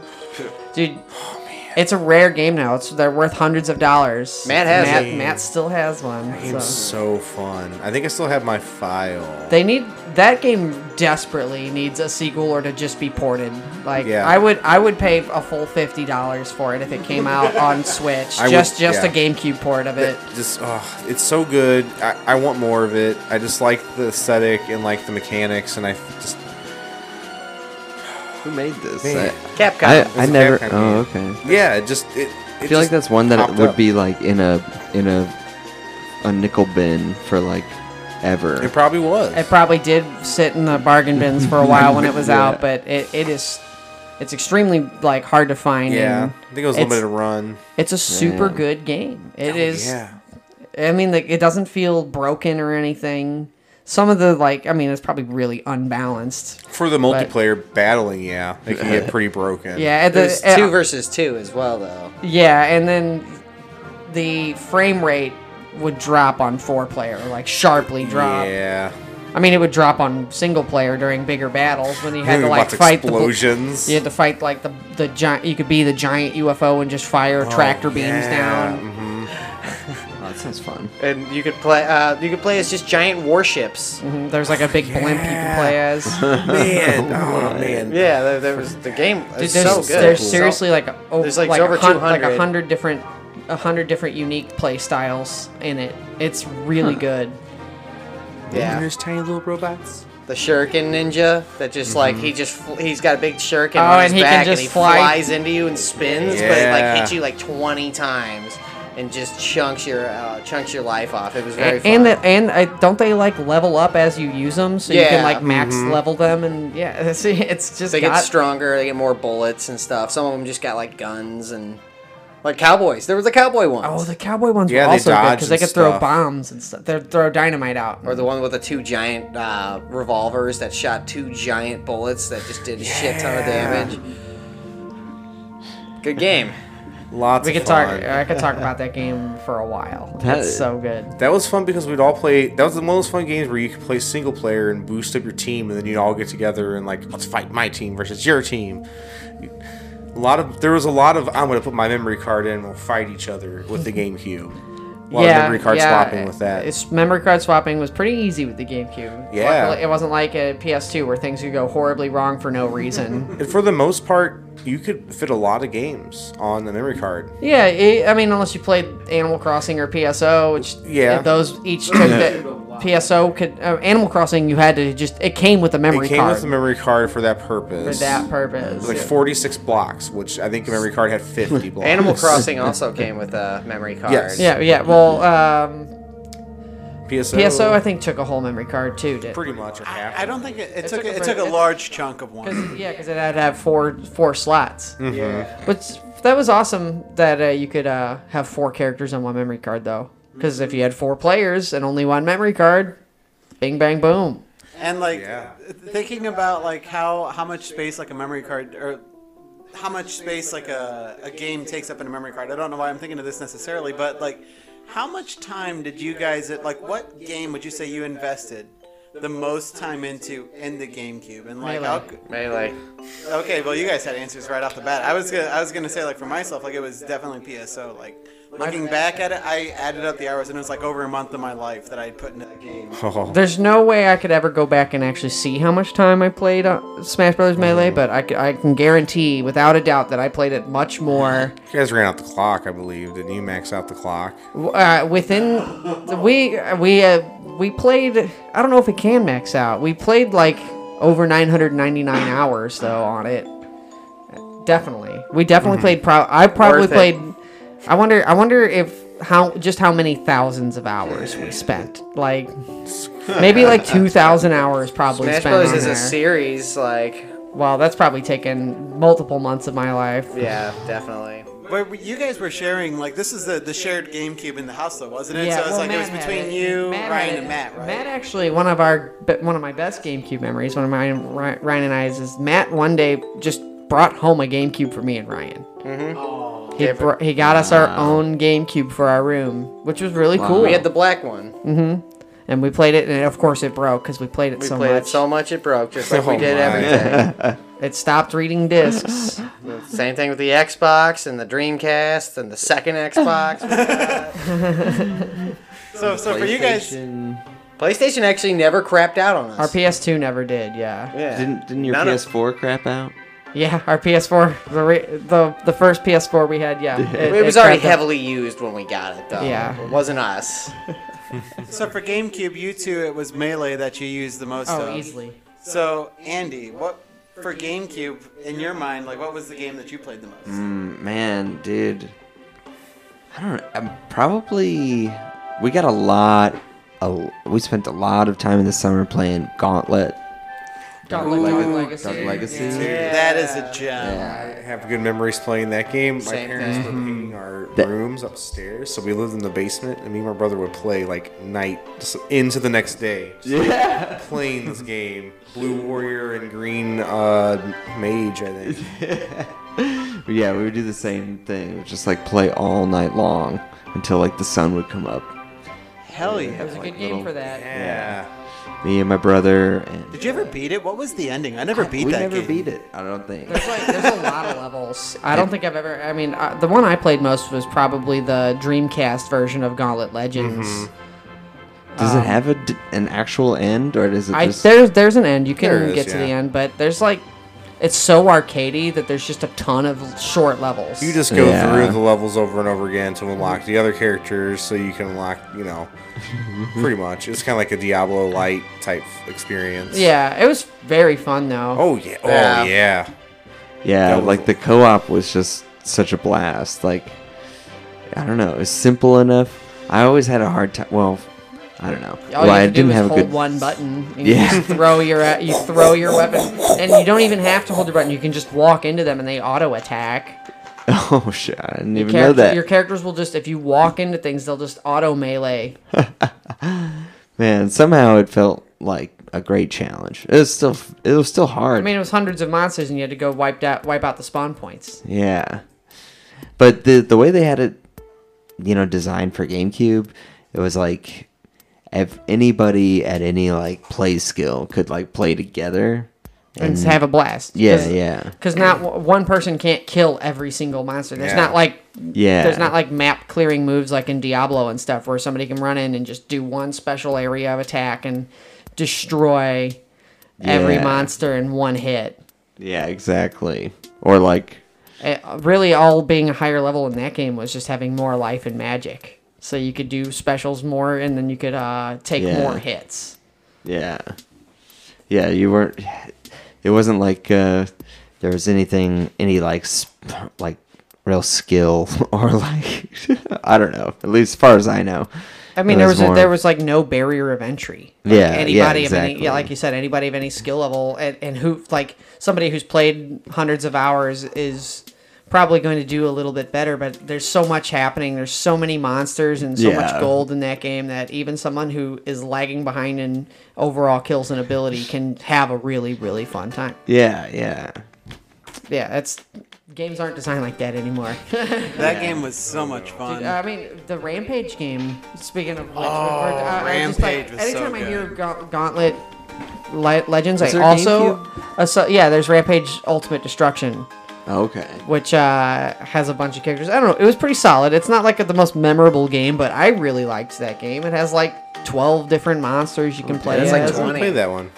[SPEAKER 3] Dude,
[SPEAKER 4] Oh,
[SPEAKER 3] it's a rare game now. It's they're worth hundreds of dollars.
[SPEAKER 4] Matt has
[SPEAKER 3] Matt,
[SPEAKER 4] it.
[SPEAKER 3] Matt still has one.
[SPEAKER 1] Game's so
[SPEAKER 3] So.
[SPEAKER 1] fun. I think I still have my file.
[SPEAKER 3] They need that game desperately needs a sequel or to just be ported. Like
[SPEAKER 1] Yeah.
[SPEAKER 3] I would, I would pay a full fifty dollars for it if it came out on Switch.
[SPEAKER 1] I would-
[SPEAKER 3] just, just
[SPEAKER 1] yeah.
[SPEAKER 3] a GameCube port of it.
[SPEAKER 1] It just oh, it's so good. I, I want more of it. I just like the aesthetic and like the mechanics, and I just
[SPEAKER 2] Who made this?
[SPEAKER 1] Man.
[SPEAKER 2] I, I,
[SPEAKER 4] Capcom.
[SPEAKER 2] I
[SPEAKER 1] It's a
[SPEAKER 2] never.
[SPEAKER 1] Capcom
[SPEAKER 2] Oh,
[SPEAKER 1] game.
[SPEAKER 2] okay.
[SPEAKER 1] yeah, it just it.
[SPEAKER 2] I feel like that's one that
[SPEAKER 1] popped
[SPEAKER 2] would
[SPEAKER 1] up.
[SPEAKER 2] be like in a in a a nickel bin for like ever.
[SPEAKER 1] It probably was.
[SPEAKER 3] It probably did sit in the bargain bins for a while when it was out, but it, it is, it's extremely like hard to find.
[SPEAKER 1] yeah,
[SPEAKER 3] and
[SPEAKER 1] I think it was
[SPEAKER 3] it's-
[SPEAKER 1] limited run.
[SPEAKER 3] It's a super
[SPEAKER 2] Yeah.
[SPEAKER 3] good game. It is.
[SPEAKER 1] Oh, Yeah,
[SPEAKER 3] I mean, like it doesn't feel broken or anything. Some of the like, I mean, it's probably really unbalanced.
[SPEAKER 1] for the multiplayer battling, yeah, it can get pretty broken.
[SPEAKER 3] Yeah, at the, uh,
[SPEAKER 4] There's
[SPEAKER 3] at-
[SPEAKER 4] two versus two as well though.
[SPEAKER 3] yeah, and then the frame rate would drop on four player, like sharply drop.
[SPEAKER 1] yeah.
[SPEAKER 3] I mean, it would drop on single player during bigger battles when you had to
[SPEAKER 1] Lots
[SPEAKER 3] like
[SPEAKER 1] of
[SPEAKER 3] fight the. bl-
[SPEAKER 1] explosions.
[SPEAKER 3] You had to fight like the the giant. You could be the giant UFO and just fire tractor beams
[SPEAKER 1] Oh, yeah.
[SPEAKER 3] down.
[SPEAKER 2] Oh, that sounds fun.
[SPEAKER 4] And you could play uh you could play as just giant warships.
[SPEAKER 3] Mhm, There's like a big blimp you can play as.
[SPEAKER 1] man, oh man,
[SPEAKER 4] Yeah, there, there was the game.
[SPEAKER 3] Dude,
[SPEAKER 4] It's
[SPEAKER 3] there's,
[SPEAKER 4] so good.
[SPEAKER 3] there's
[SPEAKER 4] So-
[SPEAKER 3] seriously like over,
[SPEAKER 4] There's, like,
[SPEAKER 3] like,
[SPEAKER 4] over
[SPEAKER 3] a hun- like
[SPEAKER 4] 200.
[SPEAKER 3] a hundred different, a hundred different unique play styles in it. It's really good.
[SPEAKER 4] yeah.
[SPEAKER 1] There's tiny little robots.
[SPEAKER 4] the shuriken ninja that just like he just fl- he's got a big shuriken
[SPEAKER 3] Oh,
[SPEAKER 4] on
[SPEAKER 3] and
[SPEAKER 4] his
[SPEAKER 3] he can
[SPEAKER 4] back and
[SPEAKER 3] just
[SPEAKER 4] he
[SPEAKER 3] fly-
[SPEAKER 4] flies into you and spins, but it like
[SPEAKER 1] Yeah.
[SPEAKER 4] hits you like twenty times and just chunks your uh, chunks your life off. It was very
[SPEAKER 3] And,
[SPEAKER 4] fun.
[SPEAKER 3] and that and I, don't they like level up as you use them, so you
[SPEAKER 4] Yeah.
[SPEAKER 3] can like max
[SPEAKER 1] Mm-hmm.
[SPEAKER 3] level them and yeah, it's, it's just
[SPEAKER 4] they get
[SPEAKER 3] got-
[SPEAKER 4] stronger, they get more bullets and stuff. Some of them just got like guns and like cowboys. There was a cowboy one.
[SPEAKER 3] Oh, the cowboy ones
[SPEAKER 1] Yeah,
[SPEAKER 3] were
[SPEAKER 1] they
[SPEAKER 3] also good
[SPEAKER 1] dodge
[SPEAKER 3] because they
[SPEAKER 1] and
[SPEAKER 3] could throw
[SPEAKER 1] stuff.
[SPEAKER 3] bombs and stuff. They throw dynamite out.
[SPEAKER 4] or the one with the two giant uh, revolvers that shot two giant bullets that just did a shit ton of damage. Good game.
[SPEAKER 1] Lots.
[SPEAKER 3] we
[SPEAKER 1] of
[SPEAKER 3] could talk.
[SPEAKER 1] fun.
[SPEAKER 3] I could talk about that game for a while.
[SPEAKER 2] That-
[SPEAKER 3] it's so good.
[SPEAKER 1] That was fun because we'd all play. That was one of those fun games where you could play single player and boost up your team, and then you'd all get together and like, let's fight my team versus your team. A lot of there was a lot of I'm going to put my memory card in. and We'll fight each other with the GameCube. A lot of memory card swapping with that.
[SPEAKER 3] It's, memory card swapping was pretty easy with the GameCube.
[SPEAKER 1] Yeah.
[SPEAKER 3] Luckily, it wasn't like a PS2 where things could go horribly wrong for no reason.
[SPEAKER 1] and for the most part, you could fit a lot of games on the memory card.
[SPEAKER 3] yeah, it, I mean, unless you played Animal Crossing or PSO, which
[SPEAKER 1] Yeah.
[SPEAKER 3] those each took the PSO could uh, Animal Crossing you had to just it came with a
[SPEAKER 1] It
[SPEAKER 3] memory
[SPEAKER 1] came
[SPEAKER 3] card
[SPEAKER 1] with a memory card for that
[SPEAKER 3] for
[SPEAKER 1] purpose.
[SPEAKER 3] that purpose.
[SPEAKER 1] Like
[SPEAKER 3] Yeah.
[SPEAKER 1] 46 blocks, which I think the memory card had 50 blocks.
[SPEAKER 4] Animal Crossing also came with a memory card.
[SPEAKER 1] Yes.
[SPEAKER 3] yeah, yeah. Well, um,
[SPEAKER 1] PSO.
[SPEAKER 3] PSO I think took a whole memory card too. Did.
[SPEAKER 1] pretty much or half.
[SPEAKER 5] I don't think it, it, took,
[SPEAKER 3] took
[SPEAKER 5] a-
[SPEAKER 3] a
[SPEAKER 5] it took a
[SPEAKER 3] break.
[SPEAKER 5] large chunk of one.
[SPEAKER 3] Yeah, because it had to have four four slots.
[SPEAKER 1] Mm-hmm.
[SPEAKER 10] Yeah.
[SPEAKER 3] Which that was awesome that uh, you could uh, have four characters on one memory card though, because if you had four players and only one memory card, bing bang boom.
[SPEAKER 5] And like
[SPEAKER 1] Yeah.
[SPEAKER 5] thinking about like how how much space like a memory card or how much space like a, a game takes up in a memory card. I don't know why I'm thinking of this necessarily, but like how much time did you guys at like what game would you say you invested the most time into in the GameCube? And like
[SPEAKER 3] Melee.
[SPEAKER 5] how,
[SPEAKER 4] Melee.
[SPEAKER 5] Okay, well, you guys had answers right off the bat. I was gonna, I was gonna say like for myself, like it was definitely PSO. Like looking back at it, I added up the hours, and it was like over a month of my life that I had put into that game.
[SPEAKER 1] Oh.
[SPEAKER 3] There's no way I could ever go back and actually see how much time I played uh, Smash Brothers Melee, but I, c- I can guarantee without a doubt that I played it much more
[SPEAKER 1] You guys ran out the clock, I believe. Didn't you max out the clock?
[SPEAKER 3] uh, within we we uh, we played. I don't know if it can max out. We played like over 999 hours though on it. definitely. We definitely played. Pro- I probably
[SPEAKER 4] Mm-hmm. Worth it.
[SPEAKER 3] played. I wonder. I wonder if how just how many thousands of hours we spent. Like maybe like two thousand hours probably
[SPEAKER 4] Smash
[SPEAKER 3] spent
[SPEAKER 4] Bros
[SPEAKER 3] on
[SPEAKER 4] is
[SPEAKER 3] there.
[SPEAKER 4] a series, like
[SPEAKER 3] Wow, that's probably taken multiple months of my life.
[SPEAKER 4] yeah, definitely.
[SPEAKER 5] But you guys were sharing like this is the, the shared GameCube in the house though, wasn't it? so it's
[SPEAKER 3] well,
[SPEAKER 5] like it was
[SPEAKER 3] Matt had
[SPEAKER 5] between
[SPEAKER 3] it.
[SPEAKER 5] you,
[SPEAKER 3] Matt
[SPEAKER 5] Ryan,
[SPEAKER 3] had
[SPEAKER 5] and
[SPEAKER 3] it.
[SPEAKER 5] Matt, right?
[SPEAKER 3] Matt actually one of our be- one of my best GameCube memories. One of my Ry- Ryan and I's is Matt one day just brought home a GameCube for me and Ryan. Mm-hmm. He, br- he got us our own GameCube for our room, which was really cool.
[SPEAKER 4] We had the black one.
[SPEAKER 3] and we played it, and of course it broke because we played it
[SPEAKER 4] We
[SPEAKER 3] so
[SPEAKER 4] played
[SPEAKER 3] much.
[SPEAKER 4] it so much it broke, just like we
[SPEAKER 6] Oh
[SPEAKER 4] did
[SPEAKER 6] my.
[SPEAKER 4] everything.
[SPEAKER 3] it stopped reading discs.
[SPEAKER 4] Same thing with the Xbox and the Dreamcast and the second Xbox.
[SPEAKER 5] So so for you guys
[SPEAKER 2] PlayStation-
[SPEAKER 4] PlayStation actually never crapped out on us.
[SPEAKER 3] our PS2 never did. Yeah,
[SPEAKER 4] yeah.
[SPEAKER 2] Didn't didn't your
[SPEAKER 4] None of-
[SPEAKER 2] PS4 crap out?
[SPEAKER 3] yeah. Our PS4, the re- the the first PS4 we had. Yeah,
[SPEAKER 4] it, was already
[SPEAKER 3] cracked up.
[SPEAKER 4] heavily used when we got it, though.
[SPEAKER 3] Yeah.
[SPEAKER 4] It wasn't us.
[SPEAKER 5] so for GameCube you two it was Melee that you used the most
[SPEAKER 3] Oh,
[SPEAKER 5] of.
[SPEAKER 3] easily.
[SPEAKER 5] So Andy, what for GameCube in your mind, like what was the game that you played the most?
[SPEAKER 2] Mm, man, dude. I don't. I'm probably. We got a lot. A, we spent a lot of time in the summer playing Gauntlet.
[SPEAKER 3] Gauntlet, Gauntlet Legacy.
[SPEAKER 2] Dark Legacy.
[SPEAKER 5] That is a gem.
[SPEAKER 2] Yeah.
[SPEAKER 6] I have good memories playing that game. My
[SPEAKER 4] Same
[SPEAKER 6] parents
[SPEAKER 4] thing.
[SPEAKER 6] were painting our
[SPEAKER 2] Mm-hmm. That-
[SPEAKER 6] rooms upstairs, so we lived in the basement, and me and my brother would play like night just into the next day. Just, like, playing this game, Blue Warrior and Green uh, Mage, I think.
[SPEAKER 2] But yeah, we would do the same thing. We would just like play all night long until like the sun would come up.
[SPEAKER 5] Hell yeah.
[SPEAKER 3] It was a good game for that.
[SPEAKER 6] Yeah.
[SPEAKER 2] Me and my brother. And,
[SPEAKER 5] Did you ever beat it? What was the ending? I never beat
[SPEAKER 2] we
[SPEAKER 5] that
[SPEAKER 2] never
[SPEAKER 5] game.
[SPEAKER 2] beat it. I don't think.
[SPEAKER 3] There's like there's a lot of levels. I don't think I've ever. I mean, uh, the one I played most was probably the Dreamcast version of Gauntlet Legends.
[SPEAKER 2] Does it have a d an actual end or does it
[SPEAKER 3] I
[SPEAKER 2] just?
[SPEAKER 3] there's there's an end. You can
[SPEAKER 6] There is,
[SPEAKER 3] get to the
[SPEAKER 6] yeah.
[SPEAKER 3] end, but there's like it's so arcadey that there's just a ton of short levels.
[SPEAKER 6] You just go
[SPEAKER 2] Yeah.
[SPEAKER 6] through the levels over and over again to unlock the other characters, so you can unlock, you know,
[SPEAKER 2] Mm-hmm.
[SPEAKER 6] pretty much. It's kind of like a Diablo Light type experience.
[SPEAKER 3] yeah, it was very fun though.
[SPEAKER 6] Oh yeah. Oh
[SPEAKER 4] Yeah.
[SPEAKER 6] yeah.
[SPEAKER 2] Yeah,
[SPEAKER 6] That was-
[SPEAKER 2] like the co-op was just such a blast. Like I don't know, it was simple enough. I always had a hard time. Well, I don't know.
[SPEAKER 3] All
[SPEAKER 2] well,
[SPEAKER 3] Oh, you have
[SPEAKER 2] I
[SPEAKER 3] to do
[SPEAKER 2] didn't
[SPEAKER 3] is
[SPEAKER 2] have a
[SPEAKER 3] hold
[SPEAKER 2] good.
[SPEAKER 3] one button and
[SPEAKER 2] Yeah.
[SPEAKER 3] you just throw your uh, you throw your weapon, and you don't even have to hold your button. You can just walk into them and they auto attack.
[SPEAKER 2] Oh shit! I didn't even know
[SPEAKER 3] Character-
[SPEAKER 2] that.
[SPEAKER 3] Your characters will just if you walk into things, they'll just auto melee.
[SPEAKER 2] Man, somehow it felt like a great challenge. It was still it was still hard.
[SPEAKER 3] I mean, it was hundreds of monsters, and you had to go wipe out wipe out the spawn points.
[SPEAKER 2] yeah, but the the way they had it, you know, designed for GameCube, it was like if anybody at any like play skill could like play together.
[SPEAKER 3] And just have a blast.
[SPEAKER 2] Yeah,
[SPEAKER 3] Cause,
[SPEAKER 2] yeah,
[SPEAKER 3] Because not w- one person can't kill every single monster. There's
[SPEAKER 6] Yeah.
[SPEAKER 3] not like
[SPEAKER 2] yeah.
[SPEAKER 3] there's not like map clearing moves like in Diablo and stuff where somebody can run in and just do one special area of attack and destroy every
[SPEAKER 2] Yeah.
[SPEAKER 3] monster in one hit.
[SPEAKER 2] Yeah, exactly. Or like,
[SPEAKER 3] It, Uh, really, all being a higher level in that game was just having more life and magic, so you could do specials more, and then you could uh, take
[SPEAKER 2] Yeah.
[SPEAKER 3] more hits.
[SPEAKER 2] yeah, yeah. You weren't. It wasn't like uh, there was anything, any like, sp- like real skill or like, I don't know. At least as far as I know.
[SPEAKER 3] I mean,
[SPEAKER 2] It
[SPEAKER 3] there was a,
[SPEAKER 2] more-
[SPEAKER 3] there was like no barrier of entry. Like,
[SPEAKER 2] Yeah, yeah,
[SPEAKER 3] anybody of any
[SPEAKER 2] exactly.
[SPEAKER 3] yeah, like you said, anybody of any skill level, and, and who like somebody who's played hundreds of hours is probably going to do a little bit better. But there's so much happening. There's so many monsters and so much
[SPEAKER 2] Yeah.
[SPEAKER 3] gold in that game that even someone who is lagging behind in overall kills and ability can have a really really fun time.
[SPEAKER 2] Yeah, yeah.
[SPEAKER 3] Yeah, that's games aren't designed like that anymore.
[SPEAKER 5] That game was so much fun.
[SPEAKER 3] I mean, the Rampage game. Speaking of, which, oh,
[SPEAKER 5] Rampage was so
[SPEAKER 3] anytime I
[SPEAKER 5] good.
[SPEAKER 3] hear Ga- Gauntlet Le- Legends, I
[SPEAKER 2] there a
[SPEAKER 3] also, asso- yeah, there's Rampage Ultimate Destruction,
[SPEAKER 2] Okay.
[SPEAKER 3] which uh, has a bunch of characters. I don't know. It was pretty solid. It's not like the most memorable game, but I really liked that game. It has like. 12 different monsters you can play
[SPEAKER 4] That's like
[SPEAKER 3] as.
[SPEAKER 4] 20.
[SPEAKER 6] I played that one.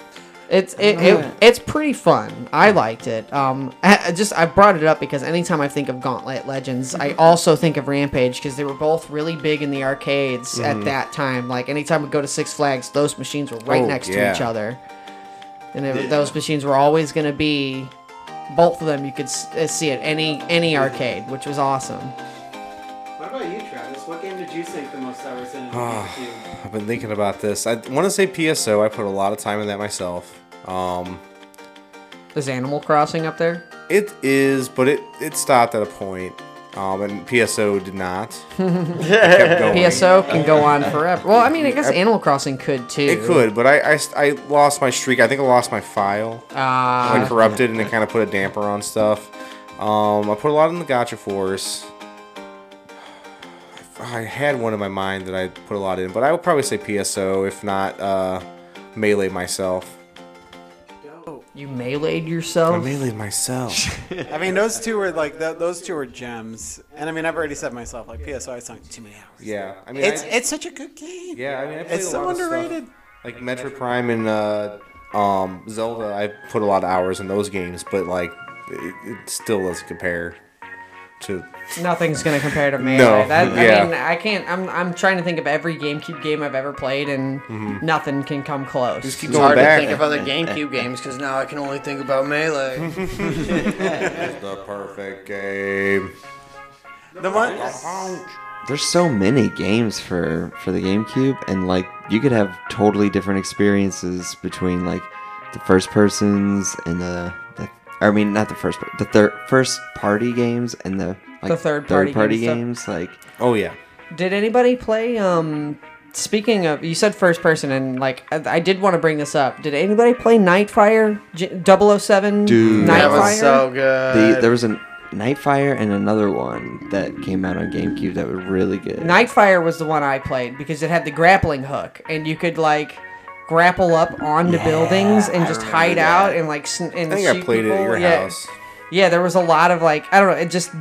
[SPEAKER 3] It's it, it it's pretty fun. I liked it. Um, I, I just I brought it up because anytime I think of Gauntlet Legends, I also think of Rampage because they were both really big in the arcades at that time. Like anytime we go to Six Flags, those machines were right
[SPEAKER 6] Oh,
[SPEAKER 3] next
[SPEAKER 6] yeah.
[SPEAKER 3] to each other, and it, those machines were always going to be both of them you could s- uh, see at any any arcade, which was awesome.
[SPEAKER 11] What about you, Travis? What game did you sink the most hours in? Oh.
[SPEAKER 1] I've been thinking about this. I want to say PSO. I put a lot of time in that myself. Um,
[SPEAKER 3] There's Animal Crossing up there.
[SPEAKER 1] it is, but it it stopped at a point. Um, and PSO did not. It kept going.
[SPEAKER 3] PSO can go on forever. Well, I mean, I guess Animal Crossing could too.
[SPEAKER 1] It could, but I, I, I lost my streak. I think I lost my file.
[SPEAKER 3] Ah,
[SPEAKER 1] I corrupted and it kind of put a damper on stuff. Um, I put a lot in the Gotcha Force. I had one in my mind that I put a lot in, but I would probably say PSO, if not uh, melee myself.
[SPEAKER 3] you meleeed yourself.
[SPEAKER 1] I meleeed myself.
[SPEAKER 5] I mean, those two were like th- those two were gems, and I mean, I've already said myself like PSO. I sunk too many hours.
[SPEAKER 1] yeah, I mean,
[SPEAKER 5] It's
[SPEAKER 1] I-
[SPEAKER 5] it's such a good game.
[SPEAKER 1] yeah, I mean, I played
[SPEAKER 5] it's
[SPEAKER 1] a
[SPEAKER 5] so
[SPEAKER 1] lot of stuff.
[SPEAKER 5] underrated.
[SPEAKER 1] Like Metroid Prime and uh, um, Zelda, I put a lot of hours in those games, but like, it, it still doesn't compare to
[SPEAKER 3] Nothing's gonna compare to Melee.
[SPEAKER 1] No,
[SPEAKER 3] That, I
[SPEAKER 1] yeah.
[SPEAKER 3] mean, I can't. I'm, I'm trying to think of every GameCube game I've ever played, and nothing can come close.
[SPEAKER 1] Mm-hmm. just keep
[SPEAKER 4] It's
[SPEAKER 1] going
[SPEAKER 4] hard
[SPEAKER 1] back.
[SPEAKER 4] to think of other GameCube games because now I can only think about Melee.
[SPEAKER 1] the perfect game.
[SPEAKER 5] The one.
[SPEAKER 2] There's so many games for for the GameCube, and like you could have totally different experiences between like the first persons and the, the I mean not the first per- the third first party games and the like
[SPEAKER 3] The third party games,
[SPEAKER 2] games, like
[SPEAKER 1] Oh yeah.
[SPEAKER 3] Did anybody play? Um, speaking of, you said first person, and like I, I did want to bring this up. Did anybody play Nightfire? G- 007
[SPEAKER 2] Dude.
[SPEAKER 3] Nightfire.
[SPEAKER 2] That
[SPEAKER 4] That was so good.
[SPEAKER 2] the, there was a Nightfire and another one that came out on GameCube that was really good.
[SPEAKER 3] Nightfire was the one I played because it had the grappling hook, and you could like grapple up onto buildings and just hide out and like sn- and
[SPEAKER 1] I think
[SPEAKER 3] shoot
[SPEAKER 1] I played it at
[SPEAKER 3] people.
[SPEAKER 1] your
[SPEAKER 3] yeah.
[SPEAKER 1] house.
[SPEAKER 3] Yeah, there was a lot of like I don't know. It just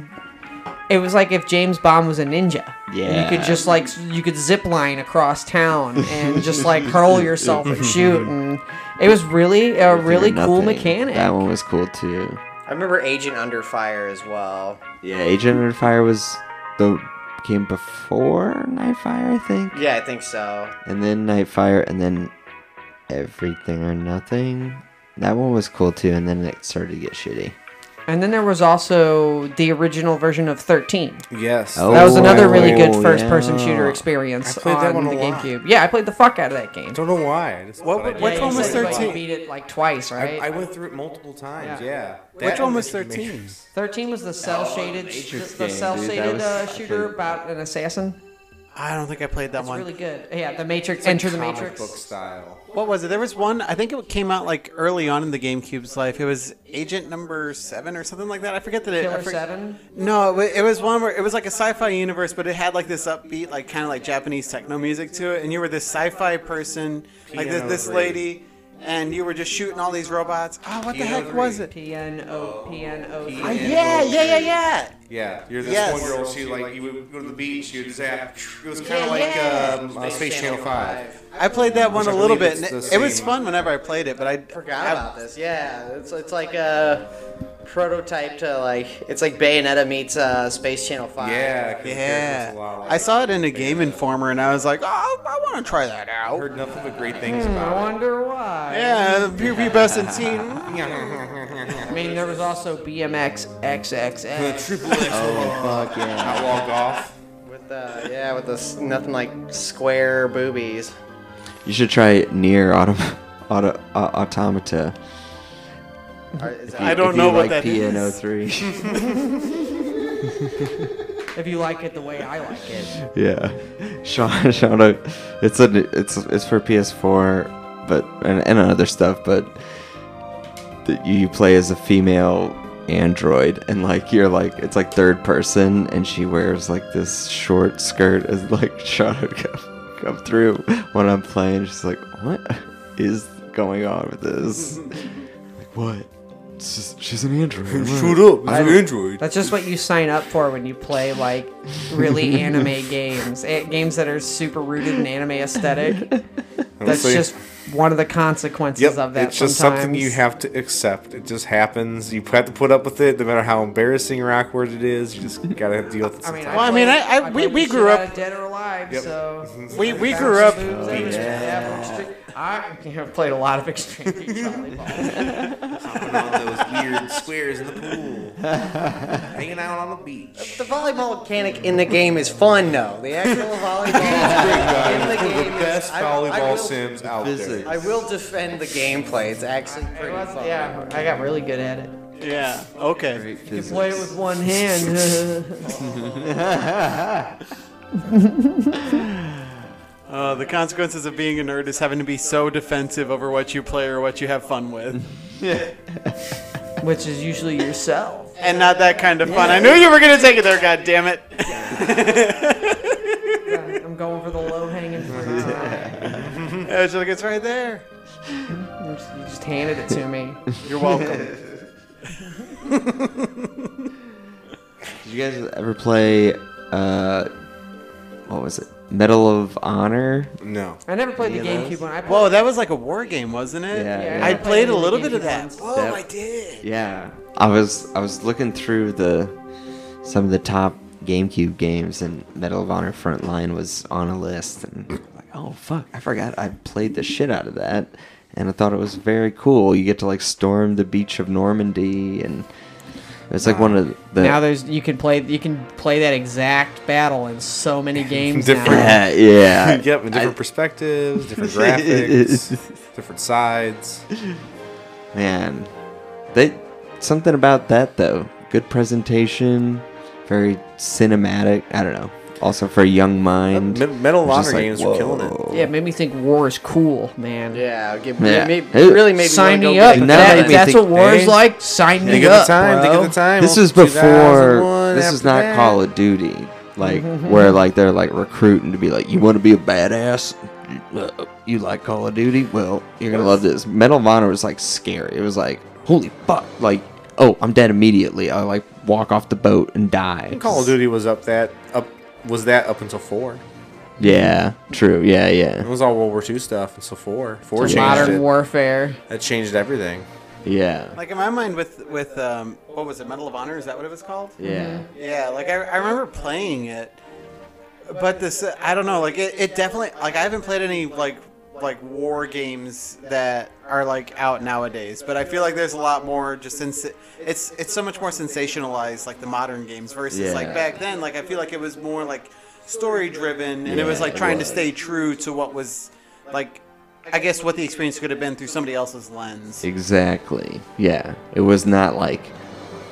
[SPEAKER 3] it was like if James Bond was a ninja.
[SPEAKER 2] Yeah.
[SPEAKER 3] you could just like s- you could zip line across town and just like hurl yourself and shoot, and it was really a
[SPEAKER 2] Everything or
[SPEAKER 3] really cool
[SPEAKER 2] Nothing.
[SPEAKER 3] mechanic.
[SPEAKER 2] That one was cool too.
[SPEAKER 4] I remember Agent Under Fire as well.
[SPEAKER 2] Yeah, Agent Under Fire was the came before Nightfire, I think.
[SPEAKER 4] Yeah, I think so.
[SPEAKER 2] and then Nightfire, and then Everything or Nothing. That one was cool too, and then it started to get shitty.
[SPEAKER 3] And then there was also the original version of Thirteen.
[SPEAKER 1] Yes.
[SPEAKER 2] Oh,
[SPEAKER 3] That was another really good
[SPEAKER 2] Oh,
[SPEAKER 3] first-person
[SPEAKER 2] yeah.
[SPEAKER 3] shooter experience
[SPEAKER 1] I played that
[SPEAKER 3] on
[SPEAKER 1] one a
[SPEAKER 3] the
[SPEAKER 1] lot.
[SPEAKER 3] GameCube. Yeah, I played the fuck out of that game.
[SPEAKER 1] I don't know why. I just,
[SPEAKER 5] What-
[SPEAKER 1] but I did.
[SPEAKER 5] which
[SPEAKER 3] Yeah,
[SPEAKER 5] one
[SPEAKER 3] you
[SPEAKER 5] was
[SPEAKER 3] said, like, you
[SPEAKER 5] 13?
[SPEAKER 3] beat it like twice,
[SPEAKER 1] I,
[SPEAKER 3] right?
[SPEAKER 1] I went through it multiple times.
[SPEAKER 3] Yeah.
[SPEAKER 1] Yeah.
[SPEAKER 5] Which
[SPEAKER 1] That
[SPEAKER 5] one
[SPEAKER 1] and
[SPEAKER 5] was
[SPEAKER 1] the Matrix.
[SPEAKER 5] 13?
[SPEAKER 3] Thirteen was the cell shaded,
[SPEAKER 2] Matrix
[SPEAKER 3] the
[SPEAKER 2] game,
[SPEAKER 3] cell
[SPEAKER 2] dude. That
[SPEAKER 3] shaded
[SPEAKER 2] was
[SPEAKER 3] uh,
[SPEAKER 2] fucking-
[SPEAKER 3] shooter about an assassin.
[SPEAKER 5] I don't think I played that
[SPEAKER 3] It's
[SPEAKER 5] one.
[SPEAKER 3] really good. Yeah, the Matrix. Enter the
[SPEAKER 1] Comic
[SPEAKER 3] Matrix.
[SPEAKER 1] book style.
[SPEAKER 5] What was it? There was one. I think it came out like early on in the GameCube's life. It was Agent Number Seven or something like that. I forget that it. I
[SPEAKER 3] Killer
[SPEAKER 5] for-
[SPEAKER 3] Seven.
[SPEAKER 5] No, it wa- it was one where it was like a sci-fi universe, but it had like this upbeat, like kind of like Japanese techno music to it, and you were this sci-fi person, like this,
[SPEAKER 1] PNO
[SPEAKER 5] this
[SPEAKER 1] three.
[SPEAKER 5] lady, and you were just shooting all these robots. Oh, what the heck was it?
[SPEAKER 3] P N O P N O.
[SPEAKER 5] Oh, yeah, yeah, yeah, yeah.
[SPEAKER 1] Yeah, you're this
[SPEAKER 5] Yes.
[SPEAKER 1] one girl. She like you would go to the beach. You would zap. It was kind
[SPEAKER 5] Yeah,
[SPEAKER 1] of like
[SPEAKER 5] yeah.
[SPEAKER 1] um, uh, Space Channel Five.
[SPEAKER 5] I played that one
[SPEAKER 1] I
[SPEAKER 5] a little
[SPEAKER 1] believe
[SPEAKER 5] bit.
[SPEAKER 1] it's
[SPEAKER 5] and
[SPEAKER 1] the
[SPEAKER 5] It, it was
[SPEAKER 1] same-
[SPEAKER 5] fun whenever I played it, but I
[SPEAKER 4] Forgot
[SPEAKER 5] I-
[SPEAKER 4] about this. Yeah, it's it's like a prototype to like it's like Bayonetta meets uh, Space Channel Five.
[SPEAKER 1] Yeah. 'cause the character's a lot
[SPEAKER 5] Yeah,
[SPEAKER 1] like
[SPEAKER 5] I
[SPEAKER 1] that.
[SPEAKER 5] saw it in a Game Informer, and I was like, oh, I want to try that out.
[SPEAKER 1] Heard nothing but great things
[SPEAKER 3] Hmm. I
[SPEAKER 1] about
[SPEAKER 3] wonder why.
[SPEAKER 5] Yeah, PvP best in team.
[SPEAKER 3] I mean, there was also BMX
[SPEAKER 1] it.
[SPEAKER 3] XXX.
[SPEAKER 1] The triple X oh,
[SPEAKER 2] Fuck yeah.
[SPEAKER 1] outlaw golf.
[SPEAKER 4] With uh, yeah, with this nothing like square boobies.
[SPEAKER 2] You should try near autom- auto uh, automata.
[SPEAKER 4] Or is that-
[SPEAKER 5] I don't
[SPEAKER 2] if
[SPEAKER 5] know
[SPEAKER 2] you
[SPEAKER 5] what
[SPEAKER 2] like
[SPEAKER 5] that is.
[SPEAKER 2] PNO3.
[SPEAKER 3] If you like it the way I like it.
[SPEAKER 2] yeah, Sean, Sean, uh, it's a it's it's for PS4, but and, and other stuff, but that you play as a female android and like you're like it's like third person and she wears like this short skirt as like Sean would come, come through when I'm playing she's like what is going on with this like what it's just, she's an android
[SPEAKER 1] Shoot
[SPEAKER 3] Hmm.
[SPEAKER 1] up. It's an android.
[SPEAKER 3] That's just what you sign up for when you play like really anime games, A- games that are super rooted in anime aesthetic. That's
[SPEAKER 1] Honestly.
[SPEAKER 3] just one of the consequences of that.
[SPEAKER 1] It's just something you
[SPEAKER 3] sometimes.
[SPEAKER 1] have to accept. It just happens. You have to put up with it, no matter how embarrassing or awkward it is. You just gotta deal with it.
[SPEAKER 3] I mean,
[SPEAKER 1] sometimes.
[SPEAKER 5] Well, I mean,
[SPEAKER 3] played-
[SPEAKER 5] I- I- we-
[SPEAKER 3] played
[SPEAKER 5] we
[SPEAKER 3] the
[SPEAKER 5] grew
[SPEAKER 3] shit
[SPEAKER 5] up-
[SPEAKER 3] out of Dead or Alive,
[SPEAKER 5] Mm-hmm.
[SPEAKER 1] Yep.
[SPEAKER 3] so
[SPEAKER 5] We we grew up.
[SPEAKER 3] Boobs, average- average chick- I have played a lot of extreme beach volleyball.
[SPEAKER 1] Hopping on those weird squares in the pool, hanging out on the beach.
[SPEAKER 4] The volleyball mechanic in the game is fun, though. The actual volleyball in the
[SPEAKER 1] One of
[SPEAKER 4] game
[SPEAKER 1] the
[SPEAKER 4] is-
[SPEAKER 1] best
[SPEAKER 4] I- I
[SPEAKER 1] volleyball
[SPEAKER 4] will-
[SPEAKER 1] sims out
[SPEAKER 2] physics.
[SPEAKER 1] there.
[SPEAKER 4] I will defend the gameplay. It's actually
[SPEAKER 3] It
[SPEAKER 4] pretty
[SPEAKER 3] was-
[SPEAKER 4] fun.
[SPEAKER 3] yeah, I got really good at it.
[SPEAKER 5] Yeah. Okay.
[SPEAKER 2] Great
[SPEAKER 3] You
[SPEAKER 2] physics.
[SPEAKER 3] play it with one hand.
[SPEAKER 5] Uh, the consequences of being a nerd is having to be so defensive over what you play or what you have fun with,
[SPEAKER 3] which is usually yourself.
[SPEAKER 5] and not that kind of fun. I knew you were gonna take it there. God damn it.
[SPEAKER 3] I'm going for the low hanging fruit.
[SPEAKER 5] I was like, it's right there.
[SPEAKER 3] You just- you just handed it to me.
[SPEAKER 5] You're welcome.
[SPEAKER 2] Did you guys ever play? Uh, what was it? Medal of Honor.
[SPEAKER 1] No.
[SPEAKER 3] I never played the
[SPEAKER 2] Any of those?
[SPEAKER 3] GameCube one. I played,
[SPEAKER 5] Whoa, that was like a war game, wasn't it?
[SPEAKER 2] Yeah.
[SPEAKER 3] yeah,
[SPEAKER 5] I
[SPEAKER 3] never
[SPEAKER 5] played a
[SPEAKER 3] any
[SPEAKER 5] little
[SPEAKER 3] the
[SPEAKER 5] bit of
[SPEAKER 3] GameCube
[SPEAKER 5] that.
[SPEAKER 3] ones.
[SPEAKER 5] Whoa,
[SPEAKER 2] That-
[SPEAKER 5] I did.
[SPEAKER 2] Yeah, I was I was looking through the some of the top GameCube games, and Medal of Honor Frontline was on a list, and like, oh fuck, I forgot I played the shit out of that, and I thought it was very cool. You get to like storm the beach of Normandy, and it's like one of the
[SPEAKER 3] Now there's you can play you can play that exact battle in so many games.
[SPEAKER 1] Different-
[SPEAKER 3] Now.
[SPEAKER 2] yeah, yeah.
[SPEAKER 1] Yep, different perspectives, different graphics, different sides.
[SPEAKER 2] Man, they something about that though. Good presentation, very cinematic. I don't know. Also for a young mind.
[SPEAKER 1] Me- Medal of
[SPEAKER 2] It's just
[SPEAKER 1] Honor games were killing it.
[SPEAKER 2] whoa.
[SPEAKER 3] Yeah, it made me think war is cool, man.
[SPEAKER 4] Yeah, it, it
[SPEAKER 2] Yeah.
[SPEAKER 4] made-
[SPEAKER 2] It-
[SPEAKER 4] really made
[SPEAKER 3] Sign
[SPEAKER 4] me, wanna
[SPEAKER 3] me
[SPEAKER 4] go
[SPEAKER 3] up.
[SPEAKER 4] get
[SPEAKER 3] If
[SPEAKER 2] Now
[SPEAKER 3] that-
[SPEAKER 2] that
[SPEAKER 3] if
[SPEAKER 2] we
[SPEAKER 3] that's what
[SPEAKER 2] think-
[SPEAKER 3] war is
[SPEAKER 1] Hey.
[SPEAKER 3] like. Sign
[SPEAKER 1] Think
[SPEAKER 3] me
[SPEAKER 1] of the
[SPEAKER 3] up,
[SPEAKER 1] time. Think
[SPEAKER 3] bro.
[SPEAKER 1] of the time.
[SPEAKER 2] This was
[SPEAKER 1] 2001,
[SPEAKER 2] before. This
[SPEAKER 1] after
[SPEAKER 2] is not
[SPEAKER 1] that.
[SPEAKER 2] Call of Duty. Like where like they're like recruiting to be like, you want to be a badass. Uh, You like Call of Duty? Well, you're gonna love this. Medal of Honor was like scary. It was like, holy fuck! Like, oh, I'm dead immediately. I like walk off the boat and die.
[SPEAKER 1] Call of Duty was up that up was that up until four.
[SPEAKER 2] Yeah, true. Yeah, yeah,
[SPEAKER 1] It was all World War II stuff until four. Four
[SPEAKER 3] It's
[SPEAKER 1] changed
[SPEAKER 3] modern
[SPEAKER 1] it.
[SPEAKER 3] warfare.
[SPEAKER 1] That changed everything.
[SPEAKER 2] yeah,
[SPEAKER 5] Like in my mind, with with um, what was it, Medal of Honor? Is that what it was called?
[SPEAKER 2] yeah.
[SPEAKER 5] Yeah, like I, I remember playing it, but this I don't know. Like it, it definitely like I haven't played any like like war games that are like out nowadays. But I feel like there's a lot more just since it's it's so much more sensationalized like the modern games versus
[SPEAKER 2] Yeah.
[SPEAKER 5] like back then. Like I feel like it was more like story driven and it was
[SPEAKER 2] Yeah,
[SPEAKER 5] like
[SPEAKER 2] it
[SPEAKER 5] trying
[SPEAKER 2] was.
[SPEAKER 5] to stay true to what was like I guess what the experience could have been through somebody else's lens.
[SPEAKER 2] Exactly. Yeah, it was not like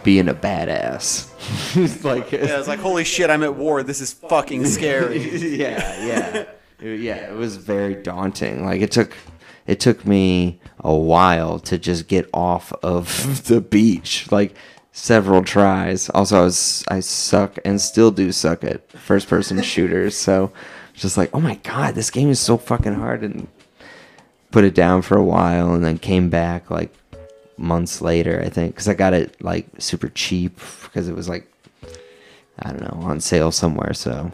[SPEAKER 2] being a badass. It's like,
[SPEAKER 5] Yeah,
[SPEAKER 2] yeah,
[SPEAKER 5] it's like holy shit, I'm at war. This is fucking scary.
[SPEAKER 2] yeah, It- yeah. It was very daunting. Like it took, it took me a while to just get off of the beach. Like several tries. Also, I was I suck and still do suck at first person shooters. So, just like, oh my god, this game is so fucking hard and put it down for a while and then came back like months later i think because i got it like super cheap because it was like i don't know on sale somewhere so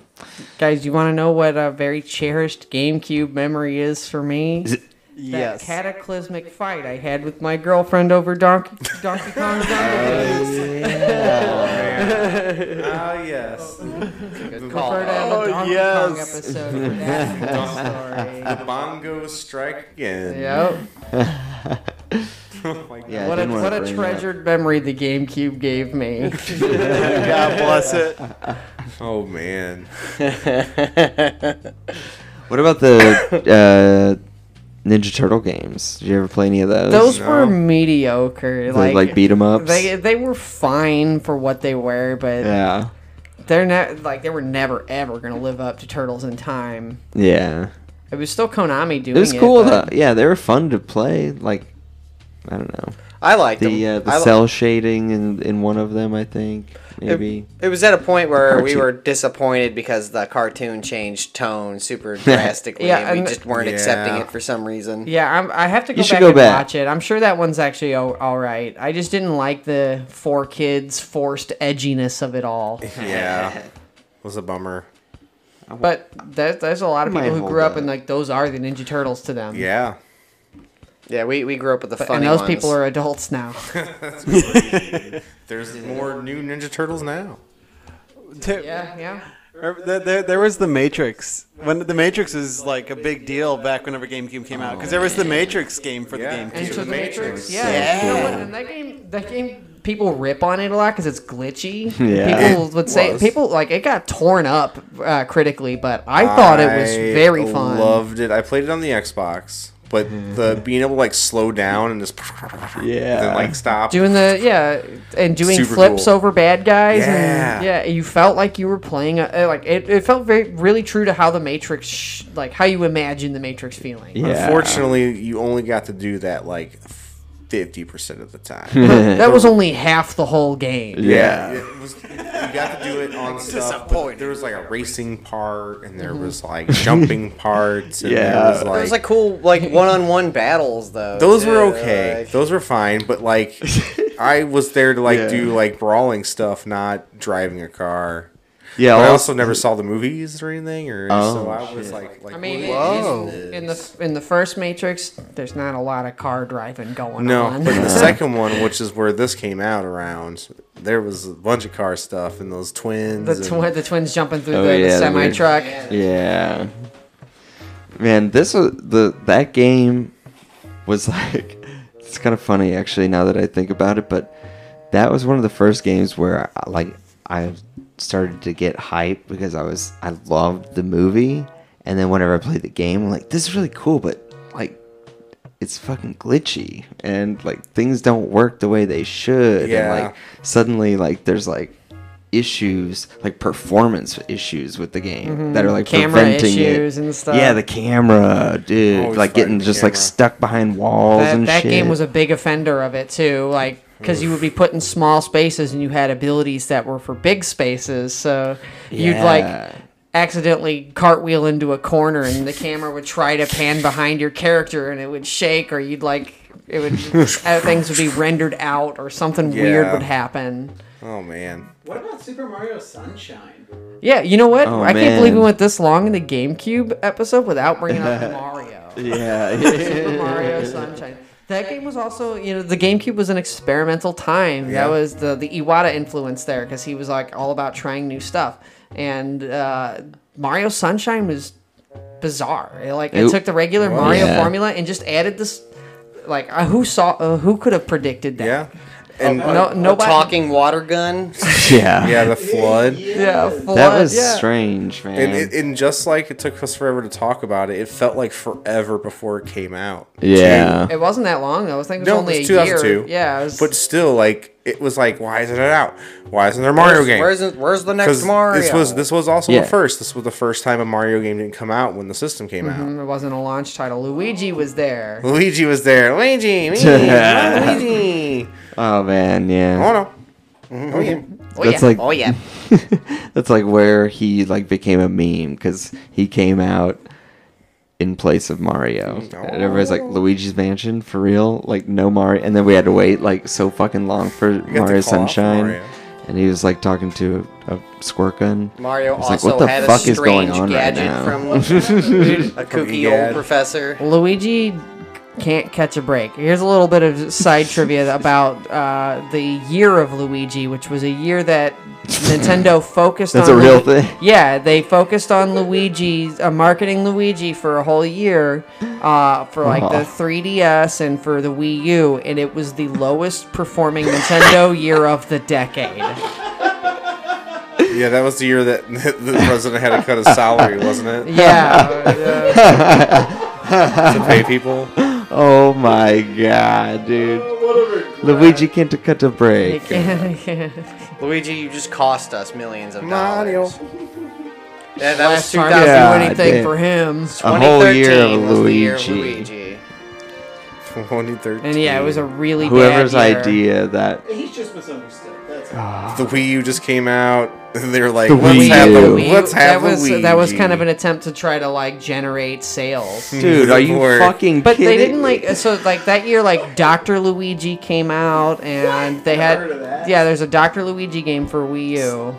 [SPEAKER 3] Guys, you want to know what a very cherished GameCube memory is for me? That
[SPEAKER 5] yes.
[SPEAKER 3] cataclysmic fight I had with my girlfriend over Donkey Donkey Kong Jungle Book,
[SPEAKER 1] Ah yes.
[SPEAKER 3] referred to as a
[SPEAKER 5] Oh,
[SPEAKER 3] Donkey
[SPEAKER 5] yes.
[SPEAKER 3] Kong episode. for that story.
[SPEAKER 1] Bongo strike again.
[SPEAKER 3] Yep.
[SPEAKER 2] yeah I
[SPEAKER 3] What a,
[SPEAKER 2] didn't wanna
[SPEAKER 3] what a
[SPEAKER 2] bring it up.
[SPEAKER 3] treasured memory the GameCube gave me.
[SPEAKER 5] God bless it.
[SPEAKER 1] Oh man.
[SPEAKER 2] what about the uh ninja turtle games did you ever play any of those
[SPEAKER 3] Those
[SPEAKER 1] No.
[SPEAKER 3] were mediocre.
[SPEAKER 2] They, like,
[SPEAKER 3] like,
[SPEAKER 2] beat 'em ups
[SPEAKER 3] They they were fine for what they were, but
[SPEAKER 2] yeah
[SPEAKER 3] they're not like they were never ever gonna live up to Turtles in Time.
[SPEAKER 2] yeah
[SPEAKER 3] It was still Konami doing
[SPEAKER 2] it
[SPEAKER 3] it.
[SPEAKER 2] was cool
[SPEAKER 3] but-
[SPEAKER 2] though yeah they were fun to play like i don't know
[SPEAKER 4] I liked
[SPEAKER 2] the
[SPEAKER 4] them.
[SPEAKER 2] uh, the
[SPEAKER 4] I li-
[SPEAKER 2] cell shading in, in one of them i think maybe
[SPEAKER 4] It was at a point where we
[SPEAKER 2] Cartoon.
[SPEAKER 4] were disappointed because the cartoon changed tone super drastically,
[SPEAKER 3] Yeah,
[SPEAKER 4] and we
[SPEAKER 3] and-
[SPEAKER 4] just weren't
[SPEAKER 1] Yeah.
[SPEAKER 4] accepting it for some reason.
[SPEAKER 3] Yeah, I'm, I have to go
[SPEAKER 2] You should
[SPEAKER 3] back
[SPEAKER 2] go
[SPEAKER 3] and
[SPEAKER 2] back.
[SPEAKER 3] watch it. I'm sure that one's actually all, all right. I just didn't like the four kids forced edginess of it all.
[SPEAKER 1] Yeah. Was a bummer.
[SPEAKER 3] But that, there's a lot of
[SPEAKER 2] Might
[SPEAKER 3] people who
[SPEAKER 2] hold
[SPEAKER 3] grew up
[SPEAKER 2] that.
[SPEAKER 3] and like those are the Ninja Turtles to them.
[SPEAKER 1] Yeah.
[SPEAKER 4] Yeah, we, we grew up with the
[SPEAKER 3] But,
[SPEAKER 4] funny
[SPEAKER 3] and those
[SPEAKER 4] ones.
[SPEAKER 3] people are adults now.
[SPEAKER 1] There's more new Ninja Turtles now.
[SPEAKER 5] Dude,
[SPEAKER 3] yeah, yeah.
[SPEAKER 5] Or There, there, there was the Matrix. When the Matrix was like a big deal back whenever GameCube came out, because there was the Matrix game for the
[SPEAKER 1] Yeah.
[SPEAKER 5] GameCube.
[SPEAKER 3] Enter the Matrix.
[SPEAKER 2] so
[SPEAKER 3] Yeah.
[SPEAKER 5] cool.
[SPEAKER 3] You know what, and that game, that game, people rip on it a lot because it's glitchy.
[SPEAKER 2] Yeah.
[SPEAKER 3] People would say
[SPEAKER 1] was.
[SPEAKER 3] people like it got torn up uh, critically, but I thought it was very fun.
[SPEAKER 1] Loved it. I played it on the Xbox, but the being able to like slow down and just
[SPEAKER 2] Mm-hmm. Yeah.
[SPEAKER 1] then like stop.
[SPEAKER 3] doing the yeah and doing
[SPEAKER 1] Super
[SPEAKER 3] flips
[SPEAKER 1] cool.
[SPEAKER 3] over bad guys yeah.
[SPEAKER 1] Yeah.
[SPEAKER 3] and yeah you felt like you were playing a, uh, like it, it felt very really true to how the matrix sh- like how you imagine the matrix feeling
[SPEAKER 2] Yeah.
[SPEAKER 1] Unfortunately, you only got to do that like fifty percent of the time.
[SPEAKER 3] that was only half the whole game
[SPEAKER 1] Yeah,
[SPEAKER 2] Yeah.
[SPEAKER 1] it was. You got to do it on stuff. but
[SPEAKER 5] Disappointing.
[SPEAKER 1] There was like a racing part, and
[SPEAKER 3] Mm-hmm.
[SPEAKER 1] there was like jumping parts. And there
[SPEAKER 2] Yeah.
[SPEAKER 1] was
[SPEAKER 2] There
[SPEAKER 1] like,
[SPEAKER 4] There's like cool like one-on-one battles though.
[SPEAKER 1] those
[SPEAKER 4] too,
[SPEAKER 1] were okay.
[SPEAKER 4] like-
[SPEAKER 1] those were fine, but like I was there to like
[SPEAKER 2] Yeah.
[SPEAKER 1] do like brawling stuff, not driving a car.
[SPEAKER 2] Yeah.
[SPEAKER 1] But I
[SPEAKER 2] all-
[SPEAKER 1] also never saw the movies or anything, or so
[SPEAKER 2] Oh,
[SPEAKER 1] I was like, like
[SPEAKER 3] I mean,
[SPEAKER 1] what?
[SPEAKER 3] in, in the in the first Matrix, there's not a lot of car driving going
[SPEAKER 1] no.
[SPEAKER 3] on.
[SPEAKER 1] But the second one, which is where this came out around, there was a bunch of car stuff and those twins.
[SPEAKER 3] the,
[SPEAKER 1] and-
[SPEAKER 3] twi- the twins jumping through
[SPEAKER 2] Oh,
[SPEAKER 3] the,
[SPEAKER 2] yeah,
[SPEAKER 3] the
[SPEAKER 2] the
[SPEAKER 3] semi
[SPEAKER 2] weird-
[SPEAKER 3] truck.
[SPEAKER 2] Yeah. Man, this was the that game was like it's kind of funny actually now that I think about it, but that was one of the first games where I, like I started to get hype because I was I loved the movie and then whenever I played the game I'm like this is really cool but like it's fucking glitchy and like things don't work the way they should
[SPEAKER 1] Yeah.
[SPEAKER 2] and like suddenly like there's like issues like performance issues with the game that are like
[SPEAKER 3] Mm-hmm. Camera
[SPEAKER 2] preventing it.
[SPEAKER 3] issues and stuff.
[SPEAKER 2] yeah the camera dude
[SPEAKER 1] Always
[SPEAKER 2] like getting
[SPEAKER 1] fighting the
[SPEAKER 2] just like
[SPEAKER 1] camera.
[SPEAKER 2] stuck behind walls
[SPEAKER 3] That,
[SPEAKER 2] and
[SPEAKER 3] that
[SPEAKER 2] shit
[SPEAKER 3] game was a big offender of it too, like because you would be put in small spaces and you had abilities that were for big spaces, so you'd
[SPEAKER 2] Yeah.
[SPEAKER 3] like accidentally cartwheel into a corner and the camera would try to pan behind your character and it would shake or you'd like it would uh, things would be rendered out or something weird
[SPEAKER 1] Yeah.
[SPEAKER 3] would happen.
[SPEAKER 1] oh man,
[SPEAKER 7] What about Super Mario Sunshine?
[SPEAKER 3] Yeah, you know what?
[SPEAKER 2] Oh,
[SPEAKER 3] I can't believe we
[SPEAKER 2] man.
[SPEAKER 3] went this long in the GameCube episode without bringing up Mario.
[SPEAKER 2] yeah
[SPEAKER 3] Super Mario Sunshine. That game was also, you know, the GameCube was an experimental time.
[SPEAKER 1] Yeah.
[SPEAKER 3] That was the the Iwata influence there because he was like all about trying new stuff. And uh, Mario Sunshine was bizarre. It, like it,
[SPEAKER 2] It-
[SPEAKER 3] took the regular Mario
[SPEAKER 2] Yeah.
[SPEAKER 3] formula and just added this. Like uh, who saw? Uh, who could have predicted that?
[SPEAKER 1] yeah, and
[SPEAKER 3] Oh, No,
[SPEAKER 4] A
[SPEAKER 3] nobody.
[SPEAKER 4] talking water gun.
[SPEAKER 2] yeah,
[SPEAKER 1] yeah, the flood.
[SPEAKER 3] Yeah, flood,
[SPEAKER 2] that was
[SPEAKER 3] yeah.
[SPEAKER 2] strange man
[SPEAKER 1] And, it, and just like it took us forever to talk about it, it felt like forever before it came out.
[SPEAKER 2] yeah
[SPEAKER 3] It wasn't that long though. I think it was
[SPEAKER 1] No, it
[SPEAKER 3] only
[SPEAKER 1] was
[SPEAKER 3] a
[SPEAKER 1] 2002.
[SPEAKER 3] year. Yeah, it was,
[SPEAKER 1] But still, like it was like, why isn't it out? Why isn't there a Mario
[SPEAKER 4] Where's-
[SPEAKER 1] game?
[SPEAKER 4] Where's, the- where's the next
[SPEAKER 1] 'Cause
[SPEAKER 4] Mario?
[SPEAKER 1] This was this was also
[SPEAKER 2] Yeah.
[SPEAKER 1] the first. This was the first time a Mario game didn't come out when the system came out.
[SPEAKER 3] it wasn't a launch title. Luigi was there.
[SPEAKER 1] Luigi was there. Luigi, me, Luigi.
[SPEAKER 2] oh man yeah
[SPEAKER 1] Oh no. Oh yeah.
[SPEAKER 4] oh,
[SPEAKER 2] that's
[SPEAKER 4] yeah.
[SPEAKER 2] like-
[SPEAKER 4] oh yeah.
[SPEAKER 2] that's like where he like became a meme because he came out in place of Mario. And everybody's
[SPEAKER 1] Oh.
[SPEAKER 2] like Luigi's Mansion for real, like no Mario. And then we had to wait like so fucking long for Mario
[SPEAKER 1] call off
[SPEAKER 2] Sunshine.
[SPEAKER 1] Mario.
[SPEAKER 2] And he was like talking to a, a squirt gun.
[SPEAKER 4] Mario
[SPEAKER 2] I was like,
[SPEAKER 4] also had a strange gadget from a kooky
[SPEAKER 1] Egad.
[SPEAKER 4] old professor.
[SPEAKER 3] Luigi can't catch a break. Here's a little bit of side trivia about uh, the year of Luigi, which was a year that Nintendo focused
[SPEAKER 2] That's
[SPEAKER 3] on.
[SPEAKER 2] a real
[SPEAKER 3] Lu-
[SPEAKER 2] thing?
[SPEAKER 3] Yeah, they focused on Luigi, uh, marketing Luigi for a whole year uh, for like
[SPEAKER 2] Aw.
[SPEAKER 3] the 3DS and for the Wii U, and it was the lowest performing Nintendo year of the decade.
[SPEAKER 1] Yeah, that was the year that the president had to cut his salary, wasn't it?
[SPEAKER 3] Yeah.
[SPEAKER 1] To pay people.
[SPEAKER 2] oh my god, dude.
[SPEAKER 1] Oh,
[SPEAKER 2] Luigi can't cut a break.
[SPEAKER 4] Luigi, you just cost us millions of
[SPEAKER 1] Mario.
[SPEAKER 4] dollars. Yeah, that
[SPEAKER 3] Last
[SPEAKER 4] was
[SPEAKER 3] time you
[SPEAKER 4] 2000.
[SPEAKER 2] Yeah,
[SPEAKER 3] do anything
[SPEAKER 2] damn.
[SPEAKER 3] for him.
[SPEAKER 2] A whole year of
[SPEAKER 4] 2013 was the year of
[SPEAKER 2] Luigi.
[SPEAKER 4] Luigi.
[SPEAKER 1] 2013.
[SPEAKER 3] And yeah, it was a really
[SPEAKER 2] Whoever's
[SPEAKER 3] bad year.
[SPEAKER 2] idea that
[SPEAKER 7] He's just misunderstood. That's all.
[SPEAKER 1] the Wii U just came out. And they were like,
[SPEAKER 2] The
[SPEAKER 1] let's
[SPEAKER 2] Wii
[SPEAKER 1] have
[SPEAKER 2] U.
[SPEAKER 1] the,
[SPEAKER 3] We-
[SPEAKER 1] let's have
[SPEAKER 3] that was
[SPEAKER 1] Luigi.
[SPEAKER 3] that was kind of an attempt to try to like generate sales.
[SPEAKER 2] Dude, are you
[SPEAKER 1] Lord.
[SPEAKER 2] fucking
[SPEAKER 3] But
[SPEAKER 2] kidding?
[SPEAKER 3] they didn't like so like that year like Dr. Luigi came out and they had
[SPEAKER 7] heard of that.
[SPEAKER 3] yeah there's a Dr. Luigi game for Wii U.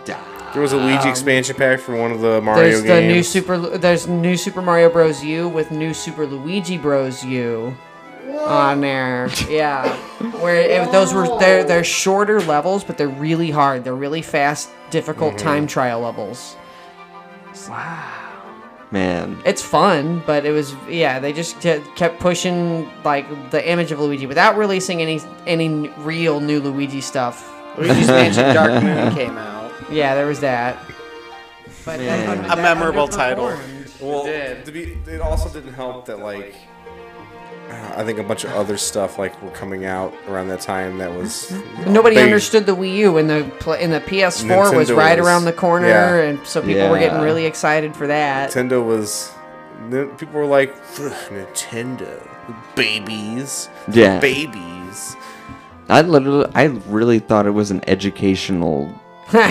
[SPEAKER 1] There was a Luigi expansion pack for one of the Mario
[SPEAKER 3] Um, There's
[SPEAKER 1] games.
[SPEAKER 3] the new Super Lu- there's new Super Mario Bros U with new Super Luigi Bros U on there. Yeah. Where it, those were they're they're
[SPEAKER 2] Mm-hmm.
[SPEAKER 3] shorter levels but they're really hard. They're really fast difficult time trial levels. it's
[SPEAKER 2] Man,
[SPEAKER 3] it's fun, but it was yeah. They just ke- kept pushing like the image of Luigi without releasing any any n- real new Luigi stuff.
[SPEAKER 4] Luigi's Mansion Dark Moon came out.
[SPEAKER 3] Yeah, there was that. But
[SPEAKER 2] Man.
[SPEAKER 5] A memorable title.
[SPEAKER 3] underperformed.
[SPEAKER 1] Well,
[SPEAKER 4] did.
[SPEAKER 1] To be, it also didn't help that like I think a bunch of other stuff like were coming out around that time that was
[SPEAKER 3] Nobody
[SPEAKER 1] They-
[SPEAKER 3] understood the Wii U and the pl- and the PS4 was
[SPEAKER 1] Nintendo
[SPEAKER 3] right
[SPEAKER 1] was-
[SPEAKER 3] around the corner,
[SPEAKER 1] yeah.
[SPEAKER 3] and so people were getting
[SPEAKER 2] Yeah.
[SPEAKER 3] really excited for that.
[SPEAKER 1] Nintendo was n- people were like "Ugh, Nintendo babies
[SPEAKER 2] Yeah.
[SPEAKER 1] babies
[SPEAKER 2] I literally, I really thought it was an educational like,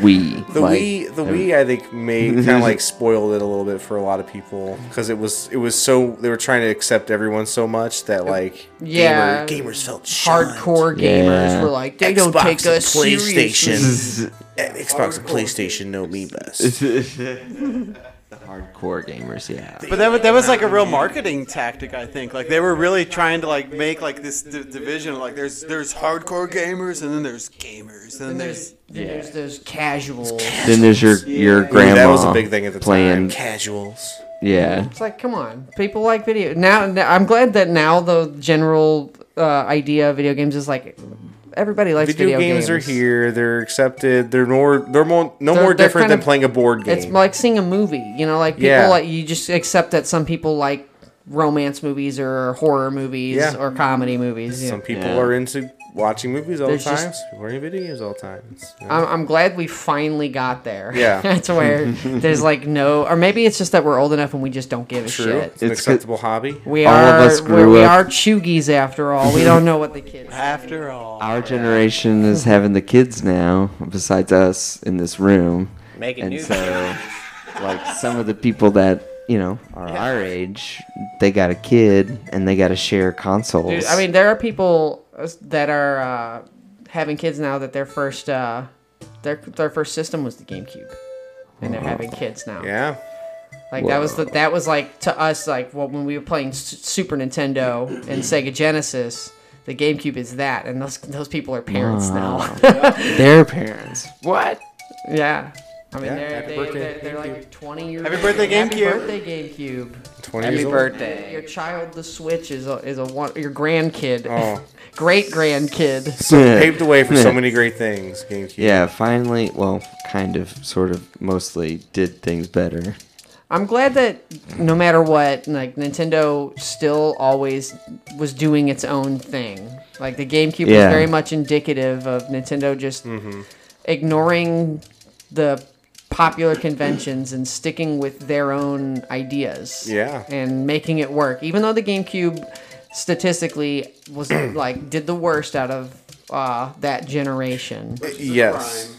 [SPEAKER 2] Wii.
[SPEAKER 1] the
[SPEAKER 2] like,
[SPEAKER 1] Wii the Wii I think made kind of like spoiled it a little bit for a lot of people because it was it was so they were trying to accept everyone so much that like
[SPEAKER 3] Yeah.
[SPEAKER 1] gamer, gamers felt shunned.
[SPEAKER 3] Hardcore gamers
[SPEAKER 2] Yeah.
[SPEAKER 3] were like, they don't
[SPEAKER 1] Xbox
[SPEAKER 3] take
[SPEAKER 1] and
[SPEAKER 3] us seriously.
[SPEAKER 1] PlayStation. Xbox and PlayStation know me best.
[SPEAKER 2] hardcore gamers, yeah.
[SPEAKER 5] But that, wa- that was like a real marketing tactic, I think. Like they were really trying to like make like this d- division. Like there's there's hardcore gamers and then there's gamers and then there's
[SPEAKER 3] There's, there's those casual. It's
[SPEAKER 2] Then there's your your grandma.
[SPEAKER 1] that was a big thing at the
[SPEAKER 2] playing,
[SPEAKER 1] time. Casuals.
[SPEAKER 2] Yeah,
[SPEAKER 3] like, come on, people like video now. now- I'm glad that now the general uh, idea of video games is like everybody likes
[SPEAKER 1] Video,
[SPEAKER 3] video,
[SPEAKER 1] games, are here. They're accepted. They're more. They're more. No
[SPEAKER 3] They're-
[SPEAKER 1] more
[SPEAKER 3] they're
[SPEAKER 1] different
[SPEAKER 3] kind
[SPEAKER 1] than
[SPEAKER 3] of-
[SPEAKER 1] playing a board game.
[SPEAKER 3] It's like seeing a movie, you know, like people
[SPEAKER 1] Yeah.
[SPEAKER 3] like you just accept that some people like romance movies or horror movies
[SPEAKER 1] Yeah.
[SPEAKER 3] or comedy movies. Yeah.
[SPEAKER 1] Some people
[SPEAKER 2] Yeah.
[SPEAKER 1] are into watching movies all
[SPEAKER 3] There's
[SPEAKER 1] the
[SPEAKER 3] just-
[SPEAKER 1] time. Some people are into video games all the time. It's-
[SPEAKER 3] I'm, I'm glad we finally got there.
[SPEAKER 1] Yeah.
[SPEAKER 3] That's where there's like no, or maybe it's just that we're old enough and we just don't give a
[SPEAKER 1] true.
[SPEAKER 3] shit.
[SPEAKER 1] It's an
[SPEAKER 2] It's
[SPEAKER 1] acceptable hobby.
[SPEAKER 3] We
[SPEAKER 2] All
[SPEAKER 3] are
[SPEAKER 2] of us
[SPEAKER 3] we're-
[SPEAKER 2] grew
[SPEAKER 3] we
[SPEAKER 2] up-
[SPEAKER 3] are chuggies after all. We don't know what the kids.
[SPEAKER 5] after all.
[SPEAKER 2] our generation is having the kids now. Besides us in this room,
[SPEAKER 4] Making
[SPEAKER 2] and
[SPEAKER 4] new
[SPEAKER 2] so like some of the people that you know are our age, they got a kid and they got to share consoles.
[SPEAKER 3] Dude, I mean, there are people uh, that are uh, having kids now that their first uh, their their first system was the GameCube, and they're having kids now.
[SPEAKER 1] Yeah.
[SPEAKER 3] Like that was the, that was like to us like well, when we were playing S- Super Nintendo and Sega Genesis, the GameCube is that, and those those people are parents now.
[SPEAKER 2] their parents. What?
[SPEAKER 3] yeah. I mean,
[SPEAKER 1] Yeah,
[SPEAKER 3] they're,
[SPEAKER 1] happy
[SPEAKER 3] they,
[SPEAKER 1] birthday,
[SPEAKER 3] they're, they're like 20 years
[SPEAKER 5] Happy birthday,
[SPEAKER 3] Happy
[SPEAKER 5] GameCube.
[SPEAKER 3] birthday, GameCube.
[SPEAKER 1] Twenty
[SPEAKER 4] Happy
[SPEAKER 1] years old.
[SPEAKER 4] birthday.
[SPEAKER 3] Your child, the Switch, is a, is a one, your grandkid.
[SPEAKER 1] Oh.
[SPEAKER 3] Great grandkid.
[SPEAKER 1] So paved the way for so many great things. GameCube.
[SPEAKER 2] Yeah, finally, well, kind of, sort of, mostly did things better.
[SPEAKER 3] I'm glad that no matter what, like Nintendo still always was doing its own thing. Like the GameCube
[SPEAKER 2] Yeah.
[SPEAKER 3] was very much indicative of Nintendo just
[SPEAKER 5] Mm-hmm.
[SPEAKER 3] ignoring the popular conventions and sticking with their own ideas.
[SPEAKER 1] Yeah.
[SPEAKER 3] And making it work. Even though the GameCube statistically was like did the worst out of uh, that generation.
[SPEAKER 1] Yes.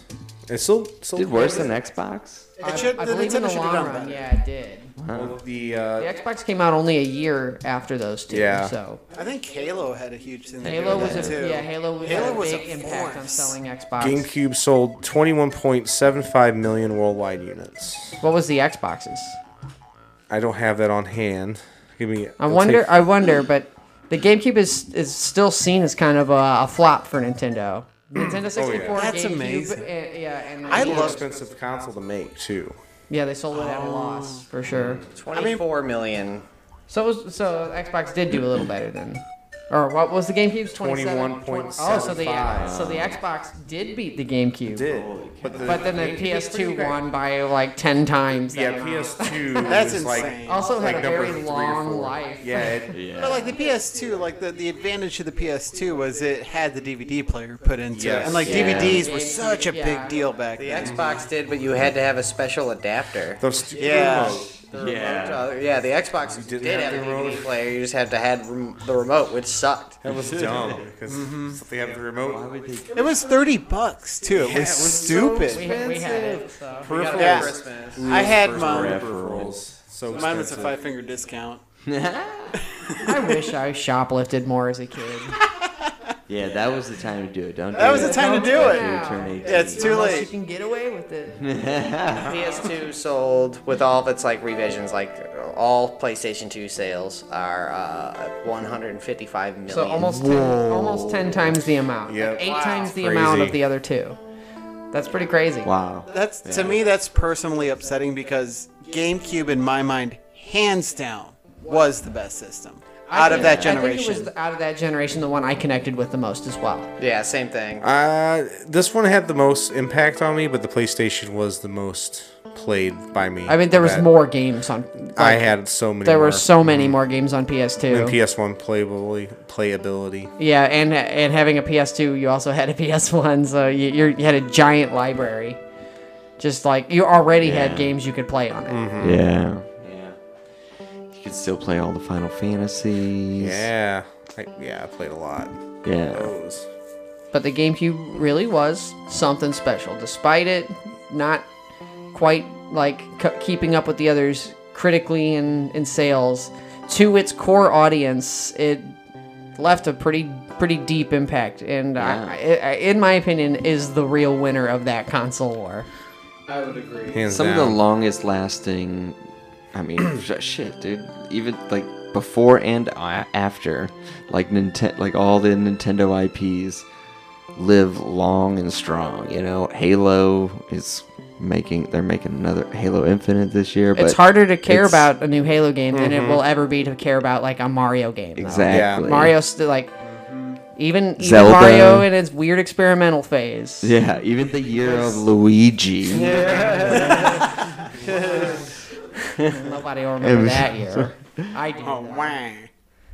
[SPEAKER 1] And still, still
[SPEAKER 2] Did worse than Xbox?
[SPEAKER 5] It should,
[SPEAKER 3] I
[SPEAKER 5] the
[SPEAKER 3] believe in
[SPEAKER 5] Nintendo
[SPEAKER 3] the
[SPEAKER 5] should
[SPEAKER 3] long
[SPEAKER 5] have done
[SPEAKER 3] run,
[SPEAKER 5] better.
[SPEAKER 3] yeah, it did.
[SPEAKER 1] Well, The uh,
[SPEAKER 3] The Xbox came out only a year after those two.
[SPEAKER 1] Yeah.
[SPEAKER 3] So
[SPEAKER 5] I think Halo had a huge thing. to do
[SPEAKER 3] Halo
[SPEAKER 5] with
[SPEAKER 3] was
[SPEAKER 5] that,
[SPEAKER 3] a
[SPEAKER 5] too.
[SPEAKER 3] yeah, Halo was
[SPEAKER 5] Halo
[SPEAKER 3] a
[SPEAKER 5] was a
[SPEAKER 3] big impact on
[SPEAKER 5] force.
[SPEAKER 3] selling Xbox.
[SPEAKER 1] GameCube sold 21.75 million worldwide units.
[SPEAKER 3] What was the Xboxes?
[SPEAKER 1] I don't have that on hand. Give me.
[SPEAKER 3] I wonder. I wonder, but the GameCube is is still seen as kind of a, a flop for Nintendo.
[SPEAKER 1] Oh,
[SPEAKER 3] Nintendo 64,
[SPEAKER 5] That's
[SPEAKER 3] GameCube,
[SPEAKER 5] amazing.
[SPEAKER 3] and- yeah, and
[SPEAKER 5] I
[SPEAKER 3] Wii.
[SPEAKER 1] More
[SPEAKER 5] love- Oh.
[SPEAKER 1] expensive console to make too.
[SPEAKER 3] yeah, they sold it at a loss for sure.
[SPEAKER 4] Twenty-four million.
[SPEAKER 3] So it was, so Xbox did do a little better then. Or what was the GameCube's 27?
[SPEAKER 1] 21.75.
[SPEAKER 3] Oh, so the so the Xbox did beat the GameCube.
[SPEAKER 1] Did but the,
[SPEAKER 3] But then the PS2 won by like 10 times. that
[SPEAKER 1] yeah
[SPEAKER 3] amount.
[SPEAKER 1] PS2
[SPEAKER 5] That's
[SPEAKER 1] was
[SPEAKER 5] insane.
[SPEAKER 1] like
[SPEAKER 3] also
[SPEAKER 1] like
[SPEAKER 3] had a
[SPEAKER 1] number
[SPEAKER 3] very
[SPEAKER 1] three or
[SPEAKER 3] long
[SPEAKER 1] four.
[SPEAKER 3] life.
[SPEAKER 1] yeah. It,
[SPEAKER 5] But like the PS2, like the, the advantage to the PS2 was it had the DVD player put into it,
[SPEAKER 1] Yes.
[SPEAKER 5] and like
[SPEAKER 1] Yeah.
[SPEAKER 5] DVDs were such a
[SPEAKER 3] Yeah.
[SPEAKER 5] big deal back
[SPEAKER 4] The
[SPEAKER 5] then.
[SPEAKER 4] Xbox did, but you had to have a special adapter.
[SPEAKER 1] the stupid
[SPEAKER 5] Yeah.
[SPEAKER 1] remote.
[SPEAKER 4] The yeah. Remote, uh, yeah, the Xbox did
[SPEAKER 1] didn't have
[SPEAKER 4] have,
[SPEAKER 1] the
[SPEAKER 4] a DVD
[SPEAKER 1] remote.
[SPEAKER 4] player. You just had to have rem- the remote, which sucked.
[SPEAKER 1] That was dumb
[SPEAKER 5] Mm-hmm.
[SPEAKER 1] because they have the remote.
[SPEAKER 5] It was thirty bucks too. It was, stupid.
[SPEAKER 3] We, ha- we had it. So.
[SPEAKER 4] We got it
[SPEAKER 5] Yeah.
[SPEAKER 4] for Christmas.
[SPEAKER 5] I had mine.
[SPEAKER 1] Peripherals. So
[SPEAKER 5] Mine was a
[SPEAKER 1] expensive.
[SPEAKER 5] five finger discount.
[SPEAKER 3] I wish I shoplifted more as a kid.
[SPEAKER 2] Yeah, that was the time to do it. Don't.
[SPEAKER 5] That was the time to do it.
[SPEAKER 3] Yeah.
[SPEAKER 2] Turn 18.
[SPEAKER 5] Yeah, it's too
[SPEAKER 3] Unless you
[SPEAKER 5] late.
[SPEAKER 3] can get away with it.
[SPEAKER 4] PS2 sold with all of its like revisions, like all PlayStation 2 sales are uh, 155 million.
[SPEAKER 3] So almost ten, almost 10 times the amount.
[SPEAKER 1] Yep.
[SPEAKER 3] Like 8 times the
[SPEAKER 1] Crazy.
[SPEAKER 3] amount of the other two. That's pretty crazy.
[SPEAKER 2] Wow.
[SPEAKER 5] That's to me. That's personally upsetting because GameCube, in my mind, hands down, was the best system out of that
[SPEAKER 3] I think it was
[SPEAKER 5] generation.
[SPEAKER 3] the- out of that generation the one I connected with the most as well.
[SPEAKER 4] Yeah, same thing.
[SPEAKER 6] Uh, this one had the most impact on me, but the PlayStation was the most played by me.
[SPEAKER 3] I mean, there was
[SPEAKER 6] That-
[SPEAKER 3] more games on.
[SPEAKER 6] I
[SPEAKER 3] like,
[SPEAKER 6] had so many.
[SPEAKER 3] There were
[SPEAKER 6] more.
[SPEAKER 3] so many more games on PS2.
[SPEAKER 6] And PS1 playability, playability.
[SPEAKER 3] yeah, and and having a PS2, you also had a PS1, so you you're, you had a giant library. Just like you already had games you could play on it.
[SPEAKER 5] Mm-hmm.
[SPEAKER 2] Yeah. Yeah. You could still play all the Final Fantasies.
[SPEAKER 6] Yeah, I, yeah, I played a lot.
[SPEAKER 2] Yeah.
[SPEAKER 6] Those.
[SPEAKER 3] But the GameCube really was something special, despite it not quite like c- keeping up with the others critically in, in sales. To its core audience, it left a pretty pretty deep impact, and I, I, I, in my opinion, is the real winner of that console war.
[SPEAKER 7] I would agree.
[SPEAKER 6] Hands
[SPEAKER 2] Some of
[SPEAKER 6] down.
[SPEAKER 2] the longest lasting. I mean, sh- shit, dude. Even like before and a- after, like Nintendo, like all the Nintendo IPs live long and strong. You know, Halo is making. They're making another Halo Infinite this year. But
[SPEAKER 3] it's harder to care
[SPEAKER 2] it's- Mm-hmm.
[SPEAKER 3] about a new Halo game than it will ever be to care about like a Mario game. though.
[SPEAKER 2] Exactly.
[SPEAKER 3] Mario still like even, even
[SPEAKER 2] Zelda.
[SPEAKER 3] Mario in its weird experimental phase.
[SPEAKER 2] Yeah, even the year of Luigi.
[SPEAKER 3] Nobody will remember
[SPEAKER 2] was-
[SPEAKER 3] that year. I do.
[SPEAKER 5] Oh,
[SPEAKER 3] though.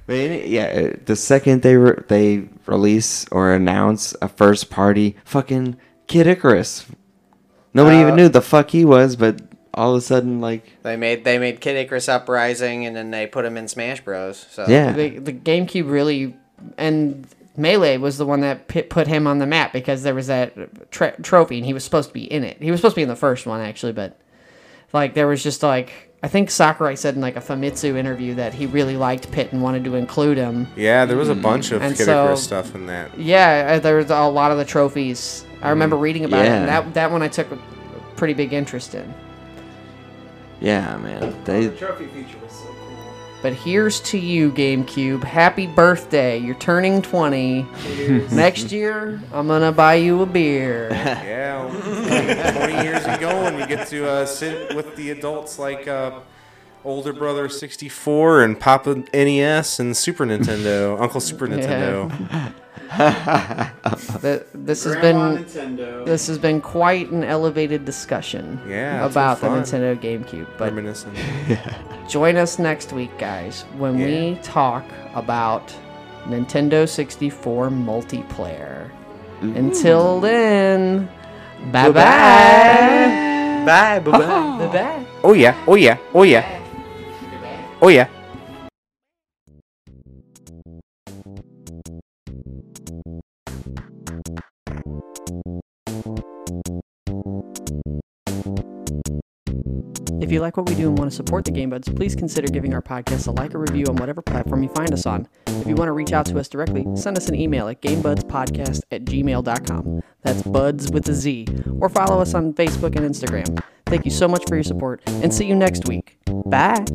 [SPEAKER 2] But it- yeah, uh, the second they re- they release or announce a first party, fucking Kid Icarus. Nobody even knew the fuck he was, but all of a sudden, like,
[SPEAKER 4] They made they made Kid Icarus Uprising, and then they put him in Smash Bros. So
[SPEAKER 2] yeah,
[SPEAKER 3] The, the GameCube really and Melee was the one that pi put him on the map because there was that tra- trophy and he was supposed to be in it. He was supposed to be in the first one actually, but like there was just like I think Sakurai said in like a Famitsu interview that he really liked Pit and wanted to include him.
[SPEAKER 6] yeah, there was a bunch of
[SPEAKER 3] Mm-hmm. And
[SPEAKER 6] Kid
[SPEAKER 3] so-
[SPEAKER 6] Icarus stuff in that.
[SPEAKER 3] Yeah, uh, there was a lot of the trophies. I remember reading about it.
[SPEAKER 2] Yeah.
[SPEAKER 3] And that that one I took a pretty big interest in.
[SPEAKER 2] yeah, man.
[SPEAKER 7] The
[SPEAKER 2] They
[SPEAKER 7] trophy feature was so cool.
[SPEAKER 3] But here's to you, GameCube. Happy birthday. You're turning 20. Next year, I'm going to buy you a beer.
[SPEAKER 6] Yeah, well, 20 years and going, you get to uh, sit with the adults like uh, older brother 64 and Papa NES and Super Nintendo, Uncle Super Nintendo.
[SPEAKER 3] Th- this has
[SPEAKER 7] Grandma
[SPEAKER 3] been
[SPEAKER 7] Nintendo.
[SPEAKER 3] this has been quite an elevated discussion
[SPEAKER 6] Yeah, it's been
[SPEAKER 3] about the
[SPEAKER 6] fun.
[SPEAKER 3] Nintendo GameCube. But
[SPEAKER 6] Reminiscent.
[SPEAKER 3] join us next week, guys, when we talk about Nintendo 64 multiplayer. Until then, bye bye.
[SPEAKER 4] bye bye.
[SPEAKER 3] Bye bye.
[SPEAKER 6] Oh yeah, oh yeah, oh yeah. Oh yeah.
[SPEAKER 3] If you like what we do and want to support the Game Buds, please consider giving our podcast a like or review on whatever platform you find us on. If you want to reach out to us directly, send us an email at gamebudspodcast at gmail.com. That's buds with a Z. Or follow us on Facebook and Instagram. Thank you so much for your support, and see you next week. Bye.